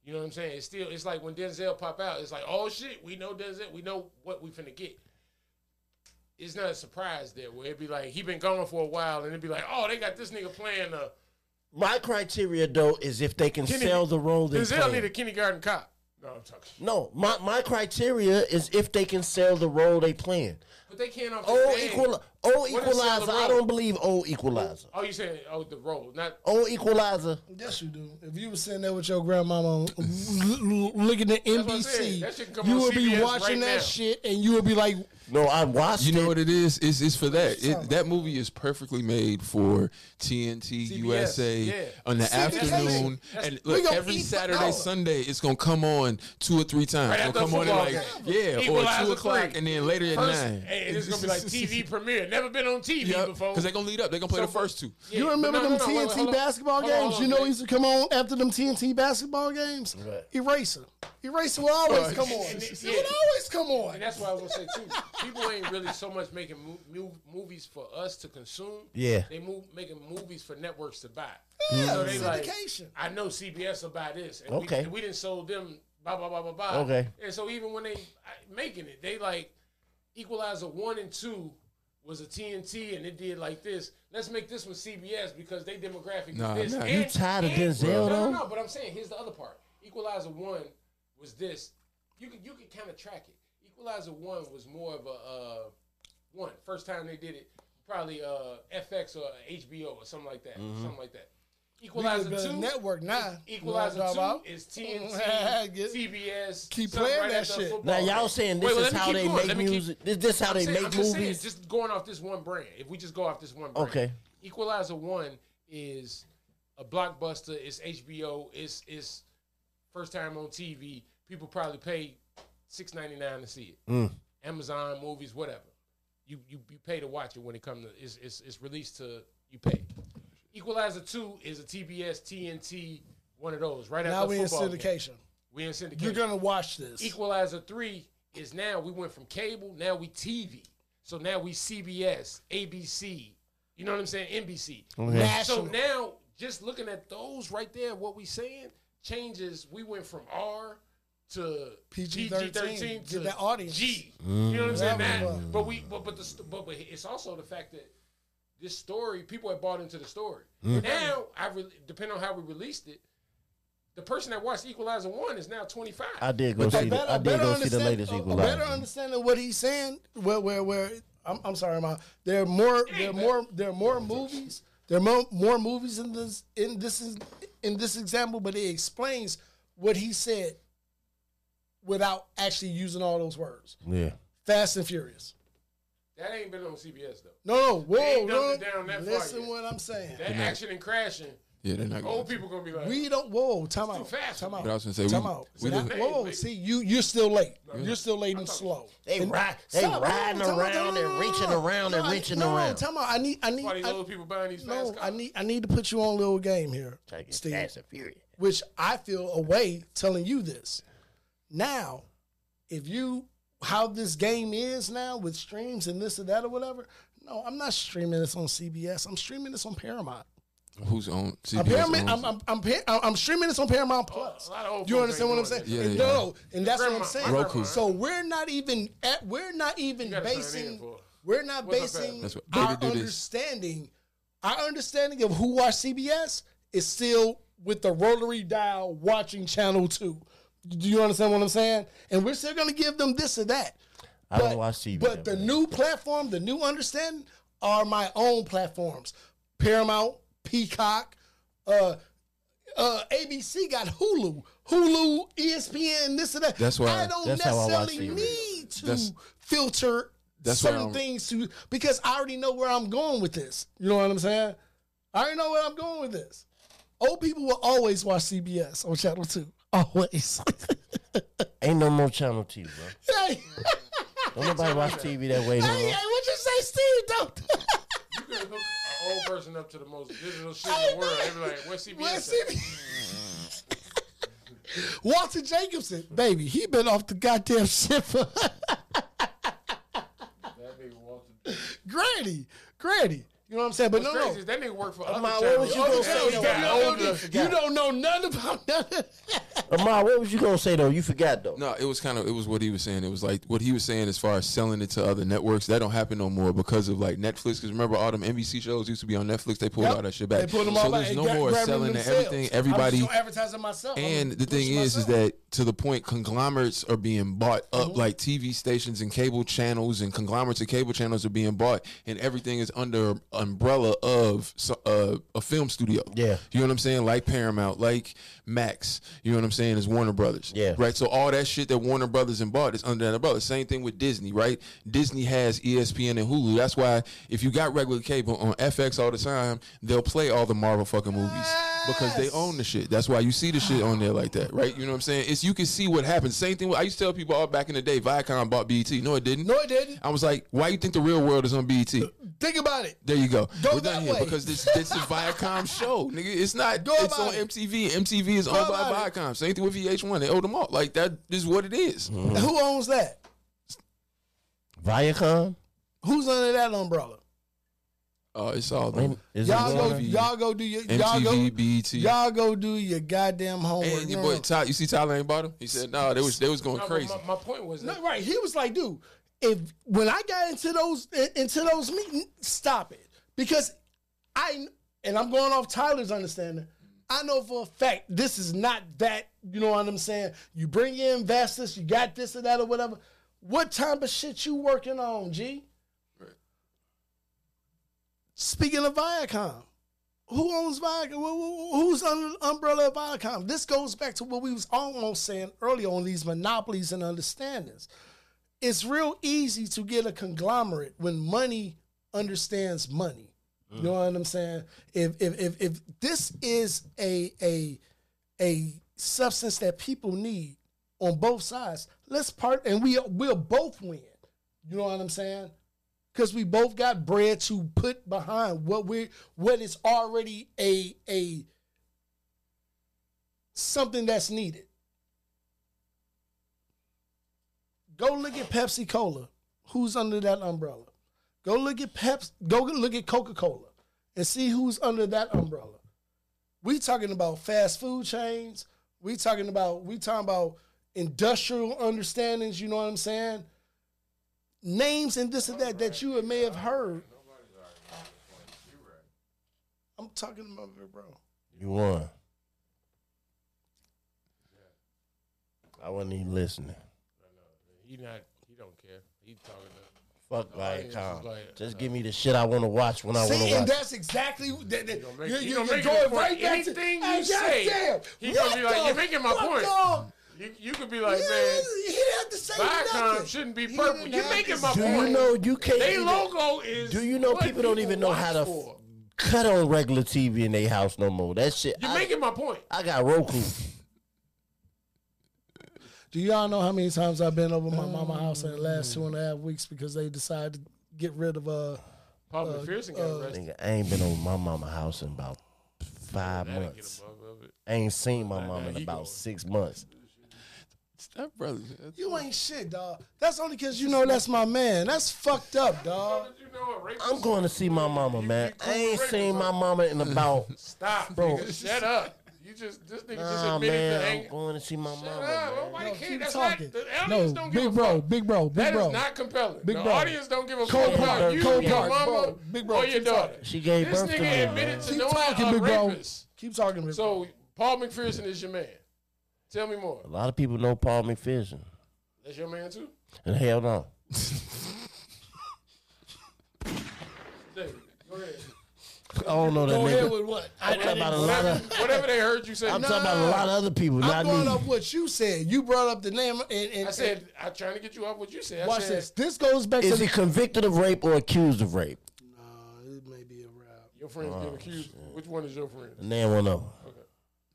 [SPEAKER 5] You know what I'm saying? It's still it's like when Denzel pop out, it's like, oh shit, we know Denzel, we know what we finna get. It's not a surprise there where it'd be like he been gone for a while and it'd be like, oh, they got this nigga playing uh
[SPEAKER 3] My criteria though is if they can
[SPEAKER 5] Kenny-
[SPEAKER 3] sell the role they're
[SPEAKER 5] Denzel
[SPEAKER 3] playing.
[SPEAKER 5] need a kindergarten cop. No, I'm talking. shit.
[SPEAKER 3] no, my, my criteria is if they can sell the role they playing.
[SPEAKER 5] But they can't off
[SPEAKER 3] Oh,
[SPEAKER 5] their
[SPEAKER 3] equal,
[SPEAKER 5] name.
[SPEAKER 3] oh
[SPEAKER 5] What is
[SPEAKER 3] equalizer.
[SPEAKER 5] Sandra
[SPEAKER 3] I
[SPEAKER 5] Bullock?
[SPEAKER 3] don't believe oh equalizer.
[SPEAKER 5] Oh, you saying oh the role, not
[SPEAKER 3] Oh equalizer.
[SPEAKER 4] Yes, you do. If you was sitting there with your grandmama l- l- looking at
[SPEAKER 5] what I'm saying.
[SPEAKER 4] NBC,
[SPEAKER 5] That shit can come
[SPEAKER 4] you
[SPEAKER 5] on
[SPEAKER 4] would be
[SPEAKER 5] CBS
[SPEAKER 4] watching
[SPEAKER 5] right
[SPEAKER 4] that
[SPEAKER 5] now.
[SPEAKER 4] shit, and you would be like,
[SPEAKER 3] No, I watched
[SPEAKER 2] You know
[SPEAKER 3] it.
[SPEAKER 2] what it is? It's, it's for that. It, that movie is perfectly made for TNT
[SPEAKER 5] CBS,
[SPEAKER 2] USA
[SPEAKER 5] yeah.
[SPEAKER 2] on the
[SPEAKER 5] CBS.
[SPEAKER 2] afternoon, and look,
[SPEAKER 4] gonna
[SPEAKER 2] every
[SPEAKER 4] eat for
[SPEAKER 2] Saturday,
[SPEAKER 4] hour.
[SPEAKER 2] Sunday, it's gonna come on two or three times.
[SPEAKER 5] Right
[SPEAKER 2] It's
[SPEAKER 5] after
[SPEAKER 2] gonna Oh, come on at like
[SPEAKER 5] football
[SPEAKER 2] yeah, or
[SPEAKER 5] Equalizer
[SPEAKER 2] two o'clock,
[SPEAKER 5] three.
[SPEAKER 2] and then later at
[SPEAKER 5] first,
[SPEAKER 2] nine.
[SPEAKER 5] hey, it's gonna be like TV premiere. Never been on TV before.
[SPEAKER 2] because they're gonna lead up. They're gonna play
[SPEAKER 5] So-
[SPEAKER 2] the first two.
[SPEAKER 5] Yeah,
[SPEAKER 4] you
[SPEAKER 5] but
[SPEAKER 4] remember
[SPEAKER 5] no, no,
[SPEAKER 4] them
[SPEAKER 5] no, wait, wait,
[SPEAKER 4] TNT
[SPEAKER 5] hold on.
[SPEAKER 4] basketball
[SPEAKER 5] Hold on,
[SPEAKER 4] games?
[SPEAKER 5] hold on,
[SPEAKER 4] you know,
[SPEAKER 5] wait.
[SPEAKER 4] used to come on after them TNT basketball games. Eraser, Eraser will always come on.
[SPEAKER 5] And it-
[SPEAKER 4] It
[SPEAKER 5] yeah.
[SPEAKER 4] would always come on.
[SPEAKER 5] And that's what I was gonna say too. People ain't really so much making mo- new movies for us to consume.
[SPEAKER 3] Yeah.
[SPEAKER 5] they move making movies for networks to buy.
[SPEAKER 4] Yeah,
[SPEAKER 5] so they like,
[SPEAKER 4] syndication.
[SPEAKER 5] I know CBS will buy this, and we,
[SPEAKER 3] Okay.
[SPEAKER 5] and we didn't sold them. Blah blah blah blah blah.
[SPEAKER 3] Okay.
[SPEAKER 5] And so even when they I- making it, they like Equalizer one and two was a TNT, and it did like this. Let's make this one CBS because they demographic
[SPEAKER 2] Nah,
[SPEAKER 5] is this.
[SPEAKER 2] nah.
[SPEAKER 5] And-
[SPEAKER 3] You tired of
[SPEAKER 5] and-
[SPEAKER 3] Denzel,
[SPEAKER 5] No, no,
[SPEAKER 3] though?
[SPEAKER 5] no. But I'm saying here's the other part. Equalizer one was this. You could you could kind of track it. Equalizer one was more of a uh, one first time they did it, probably uh, FX or HBO or something like that,
[SPEAKER 3] Mm-hmm.
[SPEAKER 5] something like that. Equalizer
[SPEAKER 4] We got a
[SPEAKER 5] two e-,
[SPEAKER 4] network now.
[SPEAKER 5] Equalizer
[SPEAKER 4] You know what I'm
[SPEAKER 5] two
[SPEAKER 4] talking
[SPEAKER 5] is
[SPEAKER 4] I
[SPEAKER 5] TNT,
[SPEAKER 4] get it.
[SPEAKER 5] CBS.
[SPEAKER 4] Keep
[SPEAKER 5] something
[SPEAKER 4] playing
[SPEAKER 5] right
[SPEAKER 4] that
[SPEAKER 5] after
[SPEAKER 4] shit.
[SPEAKER 5] football.
[SPEAKER 3] Now y'all saying this
[SPEAKER 5] Wait, wait, let
[SPEAKER 3] is
[SPEAKER 5] me
[SPEAKER 3] how
[SPEAKER 5] keep
[SPEAKER 3] they
[SPEAKER 5] going.
[SPEAKER 3] make
[SPEAKER 5] Let me keep-
[SPEAKER 3] music. This this how
[SPEAKER 5] I'm
[SPEAKER 3] they
[SPEAKER 5] saying- I'm
[SPEAKER 3] make
[SPEAKER 5] just saying,
[SPEAKER 3] movies.
[SPEAKER 5] just going off this one brand. If we just go off this one brand.
[SPEAKER 3] Okay.
[SPEAKER 5] Equalizer one is a blockbuster. It's HBO. It's it's first time on TV. People probably pay six ninety nine to see it. Amazon movies, whatever. You you you pay to watch it when it comes to it's it's, it's released to you pay. Equalizer two is a TBS TNT one of those right
[SPEAKER 4] Now
[SPEAKER 5] after
[SPEAKER 4] we in
[SPEAKER 5] football game.
[SPEAKER 4] syndication.
[SPEAKER 5] We in syndication.
[SPEAKER 4] You're gonna watch this.
[SPEAKER 5] Equalizer three is now we went from cable, now we TV. So now we CBS, ABC. You know what I'm saying? NBC.
[SPEAKER 4] Oh,
[SPEAKER 5] So
[SPEAKER 4] National.
[SPEAKER 5] now just looking at those right there, what we saying changes. We went from R to
[SPEAKER 4] PG-13,
[SPEAKER 5] PG-13 to
[SPEAKER 4] get that audience.
[SPEAKER 5] G. You know what I'm saying?
[SPEAKER 4] That was
[SPEAKER 5] Now-
[SPEAKER 4] fun.
[SPEAKER 5] but we but but the st- but, but it's also the fact that this story people have bought into the story.
[SPEAKER 3] Mm.
[SPEAKER 5] Now I re- depend on how we released it. The person that watched Equalizer one is now 25.
[SPEAKER 3] I did go
[SPEAKER 4] I
[SPEAKER 3] see. The, I did go see
[SPEAKER 4] better
[SPEAKER 3] the
[SPEAKER 4] understand- oh,
[SPEAKER 3] latest
[SPEAKER 4] a- a
[SPEAKER 3] Equalizer.
[SPEAKER 4] Better understanding what he's saying. Where where where I'm, I'm sorry, ma. There are more there are more there are more movies. There are more, more movies in this in this is- in this example, but it explains what he said without actually using all those words.
[SPEAKER 3] Yeah.
[SPEAKER 4] Fast and Furious.
[SPEAKER 5] That ain't been on CBS though.
[SPEAKER 4] No, no, whoa,
[SPEAKER 5] ain't
[SPEAKER 4] no.
[SPEAKER 5] dumped it down that far
[SPEAKER 4] Listen
[SPEAKER 5] yet.
[SPEAKER 4] what I'm saying.
[SPEAKER 5] That action and crashing.
[SPEAKER 2] Yeah, they're not.
[SPEAKER 5] Old
[SPEAKER 2] Gonna,
[SPEAKER 5] people gonna be like,
[SPEAKER 4] We don't. Whoa, time
[SPEAKER 5] too
[SPEAKER 4] out.
[SPEAKER 5] fast.
[SPEAKER 4] Time out.
[SPEAKER 2] But I was gonna say, we-
[SPEAKER 4] time out.
[SPEAKER 2] we
[SPEAKER 4] See, that-
[SPEAKER 2] live-
[SPEAKER 4] whoa, see you. You're still late. You're still late and slow.
[SPEAKER 3] They
[SPEAKER 4] And-
[SPEAKER 3] ride. They
[SPEAKER 4] Stop,
[SPEAKER 3] riding
[SPEAKER 4] no, no, time out,
[SPEAKER 3] around
[SPEAKER 4] no, no,
[SPEAKER 3] and
[SPEAKER 4] no, no,
[SPEAKER 3] reaching
[SPEAKER 4] no.
[SPEAKER 3] around
[SPEAKER 4] No,
[SPEAKER 3] and
[SPEAKER 4] I-
[SPEAKER 3] reaching
[SPEAKER 4] no,
[SPEAKER 3] around.
[SPEAKER 4] Time out. I need. I need.
[SPEAKER 5] why these
[SPEAKER 4] I,
[SPEAKER 5] old people buying these fast
[SPEAKER 4] no,
[SPEAKER 5] cars?
[SPEAKER 4] I need. I need to put you on a little game here,
[SPEAKER 3] Take it
[SPEAKER 4] Steve.
[SPEAKER 3] Fast and Furious.
[SPEAKER 4] Which I feel a way telling you this. Now, if you how this game is now with streams and this and that or whatever. No, I'm not streaming this on CBS. I'm streaming this on Paramount.
[SPEAKER 2] Who's on?
[SPEAKER 4] I'm,
[SPEAKER 2] CBS
[SPEAKER 4] Paramount,
[SPEAKER 2] owns
[SPEAKER 4] I'm,
[SPEAKER 2] it.
[SPEAKER 4] I'm, I'm, pa- I'm, I'm streaming this on Paramount Plus.
[SPEAKER 5] a lot of old
[SPEAKER 4] you
[SPEAKER 5] folks
[SPEAKER 4] understand
[SPEAKER 5] ain't
[SPEAKER 4] what I'm
[SPEAKER 5] doing
[SPEAKER 4] saying?
[SPEAKER 2] that. Yeah,
[SPEAKER 4] And
[SPEAKER 2] they
[SPEAKER 4] no, and that's what I'm
[SPEAKER 5] Grandma-
[SPEAKER 4] saying.
[SPEAKER 5] Roku.
[SPEAKER 4] So we're not even at, we're not even
[SPEAKER 5] gotta turn it in
[SPEAKER 4] basing
[SPEAKER 5] for-
[SPEAKER 4] we're not
[SPEAKER 5] What's up,
[SPEAKER 4] basing
[SPEAKER 5] Pat?
[SPEAKER 2] That's what-
[SPEAKER 4] our
[SPEAKER 2] Baby, do this.
[SPEAKER 4] understanding our understanding of who watched CBS is still with the rotary dial watching Channel Two. Do you understand what I'm saying? And we're still gonna give them this or that.
[SPEAKER 3] I don't watch TV.
[SPEAKER 4] But the
[SPEAKER 3] man.
[SPEAKER 4] new platform, the new understanding, are my own platforms. Paramount, Peacock, uh, uh, ABC got Hulu, Hulu, E ESPN, this and that.
[SPEAKER 2] That's why-
[SPEAKER 4] I don't
[SPEAKER 3] that's how I watch
[SPEAKER 4] necessarily
[SPEAKER 3] TV.
[SPEAKER 4] need to
[SPEAKER 2] That's-
[SPEAKER 4] filter
[SPEAKER 2] that's why
[SPEAKER 4] certain
[SPEAKER 2] I'm-
[SPEAKER 4] things to because I already know where I'm going with this. You know what I'm saying? I already know where I'm going with this. Old people will always watch CBS on Channel Two. Always.
[SPEAKER 3] ain't no more channel TV, bro.
[SPEAKER 4] hey,
[SPEAKER 3] Don't nobody watch TV that way no
[SPEAKER 4] hey,
[SPEAKER 3] more.
[SPEAKER 4] what you say, Steve? Don't.
[SPEAKER 5] you could hook an old person up to the most digital shit in the world. They be like, what's CBS?
[SPEAKER 4] What's
[SPEAKER 5] at?"
[SPEAKER 4] it- Walter Jacobson, baby, he been off the goddamn shit for
[SPEAKER 5] That nigga Walter.
[SPEAKER 4] granny, granny. You know what I'm saying? But
[SPEAKER 5] What's
[SPEAKER 4] no,
[SPEAKER 5] crazy is that nigga worked for other
[SPEAKER 3] Ma,
[SPEAKER 5] channels.
[SPEAKER 3] what was you
[SPEAKER 5] Other
[SPEAKER 3] gonna
[SPEAKER 5] channels
[SPEAKER 3] say?
[SPEAKER 5] got
[SPEAKER 3] You
[SPEAKER 5] older.
[SPEAKER 4] no, you don't know nothing about nothing.
[SPEAKER 3] Amar, what was you gonna say though? You forgot though.
[SPEAKER 2] No, it was kind of it was what he was saying. It was like what he was saying as far as selling it to other networks. That don't happen no more because of like Netflix. Because remember all them NBC shows used to be on Netflix. They pulled
[SPEAKER 4] Yep.
[SPEAKER 2] all that shit back.
[SPEAKER 4] They put them
[SPEAKER 2] so
[SPEAKER 4] all
[SPEAKER 2] there's
[SPEAKER 4] back.
[SPEAKER 2] no
[SPEAKER 4] Gra-
[SPEAKER 2] more
[SPEAKER 4] grabbing
[SPEAKER 2] selling and
[SPEAKER 4] themselves.
[SPEAKER 2] everything.
[SPEAKER 4] I'm
[SPEAKER 2] Everybody.
[SPEAKER 4] still advertising myself. I'm
[SPEAKER 2] And the
[SPEAKER 4] pushing
[SPEAKER 2] thing is, is
[SPEAKER 4] myself.
[SPEAKER 2] that to the point conglomerates are being bought up, like TV stations and cable channels, and conglomerates and cable channels are being bought, and everything is under umbrella of so- uh, a film studio.
[SPEAKER 3] Yeah.
[SPEAKER 2] you know what I'm saying? Like Paramount, like Max. You know what I'm saying? Is Warner Brothers.
[SPEAKER 3] Yeah.
[SPEAKER 2] right. So all that shit that Warner Brothers and bought is under that umbrella. Same thing with Disney, right? Disney has E ESPN and Hulu. That's why if you got regular cable on FX all the time, they'll play all the Marvel fucking movies because they own the shit. That's why you see the shit on there like that, right? You know what I'm saying? It's you can see what happens. Same thing. With, I used to tell people all back in the day, Viacom bought BET. No, it didn't.
[SPEAKER 4] No, it didn't.
[SPEAKER 2] I was like, why you think the real world is on BET?
[SPEAKER 4] Think about it.
[SPEAKER 2] There you go.
[SPEAKER 4] Go
[SPEAKER 2] We're done
[SPEAKER 4] that
[SPEAKER 2] here
[SPEAKER 4] way.
[SPEAKER 2] because this this is Viacom show, nigga. It's not.
[SPEAKER 4] Go
[SPEAKER 2] it's
[SPEAKER 4] about
[SPEAKER 2] on
[SPEAKER 4] it.
[SPEAKER 2] MTV. MTV is owned by
[SPEAKER 4] about it.
[SPEAKER 2] Viacom. Same thing with VH1. They owe them all. Like that is what it is.
[SPEAKER 3] Mm-hmm.
[SPEAKER 4] Who owns that?
[SPEAKER 3] Viacom.
[SPEAKER 4] Who's under that umbrella?
[SPEAKER 2] Uh, it's all
[SPEAKER 3] When-
[SPEAKER 2] them.
[SPEAKER 3] is it
[SPEAKER 4] Y'all go,
[SPEAKER 3] Warner?
[SPEAKER 4] y'all go do your y'all
[SPEAKER 2] MTV,
[SPEAKER 4] go,
[SPEAKER 2] BET.
[SPEAKER 4] y'all go do your goddamn homework.
[SPEAKER 2] And
[SPEAKER 4] No,
[SPEAKER 2] your
[SPEAKER 4] no,
[SPEAKER 2] boy, Ty, you see Tyler ain't bought him? He said, no, they was, they was going
[SPEAKER 5] No, but
[SPEAKER 2] crazy.
[SPEAKER 5] My, my point was
[SPEAKER 4] No,
[SPEAKER 5] that
[SPEAKER 4] right. He was like, dude, if when I got into those in- into those meetings, stop it. Because I and I'm going off Tyler's understanding. I know for a fact this is not that, you know what I'm saying? You bring in investors, you got this or that or whatever. What type of shit you working on, G? Speaking of Viacom, who owns Viacom? Who- who- Who's under the umbrella of Viacom? This goes back to what we was almost saying earlier on these monopolies and understandings. It's real easy to get a conglomerate when money understands money. You know what I'm saying? If if if, if this is a a a substance that people need on both sides, let's part and we we'll both win. You know what I'm saying? because we both got bread to put behind what we what is already a a something that's needed. Go look at Pepsi Cola. Who's under that umbrella? Go look at Peps. Go look at Coca Cola, and see who's under that umbrella. We talking about fast food chains. We talking about we talking about industrial understandings. You know what I'm saying? names and this and that that you may have heard. I'm talking about it, bro.
[SPEAKER 3] You won. I wasn't even listening.
[SPEAKER 5] he not he don't care. He talking to
[SPEAKER 3] Fuck
[SPEAKER 5] it's just
[SPEAKER 3] Viacom.
[SPEAKER 5] like- uh,
[SPEAKER 3] Just give me the shit I want to watch when I want
[SPEAKER 4] See,
[SPEAKER 3] to
[SPEAKER 4] and
[SPEAKER 3] watch.
[SPEAKER 4] that's exactly that, that, you
[SPEAKER 5] make-
[SPEAKER 4] you-
[SPEAKER 5] he
[SPEAKER 4] you're
[SPEAKER 5] gonna
[SPEAKER 4] going
[SPEAKER 5] make your point.
[SPEAKER 4] right back to
[SPEAKER 5] Anything you
[SPEAKER 4] Hey,
[SPEAKER 5] say,
[SPEAKER 4] goddamn,
[SPEAKER 5] he gonna be
[SPEAKER 4] what
[SPEAKER 5] like,
[SPEAKER 4] the
[SPEAKER 5] "You're making my
[SPEAKER 4] fuck,
[SPEAKER 5] point."
[SPEAKER 4] dog?
[SPEAKER 5] you. You could be like,
[SPEAKER 4] Yeah,
[SPEAKER 5] man,
[SPEAKER 4] he didn't have to say nothing.
[SPEAKER 5] Viacom shouldn't be
[SPEAKER 4] He
[SPEAKER 5] purple.
[SPEAKER 4] didn't
[SPEAKER 5] You're
[SPEAKER 4] have
[SPEAKER 5] making
[SPEAKER 4] to
[SPEAKER 5] my
[SPEAKER 4] say
[SPEAKER 3] Do
[SPEAKER 5] point.
[SPEAKER 3] you know you can't?
[SPEAKER 5] They
[SPEAKER 3] even-
[SPEAKER 5] logo is.
[SPEAKER 3] Do you know
[SPEAKER 5] what
[SPEAKER 3] people don't even know how to
[SPEAKER 5] watch
[SPEAKER 3] f-
[SPEAKER 5] for.
[SPEAKER 3] cut on regular TV in their house no more? That shit.
[SPEAKER 5] You're
[SPEAKER 3] I,
[SPEAKER 5] making my point.
[SPEAKER 3] I got Roku.
[SPEAKER 4] Do y'all know how many times I've been over my mama house in the last two and a half weeks because they decided to get rid of uh
[SPEAKER 5] Paul McPherson got arrested.
[SPEAKER 3] Nigga, I ain't been over my mama house in about five
[SPEAKER 5] That'll get
[SPEAKER 3] months.
[SPEAKER 5] him off of it.
[SPEAKER 3] I ain't seen my mama in
[SPEAKER 5] he
[SPEAKER 3] about
[SPEAKER 5] going.
[SPEAKER 3] six months.
[SPEAKER 2] that brother, that's-
[SPEAKER 4] you ain't shit, dog. That's only because you know that's my man. That's fucked up, dog.
[SPEAKER 5] You know what, Ray?
[SPEAKER 3] I'm going to see my mama, man. I ain't seen my mama in about.
[SPEAKER 5] Stop,
[SPEAKER 3] Bro.
[SPEAKER 5] bro. Nigga, shut up. You just this nigga just
[SPEAKER 3] Nah,
[SPEAKER 5] admitted
[SPEAKER 3] man,
[SPEAKER 5] to
[SPEAKER 3] I'm
[SPEAKER 5] anger.
[SPEAKER 3] going to see my mama.
[SPEAKER 5] Shut
[SPEAKER 3] man.
[SPEAKER 5] up. Nobody cares.
[SPEAKER 4] Keep
[SPEAKER 5] That's
[SPEAKER 4] talking.
[SPEAKER 5] not. The audience
[SPEAKER 4] No,
[SPEAKER 5] don't give
[SPEAKER 4] big
[SPEAKER 5] a
[SPEAKER 4] bro,
[SPEAKER 5] fuck.
[SPEAKER 4] big bro, big
[SPEAKER 5] That is
[SPEAKER 4] bro.
[SPEAKER 5] not compelling.
[SPEAKER 4] Big
[SPEAKER 5] the
[SPEAKER 4] bro.
[SPEAKER 5] audience don't give a
[SPEAKER 4] Cold
[SPEAKER 5] fuck about
[SPEAKER 4] blood,
[SPEAKER 5] you,
[SPEAKER 4] cold
[SPEAKER 5] your
[SPEAKER 4] blood,
[SPEAKER 5] mama,
[SPEAKER 4] bro. Big bro,
[SPEAKER 5] or your
[SPEAKER 4] keep talking.
[SPEAKER 5] daughter.
[SPEAKER 3] She gave
[SPEAKER 5] this
[SPEAKER 3] birth to me,
[SPEAKER 5] nigga admitted
[SPEAKER 3] man.
[SPEAKER 5] to
[SPEAKER 4] Keep
[SPEAKER 5] knowing
[SPEAKER 4] talking,
[SPEAKER 5] a
[SPEAKER 4] big bro.
[SPEAKER 5] rapist.
[SPEAKER 4] Keep talking, big bro.
[SPEAKER 5] So Paul McPherson is your man. Tell me more.
[SPEAKER 3] A lot of people know Paul McPherson.
[SPEAKER 5] That's your man too.
[SPEAKER 3] And hell no.
[SPEAKER 5] David, go ahead.
[SPEAKER 3] I don't know that
[SPEAKER 4] Go ahead
[SPEAKER 3] nigga.
[SPEAKER 4] with what? I,
[SPEAKER 3] I'm talking about a lot
[SPEAKER 5] Whatever,
[SPEAKER 3] of.
[SPEAKER 5] whatever they heard you say.
[SPEAKER 3] I'm talking about a lot of other people,
[SPEAKER 4] I'm
[SPEAKER 3] not
[SPEAKER 4] going
[SPEAKER 3] me.
[SPEAKER 4] up what you said. You brought up the name, and, and
[SPEAKER 5] I said I'm trying to get you off what you said. I
[SPEAKER 4] and watch
[SPEAKER 5] said,
[SPEAKER 4] this. This goes back to
[SPEAKER 3] Is
[SPEAKER 4] the.
[SPEAKER 3] he convicted of rape or accused of rape?
[SPEAKER 4] No, it may be a rap.
[SPEAKER 5] Your friends
[SPEAKER 3] Oh,
[SPEAKER 5] get accused. Which one is your friend?
[SPEAKER 3] And then one of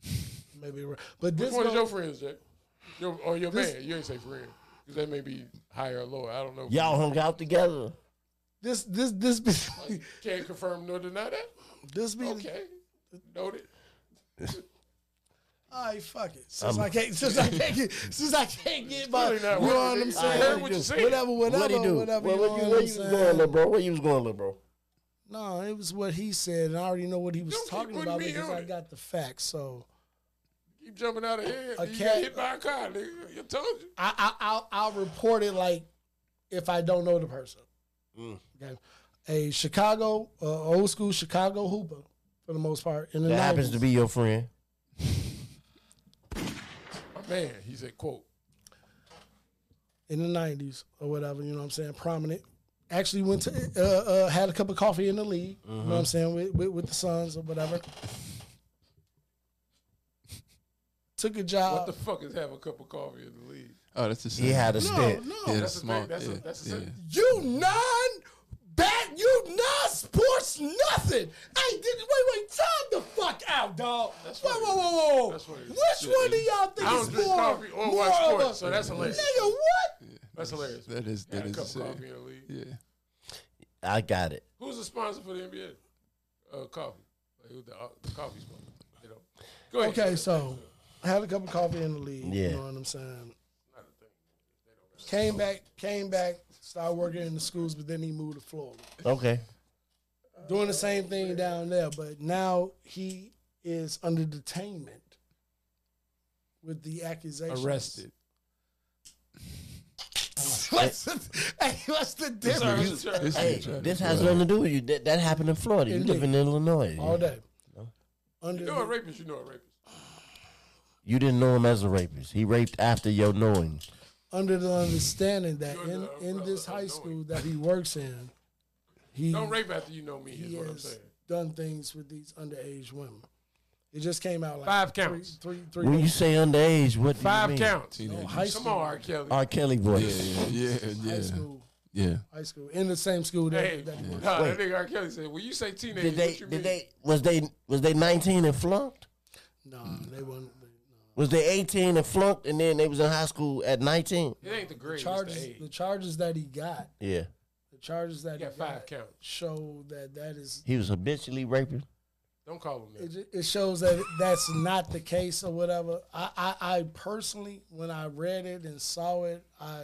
[SPEAKER 3] them.
[SPEAKER 4] Maybe a rap. But
[SPEAKER 5] Which
[SPEAKER 4] this
[SPEAKER 5] one is your
[SPEAKER 4] goes,
[SPEAKER 5] friends, Jack? Your, or your
[SPEAKER 4] This-
[SPEAKER 5] man? You ain't say friend because that may be higher or lower. I don't know.
[SPEAKER 3] Y'all hung out together.
[SPEAKER 4] this this this be
[SPEAKER 5] can't confirm nor deny that.
[SPEAKER 4] this be.
[SPEAKER 5] Okay, noted.
[SPEAKER 4] All right, fuck it. Since I can't, since I can't get, since I can't get my, you
[SPEAKER 5] really
[SPEAKER 4] know
[SPEAKER 5] not
[SPEAKER 4] what
[SPEAKER 5] working.
[SPEAKER 4] I'm
[SPEAKER 5] I
[SPEAKER 4] saying?
[SPEAKER 5] heard what you said.
[SPEAKER 4] Whatever, whatever,
[SPEAKER 3] What'd he do?
[SPEAKER 4] whatever.
[SPEAKER 3] Where,
[SPEAKER 4] you
[SPEAKER 3] where
[SPEAKER 4] know
[SPEAKER 3] you,
[SPEAKER 4] what
[SPEAKER 3] where you
[SPEAKER 4] I'm
[SPEAKER 3] was
[SPEAKER 4] saying?
[SPEAKER 3] going, little bro? Where you was going, little bro?
[SPEAKER 4] No, it was what he said, and I already know what he was
[SPEAKER 5] Don't keep
[SPEAKER 4] talking
[SPEAKER 5] putting
[SPEAKER 4] about
[SPEAKER 5] me
[SPEAKER 4] because
[SPEAKER 5] on
[SPEAKER 4] I
[SPEAKER 5] it.
[SPEAKER 4] got the facts. So
[SPEAKER 5] Keep jumping out of here.
[SPEAKER 4] A
[SPEAKER 5] you
[SPEAKER 4] cat-
[SPEAKER 5] got hit by a car, nigga. You told you.
[SPEAKER 4] I, I I'll, I'll report it like if I don't know the person.
[SPEAKER 3] Mm.
[SPEAKER 4] Okay, a Chicago, uh, old school Chicago hooper for the most part. In the
[SPEAKER 3] That happens
[SPEAKER 4] 90s.
[SPEAKER 3] to be your friend.
[SPEAKER 5] My man, he said, quote,
[SPEAKER 4] in the nineties or whatever. You know what I'm saying? Prominent. Actually went to uh, uh, had a cup of coffee in the league. You know
[SPEAKER 3] Mm-hmm.
[SPEAKER 4] what I'm saying with with, with the Suns or whatever. Took a job.
[SPEAKER 5] what the fuck is have a cup of coffee in the league?
[SPEAKER 2] Oh, that's the same.
[SPEAKER 3] He had a stint.
[SPEAKER 4] no,
[SPEAKER 2] yeah,
[SPEAKER 4] no.
[SPEAKER 2] that's
[SPEAKER 5] a
[SPEAKER 2] small.
[SPEAKER 5] thing. That's a-
[SPEAKER 2] yeah,
[SPEAKER 5] that's a
[SPEAKER 2] yeah.
[SPEAKER 5] thing.
[SPEAKER 4] You non bat. You non sports nothing. Hey, did wait wait time the fuck out, dog.
[SPEAKER 5] That's
[SPEAKER 4] whoa
[SPEAKER 5] what it
[SPEAKER 4] whoa whoa whoa.
[SPEAKER 5] That's what it is.
[SPEAKER 4] Which one do y'all think
[SPEAKER 5] I don't
[SPEAKER 4] is
[SPEAKER 5] drink
[SPEAKER 4] more?
[SPEAKER 5] coffee or
[SPEAKER 4] more
[SPEAKER 5] watch
[SPEAKER 4] of
[SPEAKER 5] sports,
[SPEAKER 4] a-
[SPEAKER 5] so that's hilarious.
[SPEAKER 4] Nigga, what?
[SPEAKER 5] That's hilarious.
[SPEAKER 2] That is that
[SPEAKER 5] Had a
[SPEAKER 2] is
[SPEAKER 5] cup of
[SPEAKER 2] insane.
[SPEAKER 5] coffee in the league.
[SPEAKER 2] Yeah.
[SPEAKER 3] I got it.
[SPEAKER 5] Who's the sponsor for the NBA? Uh, coffee. Like, who the, uh, the coffee sponsor? You know. Go ahead.
[SPEAKER 4] Okay, so I had a cup of coffee in the league.
[SPEAKER 3] Yeah.
[SPEAKER 4] You know what I'm saying? Came back, came back, started working in the schools, but then he moved to Florida.
[SPEAKER 3] Okay.
[SPEAKER 4] Doing the same thing down there, but now he is under detainment with the accusations.
[SPEAKER 5] Arrested.
[SPEAKER 4] What's the, hey, what's the difference?
[SPEAKER 5] Service charge.
[SPEAKER 2] This
[SPEAKER 3] Hey,
[SPEAKER 2] nigga trying to
[SPEAKER 3] this
[SPEAKER 2] do
[SPEAKER 3] has
[SPEAKER 2] it.
[SPEAKER 3] nothing to do with you. That, that happened in Florida. You
[SPEAKER 4] Indeed.
[SPEAKER 3] live in Illinois.
[SPEAKER 4] All day. Under
[SPEAKER 5] You know a rapist, you know a rapist.
[SPEAKER 3] You didn't know him as a rapist. He raped after your knowing.
[SPEAKER 4] under the understanding that
[SPEAKER 5] You're
[SPEAKER 4] in,
[SPEAKER 5] the
[SPEAKER 4] in this
[SPEAKER 5] umbrella
[SPEAKER 4] high
[SPEAKER 5] of
[SPEAKER 4] school that he works in, he
[SPEAKER 5] Don't rape after you know me, is
[SPEAKER 4] he
[SPEAKER 5] what I'm
[SPEAKER 4] has
[SPEAKER 5] saying.
[SPEAKER 4] done things with these underage women. It just came out like
[SPEAKER 5] Five
[SPEAKER 4] three-
[SPEAKER 5] counts.
[SPEAKER 4] three- three
[SPEAKER 3] When you
[SPEAKER 4] months-
[SPEAKER 3] say underage, what do
[SPEAKER 5] Five
[SPEAKER 3] you mean?
[SPEAKER 5] counts.
[SPEAKER 2] Teenagers.
[SPEAKER 4] Oh, high
[SPEAKER 5] Come
[SPEAKER 4] school,
[SPEAKER 5] on, R. Kelly.
[SPEAKER 3] R. Kelly
[SPEAKER 2] Yeah,
[SPEAKER 3] voice.
[SPEAKER 2] yeah, yeah,
[SPEAKER 4] high
[SPEAKER 2] yeah,
[SPEAKER 4] school,
[SPEAKER 2] yeah.
[SPEAKER 4] high school, in the same school that,
[SPEAKER 5] Hey,
[SPEAKER 4] that he
[SPEAKER 5] no,
[SPEAKER 4] works.
[SPEAKER 5] that nigga R. Kelly said, when you say teenager,
[SPEAKER 3] Did they?
[SPEAKER 5] what you
[SPEAKER 3] Did
[SPEAKER 5] mean?
[SPEAKER 3] they? Was they? Was they 19 and flunked?
[SPEAKER 4] No, Mm, they weren't. they- no.
[SPEAKER 3] Was they 18 and flunked, and then they was in high school at 19?
[SPEAKER 5] it ain't the grade, it's the
[SPEAKER 4] Charges,
[SPEAKER 5] age.
[SPEAKER 4] the charges that he got,
[SPEAKER 3] Yeah,
[SPEAKER 4] the charges that
[SPEAKER 5] You got
[SPEAKER 4] he
[SPEAKER 5] five
[SPEAKER 4] got
[SPEAKER 5] counts.
[SPEAKER 4] show that that is.
[SPEAKER 3] he was habitually raping.
[SPEAKER 5] Don't call him
[SPEAKER 4] It,
[SPEAKER 5] that.
[SPEAKER 4] ju- it shows that that's not the case or whatever. I, I, I personally, when I read it and saw it, I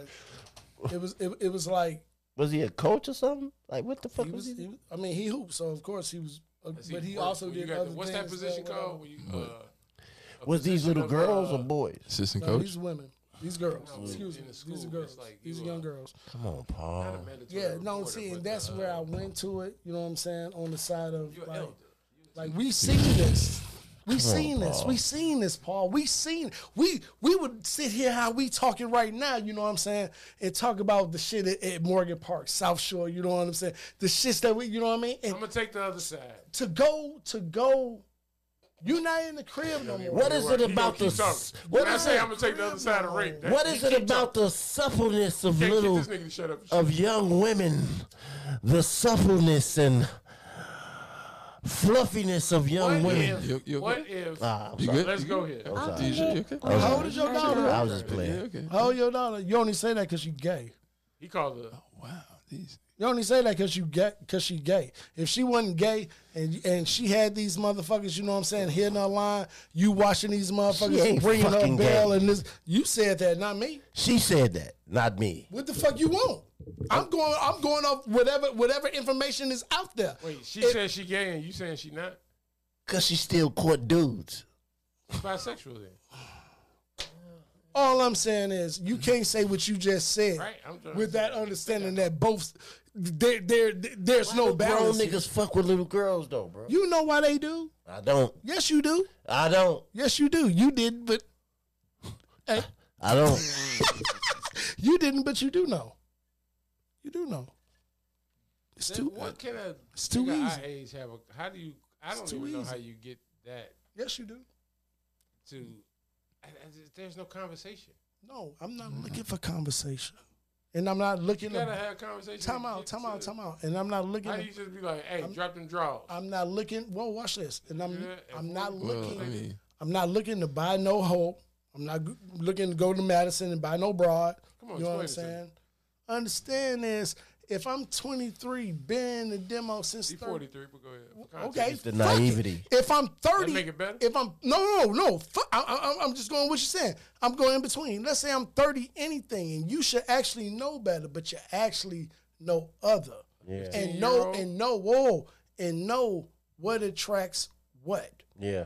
[SPEAKER 4] it was it, it was like
[SPEAKER 3] Was he a coach or something? Like what the fuck
[SPEAKER 4] he
[SPEAKER 3] was,
[SPEAKER 4] was,
[SPEAKER 3] he?
[SPEAKER 4] he was- I mean, he hooped, so of course he was. uh,
[SPEAKER 5] That's
[SPEAKER 4] but he
[SPEAKER 5] works.
[SPEAKER 4] also
[SPEAKER 5] When you
[SPEAKER 4] did
[SPEAKER 5] got
[SPEAKER 4] other
[SPEAKER 5] the- What's that
[SPEAKER 4] things as well,
[SPEAKER 5] position
[SPEAKER 4] whatever.
[SPEAKER 5] called? When you, uh, a
[SPEAKER 3] Was these
[SPEAKER 5] position
[SPEAKER 3] little
[SPEAKER 5] of,
[SPEAKER 3] girls
[SPEAKER 5] uh,
[SPEAKER 3] or boys?
[SPEAKER 2] Assistant
[SPEAKER 4] No,
[SPEAKER 2] coach.
[SPEAKER 4] these women, these girls.
[SPEAKER 5] No,
[SPEAKER 4] Excuse
[SPEAKER 5] in
[SPEAKER 4] me,
[SPEAKER 5] the
[SPEAKER 4] these are
[SPEAKER 5] school,
[SPEAKER 4] girls.
[SPEAKER 5] it's like
[SPEAKER 4] these
[SPEAKER 5] you
[SPEAKER 4] are young
[SPEAKER 5] are-
[SPEAKER 4] girls.
[SPEAKER 3] Come on,
[SPEAKER 5] not a
[SPEAKER 3] Paul.
[SPEAKER 5] mandatory
[SPEAKER 4] Yeah, no,
[SPEAKER 5] reporter,
[SPEAKER 4] see,
[SPEAKER 5] but,
[SPEAKER 4] and that's
[SPEAKER 5] uh,
[SPEAKER 4] where I went to it. You know what I'm saying? On the side of
[SPEAKER 5] You're
[SPEAKER 4] like,
[SPEAKER 5] elder.
[SPEAKER 4] like we seen this. We seen this.
[SPEAKER 3] Paul.
[SPEAKER 4] We seen this, Paul. We seen we we would sit here how we talking right now, you know what I'm saying, and talk about the shit at, at Morgan Park, South Shore, you know what I'm saying? The shits that we you know what I mean? And
[SPEAKER 5] I'm going to take the other side.
[SPEAKER 4] to go to go you're not in the crib no more.
[SPEAKER 3] What is it about the? s- What
[SPEAKER 5] I
[SPEAKER 3] is
[SPEAKER 5] say? I'm
[SPEAKER 3] it?
[SPEAKER 5] gonna take the other side of rape. That-
[SPEAKER 3] What
[SPEAKER 5] you
[SPEAKER 3] is it
[SPEAKER 5] keep
[SPEAKER 3] about the suppleness of
[SPEAKER 5] talking.
[SPEAKER 3] little
[SPEAKER 5] Can't get this nigga to shut up. and
[SPEAKER 3] of young women? The suppleness and fluffiness of young
[SPEAKER 5] shit. what
[SPEAKER 3] women.
[SPEAKER 5] if?
[SPEAKER 2] You- you-
[SPEAKER 5] what if?
[SPEAKER 3] Ah, I'm
[SPEAKER 2] You
[SPEAKER 3] sorry.
[SPEAKER 2] good?
[SPEAKER 5] let's
[SPEAKER 2] You
[SPEAKER 5] go
[SPEAKER 2] good?
[SPEAKER 5] here.
[SPEAKER 2] Do you- you okay?
[SPEAKER 4] How old is your daughter?
[SPEAKER 3] I was just playing.
[SPEAKER 2] Yeah, okay.
[SPEAKER 4] How old your daughter? You only say that because you gay.
[SPEAKER 5] He called
[SPEAKER 4] Oh,
[SPEAKER 5] the.
[SPEAKER 2] Wow, these.
[SPEAKER 4] You only say that because you gay, because she gay. If she wasn't gay and and she had these motherfuckers, you know what I'm saying, hitting her line, you watching these
[SPEAKER 3] She
[SPEAKER 4] motherfuckers
[SPEAKER 3] ain't
[SPEAKER 4] bringing her
[SPEAKER 3] fucking
[SPEAKER 4] bell
[SPEAKER 3] gay.
[SPEAKER 4] and this. You said that, not me.
[SPEAKER 3] She said that, not me.
[SPEAKER 4] What the fuck you want? I'm going. I'm going off whatever whatever information is out there.
[SPEAKER 5] Wait, she said she gay, and you saying she not?
[SPEAKER 3] Cause she still caught dudes.
[SPEAKER 5] She's bisexual then,
[SPEAKER 4] All I'm saying is you can't say what you just said
[SPEAKER 5] right? I'm trying.
[SPEAKER 4] with that understanding that both there there there's no
[SPEAKER 3] Grown
[SPEAKER 4] balance.
[SPEAKER 3] niggas fuck with little girls though, bro.
[SPEAKER 4] You know why they do?
[SPEAKER 3] I don't.
[SPEAKER 4] Yes, you do.
[SPEAKER 3] I don't.
[SPEAKER 4] Yes, you do. You did, but hey,
[SPEAKER 3] I don't.
[SPEAKER 4] you didn't, but you do know. You do know. It's
[SPEAKER 5] Then
[SPEAKER 4] too.
[SPEAKER 5] What can a
[SPEAKER 4] It's too
[SPEAKER 5] nigga
[SPEAKER 4] easy.
[SPEAKER 5] Our age have a? How do you? I don't
[SPEAKER 4] too
[SPEAKER 5] even know
[SPEAKER 4] easy.
[SPEAKER 5] how you get that
[SPEAKER 4] Yes, you do.
[SPEAKER 5] to. I, I just, there's no conversation.
[SPEAKER 4] No, I'm not looking for conversation, and I'm not looking.
[SPEAKER 5] You gotta
[SPEAKER 4] To,
[SPEAKER 5] have conversation.
[SPEAKER 4] time
[SPEAKER 5] to
[SPEAKER 4] out,
[SPEAKER 5] get
[SPEAKER 4] time
[SPEAKER 5] to-
[SPEAKER 4] out, time out, and I'm not looking.
[SPEAKER 5] How do you
[SPEAKER 4] To,
[SPEAKER 5] just be like, hey, drop them draws?
[SPEAKER 4] I'm not looking. Whoa, watch this, and I'm
[SPEAKER 5] Yeah,
[SPEAKER 4] I'm not
[SPEAKER 2] Well, I
[SPEAKER 4] looking.
[SPEAKER 2] mean,
[SPEAKER 4] I'm not looking to buy no hope. I'm not g- looking to go to Madison and buy no broad.
[SPEAKER 5] Come on,
[SPEAKER 4] you know what I'm
[SPEAKER 5] explain it to
[SPEAKER 4] saying? Understand this. If I'm 23, been in the demo since
[SPEAKER 5] He
[SPEAKER 4] 30,
[SPEAKER 5] 43, but go ahead. For context.
[SPEAKER 4] Okay,
[SPEAKER 3] It's the
[SPEAKER 4] fuck it.
[SPEAKER 3] naivety.
[SPEAKER 4] If I'm thirty,
[SPEAKER 5] That make it better?
[SPEAKER 4] if I'm no, no, no, fuck, I, I, I'm- I'm just going what you're saying. I'm going in between. Let's say I'm thirty, anything, and you should actually know better, but you actually know other, and know
[SPEAKER 5] 15-year-old.
[SPEAKER 4] and know whoa, and know what attracts what.
[SPEAKER 3] Yeah.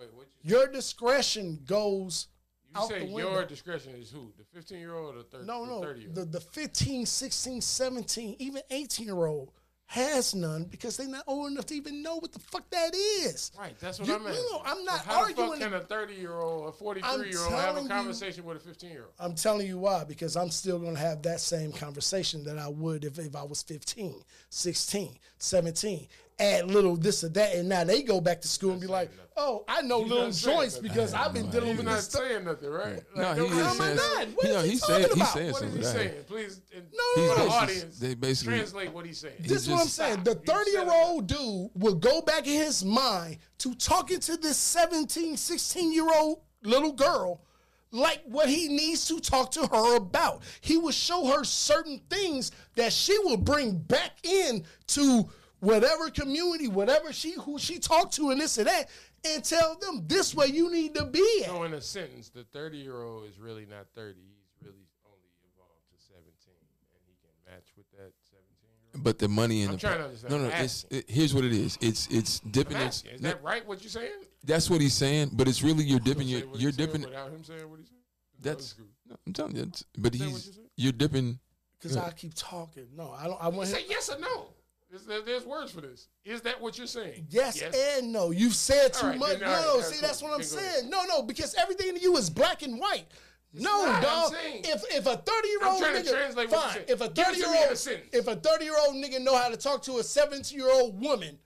[SPEAKER 5] Wait, what you,
[SPEAKER 4] Your discretion goes
[SPEAKER 5] you
[SPEAKER 4] out
[SPEAKER 5] say?
[SPEAKER 4] the
[SPEAKER 5] Your
[SPEAKER 4] window.
[SPEAKER 5] discretion is who? The 15 year old or thir-
[SPEAKER 4] no,
[SPEAKER 5] the
[SPEAKER 4] no.
[SPEAKER 5] 30 year old?
[SPEAKER 4] The, the 15, 16, 17, even 18 year old has none because they're not old enough to even know what the fuck that is.
[SPEAKER 5] Right, that's what
[SPEAKER 4] You-
[SPEAKER 5] I'm
[SPEAKER 4] you
[SPEAKER 5] asking.
[SPEAKER 4] know, I'm not
[SPEAKER 5] so how
[SPEAKER 4] arguing-
[SPEAKER 5] The fuck can a 30 year old, a 43 year
[SPEAKER 4] I'm
[SPEAKER 5] old have
[SPEAKER 4] telling
[SPEAKER 5] a
[SPEAKER 4] you-
[SPEAKER 5] conversation with a 15 year old?
[SPEAKER 4] I'm telling you why, because I'm still going to have that same conversation that I would if, if I was 15, 16, 17. Add little this or that, and now they go back to school and be like, oh, I know little
[SPEAKER 5] not saying
[SPEAKER 4] joints
[SPEAKER 5] nothing.
[SPEAKER 4] because I've been dealing
[SPEAKER 5] He's
[SPEAKER 4] with
[SPEAKER 5] not
[SPEAKER 4] this stuff.
[SPEAKER 5] saying nothing, right?
[SPEAKER 2] No, he
[SPEAKER 5] nobody-
[SPEAKER 2] just
[SPEAKER 4] my
[SPEAKER 2] says.
[SPEAKER 4] God, what
[SPEAKER 2] no,
[SPEAKER 4] is he
[SPEAKER 2] he's
[SPEAKER 4] talking
[SPEAKER 2] saying. He's
[SPEAKER 4] about?
[SPEAKER 2] saying
[SPEAKER 5] What is
[SPEAKER 2] something.
[SPEAKER 5] he
[SPEAKER 2] right.
[SPEAKER 5] saying? Please, in,
[SPEAKER 4] no,
[SPEAKER 5] for
[SPEAKER 4] no,
[SPEAKER 5] the
[SPEAKER 4] no.
[SPEAKER 5] audience,
[SPEAKER 2] They basically-
[SPEAKER 5] translate what he's saying.
[SPEAKER 4] This is what I'm
[SPEAKER 2] just-
[SPEAKER 4] saying. The
[SPEAKER 5] You said
[SPEAKER 4] 30 year old dude will go back in his mind to talking to this 17, 16 year old little girl like what he needs to talk to her about. He will show her certain things that she will bring back in to whatever community, whatever she who she talked to and this and that, and tell them this way you need to be at.
[SPEAKER 5] So in a sentence, the 30 year old is really not 30. He's really only evolved to 17, and he can match with that 17 year old.
[SPEAKER 2] But the money in
[SPEAKER 5] I'm
[SPEAKER 2] the
[SPEAKER 5] trying to understand.
[SPEAKER 2] no, no.
[SPEAKER 5] I'm
[SPEAKER 2] It's it, here's what it is. It's it's dipping.
[SPEAKER 5] I'm
[SPEAKER 2] It's,
[SPEAKER 5] asking, is
[SPEAKER 2] no,
[SPEAKER 5] that right? What you're saying?
[SPEAKER 2] that's what he's saying. But it's really you're dipping.
[SPEAKER 5] Say
[SPEAKER 2] Your,
[SPEAKER 5] what he
[SPEAKER 2] you're
[SPEAKER 5] said
[SPEAKER 2] dipping.
[SPEAKER 5] without him saying what he said.
[SPEAKER 2] That's.
[SPEAKER 5] good.
[SPEAKER 2] no, I'm telling you. it's- But
[SPEAKER 5] that what
[SPEAKER 2] he's
[SPEAKER 5] you said?
[SPEAKER 2] you're dipping.
[SPEAKER 4] Because I keep talking. No, I don't I want him.
[SPEAKER 5] Say yes or no. Is there, there's words for this. Is that what you're saying?
[SPEAKER 4] Yes, and no. You've said
[SPEAKER 5] All
[SPEAKER 4] too
[SPEAKER 5] right,
[SPEAKER 4] much.
[SPEAKER 5] then,
[SPEAKER 4] no,
[SPEAKER 5] all right,
[SPEAKER 4] no.
[SPEAKER 5] that's
[SPEAKER 4] See,
[SPEAKER 5] cool.
[SPEAKER 4] that's what I'm
[SPEAKER 5] Then go ahead.
[SPEAKER 4] saying. No, no, because everything to you is black and white. no,
[SPEAKER 5] not. I'm
[SPEAKER 4] dog.
[SPEAKER 5] saying-
[SPEAKER 4] If if a thirty year
[SPEAKER 5] I'm
[SPEAKER 4] old
[SPEAKER 5] trying to
[SPEAKER 4] nigga,
[SPEAKER 5] translate what you
[SPEAKER 4] fine.
[SPEAKER 5] said.
[SPEAKER 4] if a
[SPEAKER 5] Give it
[SPEAKER 4] thirty
[SPEAKER 5] to me in
[SPEAKER 4] year
[SPEAKER 5] a
[SPEAKER 4] old,
[SPEAKER 5] sentence.
[SPEAKER 4] if a thirty year old nigga know how to talk to a seventeen year old woman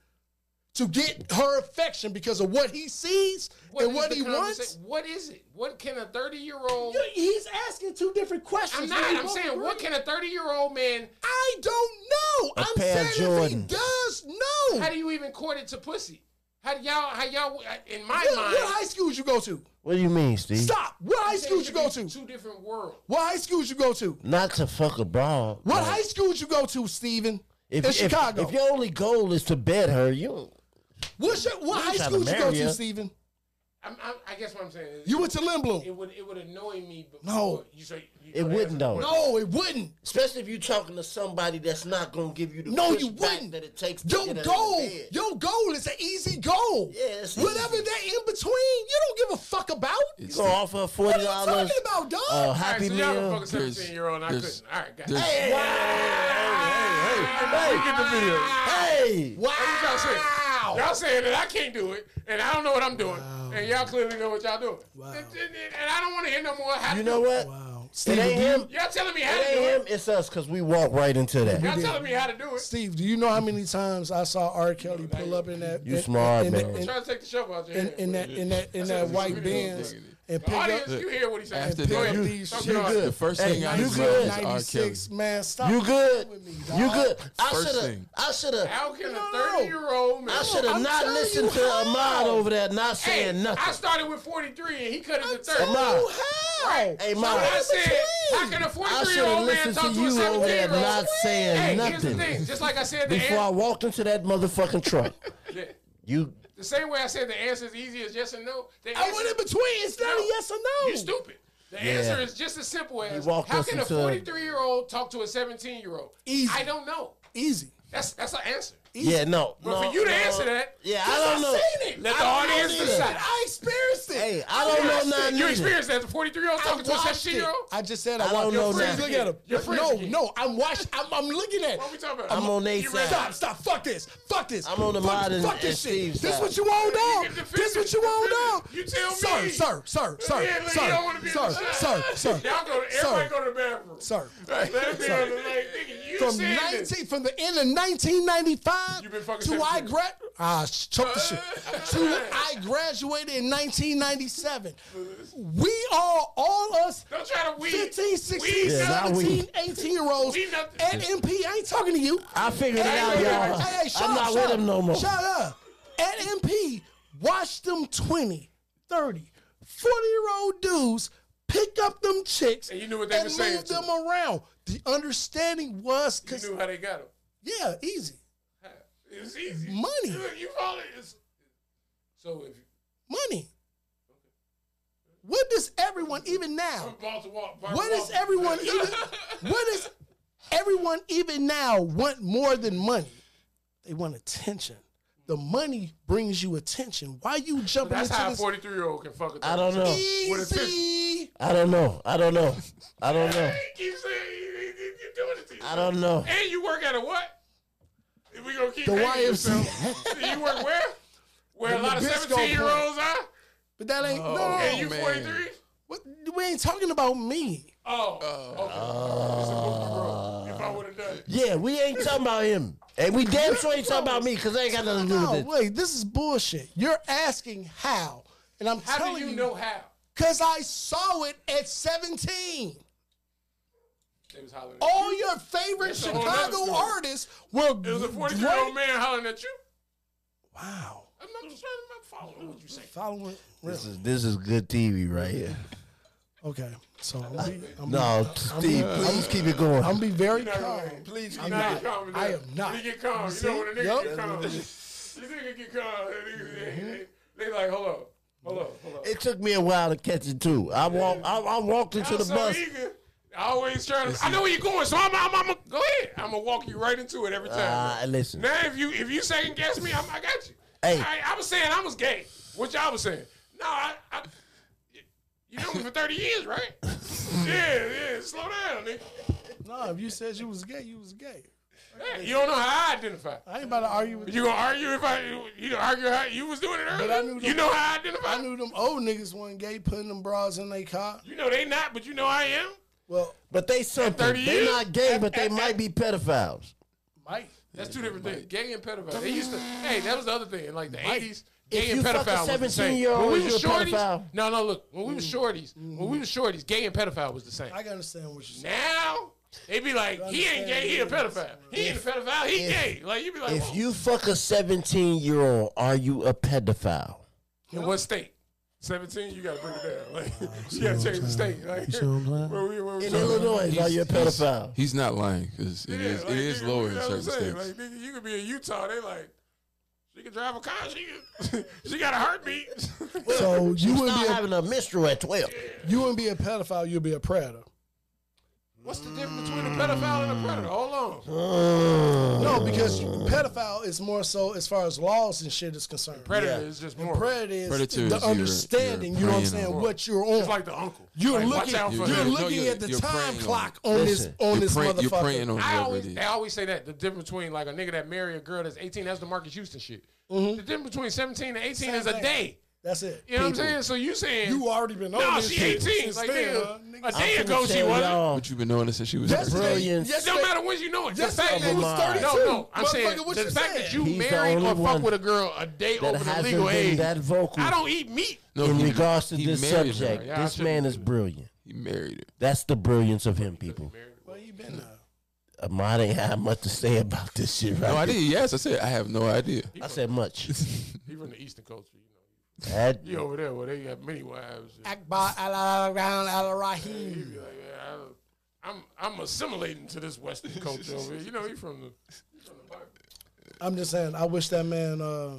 [SPEAKER 4] to get her affection because of what he sees and
[SPEAKER 5] is
[SPEAKER 4] what
[SPEAKER 5] the
[SPEAKER 4] he
[SPEAKER 5] conversa-
[SPEAKER 4] wants,
[SPEAKER 5] What is it? What can a 30 year old?
[SPEAKER 4] you- he's asking two different questions.
[SPEAKER 5] I'm
[SPEAKER 4] that we
[SPEAKER 5] not. I'm
[SPEAKER 4] both
[SPEAKER 5] saying
[SPEAKER 4] agree.
[SPEAKER 5] what can a 30 year old man?
[SPEAKER 4] I don't know.
[SPEAKER 3] A
[SPEAKER 4] I'm
[SPEAKER 3] pair
[SPEAKER 4] saying
[SPEAKER 3] of
[SPEAKER 4] if he
[SPEAKER 3] Jordan.
[SPEAKER 4] does, no.
[SPEAKER 5] How do you even court it to pussy? How do y'all? How y'all? In my
[SPEAKER 4] what,
[SPEAKER 5] mind,
[SPEAKER 4] what high schools you go to?
[SPEAKER 3] What do you mean, Steve?
[SPEAKER 4] Stop. What high schools you go to?
[SPEAKER 5] Two different worlds.
[SPEAKER 4] What high schools you go to?
[SPEAKER 3] Not to fuck abroad.
[SPEAKER 4] What
[SPEAKER 3] but
[SPEAKER 4] high schools you go to, Steven? in
[SPEAKER 3] if,
[SPEAKER 4] Chicago.
[SPEAKER 3] If your only goal is to bed her, you
[SPEAKER 4] What's your, what
[SPEAKER 3] You ain't
[SPEAKER 4] high
[SPEAKER 3] tryna
[SPEAKER 4] schools you go
[SPEAKER 3] marry
[SPEAKER 4] to,
[SPEAKER 3] her.
[SPEAKER 4] Steven?
[SPEAKER 5] I'm, I'm, I guess what I'm saying is
[SPEAKER 4] You went to
[SPEAKER 5] it
[SPEAKER 4] Lindblom.
[SPEAKER 5] would it would annoy me. Before
[SPEAKER 4] No.
[SPEAKER 5] you say you
[SPEAKER 3] It wouldn't, though.
[SPEAKER 4] No, it wouldn't.
[SPEAKER 3] especially if you're talking to somebody that's not gonna give you the
[SPEAKER 4] No,
[SPEAKER 3] pushback
[SPEAKER 4] you wouldn't.
[SPEAKER 3] that it takes. To
[SPEAKER 4] Your
[SPEAKER 3] get her to
[SPEAKER 4] goal,
[SPEAKER 3] bed.
[SPEAKER 4] your goal is an easy goal.
[SPEAKER 3] Yeah, it's
[SPEAKER 4] Whatever
[SPEAKER 3] easy.
[SPEAKER 4] that in between, you don't give a fuck about.
[SPEAKER 3] You gonna offer her
[SPEAKER 4] What
[SPEAKER 3] forty
[SPEAKER 4] are you
[SPEAKER 3] dollars?
[SPEAKER 4] talking about, dog?
[SPEAKER 3] Uh,
[SPEAKER 5] All right,
[SPEAKER 3] happy
[SPEAKER 5] so y'all
[SPEAKER 3] meal.
[SPEAKER 5] can fuck a 17 year old. and I
[SPEAKER 2] there's-
[SPEAKER 5] couldn't. All right, guys.
[SPEAKER 2] there's-
[SPEAKER 5] Hey,
[SPEAKER 3] Hey,
[SPEAKER 5] hey, get the video.
[SPEAKER 3] hey, hey,
[SPEAKER 5] That's what y'all saying. Y'all saying that I can't do it, and I don't know what I'm doing, and y'all clearly know what y'all doing. And, and- and I don't want to hear no more. How to
[SPEAKER 3] You
[SPEAKER 5] do
[SPEAKER 3] know
[SPEAKER 5] it.
[SPEAKER 3] what?
[SPEAKER 4] Wow,
[SPEAKER 3] It
[SPEAKER 4] Steven,
[SPEAKER 3] ain't
[SPEAKER 4] do you-
[SPEAKER 3] him.
[SPEAKER 5] Y'all telling me
[SPEAKER 3] It
[SPEAKER 5] how to do
[SPEAKER 3] ain't him.
[SPEAKER 5] it.
[SPEAKER 3] It's us because we walk right into that.
[SPEAKER 5] Y'all telling me how to do it.
[SPEAKER 4] Steve, do you know how many times I saw R. Kelly pull up in that?
[SPEAKER 3] You
[SPEAKER 4] in-
[SPEAKER 3] smart,
[SPEAKER 4] in,
[SPEAKER 3] man.
[SPEAKER 4] in-
[SPEAKER 5] Trying to take the shovel out your
[SPEAKER 4] in-
[SPEAKER 5] hand.
[SPEAKER 4] in that in that in that white Benz and
[SPEAKER 5] The
[SPEAKER 4] pick up
[SPEAKER 5] audience, you hear what he's saying.
[SPEAKER 2] After
[SPEAKER 5] Go
[SPEAKER 2] that,
[SPEAKER 5] ahead.
[SPEAKER 2] you-
[SPEAKER 4] these
[SPEAKER 5] Talk
[SPEAKER 4] shit
[SPEAKER 5] to us.
[SPEAKER 2] The first
[SPEAKER 3] Hey,
[SPEAKER 2] thing I
[SPEAKER 3] you
[SPEAKER 2] just
[SPEAKER 3] good?
[SPEAKER 2] read is R. Kelly.
[SPEAKER 4] 96 man, stop.
[SPEAKER 3] You good?
[SPEAKER 4] with me,
[SPEAKER 3] You
[SPEAKER 4] dog.
[SPEAKER 3] good? I
[SPEAKER 2] First
[SPEAKER 3] should have.
[SPEAKER 2] thing.
[SPEAKER 3] I should
[SPEAKER 5] How
[SPEAKER 3] have.
[SPEAKER 5] can
[SPEAKER 4] No,
[SPEAKER 5] a
[SPEAKER 4] no.
[SPEAKER 5] 30 year old man?
[SPEAKER 3] I should have
[SPEAKER 4] I'm
[SPEAKER 3] not
[SPEAKER 4] telling
[SPEAKER 3] listened
[SPEAKER 4] you
[SPEAKER 3] to Ahmad
[SPEAKER 4] how.
[SPEAKER 3] over there not saying nothing.
[SPEAKER 5] I started with 43 and he cut it to 30.
[SPEAKER 3] telling
[SPEAKER 5] So
[SPEAKER 3] you.
[SPEAKER 4] Oh, how?
[SPEAKER 5] Right.
[SPEAKER 3] Hey,
[SPEAKER 5] when I
[SPEAKER 3] Ma,
[SPEAKER 5] said, how can a 43 year
[SPEAKER 3] shoulda
[SPEAKER 5] old man
[SPEAKER 3] listened
[SPEAKER 5] talk
[SPEAKER 3] to
[SPEAKER 5] to a
[SPEAKER 3] you
[SPEAKER 5] 17
[SPEAKER 3] over there
[SPEAKER 5] year old?
[SPEAKER 3] not saying
[SPEAKER 5] hey,
[SPEAKER 3] nothing.
[SPEAKER 5] here's the thing. Just like I said, the,
[SPEAKER 3] before I
[SPEAKER 5] answer,
[SPEAKER 3] walked into that motherfucking truck, you
[SPEAKER 5] the same way I said the answer is easy as yes and no. The
[SPEAKER 4] I
[SPEAKER 5] answer,
[SPEAKER 4] went in between. It's not a yes or no.
[SPEAKER 5] You stupid. The answer is just as simple as
[SPEAKER 3] walked
[SPEAKER 5] how
[SPEAKER 3] us
[SPEAKER 5] can a
[SPEAKER 3] into a-
[SPEAKER 5] 43 year old talk to a 17 year old?
[SPEAKER 4] Easy.
[SPEAKER 5] I don't know.
[SPEAKER 4] Easy.
[SPEAKER 5] That's that's an answer.
[SPEAKER 3] yeah no.
[SPEAKER 5] But
[SPEAKER 3] no,
[SPEAKER 5] for you to
[SPEAKER 3] no.
[SPEAKER 5] answer that,
[SPEAKER 3] yeah, I
[SPEAKER 5] because
[SPEAKER 3] don't
[SPEAKER 5] I've
[SPEAKER 3] know.
[SPEAKER 5] Seen it.
[SPEAKER 3] Let
[SPEAKER 5] I
[SPEAKER 3] the
[SPEAKER 5] don't know
[SPEAKER 3] audience
[SPEAKER 5] this.
[SPEAKER 3] decide.
[SPEAKER 4] I experienced it.
[SPEAKER 3] Hey, I don't
[SPEAKER 5] Yes,
[SPEAKER 3] know nothing.
[SPEAKER 5] You
[SPEAKER 3] either.
[SPEAKER 5] experienced that the 43 year old
[SPEAKER 4] I
[SPEAKER 5] talking to a
[SPEAKER 4] watched
[SPEAKER 5] 17
[SPEAKER 4] it.
[SPEAKER 5] year old?
[SPEAKER 4] I just said I,
[SPEAKER 3] I
[SPEAKER 4] watched
[SPEAKER 3] don't know
[SPEAKER 4] Your friends
[SPEAKER 3] now.
[SPEAKER 4] look at him.
[SPEAKER 5] Your friends
[SPEAKER 4] no,
[SPEAKER 5] did.
[SPEAKER 4] no, I'm watching. I'm, I'm looking at.
[SPEAKER 5] What are we
[SPEAKER 4] it.
[SPEAKER 5] talking about?
[SPEAKER 3] I'm on their
[SPEAKER 5] You ready?
[SPEAKER 3] side.
[SPEAKER 4] Stop, stop, fuck this. Fuck this.
[SPEAKER 3] I'm on the
[SPEAKER 4] fuck,
[SPEAKER 3] mod and-
[SPEAKER 4] fuck this
[SPEAKER 3] and
[SPEAKER 4] shit.
[SPEAKER 3] Steve's
[SPEAKER 4] This
[SPEAKER 3] side.
[SPEAKER 4] what you want,
[SPEAKER 5] You
[SPEAKER 4] dog.
[SPEAKER 5] can
[SPEAKER 4] This
[SPEAKER 5] defend
[SPEAKER 4] what
[SPEAKER 5] it.
[SPEAKER 4] you want,
[SPEAKER 5] Defend
[SPEAKER 4] dog.
[SPEAKER 5] it. You tell
[SPEAKER 4] sir,
[SPEAKER 5] me.
[SPEAKER 4] Sir, sir, sir,
[SPEAKER 5] Yeah, look,
[SPEAKER 4] sir,
[SPEAKER 5] you don't wanna be in
[SPEAKER 4] sir,
[SPEAKER 5] the shot.
[SPEAKER 4] sir, sir,
[SPEAKER 5] Y'all go to, everybody
[SPEAKER 4] sir.
[SPEAKER 5] go to the bathroom.
[SPEAKER 4] Sir.
[SPEAKER 5] Let me be on the like, nigga, you
[SPEAKER 4] From
[SPEAKER 5] said this.
[SPEAKER 4] nineteen, from the end of nineteen ninety five
[SPEAKER 5] You been fucking
[SPEAKER 4] to I
[SPEAKER 5] 17.
[SPEAKER 4] grad, ah, sh- choke the shit.
[SPEAKER 5] Uh,
[SPEAKER 4] To I graduated in nineteen ninety seven. We are all us
[SPEAKER 5] Don't try to weed.
[SPEAKER 4] 15, 16,
[SPEAKER 5] Weed
[SPEAKER 3] Yeah, not
[SPEAKER 4] 17,
[SPEAKER 3] we.
[SPEAKER 4] 18 year olds
[SPEAKER 5] We not-
[SPEAKER 4] at MP. I ain't talking to you.
[SPEAKER 3] I figured it out,
[SPEAKER 4] Hey,
[SPEAKER 3] y'all.
[SPEAKER 4] hey, hey, shut
[SPEAKER 3] I'm
[SPEAKER 4] up,
[SPEAKER 3] not
[SPEAKER 4] shut
[SPEAKER 3] with
[SPEAKER 4] up.
[SPEAKER 3] him no more.
[SPEAKER 4] Shut up. At MP, watch them 20, 30, 40 year old dudes pick up them chicks
[SPEAKER 5] And you knew what they
[SPEAKER 4] and
[SPEAKER 5] were saying
[SPEAKER 4] move
[SPEAKER 5] to
[SPEAKER 4] them
[SPEAKER 5] them.
[SPEAKER 4] around. The understanding was,
[SPEAKER 5] You
[SPEAKER 4] cause,
[SPEAKER 5] knew how they got him.
[SPEAKER 4] yeah, easy.
[SPEAKER 5] It was easy.
[SPEAKER 4] Money.
[SPEAKER 5] You, you follow it's, So if
[SPEAKER 4] Money. What does everyone, even now,
[SPEAKER 5] from ball to wall, bar to
[SPEAKER 4] what
[SPEAKER 5] wall-
[SPEAKER 4] does everyone even what does everyone even now want more than money they want attention The money brings you attention. Why you jumping
[SPEAKER 5] That's
[SPEAKER 4] into
[SPEAKER 5] how a
[SPEAKER 4] this?
[SPEAKER 5] 43 year old can fuck with
[SPEAKER 3] I don't
[SPEAKER 5] that.
[SPEAKER 3] know.
[SPEAKER 5] With a
[SPEAKER 4] Easy.
[SPEAKER 3] I don't know. Oh, I don't know. I don't know.
[SPEAKER 5] Keep saying you- you- you- you're doing it to
[SPEAKER 3] I
[SPEAKER 5] yourself.
[SPEAKER 3] don't know.
[SPEAKER 5] And you work at a what? If we gonna keep
[SPEAKER 4] The
[SPEAKER 5] the
[SPEAKER 4] YMCA.
[SPEAKER 5] you work where? Where a lot of
[SPEAKER 4] Nabisco
[SPEAKER 5] 17 year olds are?
[SPEAKER 4] But that ain't no.
[SPEAKER 5] and you
[SPEAKER 2] man.
[SPEAKER 5] 43?
[SPEAKER 4] What, we ain't talking about me.
[SPEAKER 5] Oh,
[SPEAKER 3] Uh,
[SPEAKER 5] okay. It's a movie, bro. If I would have done it.
[SPEAKER 3] Yeah, we ain't talking about him. And we damn sure ain't talking about me because I ain't got nothing to do
[SPEAKER 4] No,
[SPEAKER 3] with it.
[SPEAKER 4] wait. This is bullshit. You're asking how, and I'm
[SPEAKER 5] How
[SPEAKER 4] telling
[SPEAKER 5] do you know how?
[SPEAKER 4] Cause I saw it at 17.
[SPEAKER 5] They was hollering. At
[SPEAKER 4] All your favorite
[SPEAKER 5] a whole nother
[SPEAKER 4] Chicago
[SPEAKER 5] story.
[SPEAKER 4] artists were.
[SPEAKER 5] you. It was a 43 year old man hollering at you.
[SPEAKER 4] Wow.
[SPEAKER 5] I'm not just trying to follow what you say.
[SPEAKER 4] Following.
[SPEAKER 3] This is, this is good TV right here.
[SPEAKER 4] Okay. So I'm gonna be, I'm
[SPEAKER 3] No, Steve, please keep it going.
[SPEAKER 4] I'm be very
[SPEAKER 5] You're not
[SPEAKER 4] calm.
[SPEAKER 5] gonna-
[SPEAKER 2] Please
[SPEAKER 5] you're
[SPEAKER 2] keep
[SPEAKER 5] not
[SPEAKER 2] it.
[SPEAKER 5] calm with
[SPEAKER 4] I
[SPEAKER 5] that.
[SPEAKER 4] am not.
[SPEAKER 5] You get calm. You,
[SPEAKER 4] You
[SPEAKER 5] know when a nigga
[SPEAKER 4] see? Mm-hmm.
[SPEAKER 5] get calm. You nigga get calm. They, they- they- they like, hold up, hold up, hold up.
[SPEAKER 3] It took me a while to catch it too. I walk, I, I walked into
[SPEAKER 5] I'm
[SPEAKER 3] the
[SPEAKER 5] so
[SPEAKER 3] bus.
[SPEAKER 5] eager. I always try to. I know where you're going, so I'm. I'm. I'm. Go ahead. I'm gonna walk you right into it every time.
[SPEAKER 3] Ah, listen.
[SPEAKER 5] Now, if you if you second guess me, I'm, I got you.
[SPEAKER 3] Hey.
[SPEAKER 5] I, I was saying I was gay. What y'all was saying? No, I. I you know me for 30 years, right? yeah, yeah. Slow down, nigga.
[SPEAKER 4] No, if you said you was gay, you was gay.
[SPEAKER 5] Hey, you don't know how I identify.
[SPEAKER 4] I ain't about to argue with you.
[SPEAKER 5] You gonna argue if I? You gonna argue how you was doing it earlier?
[SPEAKER 4] I knew
[SPEAKER 5] you
[SPEAKER 4] them-
[SPEAKER 5] know how I identify.
[SPEAKER 4] I knew them old niggas wasn't gay, putting them bras in their car.
[SPEAKER 5] You know they not, but you know I am.
[SPEAKER 4] Well,
[SPEAKER 3] But they something.
[SPEAKER 5] 30
[SPEAKER 3] They
[SPEAKER 5] years?
[SPEAKER 3] not gay, but they might be pedophiles.
[SPEAKER 4] Mike,
[SPEAKER 5] That's two different things. Gay and pedophile. They used to. Hey, that was the other thing in like the eighties.
[SPEAKER 3] if
[SPEAKER 5] Gay and
[SPEAKER 3] you fuck a
[SPEAKER 5] pedophile was the same.
[SPEAKER 3] 17-year-old,
[SPEAKER 5] When we
[SPEAKER 3] you're
[SPEAKER 5] was
[SPEAKER 3] a
[SPEAKER 5] shorties,
[SPEAKER 3] pedophile. Mm-hmm.
[SPEAKER 5] no, no. Look, when we was shorties, when we was shorties, gay and pedophile was the same.
[SPEAKER 4] I can understand what you're saying.
[SPEAKER 5] Now they be like, he ain't gay, he a pedophile. He ain't a pedophile, he gay. Like you be like,
[SPEAKER 3] If
[SPEAKER 5] Whoa.
[SPEAKER 3] you fuck a 17 year old, are you a pedophile?
[SPEAKER 5] in what state? Seventeen, you gotta bring it down. Like you gotta change the state. Like
[SPEAKER 4] see what I'm saying?
[SPEAKER 5] where we, where we
[SPEAKER 3] In
[SPEAKER 5] talking about?
[SPEAKER 3] Illinois, are you a pedophile?
[SPEAKER 2] He's not lying because it
[SPEAKER 5] Yeah,
[SPEAKER 2] is
[SPEAKER 5] like,
[SPEAKER 2] it is
[SPEAKER 5] nigga,
[SPEAKER 2] lower
[SPEAKER 5] you
[SPEAKER 2] in
[SPEAKER 5] know what I'm
[SPEAKER 2] certain
[SPEAKER 5] saying?
[SPEAKER 2] states.
[SPEAKER 5] Like, nigga, you could be in Utah. They like, she can drive a car. She can, she got a heartbeat.
[SPEAKER 4] So you wouldn't
[SPEAKER 3] Stop
[SPEAKER 4] be a,
[SPEAKER 3] having a minstrel at 12.
[SPEAKER 4] you wouldn't be a pedophile. You'd be a predator.
[SPEAKER 5] What's the difference between a pedophile and a predator? Hold on.
[SPEAKER 3] Mm.
[SPEAKER 4] No, because pedophile is more so as far as laws and shit is concerned.
[SPEAKER 5] Predator is just more.
[SPEAKER 4] Predator is
[SPEAKER 2] Predator is
[SPEAKER 4] the
[SPEAKER 2] you're-
[SPEAKER 4] understanding.
[SPEAKER 2] you're
[SPEAKER 4] you know what I'm
[SPEAKER 2] preying on.
[SPEAKER 4] saying? What you're on.
[SPEAKER 5] It's like the uncle.
[SPEAKER 4] you're
[SPEAKER 5] Like,
[SPEAKER 4] looking.
[SPEAKER 5] Watch out for
[SPEAKER 4] you're
[SPEAKER 5] him.
[SPEAKER 2] no,
[SPEAKER 4] looking
[SPEAKER 2] you're-
[SPEAKER 4] at the
[SPEAKER 2] you're preying
[SPEAKER 4] time
[SPEAKER 2] on
[SPEAKER 4] clock on this
[SPEAKER 3] Listen,
[SPEAKER 4] on
[SPEAKER 2] You're,
[SPEAKER 4] this
[SPEAKER 2] prey- you're preying
[SPEAKER 4] motherfucker.
[SPEAKER 2] on
[SPEAKER 5] I
[SPEAKER 2] whoever
[SPEAKER 5] always,
[SPEAKER 2] it
[SPEAKER 5] they
[SPEAKER 2] is.
[SPEAKER 5] always say that the difference between like a nigga that marry a girl that's 18, that's the Marcus Houston shit. The difference between 17 and 18 is a
[SPEAKER 4] Mm-hmm. thing.
[SPEAKER 5] day.
[SPEAKER 4] That's it.
[SPEAKER 5] You know what I'm saying? So you saying
[SPEAKER 4] You already been on
[SPEAKER 5] no,
[SPEAKER 4] this
[SPEAKER 5] she
[SPEAKER 4] shit
[SPEAKER 5] 18.
[SPEAKER 4] since
[SPEAKER 5] Like
[SPEAKER 4] then,
[SPEAKER 5] nigga,
[SPEAKER 4] huh,
[SPEAKER 5] a
[SPEAKER 4] nigga?
[SPEAKER 5] day
[SPEAKER 3] I'm
[SPEAKER 5] ago
[SPEAKER 3] finna
[SPEAKER 5] she
[SPEAKER 3] tell
[SPEAKER 5] wasn't.
[SPEAKER 3] y'all,
[SPEAKER 2] But you've been knowing this since she was
[SPEAKER 4] That's
[SPEAKER 2] thirteen.
[SPEAKER 3] Brilliant.
[SPEAKER 5] It don't matter when you know it. The
[SPEAKER 4] Yes,
[SPEAKER 5] fact
[SPEAKER 4] they
[SPEAKER 5] that
[SPEAKER 4] was
[SPEAKER 3] Motherfucker,
[SPEAKER 4] 32.
[SPEAKER 5] No, no. I'm saying
[SPEAKER 4] Motherfucker, what
[SPEAKER 5] the
[SPEAKER 4] you
[SPEAKER 5] fact
[SPEAKER 4] saying?
[SPEAKER 5] that you
[SPEAKER 3] He's the
[SPEAKER 5] married
[SPEAKER 3] only
[SPEAKER 5] or
[SPEAKER 3] one
[SPEAKER 5] fuck with a girl a day
[SPEAKER 3] that
[SPEAKER 5] over the
[SPEAKER 3] hasn't
[SPEAKER 5] legal
[SPEAKER 3] been
[SPEAKER 5] age.
[SPEAKER 3] that vocal.
[SPEAKER 5] I don't eat meat.
[SPEAKER 2] No,
[SPEAKER 3] In
[SPEAKER 2] he-
[SPEAKER 3] regards to
[SPEAKER 2] he
[SPEAKER 3] this
[SPEAKER 2] married her.
[SPEAKER 3] subject,
[SPEAKER 5] Yeah, I
[SPEAKER 3] this
[SPEAKER 5] shouldn't
[SPEAKER 3] man is brilliant.
[SPEAKER 2] He married her.
[SPEAKER 3] That's the brilliance of him, people.
[SPEAKER 4] Where you been? Now?
[SPEAKER 3] Ahmad ain't have much to say about this shit right
[SPEAKER 2] No, I
[SPEAKER 3] here.
[SPEAKER 2] did. Yes, I said I have no idea.
[SPEAKER 3] I said much.
[SPEAKER 5] He from the Eastern culture, you know.
[SPEAKER 3] That-
[SPEAKER 5] He over there where they got many wives.
[SPEAKER 4] Akbar Al Around Al
[SPEAKER 5] He
[SPEAKER 4] Rahim.
[SPEAKER 5] be like, yeah, I, I'm I'm assimilating to this Western culture over here. You know, he from the. he from the park.
[SPEAKER 4] I'm just saying. I wish that man uh,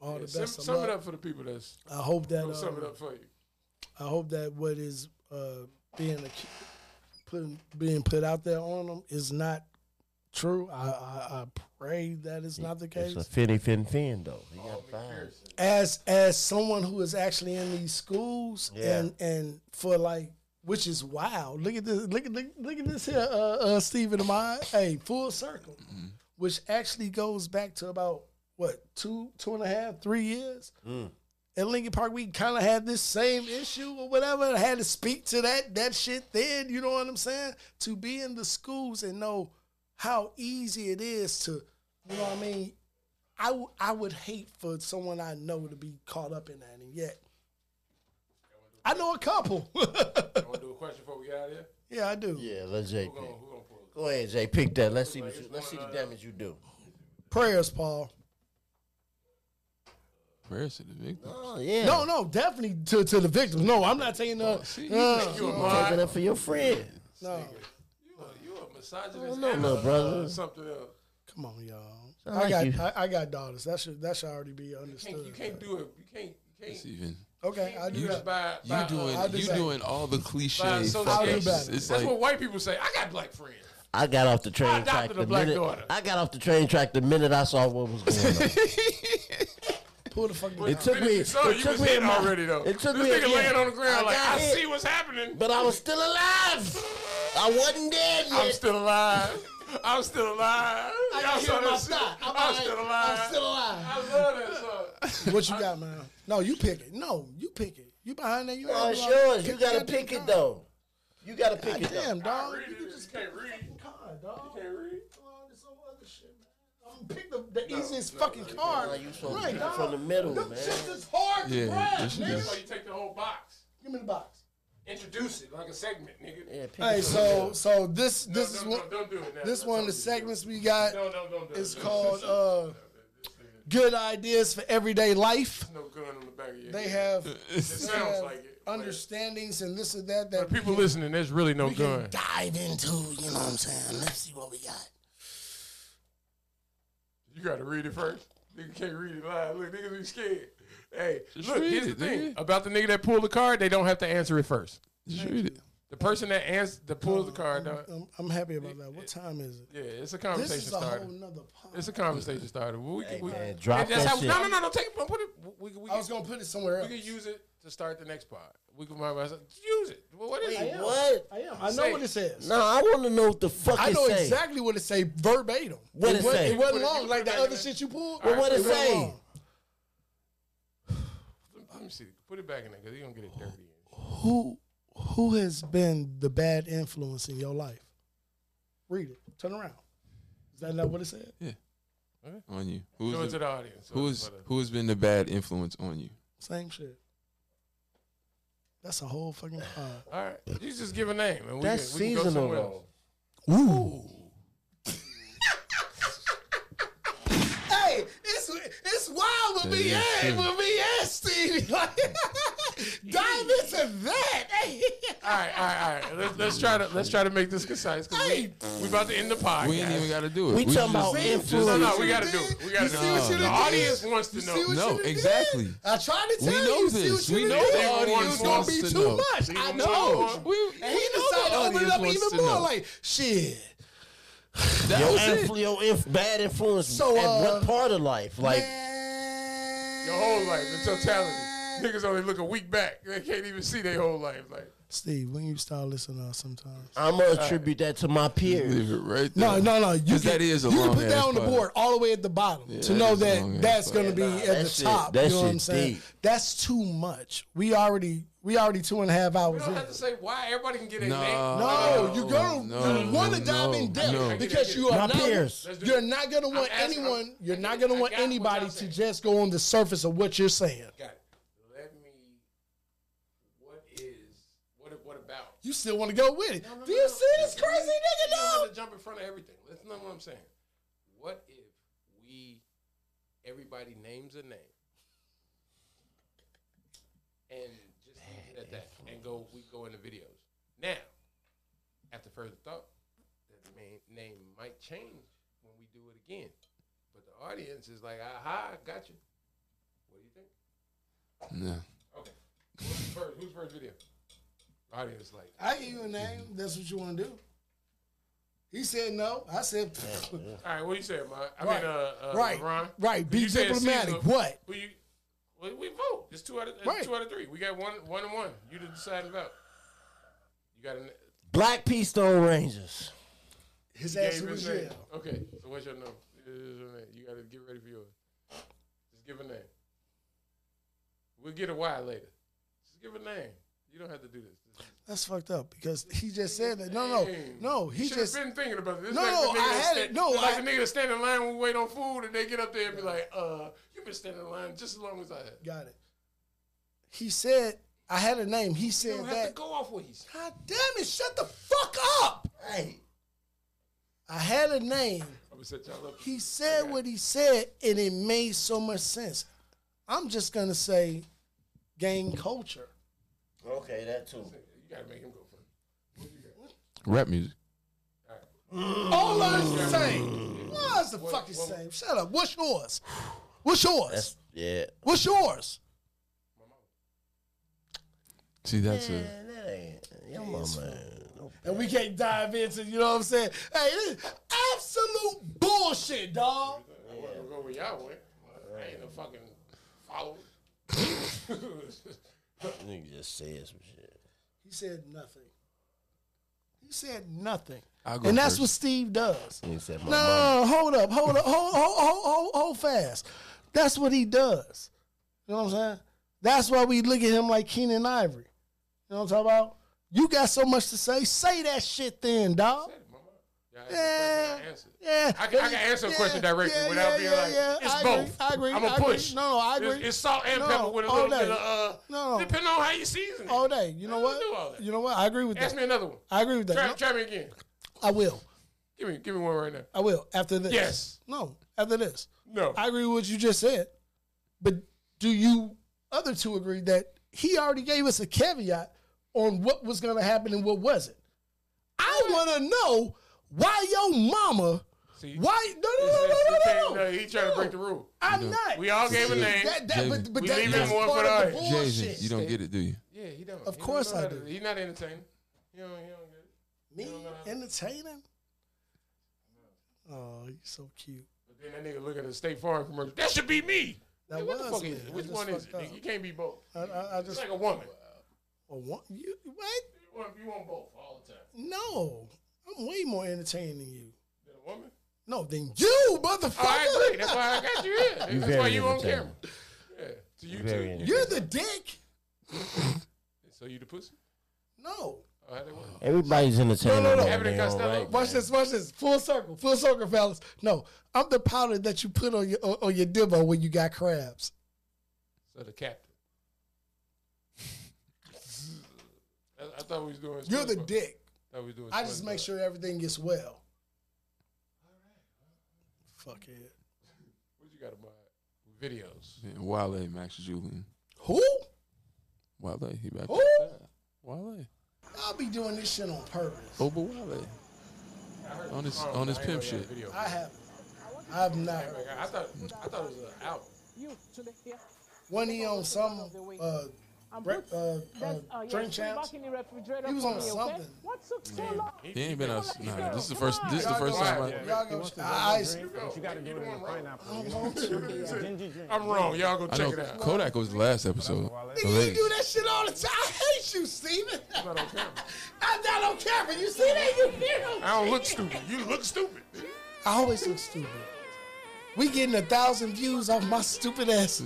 [SPEAKER 4] all the
[SPEAKER 5] Sum,
[SPEAKER 4] best. of
[SPEAKER 5] sum
[SPEAKER 4] luck.
[SPEAKER 5] it up for the people that's
[SPEAKER 4] I hope that.
[SPEAKER 5] gonna sum it
[SPEAKER 4] Uh,
[SPEAKER 5] up for you.
[SPEAKER 4] I hope that what is uh, being ac- put being put out there on them is not true. I I, I pray that is not the
[SPEAKER 3] It's
[SPEAKER 4] case.
[SPEAKER 3] a finny fin fin though. He got fined.
[SPEAKER 4] as as someone who is actually in these schools
[SPEAKER 3] Yeah.
[SPEAKER 4] and and for like which is wild. Look at this. Look at look, look at this here, uh, uh, Stephen Amaya. Hey, full circle, which actually goes back to about what two two and a half three years.
[SPEAKER 2] Mm.
[SPEAKER 4] At Lincoln Park, we kind of had this same issue or whatever. I had to speak to that that shit then. You know what I'm saying? To be in the schools and know how easy it is to, you know what I mean? I, w- I would hate for someone I know to be caught up in that, and yet I know a couple.
[SPEAKER 5] I want to do a question before we get out of here.
[SPEAKER 4] yeah, I do.
[SPEAKER 3] Yeah, let's JP.
[SPEAKER 5] Who gonna- who gonna pull it?
[SPEAKER 3] Go ahead, Jay. Pick that. Let's see what you, let's see the damage you do.
[SPEAKER 4] Prayers, Paul.
[SPEAKER 2] Prayers to the victim.
[SPEAKER 3] Oh yeah.
[SPEAKER 4] No, no, definitely to, to the victims. No, I'm not taking
[SPEAKER 5] Oh,
[SPEAKER 4] the.
[SPEAKER 2] See,
[SPEAKER 4] Uh,
[SPEAKER 5] You a
[SPEAKER 3] Taking
[SPEAKER 5] mod?
[SPEAKER 3] it for your friend.
[SPEAKER 4] no,
[SPEAKER 5] You a, you a misogynist?
[SPEAKER 3] No,
[SPEAKER 5] and
[SPEAKER 3] no,
[SPEAKER 5] a- uh,
[SPEAKER 3] brother.
[SPEAKER 5] Something else.
[SPEAKER 4] come on, y'all.
[SPEAKER 3] Sound
[SPEAKER 4] I
[SPEAKER 3] like
[SPEAKER 4] got
[SPEAKER 3] you-
[SPEAKER 4] I, I got daughters. That should that should already be
[SPEAKER 5] Can't- you
[SPEAKER 4] understood.
[SPEAKER 5] can't do it. You can't. You can't.
[SPEAKER 2] It's even.
[SPEAKER 4] Okay, I do
[SPEAKER 5] You
[SPEAKER 4] that.
[SPEAKER 5] by,
[SPEAKER 2] You
[SPEAKER 5] by, uh,
[SPEAKER 2] doing
[SPEAKER 4] I'll do
[SPEAKER 2] you
[SPEAKER 4] better.
[SPEAKER 2] doing all the
[SPEAKER 5] by
[SPEAKER 2] cliche.
[SPEAKER 5] association.
[SPEAKER 4] I'll do
[SPEAKER 2] fucking-
[SPEAKER 4] better.
[SPEAKER 2] It's
[SPEAKER 5] That's
[SPEAKER 2] like
[SPEAKER 5] what white people say. I got black friends.
[SPEAKER 3] I got off the train
[SPEAKER 5] adopted
[SPEAKER 3] track
[SPEAKER 5] a
[SPEAKER 3] the
[SPEAKER 5] black
[SPEAKER 3] minute.
[SPEAKER 5] daughter.
[SPEAKER 3] I got off the train track the minute I saw what was going on.
[SPEAKER 4] Pull the fuck
[SPEAKER 3] It took me.
[SPEAKER 5] So
[SPEAKER 3] it
[SPEAKER 5] you
[SPEAKER 3] took
[SPEAKER 5] was
[SPEAKER 3] me
[SPEAKER 5] hit
[SPEAKER 3] in my-
[SPEAKER 5] already though.
[SPEAKER 3] It took
[SPEAKER 5] this
[SPEAKER 3] me.
[SPEAKER 5] nigga
[SPEAKER 3] yeah.
[SPEAKER 5] laying on the ground like
[SPEAKER 3] got
[SPEAKER 5] I
[SPEAKER 3] hit,
[SPEAKER 5] see what's happening.
[SPEAKER 3] But I was still alive. I wasn't dead
[SPEAKER 5] I'm
[SPEAKER 3] yet.
[SPEAKER 5] still alive. I'm still alive. Y'all
[SPEAKER 4] got hit
[SPEAKER 5] saw
[SPEAKER 4] in my
[SPEAKER 5] that shit.
[SPEAKER 4] thigh.
[SPEAKER 5] I'm,
[SPEAKER 4] all right.
[SPEAKER 5] still alive.
[SPEAKER 4] I'm still alive.
[SPEAKER 5] I love that song.
[SPEAKER 4] What you got, man? No, you pick it. No, you pick it. You behind there. You
[SPEAKER 3] Oh,
[SPEAKER 4] ain't
[SPEAKER 3] it's
[SPEAKER 4] belong-
[SPEAKER 3] yours. You
[SPEAKER 4] the
[SPEAKER 3] gotta
[SPEAKER 4] goddamn
[SPEAKER 3] pick it
[SPEAKER 4] card.
[SPEAKER 3] though. You gotta pick it
[SPEAKER 4] Damn,
[SPEAKER 3] though.
[SPEAKER 4] dog.
[SPEAKER 5] Read
[SPEAKER 4] You
[SPEAKER 5] it.
[SPEAKER 4] just
[SPEAKER 5] can't read.
[SPEAKER 4] card, dog.
[SPEAKER 5] Can't read.
[SPEAKER 4] Oh, this some other shit, man. I'm gonna pick the, the easiest fucking card.
[SPEAKER 3] Like you supposed to
[SPEAKER 4] Right,
[SPEAKER 3] pick
[SPEAKER 4] dog.
[SPEAKER 3] from the middle,
[SPEAKER 4] Them
[SPEAKER 3] man.
[SPEAKER 4] shits is hard to
[SPEAKER 2] Yeah,
[SPEAKER 4] grab,
[SPEAKER 2] this shit
[SPEAKER 4] nigga.
[SPEAKER 2] is-
[SPEAKER 5] So you take the whole box.
[SPEAKER 4] Give me the box.
[SPEAKER 5] Introduce it like a segment, nigga.
[SPEAKER 3] Yeah, pick
[SPEAKER 4] All right,
[SPEAKER 3] it from the
[SPEAKER 4] so
[SPEAKER 3] middle.
[SPEAKER 4] so this
[SPEAKER 5] No,
[SPEAKER 4] this
[SPEAKER 5] no,
[SPEAKER 4] is
[SPEAKER 5] no,
[SPEAKER 4] one
[SPEAKER 5] don't do it. That-
[SPEAKER 4] this
[SPEAKER 5] that's not
[SPEAKER 4] one of the
[SPEAKER 5] what you
[SPEAKER 4] segments we got
[SPEAKER 5] do. No, no, don't do
[SPEAKER 4] is
[SPEAKER 5] it.
[SPEAKER 4] called uh, Good Ideas for Everyday Life.
[SPEAKER 5] No gun on the back of your
[SPEAKER 4] They
[SPEAKER 5] head.
[SPEAKER 4] have
[SPEAKER 5] It
[SPEAKER 4] they
[SPEAKER 5] sounds
[SPEAKER 4] have
[SPEAKER 5] like it.
[SPEAKER 4] understandings and this and that that
[SPEAKER 5] For people listening, there's really no gun.
[SPEAKER 4] dive into. You know what I'm saying? Let's see what we got.
[SPEAKER 5] You got to read it first. Nigga can't read it live. Look, niggas be scared. Hey,
[SPEAKER 2] Just
[SPEAKER 5] look,
[SPEAKER 2] read
[SPEAKER 5] here's
[SPEAKER 2] it,
[SPEAKER 5] the thing
[SPEAKER 2] nigga.
[SPEAKER 5] about the nigga that pulled the card. They don't have to answer it first.
[SPEAKER 2] Just read it.
[SPEAKER 5] The person that ans- that pulls the card, dog,
[SPEAKER 4] Um, I'm, I'm happy about that. What time is it?
[SPEAKER 5] yeah, it's a
[SPEAKER 4] This
[SPEAKER 5] conversation
[SPEAKER 4] is a
[SPEAKER 5] starter.
[SPEAKER 4] whole nother pod.
[SPEAKER 5] It's a conversation starter. We,
[SPEAKER 3] Hey,
[SPEAKER 5] we,
[SPEAKER 3] man, drop
[SPEAKER 5] and that's
[SPEAKER 3] that
[SPEAKER 5] how,
[SPEAKER 3] shit.
[SPEAKER 5] No, no, no, don't take it. Put it. We, we,
[SPEAKER 4] I was gonna put it somewhere
[SPEAKER 5] we
[SPEAKER 4] else.
[SPEAKER 5] can use it to start the next part. We can remind ourselves. Use it. Well, what is
[SPEAKER 3] Wait,
[SPEAKER 5] it?
[SPEAKER 3] what?
[SPEAKER 4] I am. I know
[SPEAKER 5] Say
[SPEAKER 4] what
[SPEAKER 5] it.
[SPEAKER 4] it says.
[SPEAKER 3] No, I want to know what the fuck
[SPEAKER 4] I
[SPEAKER 3] it
[SPEAKER 4] know
[SPEAKER 3] say.
[SPEAKER 4] exactly what it say verbatim.
[SPEAKER 3] What it
[SPEAKER 4] wasn't-
[SPEAKER 3] say?
[SPEAKER 4] It
[SPEAKER 5] What
[SPEAKER 4] wasn't
[SPEAKER 5] it-
[SPEAKER 4] long like the other
[SPEAKER 5] what it-
[SPEAKER 4] shit you pulled.
[SPEAKER 3] Well, what it
[SPEAKER 4] wasn't
[SPEAKER 3] say?
[SPEAKER 4] long.
[SPEAKER 5] Let me see. Put it back in there because you're gonna get it dirty.
[SPEAKER 4] Who who has been the bad influence in your life? Read it. Turn around. Is that not what it said?
[SPEAKER 2] On you. Who's
[SPEAKER 5] Show it
[SPEAKER 2] the-
[SPEAKER 5] to the audience.
[SPEAKER 2] who is who has been the bad influence on you?
[SPEAKER 4] Same shit. That's a whole fucking pod.
[SPEAKER 5] All right, you just give a name and we
[SPEAKER 3] That's
[SPEAKER 5] can, we can go
[SPEAKER 3] seasonal
[SPEAKER 5] somewhere
[SPEAKER 3] though.
[SPEAKER 5] else.
[SPEAKER 4] Ooh. hey, it's it's wild when we
[SPEAKER 2] Yeah,
[SPEAKER 4] add
[SPEAKER 2] yeah.
[SPEAKER 4] when we add Stevie. Like, dive into that. Hey,
[SPEAKER 5] All right, all right, all right. Let's, let's try to let's try to make this concise because we we about to end the podcast.
[SPEAKER 2] We ain't even got to do it.
[SPEAKER 3] We talking
[SPEAKER 2] just-
[SPEAKER 3] about
[SPEAKER 2] just-
[SPEAKER 3] influence.
[SPEAKER 5] no, no,
[SPEAKER 4] You
[SPEAKER 5] we
[SPEAKER 4] see
[SPEAKER 5] got to
[SPEAKER 4] what
[SPEAKER 5] do
[SPEAKER 4] you
[SPEAKER 5] it.
[SPEAKER 4] did?
[SPEAKER 5] We got
[SPEAKER 4] You
[SPEAKER 5] to
[SPEAKER 4] see
[SPEAKER 5] do
[SPEAKER 4] what you
[SPEAKER 5] it. The
[SPEAKER 4] done
[SPEAKER 5] audience
[SPEAKER 4] did?
[SPEAKER 5] wants to
[SPEAKER 4] You see
[SPEAKER 5] know.
[SPEAKER 4] what
[SPEAKER 2] No,
[SPEAKER 4] you done
[SPEAKER 2] exactly.
[SPEAKER 4] did? I tried to
[SPEAKER 2] We
[SPEAKER 4] tell you.
[SPEAKER 2] know
[SPEAKER 4] you see
[SPEAKER 2] this.
[SPEAKER 4] what
[SPEAKER 2] We
[SPEAKER 4] you
[SPEAKER 2] know
[SPEAKER 4] done
[SPEAKER 2] the
[SPEAKER 4] did?
[SPEAKER 2] audience
[SPEAKER 4] It was gonna
[SPEAKER 2] wants
[SPEAKER 4] be
[SPEAKER 2] to
[SPEAKER 4] too
[SPEAKER 2] know.
[SPEAKER 4] much.
[SPEAKER 5] They
[SPEAKER 4] I
[SPEAKER 5] want
[SPEAKER 4] know.
[SPEAKER 5] to know.
[SPEAKER 2] We,
[SPEAKER 4] And
[SPEAKER 2] we
[SPEAKER 4] he
[SPEAKER 2] know
[SPEAKER 4] decided
[SPEAKER 2] the
[SPEAKER 4] to open it
[SPEAKER 2] audience
[SPEAKER 4] up
[SPEAKER 2] wants
[SPEAKER 4] even
[SPEAKER 2] to
[SPEAKER 4] more.
[SPEAKER 2] know.
[SPEAKER 4] Like shit.
[SPEAKER 2] that
[SPEAKER 3] Your,
[SPEAKER 2] was it.
[SPEAKER 3] influ- your inf- bad influence
[SPEAKER 4] So,
[SPEAKER 3] at
[SPEAKER 4] uh,
[SPEAKER 3] what part of life? Like,
[SPEAKER 5] Your whole life, the totality. Niggas only look a week back. They can't even see their whole life. Like
[SPEAKER 4] Steve, when you start listening to us sometimes.
[SPEAKER 3] I'm going to attribute that to my peers.
[SPEAKER 2] Leave it right there.
[SPEAKER 4] No, no, no. You
[SPEAKER 2] 'Cause
[SPEAKER 4] can,
[SPEAKER 2] that is a
[SPEAKER 4] you
[SPEAKER 2] long
[SPEAKER 4] can put that
[SPEAKER 2] ass
[SPEAKER 4] on the
[SPEAKER 2] part.
[SPEAKER 4] board all the way at the bottom to
[SPEAKER 2] that
[SPEAKER 4] know
[SPEAKER 2] is a
[SPEAKER 4] that
[SPEAKER 2] long
[SPEAKER 4] that's
[SPEAKER 2] ass
[SPEAKER 4] going to be
[SPEAKER 3] Yeah, nah,
[SPEAKER 4] at
[SPEAKER 3] that
[SPEAKER 4] the
[SPEAKER 3] shit-
[SPEAKER 4] top.
[SPEAKER 3] that
[SPEAKER 4] you know what
[SPEAKER 3] shit
[SPEAKER 4] I'm saying?
[SPEAKER 3] deep.
[SPEAKER 4] That's too much. We already we already two and a half
[SPEAKER 5] we
[SPEAKER 4] hours
[SPEAKER 5] don't
[SPEAKER 4] in.
[SPEAKER 5] have to say why. Everybody can get a
[SPEAKER 2] No,
[SPEAKER 5] name.
[SPEAKER 4] No, you go.
[SPEAKER 2] Oh, no,
[SPEAKER 4] you want to dive
[SPEAKER 2] no,
[SPEAKER 4] in depth
[SPEAKER 2] no.
[SPEAKER 4] because you
[SPEAKER 3] My
[SPEAKER 4] are
[SPEAKER 3] peers.
[SPEAKER 5] Let's
[SPEAKER 4] not.
[SPEAKER 5] do
[SPEAKER 4] You're
[SPEAKER 5] it.
[SPEAKER 4] not going to want
[SPEAKER 5] I'm asking-
[SPEAKER 4] anyone.
[SPEAKER 5] I'm-
[SPEAKER 4] you're not going to
[SPEAKER 5] I
[SPEAKER 4] want
[SPEAKER 5] got what
[SPEAKER 4] anybody
[SPEAKER 5] y'all
[SPEAKER 4] to
[SPEAKER 5] saying.
[SPEAKER 4] just go on the surface of what you're saying.
[SPEAKER 5] Got it. Let me. What is? What? What about?
[SPEAKER 4] You still want to go with it? Do you
[SPEAKER 5] no.
[SPEAKER 4] see this crazy
[SPEAKER 5] You don't
[SPEAKER 4] nigga?
[SPEAKER 5] have
[SPEAKER 4] dog?
[SPEAKER 5] to jump in front of everything. That's not what I'm saying. What if we, everybody names a name, and just leave it at that, and go we go into videos now. After further thought, that man, name might change when we do it again, but the audience is like, "Aha, got you." What do you think?
[SPEAKER 2] No.
[SPEAKER 5] Okay, who's first? Who's first video? Audience like,
[SPEAKER 4] I give you a name. That's what you want to do. He said no. I said.
[SPEAKER 5] All right, what do you say, Mike? I
[SPEAKER 4] Right.
[SPEAKER 5] mean, uh, uh,
[SPEAKER 4] Right.
[SPEAKER 5] LeBron?
[SPEAKER 4] Right. Be
[SPEAKER 5] You said
[SPEAKER 4] diplomatic.
[SPEAKER 5] Caesar.
[SPEAKER 4] What?
[SPEAKER 5] Who you? Well, we vote. It's two out of it's
[SPEAKER 4] Right.
[SPEAKER 5] two out of three. We got one, one and one. You the deciding vote. You got an.
[SPEAKER 3] Black Peystone Rangers.
[SPEAKER 4] His
[SPEAKER 5] you
[SPEAKER 4] ass
[SPEAKER 5] gave
[SPEAKER 4] in
[SPEAKER 5] his
[SPEAKER 4] jail.
[SPEAKER 5] name. Okay, so what's your number? Here's your name. You got to get ready for yours. Just give a name. We'll get a why later. Just give a name. You don't have to do this.
[SPEAKER 4] That's fucked up because he just said that. No, no,
[SPEAKER 5] Dang.
[SPEAKER 4] no.
[SPEAKER 5] You
[SPEAKER 4] He
[SPEAKER 5] should've
[SPEAKER 4] just
[SPEAKER 5] been thinking about this. It's
[SPEAKER 4] No,
[SPEAKER 5] like
[SPEAKER 4] no,
[SPEAKER 5] the nigga
[SPEAKER 4] I
[SPEAKER 5] that
[SPEAKER 4] had
[SPEAKER 5] stand-
[SPEAKER 4] it. No,
[SPEAKER 5] it's like
[SPEAKER 4] I-
[SPEAKER 5] the nigga that stand in line when we wait on food, and they get up there and be like, "Uh, you've been standing in line just as long as I have."
[SPEAKER 4] got it. He said I had a name. He
[SPEAKER 5] You
[SPEAKER 4] said
[SPEAKER 5] don't have to
[SPEAKER 4] that.
[SPEAKER 5] go off what he said.
[SPEAKER 4] God damn it! Shut the fuck up. Hey, I had a name.
[SPEAKER 5] I'm gonna set y'all up.
[SPEAKER 4] He said what he said, and it made so much sense. I'm just gonna say, gang culture.
[SPEAKER 3] Okay, that too.
[SPEAKER 5] You gotta make him go first.
[SPEAKER 2] Rap music.
[SPEAKER 4] All ours the same. Ours the fucking same. Shut up. What's yours? What's yours?
[SPEAKER 3] That's, yeah.
[SPEAKER 4] What's yours?
[SPEAKER 2] See, that's
[SPEAKER 3] Man, that ain't. Your mama. Don't
[SPEAKER 4] and we can't dive into, you know what I'm saying? Hey, this is absolute bullshit, dog.
[SPEAKER 5] I wasn't going where y'all went. I ain't a fucking follower.
[SPEAKER 3] Nigga just said some shit.
[SPEAKER 4] He said nothing. He said nothing.
[SPEAKER 2] I'll go
[SPEAKER 4] And that's
[SPEAKER 2] first.
[SPEAKER 4] what Steve does.
[SPEAKER 3] Nigga said my
[SPEAKER 4] No,
[SPEAKER 3] mama.
[SPEAKER 4] no, no, hold up, hold up, hold, hold, hold, hold, hold fast. That's what he does. You know what I'm saying? That's why we look at him like Keenan Ivory. You know what I'm talking about? You got so much to say. Say that shit then, dog. Yeah, yeah.
[SPEAKER 5] I can- I can answer a question directly without being like, it's
[SPEAKER 4] I
[SPEAKER 5] both.
[SPEAKER 4] Agree, I agree.
[SPEAKER 5] I'ma
[SPEAKER 4] I agree.
[SPEAKER 5] push.
[SPEAKER 4] No, no, I agree.
[SPEAKER 5] It's, it's salt and
[SPEAKER 4] No,
[SPEAKER 5] pepper with a
[SPEAKER 4] all
[SPEAKER 5] little bit
[SPEAKER 4] day.
[SPEAKER 5] of uh.
[SPEAKER 4] No.
[SPEAKER 5] Depending on how you season it.
[SPEAKER 4] all day. You know
[SPEAKER 5] I
[SPEAKER 4] what?
[SPEAKER 5] don't do all that.
[SPEAKER 4] You know what? I agree with
[SPEAKER 5] Ask
[SPEAKER 4] that.
[SPEAKER 5] me another one.
[SPEAKER 4] I agree with that.
[SPEAKER 5] Try,
[SPEAKER 4] No,
[SPEAKER 5] try me again.
[SPEAKER 4] I will.
[SPEAKER 5] Give me, give me one right now.
[SPEAKER 4] I will after this.
[SPEAKER 5] Yes.
[SPEAKER 4] No, after this.
[SPEAKER 5] No.
[SPEAKER 4] I agree with what you just said, but do you other two agree that he already gave us a caveat on what was going to happen and what wasn't? I want to know why your mama.
[SPEAKER 5] See,
[SPEAKER 4] why? No, no,
[SPEAKER 5] It's-
[SPEAKER 4] no,
[SPEAKER 5] it's- he
[SPEAKER 4] no,
[SPEAKER 5] can't-
[SPEAKER 4] no, no.
[SPEAKER 5] he trying to break the rule.
[SPEAKER 4] I'm not.
[SPEAKER 5] We all gave a name.
[SPEAKER 4] That, that, but but
[SPEAKER 5] We
[SPEAKER 4] that,
[SPEAKER 5] leaving
[SPEAKER 4] that's
[SPEAKER 5] one
[SPEAKER 4] part
[SPEAKER 5] for
[SPEAKER 4] of the
[SPEAKER 5] the-
[SPEAKER 4] bullshit.
[SPEAKER 2] Jason, you don't get it, do you?
[SPEAKER 5] Yeah, he don't.
[SPEAKER 4] Of
[SPEAKER 5] He
[SPEAKER 4] course
[SPEAKER 5] don't know
[SPEAKER 4] I
[SPEAKER 5] how
[SPEAKER 4] do.
[SPEAKER 5] to- He not entertaining. He don't, he don't get it.
[SPEAKER 4] Me entertaining. Oh, you so cute.
[SPEAKER 5] But then that nigga look at the State Farm commercial. That should be me.
[SPEAKER 4] That
[SPEAKER 5] Like, what the
[SPEAKER 4] was
[SPEAKER 5] fuck
[SPEAKER 4] me.
[SPEAKER 5] is it?
[SPEAKER 4] I
[SPEAKER 5] Which
[SPEAKER 4] just
[SPEAKER 5] one is it?
[SPEAKER 4] fucked
[SPEAKER 5] nigga?
[SPEAKER 4] up.
[SPEAKER 5] You can't be both.
[SPEAKER 4] I, I, I
[SPEAKER 5] It's
[SPEAKER 4] just
[SPEAKER 5] like a woman.
[SPEAKER 4] I want you. What?
[SPEAKER 5] You want, you want both all the time.
[SPEAKER 4] No, I'm way more entertaining than you.
[SPEAKER 5] Than a woman.
[SPEAKER 4] No, than you, motherfucker.
[SPEAKER 5] Oh, I agree. That's why I got you here. nigga. That's why
[SPEAKER 3] very
[SPEAKER 5] you on camera.
[SPEAKER 3] entertaining.
[SPEAKER 5] Yeah. So you
[SPEAKER 3] Very
[SPEAKER 5] too.
[SPEAKER 3] entertaining.
[SPEAKER 4] You're the dick.
[SPEAKER 5] So you the pussy?
[SPEAKER 4] No.
[SPEAKER 5] Oh, how that work?
[SPEAKER 3] Everybody's entertaining.
[SPEAKER 4] No, no, no.
[SPEAKER 3] over
[SPEAKER 5] Abbott and
[SPEAKER 3] there, all
[SPEAKER 5] Costello.
[SPEAKER 3] right,
[SPEAKER 4] Watch
[SPEAKER 3] man.
[SPEAKER 4] this. Watch this. Full circle. Full circle, fellas. No, I'm the powder that you put on your on on your Dibbo when you got crabs.
[SPEAKER 5] So the captain. I, I thought we was doing.
[SPEAKER 4] You're the
[SPEAKER 5] SpongeBob.
[SPEAKER 4] dick.
[SPEAKER 5] Thought we was doing
[SPEAKER 4] I just
[SPEAKER 5] SpongeBob.
[SPEAKER 4] make sure everything gets well. Fuck it.
[SPEAKER 5] What you got to buy? Videos.
[SPEAKER 2] Yeah, Wale, Max Julian.
[SPEAKER 4] Who?
[SPEAKER 2] Wale, he back.
[SPEAKER 4] Who?
[SPEAKER 2] Wale.
[SPEAKER 4] I'll be doing this shit on purpose.
[SPEAKER 2] Oba Wale. On his
[SPEAKER 5] Oh,
[SPEAKER 2] on his pimp shit.
[SPEAKER 5] Video.
[SPEAKER 4] I have. I've not.
[SPEAKER 5] I thought I thought it was an album.
[SPEAKER 4] One he on some uh, re- uh, uh, drink champs. He was on something.
[SPEAKER 9] What took so long?
[SPEAKER 2] He ain't been out. Nah, this is the first. This is the first time. I,
[SPEAKER 4] Y'all go. I, I,
[SPEAKER 5] you got to do it in pineapple. I'm wrong. Y'all go
[SPEAKER 2] I
[SPEAKER 5] check
[SPEAKER 2] know
[SPEAKER 5] it out.
[SPEAKER 2] Kodak was the last episode. The
[SPEAKER 4] Nigga, you
[SPEAKER 2] ladies.
[SPEAKER 4] do that shit all the time. I hate you, Steven.
[SPEAKER 5] I'm not on camera.
[SPEAKER 4] I'm not on camera. You see that? You hear him?
[SPEAKER 5] I don't look stupid. You look stupid.
[SPEAKER 4] I always look stupid. We getting a thousand views off my stupid ass.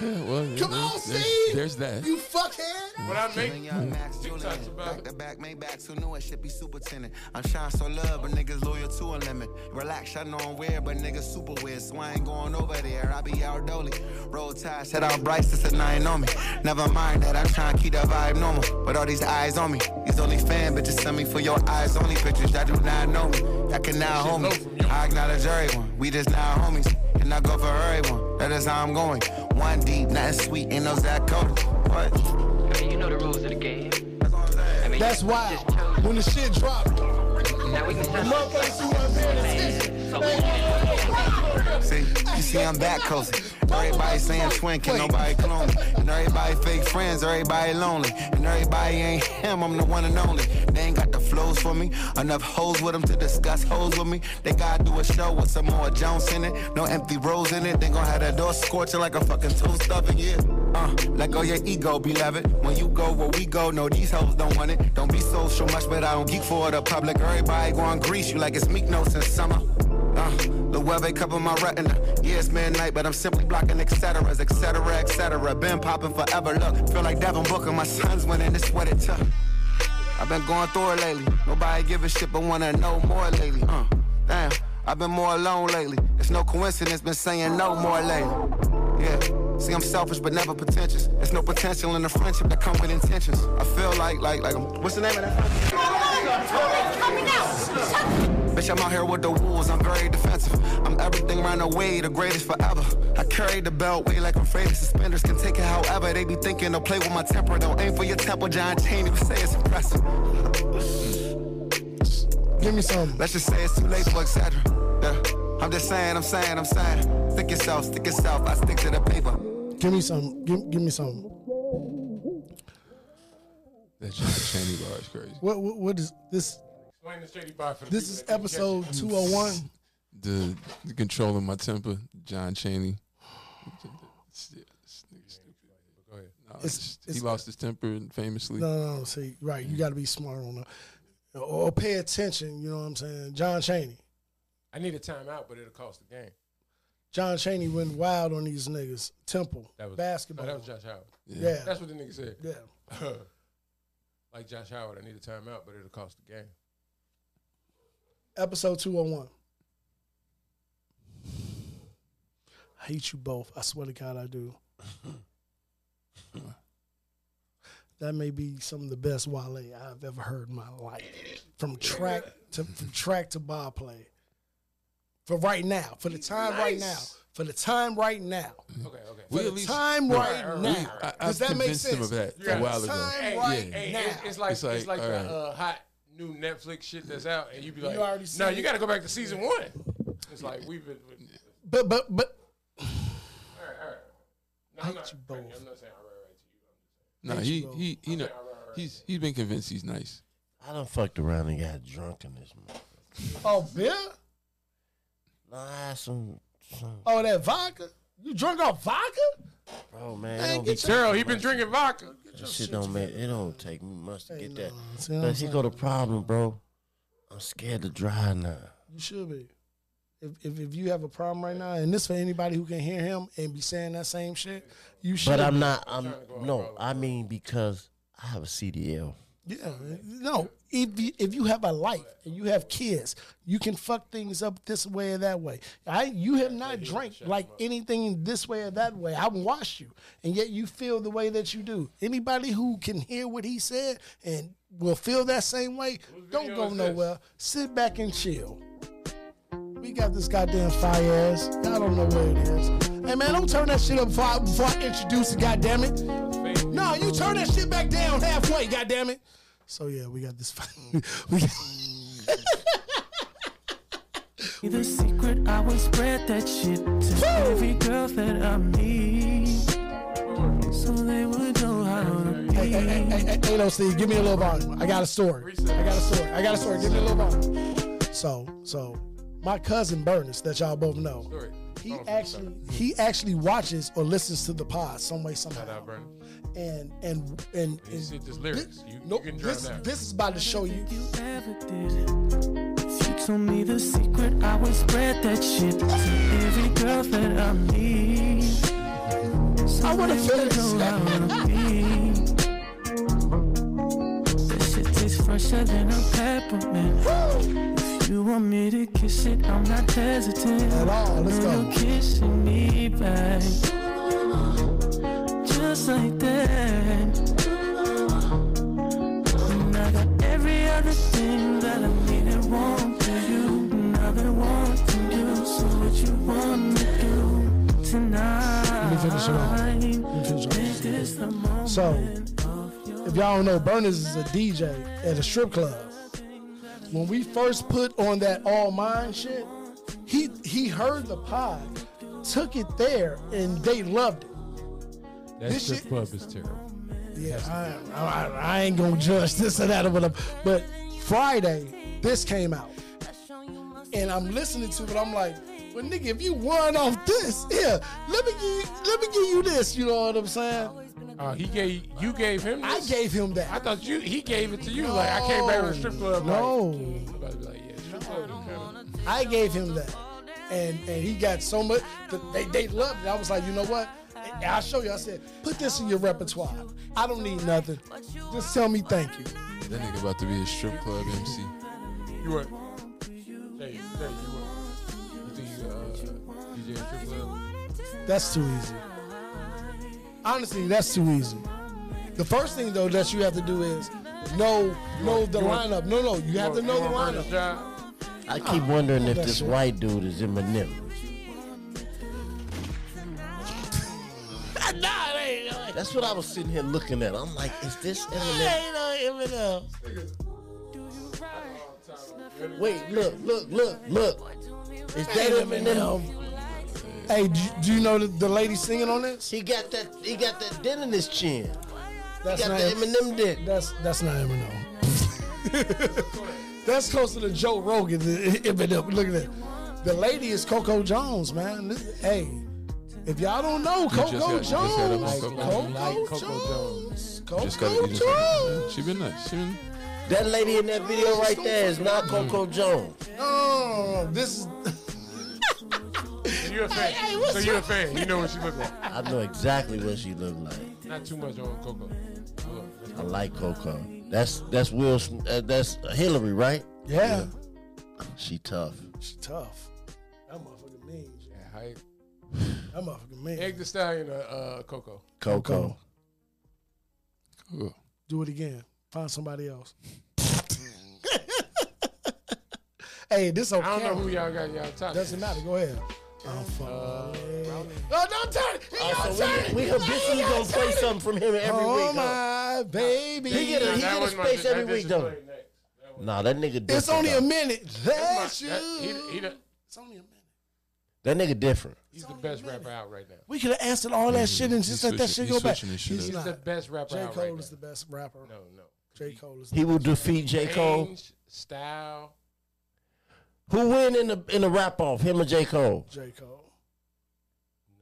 [SPEAKER 2] Yeah, well, yeah,
[SPEAKER 4] Come
[SPEAKER 2] there's-
[SPEAKER 4] on,
[SPEAKER 2] there's-
[SPEAKER 4] Steve.
[SPEAKER 2] There's that.
[SPEAKER 4] You fuckhead.
[SPEAKER 5] But I make
[SPEAKER 10] Young young Max tuning
[SPEAKER 5] TikToks
[SPEAKER 10] in.
[SPEAKER 5] about
[SPEAKER 10] Back
[SPEAKER 5] it.
[SPEAKER 10] to back, make back, so new it should be super tenant. I'm shine so love, but niggas loyal to a limit. Relax, I know I'm weird, but niggas super weird, so I ain't going over there. I be out dolly. Roll tide, set out bright, since a nine on me. Never mind that, I'm trying to keep that vibe normal. But all these eyes on me, these only fan bitches send me for your eyes only pictures. Y'all do not know me, y'all can now hold me. I acknowledge everyone, we just now homies, and I go for everyone. That is how I'm going. One deep, nothing sweet, ain't no Zach Cody. What?
[SPEAKER 6] you know the rules of the game.
[SPEAKER 4] That's wild. When the shit dropped,
[SPEAKER 6] Now we can
[SPEAKER 4] motherfuckers who was paying attention.
[SPEAKER 10] See, you see, I'm back cozy. Everybody saying twin, can nobody clone me. And everybody fake friends, everybody lonely. And everybody ain't him, I'm the one and only. They ain't got the flows for me. Enough hoes with them to discuss hoes with me. They gotta do a show with some more Jones in it. No empty rows in it. They gon' have that door scorching like a fucking toast oven, yeah. Uh, let go your ego, beloved. When you go where we go, no, these hoes don't want it. Don't be social much, but I don't geek for the public. Everybody gon' grease you like it's meek notes in summer. Uh, the weather cover my retina. Yeah, it's midnight, but I'm simply blocking etc. etc. etc. Been popping forever. Look, feel like Devin Booker. My sons went in this what it took. I've been going through it lately. Nobody give a shit, but wanna know more lately. Uh, damn, I've been more alone lately. It's no coincidence, been saying no more lately. Yeah, see, I'm selfish, but never pretentious. There's no potential in a friendship that come with intentions. I feel like, like, like, I'm- what's the name of that? Bitch, I'm out here with the wolves, I'm very defensive. I'm everything right away, the greatest forever. I carry the belt way like I'm afraid the suspenders can take it however. They be thinking to play with my temper, don't aim for your temple. John Chaney would say it's impressive.
[SPEAKER 4] Give me some.
[SPEAKER 10] Let's just say it's too late for etc. Yeah. I'm just saying, I'm saying, I'm saying. Stick yourself, stick yourself, I stick to the paper.
[SPEAKER 4] Give me some. Give, give me some.
[SPEAKER 2] That Chaney bar is crazy.
[SPEAKER 4] What, what what is this?
[SPEAKER 5] Explain the shady bar for the
[SPEAKER 4] This
[SPEAKER 5] people
[SPEAKER 4] is
[SPEAKER 5] that didn't catch it.
[SPEAKER 4] episode two hundred one.
[SPEAKER 2] The, the controlling my temper, John Chaney.
[SPEAKER 5] Go ahead.
[SPEAKER 2] Nah,
[SPEAKER 4] It's-
[SPEAKER 2] it's- he
[SPEAKER 4] it's-
[SPEAKER 2] lost his temper famously.
[SPEAKER 4] No, no, no. See, right, you got to be smart on that, or, or pay attention. You know what I'm saying? John Chaney.
[SPEAKER 5] I need a timeout, but it'll cost the game.
[SPEAKER 4] John Chaney went wild on these niggas. Temple
[SPEAKER 5] That was
[SPEAKER 4] basketball.
[SPEAKER 5] No, that was Josh Howard.
[SPEAKER 4] yeah,
[SPEAKER 5] That's what the nigga said.
[SPEAKER 4] yeah.
[SPEAKER 5] like Josh Howard, I need a timeout, but it'll cost the game.
[SPEAKER 4] Episode two hundred one. I hate you both. I swear to God, I do. that may be some of the best Wale I've ever heard in my life. From track to from track to bar play. For right now, for the time right now, for the time right now,
[SPEAKER 5] Okay, okay.
[SPEAKER 2] We
[SPEAKER 4] for
[SPEAKER 2] at
[SPEAKER 4] the
[SPEAKER 2] least-
[SPEAKER 4] time
[SPEAKER 2] no,
[SPEAKER 4] right
[SPEAKER 5] all right,
[SPEAKER 4] now.
[SPEAKER 5] all right, all
[SPEAKER 2] I,
[SPEAKER 4] Does
[SPEAKER 2] I've
[SPEAKER 4] that make
[SPEAKER 2] convinced him of
[SPEAKER 4] sense?
[SPEAKER 2] that
[SPEAKER 5] Yeah.
[SPEAKER 2] a while ago.
[SPEAKER 4] Time
[SPEAKER 5] Hey,
[SPEAKER 4] right
[SPEAKER 5] hey,
[SPEAKER 4] now.
[SPEAKER 5] it's, it's like
[SPEAKER 2] It's
[SPEAKER 5] it's
[SPEAKER 2] like,
[SPEAKER 5] like,
[SPEAKER 2] all
[SPEAKER 5] the
[SPEAKER 2] right.
[SPEAKER 5] uh, hot new Netflix shit that's out, and you be like,
[SPEAKER 4] already
[SPEAKER 5] "No,
[SPEAKER 4] seen
[SPEAKER 5] you
[SPEAKER 4] it."
[SPEAKER 5] got to go back to season one." It's like we've been.
[SPEAKER 4] but but but
[SPEAKER 5] all right, all right. No, I'm
[SPEAKER 4] Hate
[SPEAKER 5] not,
[SPEAKER 4] you
[SPEAKER 5] I'm
[SPEAKER 4] both.
[SPEAKER 5] not saying all
[SPEAKER 2] No,
[SPEAKER 5] right, right to you.
[SPEAKER 4] Thank
[SPEAKER 2] he
[SPEAKER 4] you, bro.
[SPEAKER 2] he he know, he's he's been convinced he's nice.
[SPEAKER 3] I done fucked around and got drunk in this month.
[SPEAKER 4] oh beer,
[SPEAKER 3] Nah, I had some, some
[SPEAKER 4] oh that vodka. You drunk off vodka?
[SPEAKER 3] bro, oh, man.
[SPEAKER 4] Man,
[SPEAKER 3] it don't
[SPEAKER 4] get
[SPEAKER 3] be
[SPEAKER 4] your-
[SPEAKER 5] Gerald, he been drinking vodka.
[SPEAKER 3] That shit don't make it don't take me much to get that.
[SPEAKER 4] no, see what I'm
[SPEAKER 3] But here go the problem, bro. I'm scared to drive now.
[SPEAKER 4] You should be. If, if, if you have a problem right now, and this for anybody who can hear him and be saying that same shit, you should.
[SPEAKER 3] But
[SPEAKER 4] be.
[SPEAKER 3] I'm not. I'm
[SPEAKER 5] trying to go out
[SPEAKER 3] no.
[SPEAKER 5] rolling,
[SPEAKER 3] I mean because I have a CDL.
[SPEAKER 4] Yeah, no. If you, if you have a life and you have kids, you can fuck things up this way or that way. I you have not drank like anything this way or that way. I've watched you, and yet you feel the way that you do. Anybody who can hear what he said and will feel that same way, don't
[SPEAKER 5] video
[SPEAKER 4] go
[SPEAKER 5] is this?
[SPEAKER 4] nowhere. Sit back and chill. We got this goddamn fire ass. Y'all don't know where it is. Hey man, don't turn that shit up before I, before I introduce it. Goddamn it. No, you turn that shit back down halfway. Goddamn it. So yeah, we got this. fi- we got,
[SPEAKER 6] The secret, I would spread that shit to every girl that I meet. So they would know how to
[SPEAKER 4] hey, hey, hey, hey, hey, hey, no, Steve, give me a little volume. I got a story. I got a story. I got a story. Give me a little volume. So, so my cousin Bernice, that y'all both know,
[SPEAKER 5] Sorry.
[SPEAKER 4] he
[SPEAKER 5] Hold on for a
[SPEAKER 4] actually
[SPEAKER 5] second.
[SPEAKER 4] he actually watches or listens to the pod some way somehow.
[SPEAKER 5] Shout out, Brandon.
[SPEAKER 4] and and and,
[SPEAKER 5] You see
[SPEAKER 4] and
[SPEAKER 5] this lyrics. You,
[SPEAKER 4] nope,
[SPEAKER 5] you can drown
[SPEAKER 4] this,
[SPEAKER 5] out.
[SPEAKER 4] this is about to show you.
[SPEAKER 6] you ever did. If you told me the secret, I would spread that shit to every girl that I meet. So
[SPEAKER 4] I wanna
[SPEAKER 6] they
[SPEAKER 4] feel
[SPEAKER 6] would
[SPEAKER 4] this.
[SPEAKER 6] know how to be. This shit tastes fresher than a peppermint. If you want me to kiss it, I'm not hesitant.
[SPEAKER 4] At all, let's
[SPEAKER 6] Girl,
[SPEAKER 4] go.
[SPEAKER 6] you're kissing me back. Just like that. And I got every other thing that I need and want from you. And I've been wanting you, so what you want to do tonight?
[SPEAKER 4] finish it off. Let finish it off.
[SPEAKER 6] Is this the moment
[SPEAKER 4] So,
[SPEAKER 6] of your
[SPEAKER 4] If y'all don't know, Burners is a DJ at a strip club. When we first put on that All Mine shit, he he heard the pod, took it there, and they loved it.
[SPEAKER 5] That
[SPEAKER 4] this
[SPEAKER 5] strip
[SPEAKER 4] shit-
[SPEAKER 5] club is terrible.
[SPEAKER 4] Yeah, I, I, I- I ain't gonna judge this or that or whatever. But Friday, this came out, and I'm listening to it. I'm like, well, nigga, if you won off this, yeah, let me give you, let me give you this. You know what I'm saying?
[SPEAKER 5] Uh, he gave you gave him.
[SPEAKER 4] I
[SPEAKER 5] This?
[SPEAKER 4] gave him that.
[SPEAKER 5] I thought you he gave it to you. Like I came back from the strip club.
[SPEAKER 4] No.
[SPEAKER 5] Like, I'm about to be like, yeah, strip club. is kinda-
[SPEAKER 4] I gave him that, and and he got so much. th- They they loved it. I was like, you know what? And I'll show you. I said, put this in your repertoire. I don't need nothing. Just tell me thank you.
[SPEAKER 2] That nigga about to be a strip club MC.
[SPEAKER 5] You what? Hey, hey, you what? You think you uh, DJ at strip club?
[SPEAKER 4] That's too easy. Honestly, that's too easy. The first thing though that you have to do is know know the lineup. No, no, you have to know the
[SPEAKER 5] want
[SPEAKER 4] lineup.
[SPEAKER 5] Bernie's job?
[SPEAKER 3] I keep wondering if
[SPEAKER 4] Ah, that
[SPEAKER 3] this
[SPEAKER 4] shit.
[SPEAKER 3] white dude is Eminem.
[SPEAKER 4] Nah, it ain't.
[SPEAKER 3] That's what I was sitting here looking at. I'm like, is this Eminem?
[SPEAKER 4] ain't no
[SPEAKER 3] Wait, look, look, look, look. Is that Eminem?
[SPEAKER 4] Eminem. Hey, do, do you know the, the lady singing on this?
[SPEAKER 3] He got that. He got that dent in his chin.
[SPEAKER 4] That's
[SPEAKER 3] Got
[SPEAKER 4] not
[SPEAKER 3] the Eminem dick.
[SPEAKER 4] That's that's not Eminem. that's closer to Joe Rogan than Eminem. Look at that. The lady is Coco Jones, man. This- hey, if y'all don't know
[SPEAKER 2] just
[SPEAKER 4] Coco
[SPEAKER 2] had- you just had up on Coco.
[SPEAKER 4] Jones, Coco
[SPEAKER 5] Like Coco
[SPEAKER 4] Jones,
[SPEAKER 2] Just got it.
[SPEAKER 4] Coco
[SPEAKER 2] you just got it.
[SPEAKER 4] Jones.
[SPEAKER 2] She been nice. She been.
[SPEAKER 3] That lady in that video right there is not
[SPEAKER 5] Mm.
[SPEAKER 3] Coco Jones.
[SPEAKER 4] Oh, this is.
[SPEAKER 5] You're a fan. so you're a fan. You know what she look like.
[SPEAKER 3] I know exactly what she looked like.
[SPEAKER 5] Not too much on Coco. Look, let's
[SPEAKER 3] I
[SPEAKER 5] go.
[SPEAKER 3] like Coco. That's that's Will. Sm- Uh, that's Hillary, right?
[SPEAKER 4] Yeah.
[SPEAKER 3] She tough.
[SPEAKER 4] She tough. That motherfucker mean. G.
[SPEAKER 5] Yeah, hype.
[SPEAKER 4] That motherfucker mean.
[SPEAKER 5] Egg the Stallion or uh, Coco.
[SPEAKER 3] Coco.
[SPEAKER 2] Cool.
[SPEAKER 4] Do it again. Find somebody else. hey, this okay.
[SPEAKER 5] I don't know who y'all got y'all top.
[SPEAKER 4] Doesn't matter. Go ahead. I'm fucking.
[SPEAKER 5] Oh, don't turn it. He
[SPEAKER 3] Uh,
[SPEAKER 5] don't
[SPEAKER 3] so
[SPEAKER 5] turn it.
[SPEAKER 3] we, we habitually gonna play something from him every
[SPEAKER 4] oh
[SPEAKER 3] week. huh?
[SPEAKER 4] my baby.
[SPEAKER 3] He get a,
[SPEAKER 5] That
[SPEAKER 3] he get a
[SPEAKER 5] was my-
[SPEAKER 3] space
[SPEAKER 5] that
[SPEAKER 3] every week
[SPEAKER 5] bitch
[SPEAKER 3] though.
[SPEAKER 5] is playing next.
[SPEAKER 3] Nah, that nigga. Different,
[SPEAKER 4] it's only
[SPEAKER 3] though.
[SPEAKER 4] a minute. That's you.
[SPEAKER 5] That- he- he the-
[SPEAKER 4] it's only a minute.
[SPEAKER 3] That nigga different. Mm-hmm.
[SPEAKER 5] He's the best rapper out right now.
[SPEAKER 4] We could have answered all that shit and just let that
[SPEAKER 2] switching-
[SPEAKER 4] shit
[SPEAKER 2] he
[SPEAKER 4] go back.
[SPEAKER 2] switching his shit
[SPEAKER 4] He's
[SPEAKER 2] up.
[SPEAKER 5] He's
[SPEAKER 4] not.
[SPEAKER 5] the best rapper
[SPEAKER 4] J.
[SPEAKER 5] out right
[SPEAKER 4] Cole
[SPEAKER 5] now.
[SPEAKER 4] is the best rapper.
[SPEAKER 5] No, no.
[SPEAKER 4] J. Cole is the
[SPEAKER 3] He will defeat J. Cole.
[SPEAKER 5] Range, style.
[SPEAKER 3] Who win in the in the rap off? Him or J. Cole?
[SPEAKER 4] J. Cole.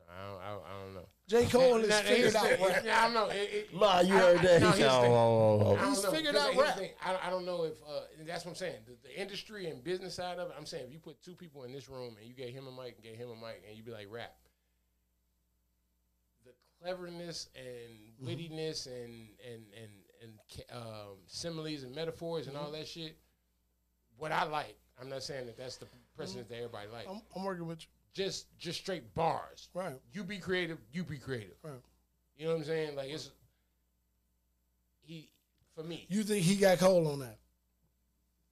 [SPEAKER 5] I don't, I, don't- I don't know.
[SPEAKER 4] J. Cole is
[SPEAKER 5] Nah,
[SPEAKER 4] figured
[SPEAKER 5] it's-
[SPEAKER 4] out rap.
[SPEAKER 5] Yeah, I don't know. It- it-
[SPEAKER 3] Ma, you
[SPEAKER 5] I-
[SPEAKER 3] heard that?
[SPEAKER 5] no,
[SPEAKER 3] he
[SPEAKER 5] here's
[SPEAKER 3] said,
[SPEAKER 5] the thing.
[SPEAKER 3] "Oh, oh,
[SPEAKER 5] I
[SPEAKER 3] oh, oh."
[SPEAKER 5] don't
[SPEAKER 4] He's
[SPEAKER 5] know,
[SPEAKER 4] figured
[SPEAKER 5] 'cause
[SPEAKER 4] out
[SPEAKER 5] here's the
[SPEAKER 4] rap.
[SPEAKER 5] thing, I, I don't know if uh, that's what I'm saying. The, the industry and business side of it. I'm saying if you put two people in this room and you gave him a mic and gave him a mic and you be like rap, the cleverness and
[SPEAKER 4] Mm-hmm.
[SPEAKER 5] wittiness and and and and ca- um, similes and metaphors and
[SPEAKER 4] Mm-hmm.
[SPEAKER 5] all that shit. What I like, I'm not saying that that's the precedent that everybody likes.
[SPEAKER 4] I'm, I'm working with you.
[SPEAKER 5] Just just straight bars.
[SPEAKER 4] Right.
[SPEAKER 5] You be creative. You be creative.
[SPEAKER 4] Right.
[SPEAKER 5] You know what I'm saying? Like it's he for me.
[SPEAKER 4] You think he got Cole on that?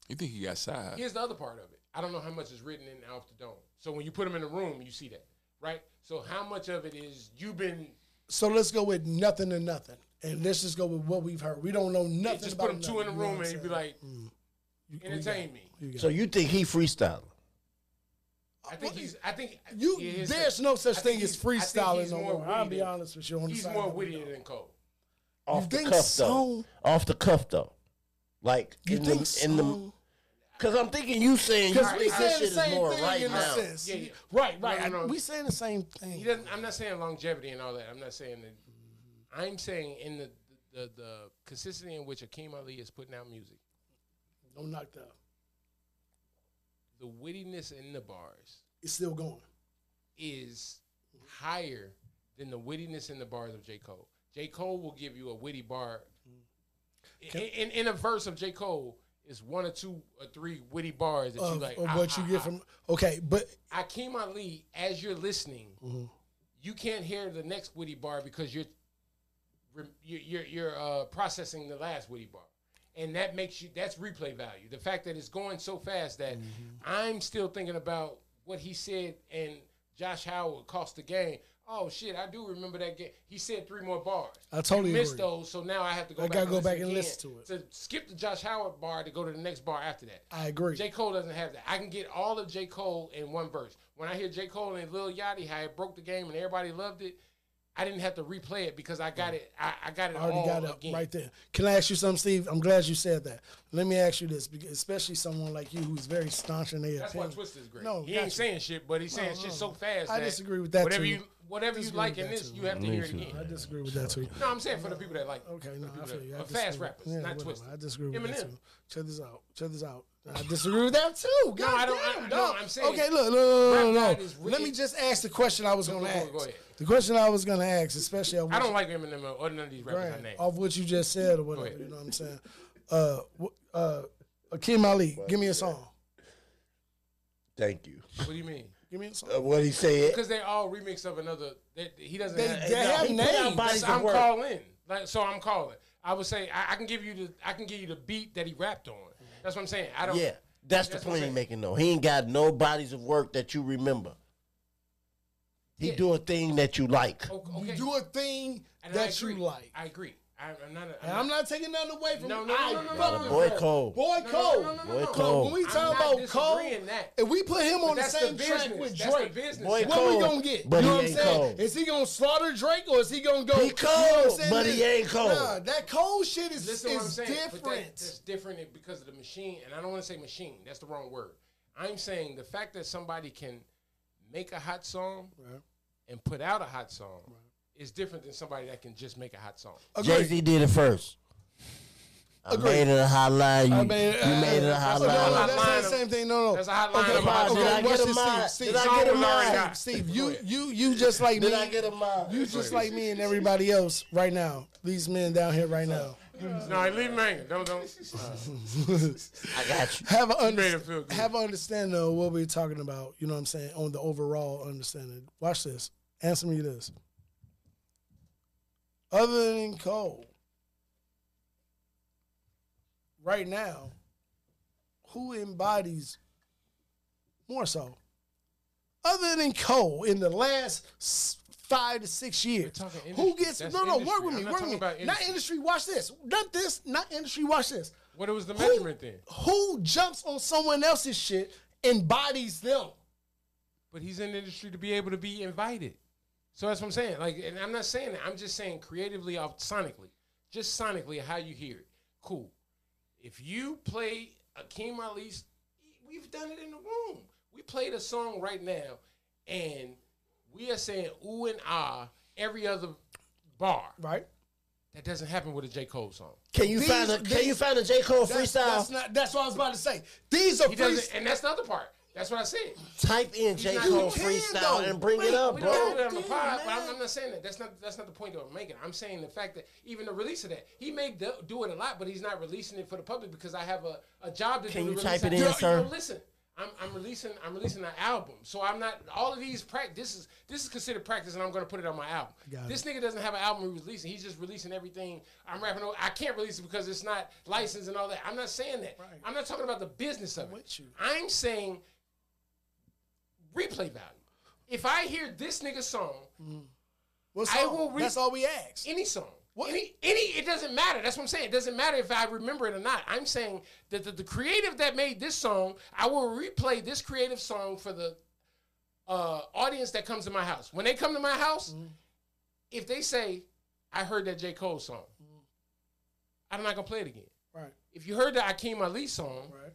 [SPEAKER 2] You think he got
[SPEAKER 4] Uh,
[SPEAKER 2] side?
[SPEAKER 5] Here's the other part of it. I don't know how much is written in off the dome. So when you put them in a room, you see that, right? So how much of it is you've been
[SPEAKER 4] So let's go with nothing to nothing, and let's just go with what we've heard. We don't know nothing.
[SPEAKER 5] just
[SPEAKER 4] about
[SPEAKER 5] put them two in
[SPEAKER 4] nothing,
[SPEAKER 5] a
[SPEAKER 4] you know
[SPEAKER 5] room and
[SPEAKER 4] what I'm
[SPEAKER 5] you'd be
[SPEAKER 4] saying?
[SPEAKER 5] like, entertain me.
[SPEAKER 4] You got
[SPEAKER 3] So
[SPEAKER 4] it.
[SPEAKER 3] you think he freestyling?
[SPEAKER 5] I think he's. I think
[SPEAKER 4] Uh, You,
[SPEAKER 5] yeah, here's
[SPEAKER 4] there's
[SPEAKER 5] the-
[SPEAKER 4] no such
[SPEAKER 5] I
[SPEAKER 4] thing
[SPEAKER 5] think
[SPEAKER 4] as
[SPEAKER 5] he's- I think
[SPEAKER 4] freestyling
[SPEAKER 5] he's
[SPEAKER 4] no
[SPEAKER 5] more
[SPEAKER 4] more. I'll
[SPEAKER 5] witty
[SPEAKER 4] be
[SPEAKER 5] than-
[SPEAKER 4] honest with you. On
[SPEAKER 5] He's
[SPEAKER 4] the side
[SPEAKER 5] more
[SPEAKER 4] of the
[SPEAKER 5] wittier
[SPEAKER 4] window.
[SPEAKER 5] than Cole.
[SPEAKER 3] Off the
[SPEAKER 4] think
[SPEAKER 3] cuff
[SPEAKER 4] so?
[SPEAKER 3] though. Off the cuff though. Like
[SPEAKER 4] You
[SPEAKER 3] in
[SPEAKER 4] think
[SPEAKER 3] the, in the
[SPEAKER 4] so?
[SPEAKER 3] Cause I'm thinking you saying you
[SPEAKER 4] Because we
[SPEAKER 3] think this
[SPEAKER 4] saying the
[SPEAKER 3] shit is
[SPEAKER 4] same
[SPEAKER 3] more
[SPEAKER 4] thing
[SPEAKER 3] right
[SPEAKER 4] in a
[SPEAKER 3] now.
[SPEAKER 4] sense.
[SPEAKER 5] Yeah, yeah.
[SPEAKER 4] Right, right.
[SPEAKER 5] No, no, no.
[SPEAKER 4] We saying the same thing.
[SPEAKER 5] He doesn't. I'm not saying longevity and all that. I'm not saying that.
[SPEAKER 4] Mm-hmm.
[SPEAKER 5] I'm saying in the the, the consistency in which Akeem Ali is putting out music,
[SPEAKER 4] Don't knock that.
[SPEAKER 5] the wittiness in the bars
[SPEAKER 4] It's still going.
[SPEAKER 5] is higher than the wittiness in the bars of J. Cole. J. Cole will give you a witty bar. I- In, in, a verse of J. Cole is one or two or three witty bars that you
[SPEAKER 4] Of,
[SPEAKER 5] like.
[SPEAKER 4] of
[SPEAKER 5] "Ah,
[SPEAKER 4] what
[SPEAKER 5] ah,
[SPEAKER 4] you get
[SPEAKER 5] ah."
[SPEAKER 4] from okay, but
[SPEAKER 5] Akeem Ali, as you're listening,
[SPEAKER 4] Mm-hmm.
[SPEAKER 5] you can't hear the next witty bar because you're rem- you're you're, you're uh, processing the last witty bar, and that makes you that's replay value. The fact that it's going so fast that
[SPEAKER 4] Mm-hmm.
[SPEAKER 5] I'm still thinking about what he said and Josh Howard cost the game. Oh shit, I do remember that game. He said three more bars.
[SPEAKER 4] I totally
[SPEAKER 5] missed
[SPEAKER 4] agree.
[SPEAKER 5] those, so now I have to go.
[SPEAKER 4] I
[SPEAKER 5] back
[SPEAKER 4] gotta
[SPEAKER 5] and
[SPEAKER 4] go
[SPEAKER 5] listen
[SPEAKER 4] back and
[SPEAKER 5] again
[SPEAKER 4] listen to it.
[SPEAKER 5] To skip the Josh Howard bar to go to the next bar after that.
[SPEAKER 4] I agree.
[SPEAKER 5] J. Cole doesn't have that. I can get all of J. Cole in one verse. When I hear J. Cole and Lil Yachty, how it broke the game and everybody loved it, I didn't have to replay it because I got it. I, I got it
[SPEAKER 4] I already
[SPEAKER 5] all
[SPEAKER 4] got it
[SPEAKER 5] again.
[SPEAKER 4] right there. Can I ask you something, Steve? I'm glad you said that. Let me ask you this, because especially someone like you who's very staunch in their
[SPEAKER 5] That's why
[SPEAKER 4] opinion.
[SPEAKER 5] Twista is great.
[SPEAKER 4] No,
[SPEAKER 5] he
[SPEAKER 4] got
[SPEAKER 5] ain't
[SPEAKER 4] you.
[SPEAKER 5] saying shit, but he's saying shit so fast.
[SPEAKER 4] I
[SPEAKER 5] that
[SPEAKER 4] disagree with that
[SPEAKER 5] Whatever
[SPEAKER 4] too.
[SPEAKER 5] you whatever you
[SPEAKER 4] Disagree
[SPEAKER 5] like
[SPEAKER 4] with
[SPEAKER 5] in
[SPEAKER 4] that
[SPEAKER 5] this,
[SPEAKER 4] too.
[SPEAKER 5] you have to hear it again.
[SPEAKER 4] I disagree with that too.
[SPEAKER 5] No, I'm saying for the people that like. it.
[SPEAKER 4] Okay,
[SPEAKER 5] For
[SPEAKER 4] no,
[SPEAKER 5] the people
[SPEAKER 4] I feel
[SPEAKER 5] that-
[SPEAKER 4] you. I
[SPEAKER 5] for
[SPEAKER 4] disagree.
[SPEAKER 5] fast rappers,
[SPEAKER 4] Yeah,
[SPEAKER 5] not
[SPEAKER 4] whatever.
[SPEAKER 5] Twista.
[SPEAKER 4] I disagree with that
[SPEAKER 5] Eminem.
[SPEAKER 4] too. Check this out. Check this out. I disagree with that too. God
[SPEAKER 5] I don't- I-
[SPEAKER 4] damn,
[SPEAKER 5] no,
[SPEAKER 4] dog.
[SPEAKER 5] I'm saying-
[SPEAKER 4] Okay, look, look, look, look,
[SPEAKER 5] Rap
[SPEAKER 4] look,
[SPEAKER 5] God is
[SPEAKER 4] Let me
[SPEAKER 5] written-
[SPEAKER 4] just ask the question I was going to
[SPEAKER 5] go-
[SPEAKER 4] ask.
[SPEAKER 5] go ahead.
[SPEAKER 4] The question I was going to ask, especially
[SPEAKER 5] I don't like Eminem or or none of these rappers I
[SPEAKER 4] Grant,
[SPEAKER 5] named.
[SPEAKER 4] off what you just said or whatever.
[SPEAKER 5] ahead.
[SPEAKER 4] You know what I'm saying? Uh, wh- uh, Akeem Ali, give me a song.
[SPEAKER 3] Thank you.
[SPEAKER 5] What do you mean?
[SPEAKER 4] Give me a song.
[SPEAKER 3] Uh, what he said.
[SPEAKER 5] Because they all remix of another. That he doesn't.
[SPEAKER 4] They-
[SPEAKER 5] have,
[SPEAKER 4] they
[SPEAKER 5] no,
[SPEAKER 4] have
[SPEAKER 5] he-
[SPEAKER 4] names.
[SPEAKER 3] out bodies
[SPEAKER 5] That's-
[SPEAKER 3] of
[SPEAKER 5] I'm
[SPEAKER 3] work.
[SPEAKER 5] calling. Like, so I'm calling. I would say I, I can give you the I can give you the beat that he rapped on. That's what I'm saying. I don't.
[SPEAKER 3] Yeah,
[SPEAKER 5] That's
[SPEAKER 3] that's, the
[SPEAKER 5] what I'm
[SPEAKER 3] point he's
[SPEAKER 5] saying.
[SPEAKER 3] making though. He ain't got no bodies of work that you remember. He
[SPEAKER 5] Yeah.
[SPEAKER 3] do a thing that you like.
[SPEAKER 5] O-
[SPEAKER 4] You
[SPEAKER 5] Okay.
[SPEAKER 4] do a thing
[SPEAKER 5] And I
[SPEAKER 4] that you
[SPEAKER 5] agree.
[SPEAKER 4] like.
[SPEAKER 5] I agree. I, I'm not. A,
[SPEAKER 4] And I'm not taking nothing away from
[SPEAKER 5] No,
[SPEAKER 4] you.
[SPEAKER 5] no, no,
[SPEAKER 4] I
[SPEAKER 5] no, no, no,
[SPEAKER 4] fucking-
[SPEAKER 5] no,
[SPEAKER 3] Boy
[SPEAKER 5] no.
[SPEAKER 3] Cole.
[SPEAKER 4] Boy
[SPEAKER 5] No, no, no,
[SPEAKER 4] Cole.
[SPEAKER 5] no, no,
[SPEAKER 3] Boy
[SPEAKER 5] no.
[SPEAKER 3] Cole.
[SPEAKER 4] When we
[SPEAKER 5] I'm
[SPEAKER 4] talk
[SPEAKER 5] not
[SPEAKER 4] about Cole,
[SPEAKER 5] disagreeing that.
[SPEAKER 4] if we put him on the
[SPEAKER 5] That's the
[SPEAKER 4] same track
[SPEAKER 5] business.
[SPEAKER 4] with
[SPEAKER 5] That's the
[SPEAKER 4] Drake,
[SPEAKER 5] business.
[SPEAKER 3] Boy
[SPEAKER 5] Boy,
[SPEAKER 4] what we
[SPEAKER 3] Cole,
[SPEAKER 4] gonna get?
[SPEAKER 3] but
[SPEAKER 4] you
[SPEAKER 3] he
[SPEAKER 4] know what I'm
[SPEAKER 3] ain't
[SPEAKER 4] saying?
[SPEAKER 3] Cole.
[SPEAKER 4] Is he gonna slaughter Drake or is he gonna go?
[SPEAKER 3] He
[SPEAKER 4] you know what I'm
[SPEAKER 3] Cole,
[SPEAKER 4] saying?
[SPEAKER 3] but he ain't Cole.
[SPEAKER 4] Nah, that Cole shit is,
[SPEAKER 5] Listen, to what I'm
[SPEAKER 4] is
[SPEAKER 5] saying. But that- that's
[SPEAKER 4] different.
[SPEAKER 5] different because of the machine, and I don't want to say machine. That's the wrong word. I'm saying the fact that somebody can make a hot song and put out a hot song is different than somebody that can just make a hot song.
[SPEAKER 3] Jay Z did it first. I made it a hotline. You,
[SPEAKER 4] I mean,
[SPEAKER 3] you
[SPEAKER 4] uh,
[SPEAKER 3] made it a
[SPEAKER 4] that's-
[SPEAKER 3] hotline.
[SPEAKER 4] No, no,
[SPEAKER 5] hotline.
[SPEAKER 4] that's the same thing. No, no.
[SPEAKER 5] That's a hotline of mine.
[SPEAKER 4] okay,
[SPEAKER 5] Did I
[SPEAKER 4] okay, watch
[SPEAKER 3] get a
[SPEAKER 4] this,
[SPEAKER 3] mine?
[SPEAKER 4] Steve. Steve,
[SPEAKER 3] Did I
[SPEAKER 4] Steve,
[SPEAKER 3] get a
[SPEAKER 4] Steve,
[SPEAKER 3] mine?
[SPEAKER 4] Steve, you, you, you just like me.
[SPEAKER 3] Did I get a mile?
[SPEAKER 4] You just like me and everybody else right now. These men down here right now.
[SPEAKER 5] No, I leave man. Don't don't.
[SPEAKER 3] I got you.
[SPEAKER 4] have a
[SPEAKER 5] made him
[SPEAKER 4] underst-
[SPEAKER 5] feel good.
[SPEAKER 4] have an understanding of what we're talking about. You know what I'm saying on the overall understanding. Watch this. Answer me this. Other than Cole, right now, who embodies more so? Other than Cole, in the last s- five to six years,
[SPEAKER 5] talking industry.
[SPEAKER 4] who gets
[SPEAKER 5] That's
[SPEAKER 4] no no
[SPEAKER 5] industry.
[SPEAKER 4] work with
[SPEAKER 5] I'm
[SPEAKER 4] me
[SPEAKER 5] not
[SPEAKER 4] work
[SPEAKER 5] talking
[SPEAKER 4] with me
[SPEAKER 5] about industry.
[SPEAKER 4] not industry. Watch this, not this, not industry. Watch this
[SPEAKER 5] What was the measurement then?
[SPEAKER 4] who jumps on someone else's shit embodies them.
[SPEAKER 5] But he's in the industry to be able to be invited. So that's what I'm saying. Like, and I'm not saying that. I'm just saying creatively, off sonically, just sonically, how you hear it. Cool. If you play Akeem Ali's, we've done it in the room. We played a song right now, and we are saying ooh and ah every other bar.
[SPEAKER 4] Right?
[SPEAKER 5] That doesn't happen with a J Cole song.
[SPEAKER 3] Can you
[SPEAKER 4] These-
[SPEAKER 3] find a Can
[SPEAKER 4] these-
[SPEAKER 3] you find a J Cole
[SPEAKER 4] That's,
[SPEAKER 3] freestyle?
[SPEAKER 4] that's not that's what I was about to say. These are
[SPEAKER 5] He
[SPEAKER 4] freestyles.
[SPEAKER 5] doesn't, and that's the other part. That's what I said.
[SPEAKER 3] Type in J
[SPEAKER 5] not-
[SPEAKER 3] Cole
[SPEAKER 5] You
[SPEAKER 4] can,
[SPEAKER 3] freestyle
[SPEAKER 4] though.
[SPEAKER 3] and bring
[SPEAKER 4] Wait,
[SPEAKER 3] it up,
[SPEAKER 5] We
[SPEAKER 4] Bro.
[SPEAKER 5] don't do
[SPEAKER 3] bro.
[SPEAKER 5] that on the
[SPEAKER 4] Damn,
[SPEAKER 5] pod, but
[SPEAKER 4] man.
[SPEAKER 5] I'm, I'm not saying that. That's not that's not the point that I'm making. I'm saying the fact that even the release of that, he may do, do it a lot, but he's not releasing it for the public because I have a, a job to
[SPEAKER 3] Can
[SPEAKER 5] do.
[SPEAKER 3] you
[SPEAKER 5] to
[SPEAKER 3] type
[SPEAKER 5] release
[SPEAKER 3] it
[SPEAKER 5] that.
[SPEAKER 3] in, sir?
[SPEAKER 5] No, listen, I'm, I'm releasing I'm releasing an album, so I'm not all of these practice. This is this is considered practice, and I'm going to put it on my album.
[SPEAKER 4] Got
[SPEAKER 5] this nigga doesn't have an album he's releasing. He's just releasing everything. I'm rapping. Over. I can't release it because it's not licensed and all that. I'm not saying that. I'm not talking about the business of it.
[SPEAKER 4] with you.
[SPEAKER 5] I'm saying replay value. If I hear this nigga's song,
[SPEAKER 4] What
[SPEAKER 5] I
[SPEAKER 4] song?
[SPEAKER 5] will re-
[SPEAKER 4] that's all we ask.
[SPEAKER 5] any song, any any, it doesn't matter. That's what I'm saying. It doesn't matter if I remember it or not. I'm saying that the, the creative that made this song, I will replay this creative song for the uh, audience that comes to my house. When they come to my house,
[SPEAKER 4] Mm-hmm.
[SPEAKER 5] if they say, "I heard that J Cole song," I'm not gonna play it again.
[SPEAKER 4] Mm-hmm. Right,
[SPEAKER 5] If you heard the Akeem Ali song,
[SPEAKER 4] right.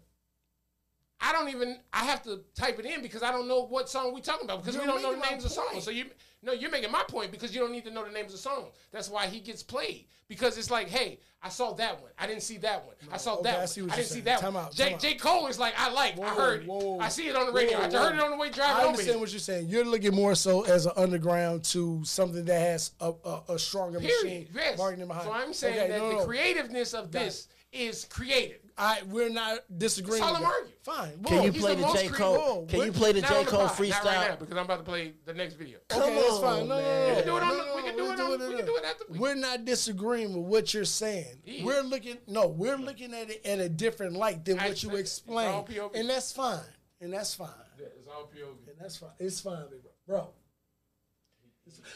[SPEAKER 5] I don't even. I have to type it in because I don't know what song we talking about because we
[SPEAKER 4] You're
[SPEAKER 5] don't know the
[SPEAKER 4] making my
[SPEAKER 5] names of songs.
[SPEAKER 4] point.
[SPEAKER 5] So you no, you're making my point because you don't need to know the names of songs. That's why he gets played because it's like, hey, I saw that one. I didn't see that one. I saw
[SPEAKER 4] okay,
[SPEAKER 5] that
[SPEAKER 4] I
[SPEAKER 5] one.
[SPEAKER 4] see what
[SPEAKER 5] I
[SPEAKER 4] you're
[SPEAKER 5] didn't see
[SPEAKER 4] saying.
[SPEAKER 5] that
[SPEAKER 4] Time
[SPEAKER 5] one.
[SPEAKER 4] out,
[SPEAKER 5] J,
[SPEAKER 4] time out.
[SPEAKER 5] J Cole is like, I like. I
[SPEAKER 4] Whoa,
[SPEAKER 5] heard
[SPEAKER 4] whoa,
[SPEAKER 5] it. I see it on the radio. I
[SPEAKER 4] whoa,
[SPEAKER 5] heard it
[SPEAKER 4] whoa.
[SPEAKER 5] on the way
[SPEAKER 4] I
[SPEAKER 5] driving over
[SPEAKER 4] understand
[SPEAKER 5] here.
[SPEAKER 4] what you're saying. You're looking more so as an underground to something that has a, a, a stronger
[SPEAKER 5] Period.
[SPEAKER 4] machine
[SPEAKER 5] Yes.
[SPEAKER 4] marketing behind.
[SPEAKER 5] So
[SPEAKER 4] it.
[SPEAKER 5] I'm saying
[SPEAKER 4] Okay,
[SPEAKER 5] that
[SPEAKER 4] no,
[SPEAKER 5] the
[SPEAKER 4] no, no.
[SPEAKER 5] creativeness of this is creative.
[SPEAKER 4] I we're not disagreeing.
[SPEAKER 5] That's all
[SPEAKER 4] with
[SPEAKER 5] I'm
[SPEAKER 4] that.
[SPEAKER 5] arguing.
[SPEAKER 4] Fine.
[SPEAKER 3] Can
[SPEAKER 4] Whoa,
[SPEAKER 3] you
[SPEAKER 5] he's
[SPEAKER 3] play
[SPEAKER 5] the
[SPEAKER 3] the
[SPEAKER 5] most
[SPEAKER 3] J Cole?
[SPEAKER 5] creative-
[SPEAKER 3] Can you play the
[SPEAKER 5] Not on
[SPEAKER 3] J Cole
[SPEAKER 5] pod, Not right now
[SPEAKER 3] freestyle?
[SPEAKER 5] because I'm about to play the next video.
[SPEAKER 4] Okay,
[SPEAKER 3] Come
[SPEAKER 4] that's
[SPEAKER 3] on,
[SPEAKER 4] fine. No, no,
[SPEAKER 3] man.
[SPEAKER 5] We can do
[SPEAKER 4] no,
[SPEAKER 5] it on
[SPEAKER 4] no,
[SPEAKER 5] the- we can
[SPEAKER 4] no,
[SPEAKER 5] do it
[SPEAKER 4] no,
[SPEAKER 5] on-
[SPEAKER 4] no,
[SPEAKER 5] we
[SPEAKER 4] no,
[SPEAKER 5] can
[SPEAKER 4] no.
[SPEAKER 5] do it after we-
[SPEAKER 4] We're not disagreeing with what you're saying.
[SPEAKER 5] Yeah.
[SPEAKER 4] We're looking no, we're looking at it at a different light than
[SPEAKER 5] I-
[SPEAKER 4] what you
[SPEAKER 5] it's all
[SPEAKER 4] explained,
[SPEAKER 5] POV.
[SPEAKER 4] and that's fine. And that's fine.
[SPEAKER 5] It's all POV.
[SPEAKER 4] And that's fine. It's fine, big bro. Bro,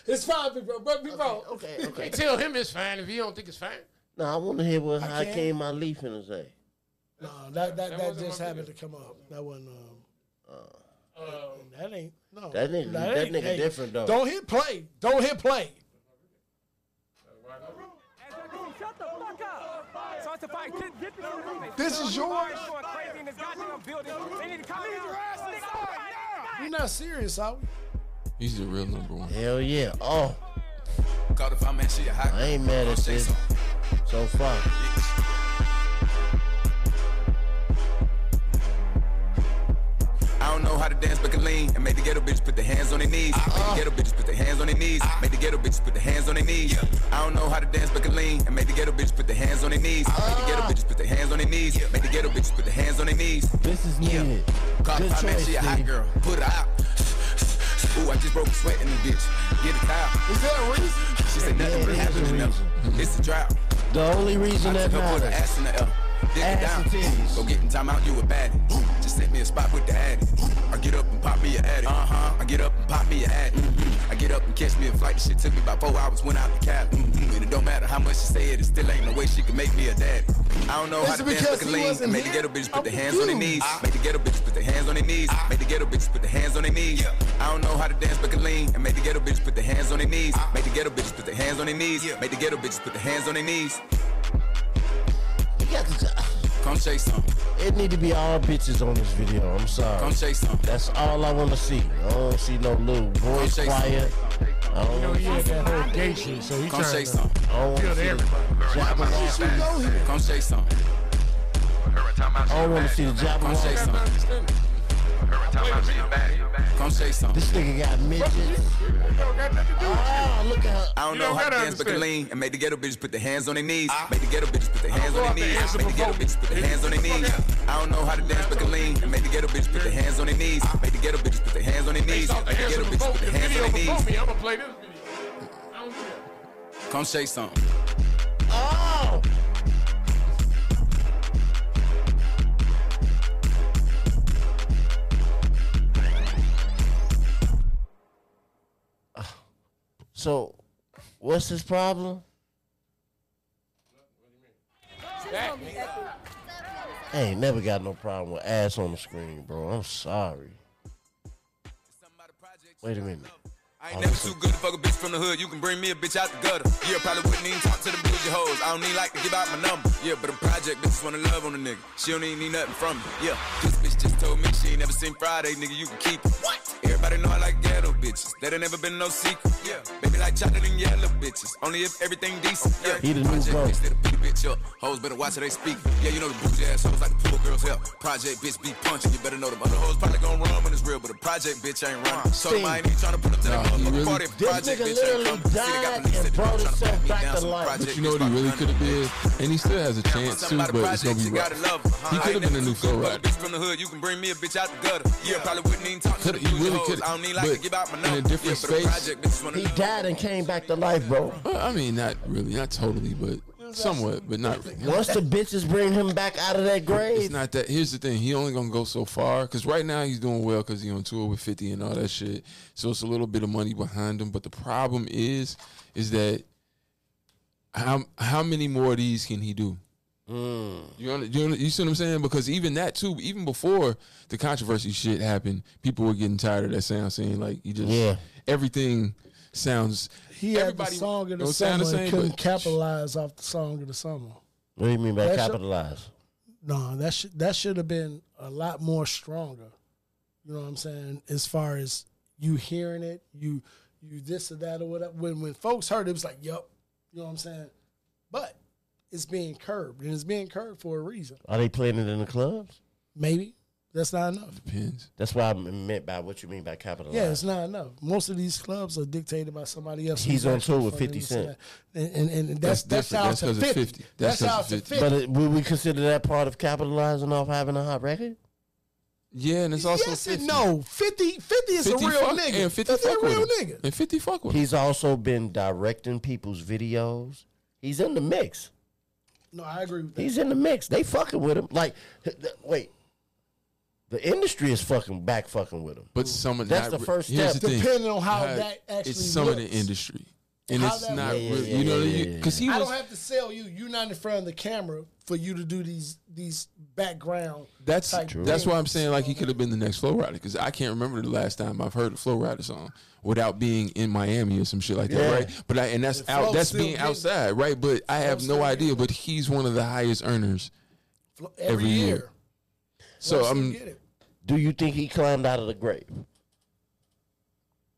[SPEAKER 4] it's fine, big bro. Bro, big bro.
[SPEAKER 3] Okay, okay.
[SPEAKER 5] Hey, tell him it's fine if he don't think it's fine.
[SPEAKER 3] No, I want to hear what I
[SPEAKER 4] can't.
[SPEAKER 3] came my leaf in and say.
[SPEAKER 4] No, that that,
[SPEAKER 5] That
[SPEAKER 4] that,
[SPEAKER 5] wasn't
[SPEAKER 4] just
[SPEAKER 5] my
[SPEAKER 4] happened to
[SPEAKER 5] video.
[SPEAKER 4] come up. That wasn't. Um,
[SPEAKER 2] Uh,
[SPEAKER 5] Um,
[SPEAKER 4] that ain't no.
[SPEAKER 3] That nigga- that nigga different, though.
[SPEAKER 4] Don't hit play. Don't hit play.
[SPEAKER 9] Shut the fuck up! So it's a fight. Get, get the
[SPEAKER 4] This is yours.
[SPEAKER 9] Going crazy in this goddamn building. They need to calm down.
[SPEAKER 4] You're not serious, are we?
[SPEAKER 2] He's the real number one.
[SPEAKER 3] Hell yeah! Oh,
[SPEAKER 11] Caught if I'm at shit hot.
[SPEAKER 3] I ain't mad at this so far.
[SPEAKER 11] I don't know how to dance, but can lean and make the ghetto bitches put their hands on their knees. Make the ghetto bitches put their hands on their knees. Make the ghetto bitches put their hands on their knees. I don't know how to dance, but can lean and make the ghetto bitches put their hands on their knees. Make the ghetto bitches put their hands on their knees. Make the ghetto bitches put their hands on their knees.
[SPEAKER 3] This is needed.
[SPEAKER 11] Caught
[SPEAKER 3] Good
[SPEAKER 11] if I'm at
[SPEAKER 3] choice,
[SPEAKER 11] shit hot,
[SPEAKER 3] Steve.
[SPEAKER 11] girl. Put her out. Ooh, I just broke a sweat in the bitch. Get it out.
[SPEAKER 3] Is there a reason?
[SPEAKER 11] She said nothing
[SPEAKER 3] Yeah,
[SPEAKER 11] really
[SPEAKER 3] it is a
[SPEAKER 11] happened enough. It's a drought.
[SPEAKER 3] The only
[SPEAKER 11] I
[SPEAKER 3] reason that
[SPEAKER 11] took her with her
[SPEAKER 3] matters.
[SPEAKER 11] ass in the air. Dig it
[SPEAKER 3] Ass
[SPEAKER 11] down.
[SPEAKER 3] and titties.
[SPEAKER 11] Go get in time out, you a baddie. Just set me Uh-huh. a spot with the addy. I get up and pop me a addy. Uh huh. I get up and pop me a addy. I get up and Catch me a flight, this shit took me about four hours when out the cab. Mm-hmm. And it don't matter how much she say it, it still ain't no way she can make me a dad. I don't know
[SPEAKER 10] Is
[SPEAKER 11] how to
[SPEAKER 10] it
[SPEAKER 11] dance
[SPEAKER 10] because
[SPEAKER 11] like a
[SPEAKER 10] he
[SPEAKER 11] lean.
[SPEAKER 10] wasn't
[SPEAKER 11] Made the
[SPEAKER 10] here?
[SPEAKER 11] ghetto bitches
[SPEAKER 10] I'm
[SPEAKER 11] put their hands on their
[SPEAKER 10] confused.
[SPEAKER 11] knees. Made the ghetto bitches put their hands on their knees. Made the ghetto bitches put their hands on their knees. I don't know how to dance like a lean. And made the ghetto bitches put their hands on their knees. Made the ghetto bitches put their hands on their knees. Made the ghetto bitches put their hands on their knees. Come chase some.
[SPEAKER 3] It need to be all bitches on this video. I'm sorry.
[SPEAKER 11] Come say something.
[SPEAKER 3] That's all I want to see. I don't see no little
[SPEAKER 11] Come
[SPEAKER 3] voice
[SPEAKER 11] say
[SPEAKER 3] choir. I don't
[SPEAKER 11] know, he had that whole
[SPEAKER 3] gay shit, so
[SPEAKER 11] Come say something.
[SPEAKER 3] I don't want to see
[SPEAKER 11] Come say something.
[SPEAKER 3] I don't want to Oh, see the job.
[SPEAKER 11] Come say something. Come say something.
[SPEAKER 3] This nigga got midgets. Ah, look at her.
[SPEAKER 11] I don't
[SPEAKER 3] You
[SPEAKER 11] know
[SPEAKER 3] don't
[SPEAKER 11] how to
[SPEAKER 3] gotta
[SPEAKER 11] dance but to
[SPEAKER 3] understand.
[SPEAKER 11] lean and make the ghetto bitches put their hands on their knees. Make the ghetto bitches put their hands on their knees. Make the ghetto bitches put their hands on their knees. I don't know how to dance but to lean and make the ghetto bitches put their hands on their knees. Make the ghetto bitches put their hands on their knees. Make Ah. the ghetto bitches put their hands on their knees.
[SPEAKER 5] I'm gonna play this video.
[SPEAKER 11] Come say something.
[SPEAKER 3] Oh! So, what's his problem? I ain't never got no problem with ass on the screen, bro. I'm sorry. Wait a minute.
[SPEAKER 11] I ain't never too good to fuck a bitch from the hood. You can bring me a bitch out the gutter. Yeah, probably wouldn't even talk to them bougie hoes. I don't even like to give out my number. Yeah, but a project bitch just wanna love on a nigga. She don't even need nothing from me. Yeah, this bitch just told me she ain't never seen Friday, nigga. You can keep it. What? Everybody know I like ghetto bitches. That ain't never been no secret. Yeah, baby like chocolate and yellow bitches. Only if everything decent. Yeah,
[SPEAKER 3] He the new
[SPEAKER 11] project
[SPEAKER 3] Ghost.
[SPEAKER 11] bitch that'll beat a bitch up. Hoes better watch how they speak. Yeah, you know the bougie ass hoes like the poor girls help. Project bitch be punching. You better know them other hoes probably gonna run when it's real, but a project bitch ain't running. So them I ain't even tryna put up to that
[SPEAKER 2] Nah, he
[SPEAKER 11] motherfucking
[SPEAKER 2] really-
[SPEAKER 11] party if a
[SPEAKER 2] This
[SPEAKER 11] project
[SPEAKER 3] nigga
[SPEAKER 11] bitch ain't
[SPEAKER 3] literally
[SPEAKER 11] coming. See, they got
[SPEAKER 3] died
[SPEAKER 11] police
[SPEAKER 3] and
[SPEAKER 11] that
[SPEAKER 3] brought
[SPEAKER 11] tryna
[SPEAKER 3] himself
[SPEAKER 11] track me
[SPEAKER 3] back
[SPEAKER 11] down,
[SPEAKER 3] to
[SPEAKER 11] so
[SPEAKER 3] life.
[SPEAKER 11] project
[SPEAKER 2] But you know what
[SPEAKER 11] bitch
[SPEAKER 2] he really
[SPEAKER 11] about
[SPEAKER 2] could have been? And he still has a chance too, but it's gonna be rough. He could have been a new flow
[SPEAKER 11] Fuck a
[SPEAKER 2] rider.
[SPEAKER 11] bitch from the hood, you can bring me a bitch out the gutter. Yeah, probably wouldn't even talk to the
[SPEAKER 2] Coulda- you
[SPEAKER 11] bougie
[SPEAKER 2] really
[SPEAKER 11] hoes.
[SPEAKER 2] coulda,
[SPEAKER 11] I don't even like to
[SPEAKER 2] but
[SPEAKER 11] give out my
[SPEAKER 2] in a
[SPEAKER 11] number.
[SPEAKER 2] different
[SPEAKER 11] yeah, but a
[SPEAKER 2] space-
[SPEAKER 11] project bitches wanna
[SPEAKER 3] He
[SPEAKER 11] know.
[SPEAKER 3] died and came back to life, bro.
[SPEAKER 2] Well, I mean, not really, not totally, but somewhat, but not really.
[SPEAKER 3] Once the bitches bring him back out of that
[SPEAKER 2] It's
[SPEAKER 3] grave,
[SPEAKER 2] not that. Here's the thing. He only gonna go so far because right now he's doing well because he on tour with Fifty and all that shit. So it's a little bit of money behind him. But the problem is, is that how how many more of these can he do? You, under, you, under- you see what I'm saying? Because even that too, even before the controversy shit happened, people were getting tired of that sound. Saying like, you just
[SPEAKER 3] Yeah.
[SPEAKER 2] everything sounds.
[SPEAKER 4] He had the
[SPEAKER 2] everybody
[SPEAKER 4] song of the
[SPEAKER 2] don't
[SPEAKER 4] summer
[SPEAKER 2] sound the
[SPEAKER 4] and
[SPEAKER 2] same,
[SPEAKER 4] couldn't
[SPEAKER 2] but-
[SPEAKER 4] capitalize off the song of the summer.
[SPEAKER 3] what do you mean by
[SPEAKER 4] That shit-
[SPEAKER 3] capitalize?
[SPEAKER 4] No, that should that should have been a lot more stronger. You know what I'm saying? As far as you hearing it, you you this or that or whatever. When when folks heard it, it was like, "Yup," you know what I'm saying? But it's being curbed, and it's being curbed for a reason.
[SPEAKER 3] Are they playing it in the clubs?
[SPEAKER 4] Maybe that's not enough.
[SPEAKER 2] depends.
[SPEAKER 3] That's what I meant by what you mean by capitalize.
[SPEAKER 4] Yeah, it's not enough. Most of these clubs are dictated by somebody else.
[SPEAKER 3] He's
[SPEAKER 4] who's
[SPEAKER 3] on tour
[SPEAKER 4] actually
[SPEAKER 3] with
[SPEAKER 4] funding
[SPEAKER 3] 50
[SPEAKER 4] this
[SPEAKER 3] Cent.
[SPEAKER 4] and that. and, and, and that's
[SPEAKER 2] That's
[SPEAKER 4] that's,
[SPEAKER 2] different.
[SPEAKER 4] out
[SPEAKER 2] That's
[SPEAKER 4] to
[SPEAKER 2] 'cause of
[SPEAKER 4] 50.
[SPEAKER 2] 50.
[SPEAKER 4] That's,
[SPEAKER 2] That's 'cause
[SPEAKER 4] out
[SPEAKER 2] of
[SPEAKER 4] to
[SPEAKER 2] 50.
[SPEAKER 4] 50.
[SPEAKER 3] But it, would we consider that part of capitalizing off having a hot record?
[SPEAKER 2] Yeah, and it's also
[SPEAKER 4] yes
[SPEAKER 2] 50.
[SPEAKER 4] and no. 50, 50 is a
[SPEAKER 2] 50
[SPEAKER 4] real
[SPEAKER 2] fuck-
[SPEAKER 4] nigga.
[SPEAKER 2] And 50
[SPEAKER 4] that's
[SPEAKER 2] fuck
[SPEAKER 4] a real
[SPEAKER 2] with him.
[SPEAKER 4] nigga.
[SPEAKER 2] And 50 fuck with him.
[SPEAKER 3] He's also been directing people's videos. He's in the mix.
[SPEAKER 4] No, I agree with that.
[SPEAKER 3] He's in the mix. They fucking with him. Like, th- th- wait, the industry is fucking back fucking with him.
[SPEAKER 2] But some of not
[SPEAKER 3] That's the
[SPEAKER 2] re-
[SPEAKER 3] first
[SPEAKER 2] here's
[SPEAKER 3] step.
[SPEAKER 2] the thing.
[SPEAKER 4] Depending on how
[SPEAKER 2] Uh,
[SPEAKER 4] that actually
[SPEAKER 2] it's some of the
[SPEAKER 4] looks.
[SPEAKER 2] industry, and
[SPEAKER 4] How
[SPEAKER 2] it's
[SPEAKER 4] that
[SPEAKER 2] not
[SPEAKER 4] looks.
[SPEAKER 2] really
[SPEAKER 3] Yeah,
[SPEAKER 2] you know
[SPEAKER 3] yeah, yeah,
[SPEAKER 2] because he
[SPEAKER 4] I
[SPEAKER 2] was.
[SPEAKER 4] don't have to sell you. You're not in front of the camera for you to do these these background.
[SPEAKER 2] that's
[SPEAKER 4] type
[SPEAKER 2] that's
[SPEAKER 4] things.
[SPEAKER 2] why I'm saying like he could have been the next Flow Rider because I can't remember the last time I've heard a Flow Rider song without being in Miami or some shit like that,
[SPEAKER 3] Yeah.
[SPEAKER 2] right? But I and that's
[SPEAKER 4] The
[SPEAKER 2] out
[SPEAKER 4] Flow
[SPEAKER 2] that's
[SPEAKER 4] still
[SPEAKER 2] being
[SPEAKER 4] getting-
[SPEAKER 2] outside, right? But I have
[SPEAKER 4] still
[SPEAKER 2] no idea.
[SPEAKER 4] getting-
[SPEAKER 2] But he's one of the highest earners,
[SPEAKER 4] Flo- every,
[SPEAKER 2] every
[SPEAKER 4] year.
[SPEAKER 2] year. so um,
[SPEAKER 4] Let's
[SPEAKER 2] I'm
[SPEAKER 4] get it.
[SPEAKER 3] Do you think he climbed out of the grave,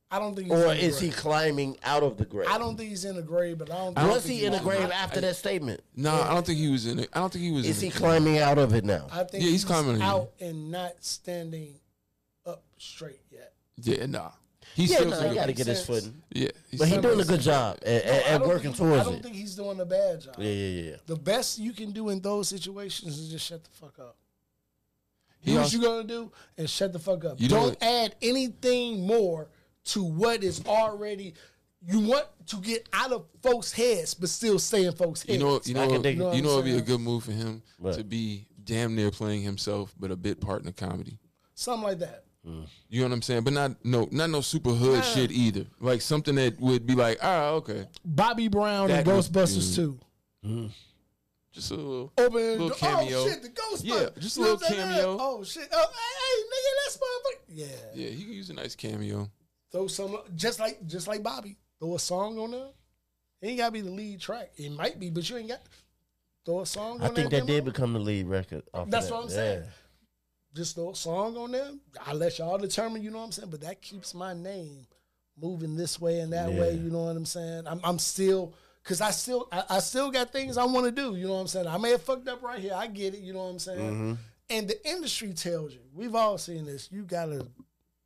[SPEAKER 4] I don't think. He's
[SPEAKER 3] or
[SPEAKER 4] in a
[SPEAKER 3] is he
[SPEAKER 4] grave.
[SPEAKER 3] climbing out of the grave?
[SPEAKER 4] I don't think he's in a grave, but I don't. think
[SPEAKER 3] Was he in the
[SPEAKER 4] he's-
[SPEAKER 3] grave after that statement?
[SPEAKER 2] no, I don't think he was in it. I don't think he was.
[SPEAKER 3] Is
[SPEAKER 2] in
[SPEAKER 3] he
[SPEAKER 2] it.
[SPEAKER 3] climbing out of it now?
[SPEAKER 4] I think
[SPEAKER 2] Yeah, he's climbing in.
[SPEAKER 4] out and not standing up straight yet.
[SPEAKER 2] Yeah, nah. He's
[SPEAKER 3] yeah,
[SPEAKER 2] still
[SPEAKER 3] no,
[SPEAKER 2] doing
[SPEAKER 3] he got to
[SPEAKER 2] it.
[SPEAKER 3] get his
[SPEAKER 4] sense.
[SPEAKER 3] footing.
[SPEAKER 2] Yeah, he's
[SPEAKER 3] But he
[SPEAKER 2] still-
[SPEAKER 3] doing a good job at, at,
[SPEAKER 4] I
[SPEAKER 3] at
[SPEAKER 4] don't
[SPEAKER 3] working
[SPEAKER 4] think- I
[SPEAKER 3] towards
[SPEAKER 4] don't
[SPEAKER 3] it.
[SPEAKER 4] think he's doing a bad job.
[SPEAKER 3] yeah, yeah, yeah.
[SPEAKER 4] The best you can do in those situations is just shut the fuck up.
[SPEAKER 2] He
[SPEAKER 4] Do what
[SPEAKER 2] also-
[SPEAKER 4] you gonna do and shut the fuck up.
[SPEAKER 2] You know
[SPEAKER 4] Don't
[SPEAKER 2] what-
[SPEAKER 4] add anything more to what is already. You want to get out of folks' heads, but still stay in folks' heads.
[SPEAKER 2] You know, you
[SPEAKER 3] I
[SPEAKER 2] know,
[SPEAKER 3] can dig
[SPEAKER 2] you know,
[SPEAKER 4] it.
[SPEAKER 2] it'd be a
[SPEAKER 4] Saying-
[SPEAKER 2] good move for him
[SPEAKER 3] What?
[SPEAKER 2] to be damn near playing himself, but a bit part in the comedy.
[SPEAKER 4] something like that.
[SPEAKER 2] You know what I'm saying? But not no not no super hood shit either. Like something that would be like, ah, okay.
[SPEAKER 4] Bobby Brown and
[SPEAKER 2] That was good.
[SPEAKER 4] Ghostbusters too.
[SPEAKER 3] Mm.
[SPEAKER 2] Just a little,
[SPEAKER 4] Open the
[SPEAKER 2] little
[SPEAKER 4] door.
[SPEAKER 2] cameo.
[SPEAKER 4] Oh shit, the Ghostbusters.
[SPEAKER 2] Yeah, just a
[SPEAKER 4] You know
[SPEAKER 2] little
[SPEAKER 4] what I'm saying?
[SPEAKER 2] cameo.
[SPEAKER 4] Oh shit. Oh, hey, hey, nigga, that's motherfucker. Yeah.
[SPEAKER 2] Yeah, he can use a nice cameo.
[SPEAKER 4] Throw some just like just like Bobby. Throw a song on there. It ain't gotta be the lead track. It might be, but you ain't got throw a song
[SPEAKER 3] I
[SPEAKER 4] on
[SPEAKER 3] think
[SPEAKER 4] there,
[SPEAKER 3] that did become the lead record. Off of
[SPEAKER 4] That's
[SPEAKER 3] that.
[SPEAKER 4] what I'm saying.
[SPEAKER 3] Yeah.
[SPEAKER 4] Just throw a song on there. I let y'all determine, you know what I'm saying? But that keeps my name moving this way and that way,
[SPEAKER 3] Yeah.
[SPEAKER 4] you know what I'm saying? I'm I'm still cause I still I, I still got things I wanna do, you know what I'm saying? I may have fucked up right here. I get it, you know what I'm saying?
[SPEAKER 3] Mm-hmm.
[SPEAKER 4] And the industry tells you, we've all seen this, you gotta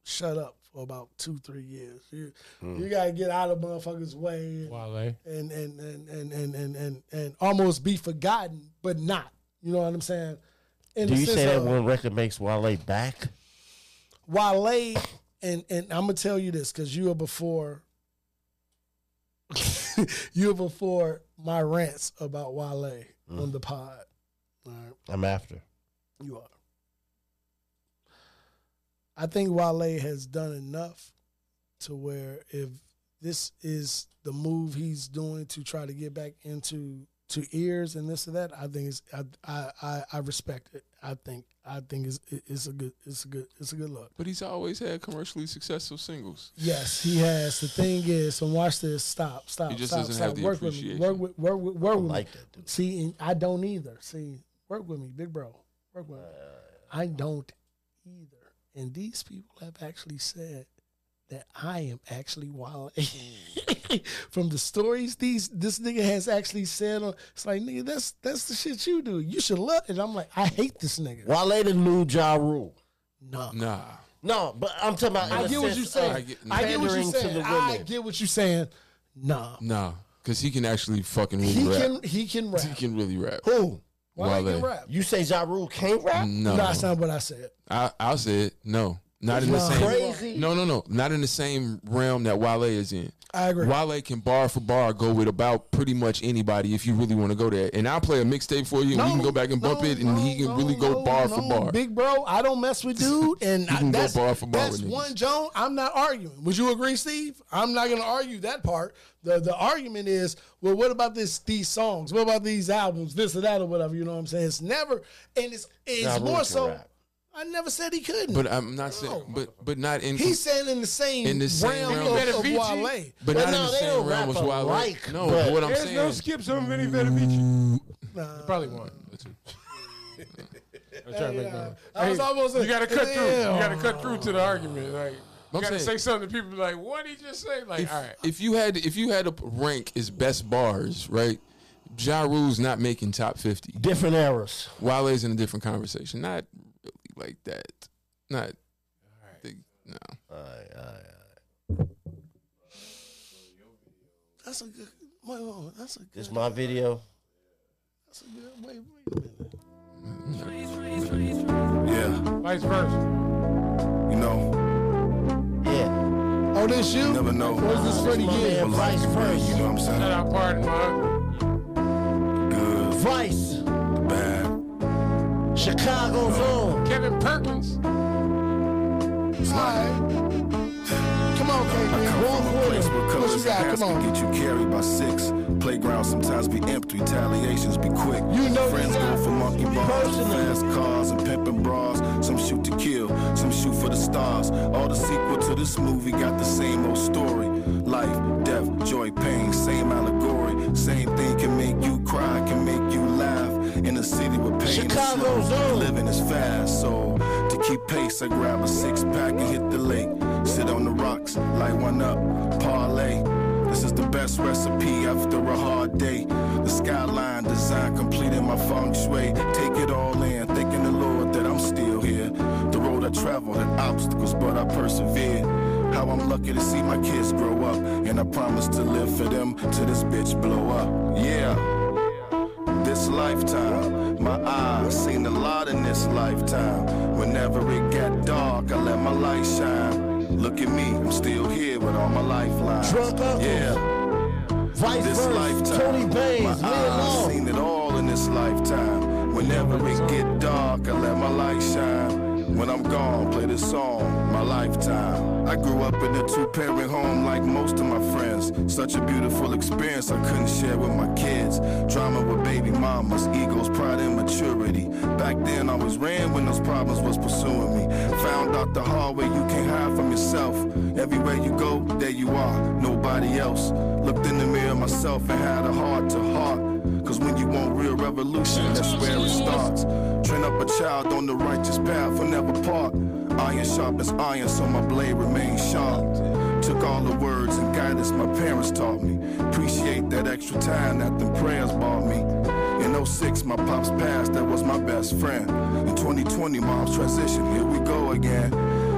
[SPEAKER 4] shut up for about two, three years. You,
[SPEAKER 3] Hmm.
[SPEAKER 4] you gotta get out of motherfuckers' way and,
[SPEAKER 5] Wale.
[SPEAKER 4] and and and and and and and and almost be forgotten, but not. You know what I'm saying? In
[SPEAKER 3] Do
[SPEAKER 4] the
[SPEAKER 3] you
[SPEAKER 4] sense
[SPEAKER 3] say that
[SPEAKER 4] of
[SPEAKER 3] one record makes Wale back?
[SPEAKER 4] Wale and and I'm gonna tell you this because you were before you were before my rants about Wale
[SPEAKER 3] Mm.
[SPEAKER 4] on the pod. All right,
[SPEAKER 3] I'm after.
[SPEAKER 4] you are. I think Wale has done enough to where if this is the move he's doing to try to get back into to ears and this and that, I think it's, I, I I I respect it. I think I think it's it's a good it's a good it's a good look.
[SPEAKER 2] But he's always had commercially successful singles.
[SPEAKER 4] Yes, he has. The thing is, so watch this. Stop, stop,
[SPEAKER 2] He just
[SPEAKER 4] stop,
[SPEAKER 2] doesn't
[SPEAKER 4] stop.
[SPEAKER 2] have the
[SPEAKER 4] work with me. Work
[SPEAKER 2] appreciation.
[SPEAKER 4] with, work with, work with
[SPEAKER 3] like
[SPEAKER 4] me.
[SPEAKER 3] that dude.
[SPEAKER 4] See, and I don't either. See, work with me, big bro. Work with me.
[SPEAKER 3] Uh,
[SPEAKER 4] I don't either. And these people have actually said that I am actually wild. From the stories these this nigga has actually said, on, it's like nigga, that's that's the shit you do. You should love. And I'm like, I hate this nigga.
[SPEAKER 3] Wale the new Ja Rule.
[SPEAKER 4] No,
[SPEAKER 2] Nah.
[SPEAKER 3] No, but I'm talking about. in
[SPEAKER 4] I
[SPEAKER 3] a
[SPEAKER 4] get what
[SPEAKER 3] sense
[SPEAKER 4] you saying.
[SPEAKER 3] of
[SPEAKER 4] I
[SPEAKER 2] get-
[SPEAKER 4] get what you
[SPEAKER 3] pandering to
[SPEAKER 4] saying.
[SPEAKER 3] the
[SPEAKER 4] I
[SPEAKER 3] women.
[SPEAKER 4] get what you saying. Nah.
[SPEAKER 2] Nah. Cause he can actually fucking really
[SPEAKER 4] He
[SPEAKER 2] rap.
[SPEAKER 4] can he can rap.
[SPEAKER 2] he can really rap.
[SPEAKER 4] Who? Why
[SPEAKER 2] Wale.
[SPEAKER 4] he can rap?
[SPEAKER 3] You say Ja Rule can't rap?
[SPEAKER 2] No.
[SPEAKER 4] No, that's not what I said.
[SPEAKER 2] I, I'll say it. No. Not in the
[SPEAKER 4] Nah.
[SPEAKER 2] same
[SPEAKER 3] Crazy.
[SPEAKER 2] No, no, no. Not in the same realm that Wale is in.
[SPEAKER 4] I agree.
[SPEAKER 2] Wale can bar for bar go with about pretty much anybody if you really want to go there. And I'll play a mixtape for you and we can go back and bump
[SPEAKER 4] no,
[SPEAKER 2] it and
[SPEAKER 4] no,
[SPEAKER 2] he can
[SPEAKER 4] no,
[SPEAKER 2] really go
[SPEAKER 4] no,
[SPEAKER 2] bar for
[SPEAKER 4] no.
[SPEAKER 2] bar.
[SPEAKER 4] Big bro, I don't mess with dude, and
[SPEAKER 2] can
[SPEAKER 4] I,
[SPEAKER 2] go
[SPEAKER 4] that's
[SPEAKER 2] bar for bar
[SPEAKER 4] that's
[SPEAKER 2] with niggas.
[SPEAKER 4] one Joan. I'm not arguing. Would you agree, Steve? I'm not going to argue that part. the The argument is, well, what about this these songs? What about these albums? This or that or whatever. You know what I'm saying? It's never, and it's it's
[SPEAKER 3] Ja Rule
[SPEAKER 4] more
[SPEAKER 3] can
[SPEAKER 4] so.
[SPEAKER 3] rap.
[SPEAKER 4] I never said he couldn't.
[SPEAKER 2] But I'm not saying but but not in
[SPEAKER 4] He's saying in the same
[SPEAKER 2] In the same
[SPEAKER 4] realm
[SPEAKER 2] realm.
[SPEAKER 4] of,
[SPEAKER 2] Better
[SPEAKER 4] of
[SPEAKER 5] Vici?
[SPEAKER 4] Wale.
[SPEAKER 2] but
[SPEAKER 3] Well,
[SPEAKER 2] not in
[SPEAKER 3] no,
[SPEAKER 2] the
[SPEAKER 3] they
[SPEAKER 2] same
[SPEAKER 3] don't
[SPEAKER 2] realm as
[SPEAKER 3] rap
[SPEAKER 2] Wale.
[SPEAKER 3] alike,
[SPEAKER 2] no,
[SPEAKER 3] but-
[SPEAKER 2] but what I'm
[SPEAKER 5] There's
[SPEAKER 2] saying
[SPEAKER 5] no skips on Vinny Benavici.
[SPEAKER 4] Nah.
[SPEAKER 5] Probably one. I'm trying to make one.
[SPEAKER 4] I was almost
[SPEAKER 5] You gotta cut through.
[SPEAKER 4] Yeah.
[SPEAKER 5] You gotta cut through to the argument. Like you
[SPEAKER 2] I'm
[SPEAKER 5] gotta
[SPEAKER 2] saying-
[SPEAKER 5] say something. to People be like, "What did he just say?" Like,
[SPEAKER 2] if,
[SPEAKER 5] all right,
[SPEAKER 2] if you had if you had to rank his best bars, right? Ja Rule's not making top fifty.
[SPEAKER 3] Different eras.
[SPEAKER 2] Wale's in a different conversation. Not really like that. Not the- no.
[SPEAKER 4] That's a good. Wait, wait, wait, that's a good.
[SPEAKER 3] It's my video.
[SPEAKER 4] That's a good. Wait, wait a minute.
[SPEAKER 12] Yeah,
[SPEAKER 5] vice versa.
[SPEAKER 12] you know,
[SPEAKER 3] Yeah.
[SPEAKER 4] Oh, this you?
[SPEAKER 12] never know.
[SPEAKER 4] Where's this Freddie
[SPEAKER 3] My
[SPEAKER 4] Gibbs?
[SPEAKER 3] man
[SPEAKER 12] But life
[SPEAKER 3] Vice
[SPEAKER 12] is great, you
[SPEAKER 3] first.
[SPEAKER 12] know what I'm saying?
[SPEAKER 5] Shout out, pardon my.
[SPEAKER 12] Good,
[SPEAKER 3] Vice.
[SPEAKER 12] bad,
[SPEAKER 3] Chicago's own.
[SPEAKER 5] Kevin Perkins.
[SPEAKER 12] it's life.
[SPEAKER 4] Come on,
[SPEAKER 12] I
[SPEAKER 4] KD.
[SPEAKER 12] come from
[SPEAKER 4] Walk
[SPEAKER 12] a
[SPEAKER 4] with
[SPEAKER 12] place
[SPEAKER 4] him.
[SPEAKER 12] where
[SPEAKER 4] What you
[SPEAKER 12] colors and
[SPEAKER 4] got?
[SPEAKER 12] hats
[SPEAKER 4] Come
[SPEAKER 12] can
[SPEAKER 4] on.
[SPEAKER 12] get you carried by six. Playgrounds sometimes be empty, retaliations be quick.
[SPEAKER 4] You know
[SPEAKER 12] Friends
[SPEAKER 4] this
[SPEAKER 12] go for monkey bars,
[SPEAKER 3] Personally.
[SPEAKER 12] fast cars and pimping bras. Some shoot to kill, some shoot for the stars. All the sequel to this movie got the same old story. Life, death, joy, pain, same allegory. Same thing can make you cry, can make you laugh. In a city with pain, and
[SPEAKER 3] Chicago's
[SPEAKER 12] slow.
[SPEAKER 3] own.
[SPEAKER 12] living is fast. So to keep pace, I grab a six pack and hit the lake. Sit on the rocks, light one up, parlay. This is the best recipe after a hard day. The skyline design completing my feng shui. Take it all in, thanking the Lord that I'm still here. The road I traveled had obstacles, but I persevered. How I'm lucky to see my kids grow up, and I promise to live for them till this bitch blow up. Yeah. This lifetime, my eyes seen a lot in this lifetime. Whenever it got dark, I let my light shine. Look at me, I'm still here with all my lifelines.
[SPEAKER 3] Drunk uncles.
[SPEAKER 12] yeah,
[SPEAKER 3] Vice
[SPEAKER 12] this
[SPEAKER 3] first.
[SPEAKER 12] lifetime,
[SPEAKER 3] Tony
[SPEAKER 12] my
[SPEAKER 3] Baines. Live
[SPEAKER 12] eyes
[SPEAKER 3] long.
[SPEAKER 12] seen it all in this lifetime. Whenever it get dark, I let my light shine. When I'm gone, play this song, my lifetime. I grew up in a two parent home like most of my friends. Such a beautiful experience I couldn't share with my kids. Drama with baby mamas, egos, pride, and maturity. Back then, I was ran when those problems was pursuing me. Found out the hard way you can't hide from yourself. Everywhere you go, there you are, nobody else. Looked in the mirror myself and had a heart to heart. Cause when you want real revolution, that's where it starts. Train up a child on the righteous path, will never part. Iron sharp as iron, so my blade remains sharp. Took all the words and guidance my parents taught me. Appreciate that extra time that them prayers bought me. In 06, my pops passed, that was my best friend. In 2020, mom's transition, here we go again.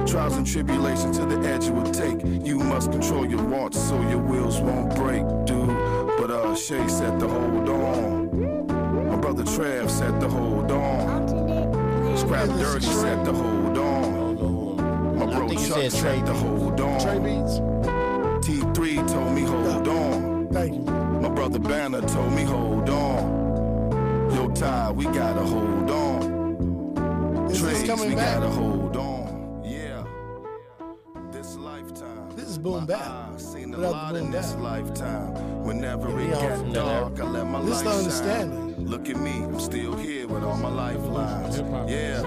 [SPEAKER 12] Trials and tribulations to the edge it will take. You must control your wants so your wills won't break, dude. But uh, Shay said to hold on. My brother Trav said to hold on. Scrap Dirty said to hold on. My bro Chuck said to hold on. T3 told me hold on. Thank you. My brother Banner told me hold on. Yo, Ty, we gotta hold on. Trey, we gotta hold on. Yeah. This lifetime.
[SPEAKER 4] This is boom bap.
[SPEAKER 12] Seen a
[SPEAKER 4] Without the
[SPEAKER 12] lot
[SPEAKER 4] boom
[SPEAKER 12] in this
[SPEAKER 4] bap.
[SPEAKER 12] lifetime. Whenever it
[SPEAKER 4] all
[SPEAKER 12] got
[SPEAKER 4] familiar.
[SPEAKER 12] dark, I let my light
[SPEAKER 4] This the
[SPEAKER 12] shine.
[SPEAKER 4] understanding.
[SPEAKER 12] Look at me, I'm still here with all my lifelines. Yeah,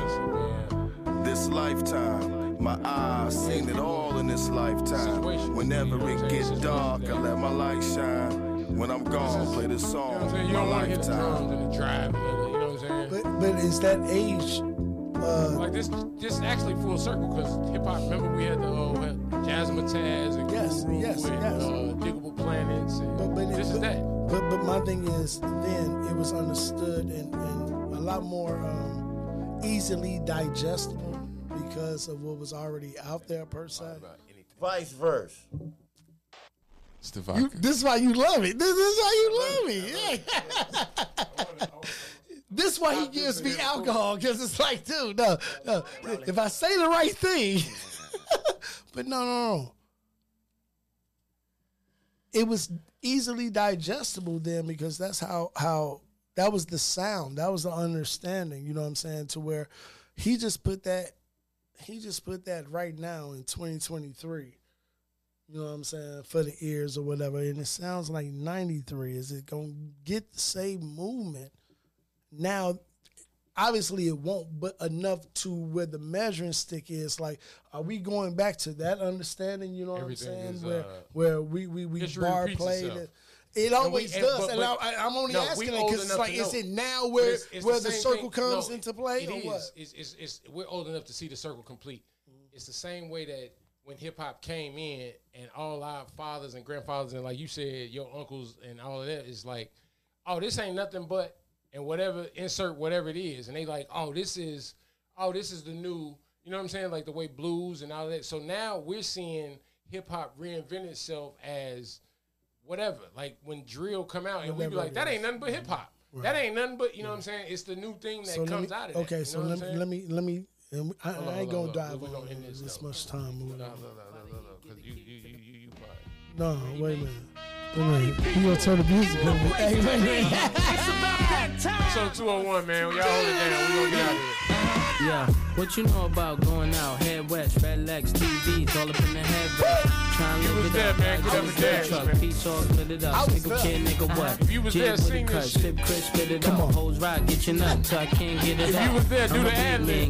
[SPEAKER 12] this lifetime, my eyes seen it all in this lifetime. Whenever it gets dark, I let my light shine. When I'm gone, play this song. My
[SPEAKER 5] You don't want to hit the drums
[SPEAKER 12] lifetime.
[SPEAKER 5] and the drive. You know what I'm saying?
[SPEAKER 4] But it's that age. Uh,
[SPEAKER 5] like this, this actually full circle because hip hop. Remember we had the whole uh, Jazzmatazz and
[SPEAKER 4] Yes,
[SPEAKER 5] Guru
[SPEAKER 4] yes,
[SPEAKER 5] and
[SPEAKER 4] yes.
[SPEAKER 5] Uh, Diggable Planets. And this is that.
[SPEAKER 4] But but my thing is, then it was understood and, and a lot more um, easily digestible because of what was already out there per se.
[SPEAKER 3] Vice versa.
[SPEAKER 2] It's the vodka.
[SPEAKER 4] This is why you love it. This, this is why you love it. Yeah. this is why he gives me alcohol because it's like, dude, no, no. If I say the right thing, but no, no, no. It was easily digestible then because that's how how that was the sound. That was the understanding. You know what I'm saying? To where he just put that he just put that right now in 2023. You know what I'm saying? For the ears or whatever. And it sounds like 93. Is it going to get the same movement? Now, obviously it won't, but enough to where the measuring stick is. Like, are we going back to that understanding? You know what
[SPEAKER 5] Everything
[SPEAKER 4] I'm saying?
[SPEAKER 5] is,
[SPEAKER 4] where,
[SPEAKER 5] uh,
[SPEAKER 4] where we, we, we
[SPEAKER 5] history
[SPEAKER 4] bar
[SPEAKER 5] repeats
[SPEAKER 4] played
[SPEAKER 5] itself.
[SPEAKER 4] it.
[SPEAKER 5] And
[SPEAKER 4] It
[SPEAKER 5] we-
[SPEAKER 4] always
[SPEAKER 5] and-
[SPEAKER 4] does,
[SPEAKER 5] but-
[SPEAKER 4] and
[SPEAKER 5] but-
[SPEAKER 4] I, I- I'm only
[SPEAKER 5] no, we
[SPEAKER 4] asking it
[SPEAKER 5] old
[SPEAKER 4] because it's
[SPEAKER 5] enough
[SPEAKER 4] like,
[SPEAKER 5] to
[SPEAKER 4] is
[SPEAKER 5] know.
[SPEAKER 4] it now
[SPEAKER 5] But
[SPEAKER 4] where
[SPEAKER 5] it's- it's
[SPEAKER 4] where the,
[SPEAKER 5] same
[SPEAKER 4] circle
[SPEAKER 5] thing-
[SPEAKER 4] comes
[SPEAKER 5] no,
[SPEAKER 4] into play,
[SPEAKER 5] it
[SPEAKER 4] or
[SPEAKER 5] is.
[SPEAKER 4] what? Mm-hmm.
[SPEAKER 5] It's, it's, it's, we're old enough to see the circle complete. It's the same way that when hip hop came in and all our fathers and grandfathers and like you said, your uncles and all of that is like, oh, this ain't nothing but and whatever insert whatever it is, and they like, oh, this is, oh, this is the new. You know what I'm saying? Like the way blues and all that. So now we're seeing hip hop reinvent itself as whatever. Like when drill come out, and we be
[SPEAKER 4] Whatever
[SPEAKER 5] like,
[SPEAKER 4] it
[SPEAKER 5] that
[SPEAKER 4] is.
[SPEAKER 5] ain't nothing but hip hop. That ain't nothing but you know what I'm saying. It's the new thing that
[SPEAKER 4] let
[SPEAKER 5] comes
[SPEAKER 4] me-
[SPEAKER 5] out of it.
[SPEAKER 4] Okay, so let, me- let me let me. And we, I,
[SPEAKER 5] Hold on,
[SPEAKER 4] I
[SPEAKER 5] hold
[SPEAKER 4] ain't gonna
[SPEAKER 5] on,
[SPEAKER 4] dive
[SPEAKER 5] hold on.
[SPEAKER 4] on
[SPEAKER 5] We gonna end
[SPEAKER 4] this,
[SPEAKER 5] this though.
[SPEAKER 4] much time.
[SPEAKER 5] No, no, no, no, no, no, 'cause you, you, you, you, you probably-
[SPEAKER 4] No, wait a minute. Wait a minute. You gonna turn the music up? Hey, wait a minute.
[SPEAKER 5] So 201, man. Y'all hold it down. We gonna get out of here.
[SPEAKER 6] Yeah, what you know about going out? Head west, red legs, TVs, all up in the head. wrap. Try and live it
[SPEAKER 5] there,
[SPEAKER 6] up.
[SPEAKER 5] man. Get
[SPEAKER 6] I
[SPEAKER 5] up
[SPEAKER 6] was
[SPEAKER 5] and
[SPEAKER 6] there,
[SPEAKER 5] dance,
[SPEAKER 6] truck.
[SPEAKER 5] man.
[SPEAKER 6] Peace all split it
[SPEAKER 5] I
[SPEAKER 6] up.
[SPEAKER 5] was
[SPEAKER 6] Nigga
[SPEAKER 5] there.
[SPEAKER 6] kid, nigga what?
[SPEAKER 5] If you was
[SPEAKER 6] Jig
[SPEAKER 5] there,
[SPEAKER 6] with the
[SPEAKER 5] sing
[SPEAKER 6] cut.
[SPEAKER 5] this shit.
[SPEAKER 6] Sip Chris, spit it up. Hoes rock, get your nut till I can't get it
[SPEAKER 5] If
[SPEAKER 6] up.
[SPEAKER 5] you was there, do
[SPEAKER 6] I'm a
[SPEAKER 5] the
[SPEAKER 6] big
[SPEAKER 5] ad-lib.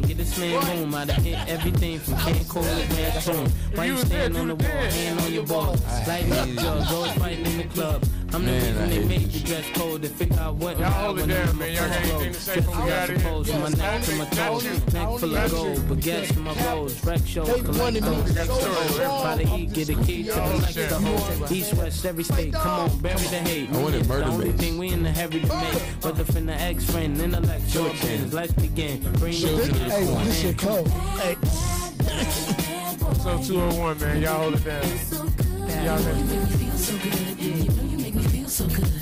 [SPEAKER 6] man, Get this man room. I done hit everything from Cancun to Cancun. Why
[SPEAKER 5] you
[SPEAKER 6] you
[SPEAKER 5] was there,
[SPEAKER 6] standing
[SPEAKER 5] do
[SPEAKER 6] on the
[SPEAKER 5] the
[SPEAKER 6] wall?
[SPEAKER 5] dance.
[SPEAKER 6] Hand on your balls. Light up, drugs, always fighting in the club. I'm the
[SPEAKER 2] Man, I
[SPEAKER 6] reason they
[SPEAKER 2] hate
[SPEAKER 6] made the dress code to fit out what
[SPEAKER 5] Y'all hold it down, man. Y'all got anything to say before we
[SPEAKER 6] I
[SPEAKER 5] out of here?
[SPEAKER 6] suppose from my
[SPEAKER 5] Yes,
[SPEAKER 6] neck to my
[SPEAKER 5] that's
[SPEAKER 6] toes,
[SPEAKER 5] you.
[SPEAKER 6] neck full of
[SPEAKER 5] That's
[SPEAKER 6] gold,
[SPEAKER 5] you.
[SPEAKER 6] but guess from my rolls, wreck show,
[SPEAKER 4] They wanted
[SPEAKER 6] collect
[SPEAKER 4] me
[SPEAKER 6] those.
[SPEAKER 4] so wrong.
[SPEAKER 6] By the heat, get a key to
[SPEAKER 4] Y'all
[SPEAKER 6] the next
[SPEAKER 4] shit.
[SPEAKER 6] the whole east, west, every state. Come on, bury the hate.
[SPEAKER 2] I wanted
[SPEAKER 6] It's
[SPEAKER 2] murder
[SPEAKER 6] The only
[SPEAKER 2] rates.
[SPEAKER 6] thing we in the hurry to make, whether from the ex-friend, intellect,
[SPEAKER 2] Sure
[SPEAKER 6] your
[SPEAKER 2] can.
[SPEAKER 6] friends, let's begin. Bring
[SPEAKER 2] Children
[SPEAKER 6] the
[SPEAKER 2] Hey,
[SPEAKER 6] people
[SPEAKER 4] this
[SPEAKER 6] in.
[SPEAKER 4] shit cold. Hey,
[SPEAKER 5] So 201, man. Y'all hold it down. Y'all got-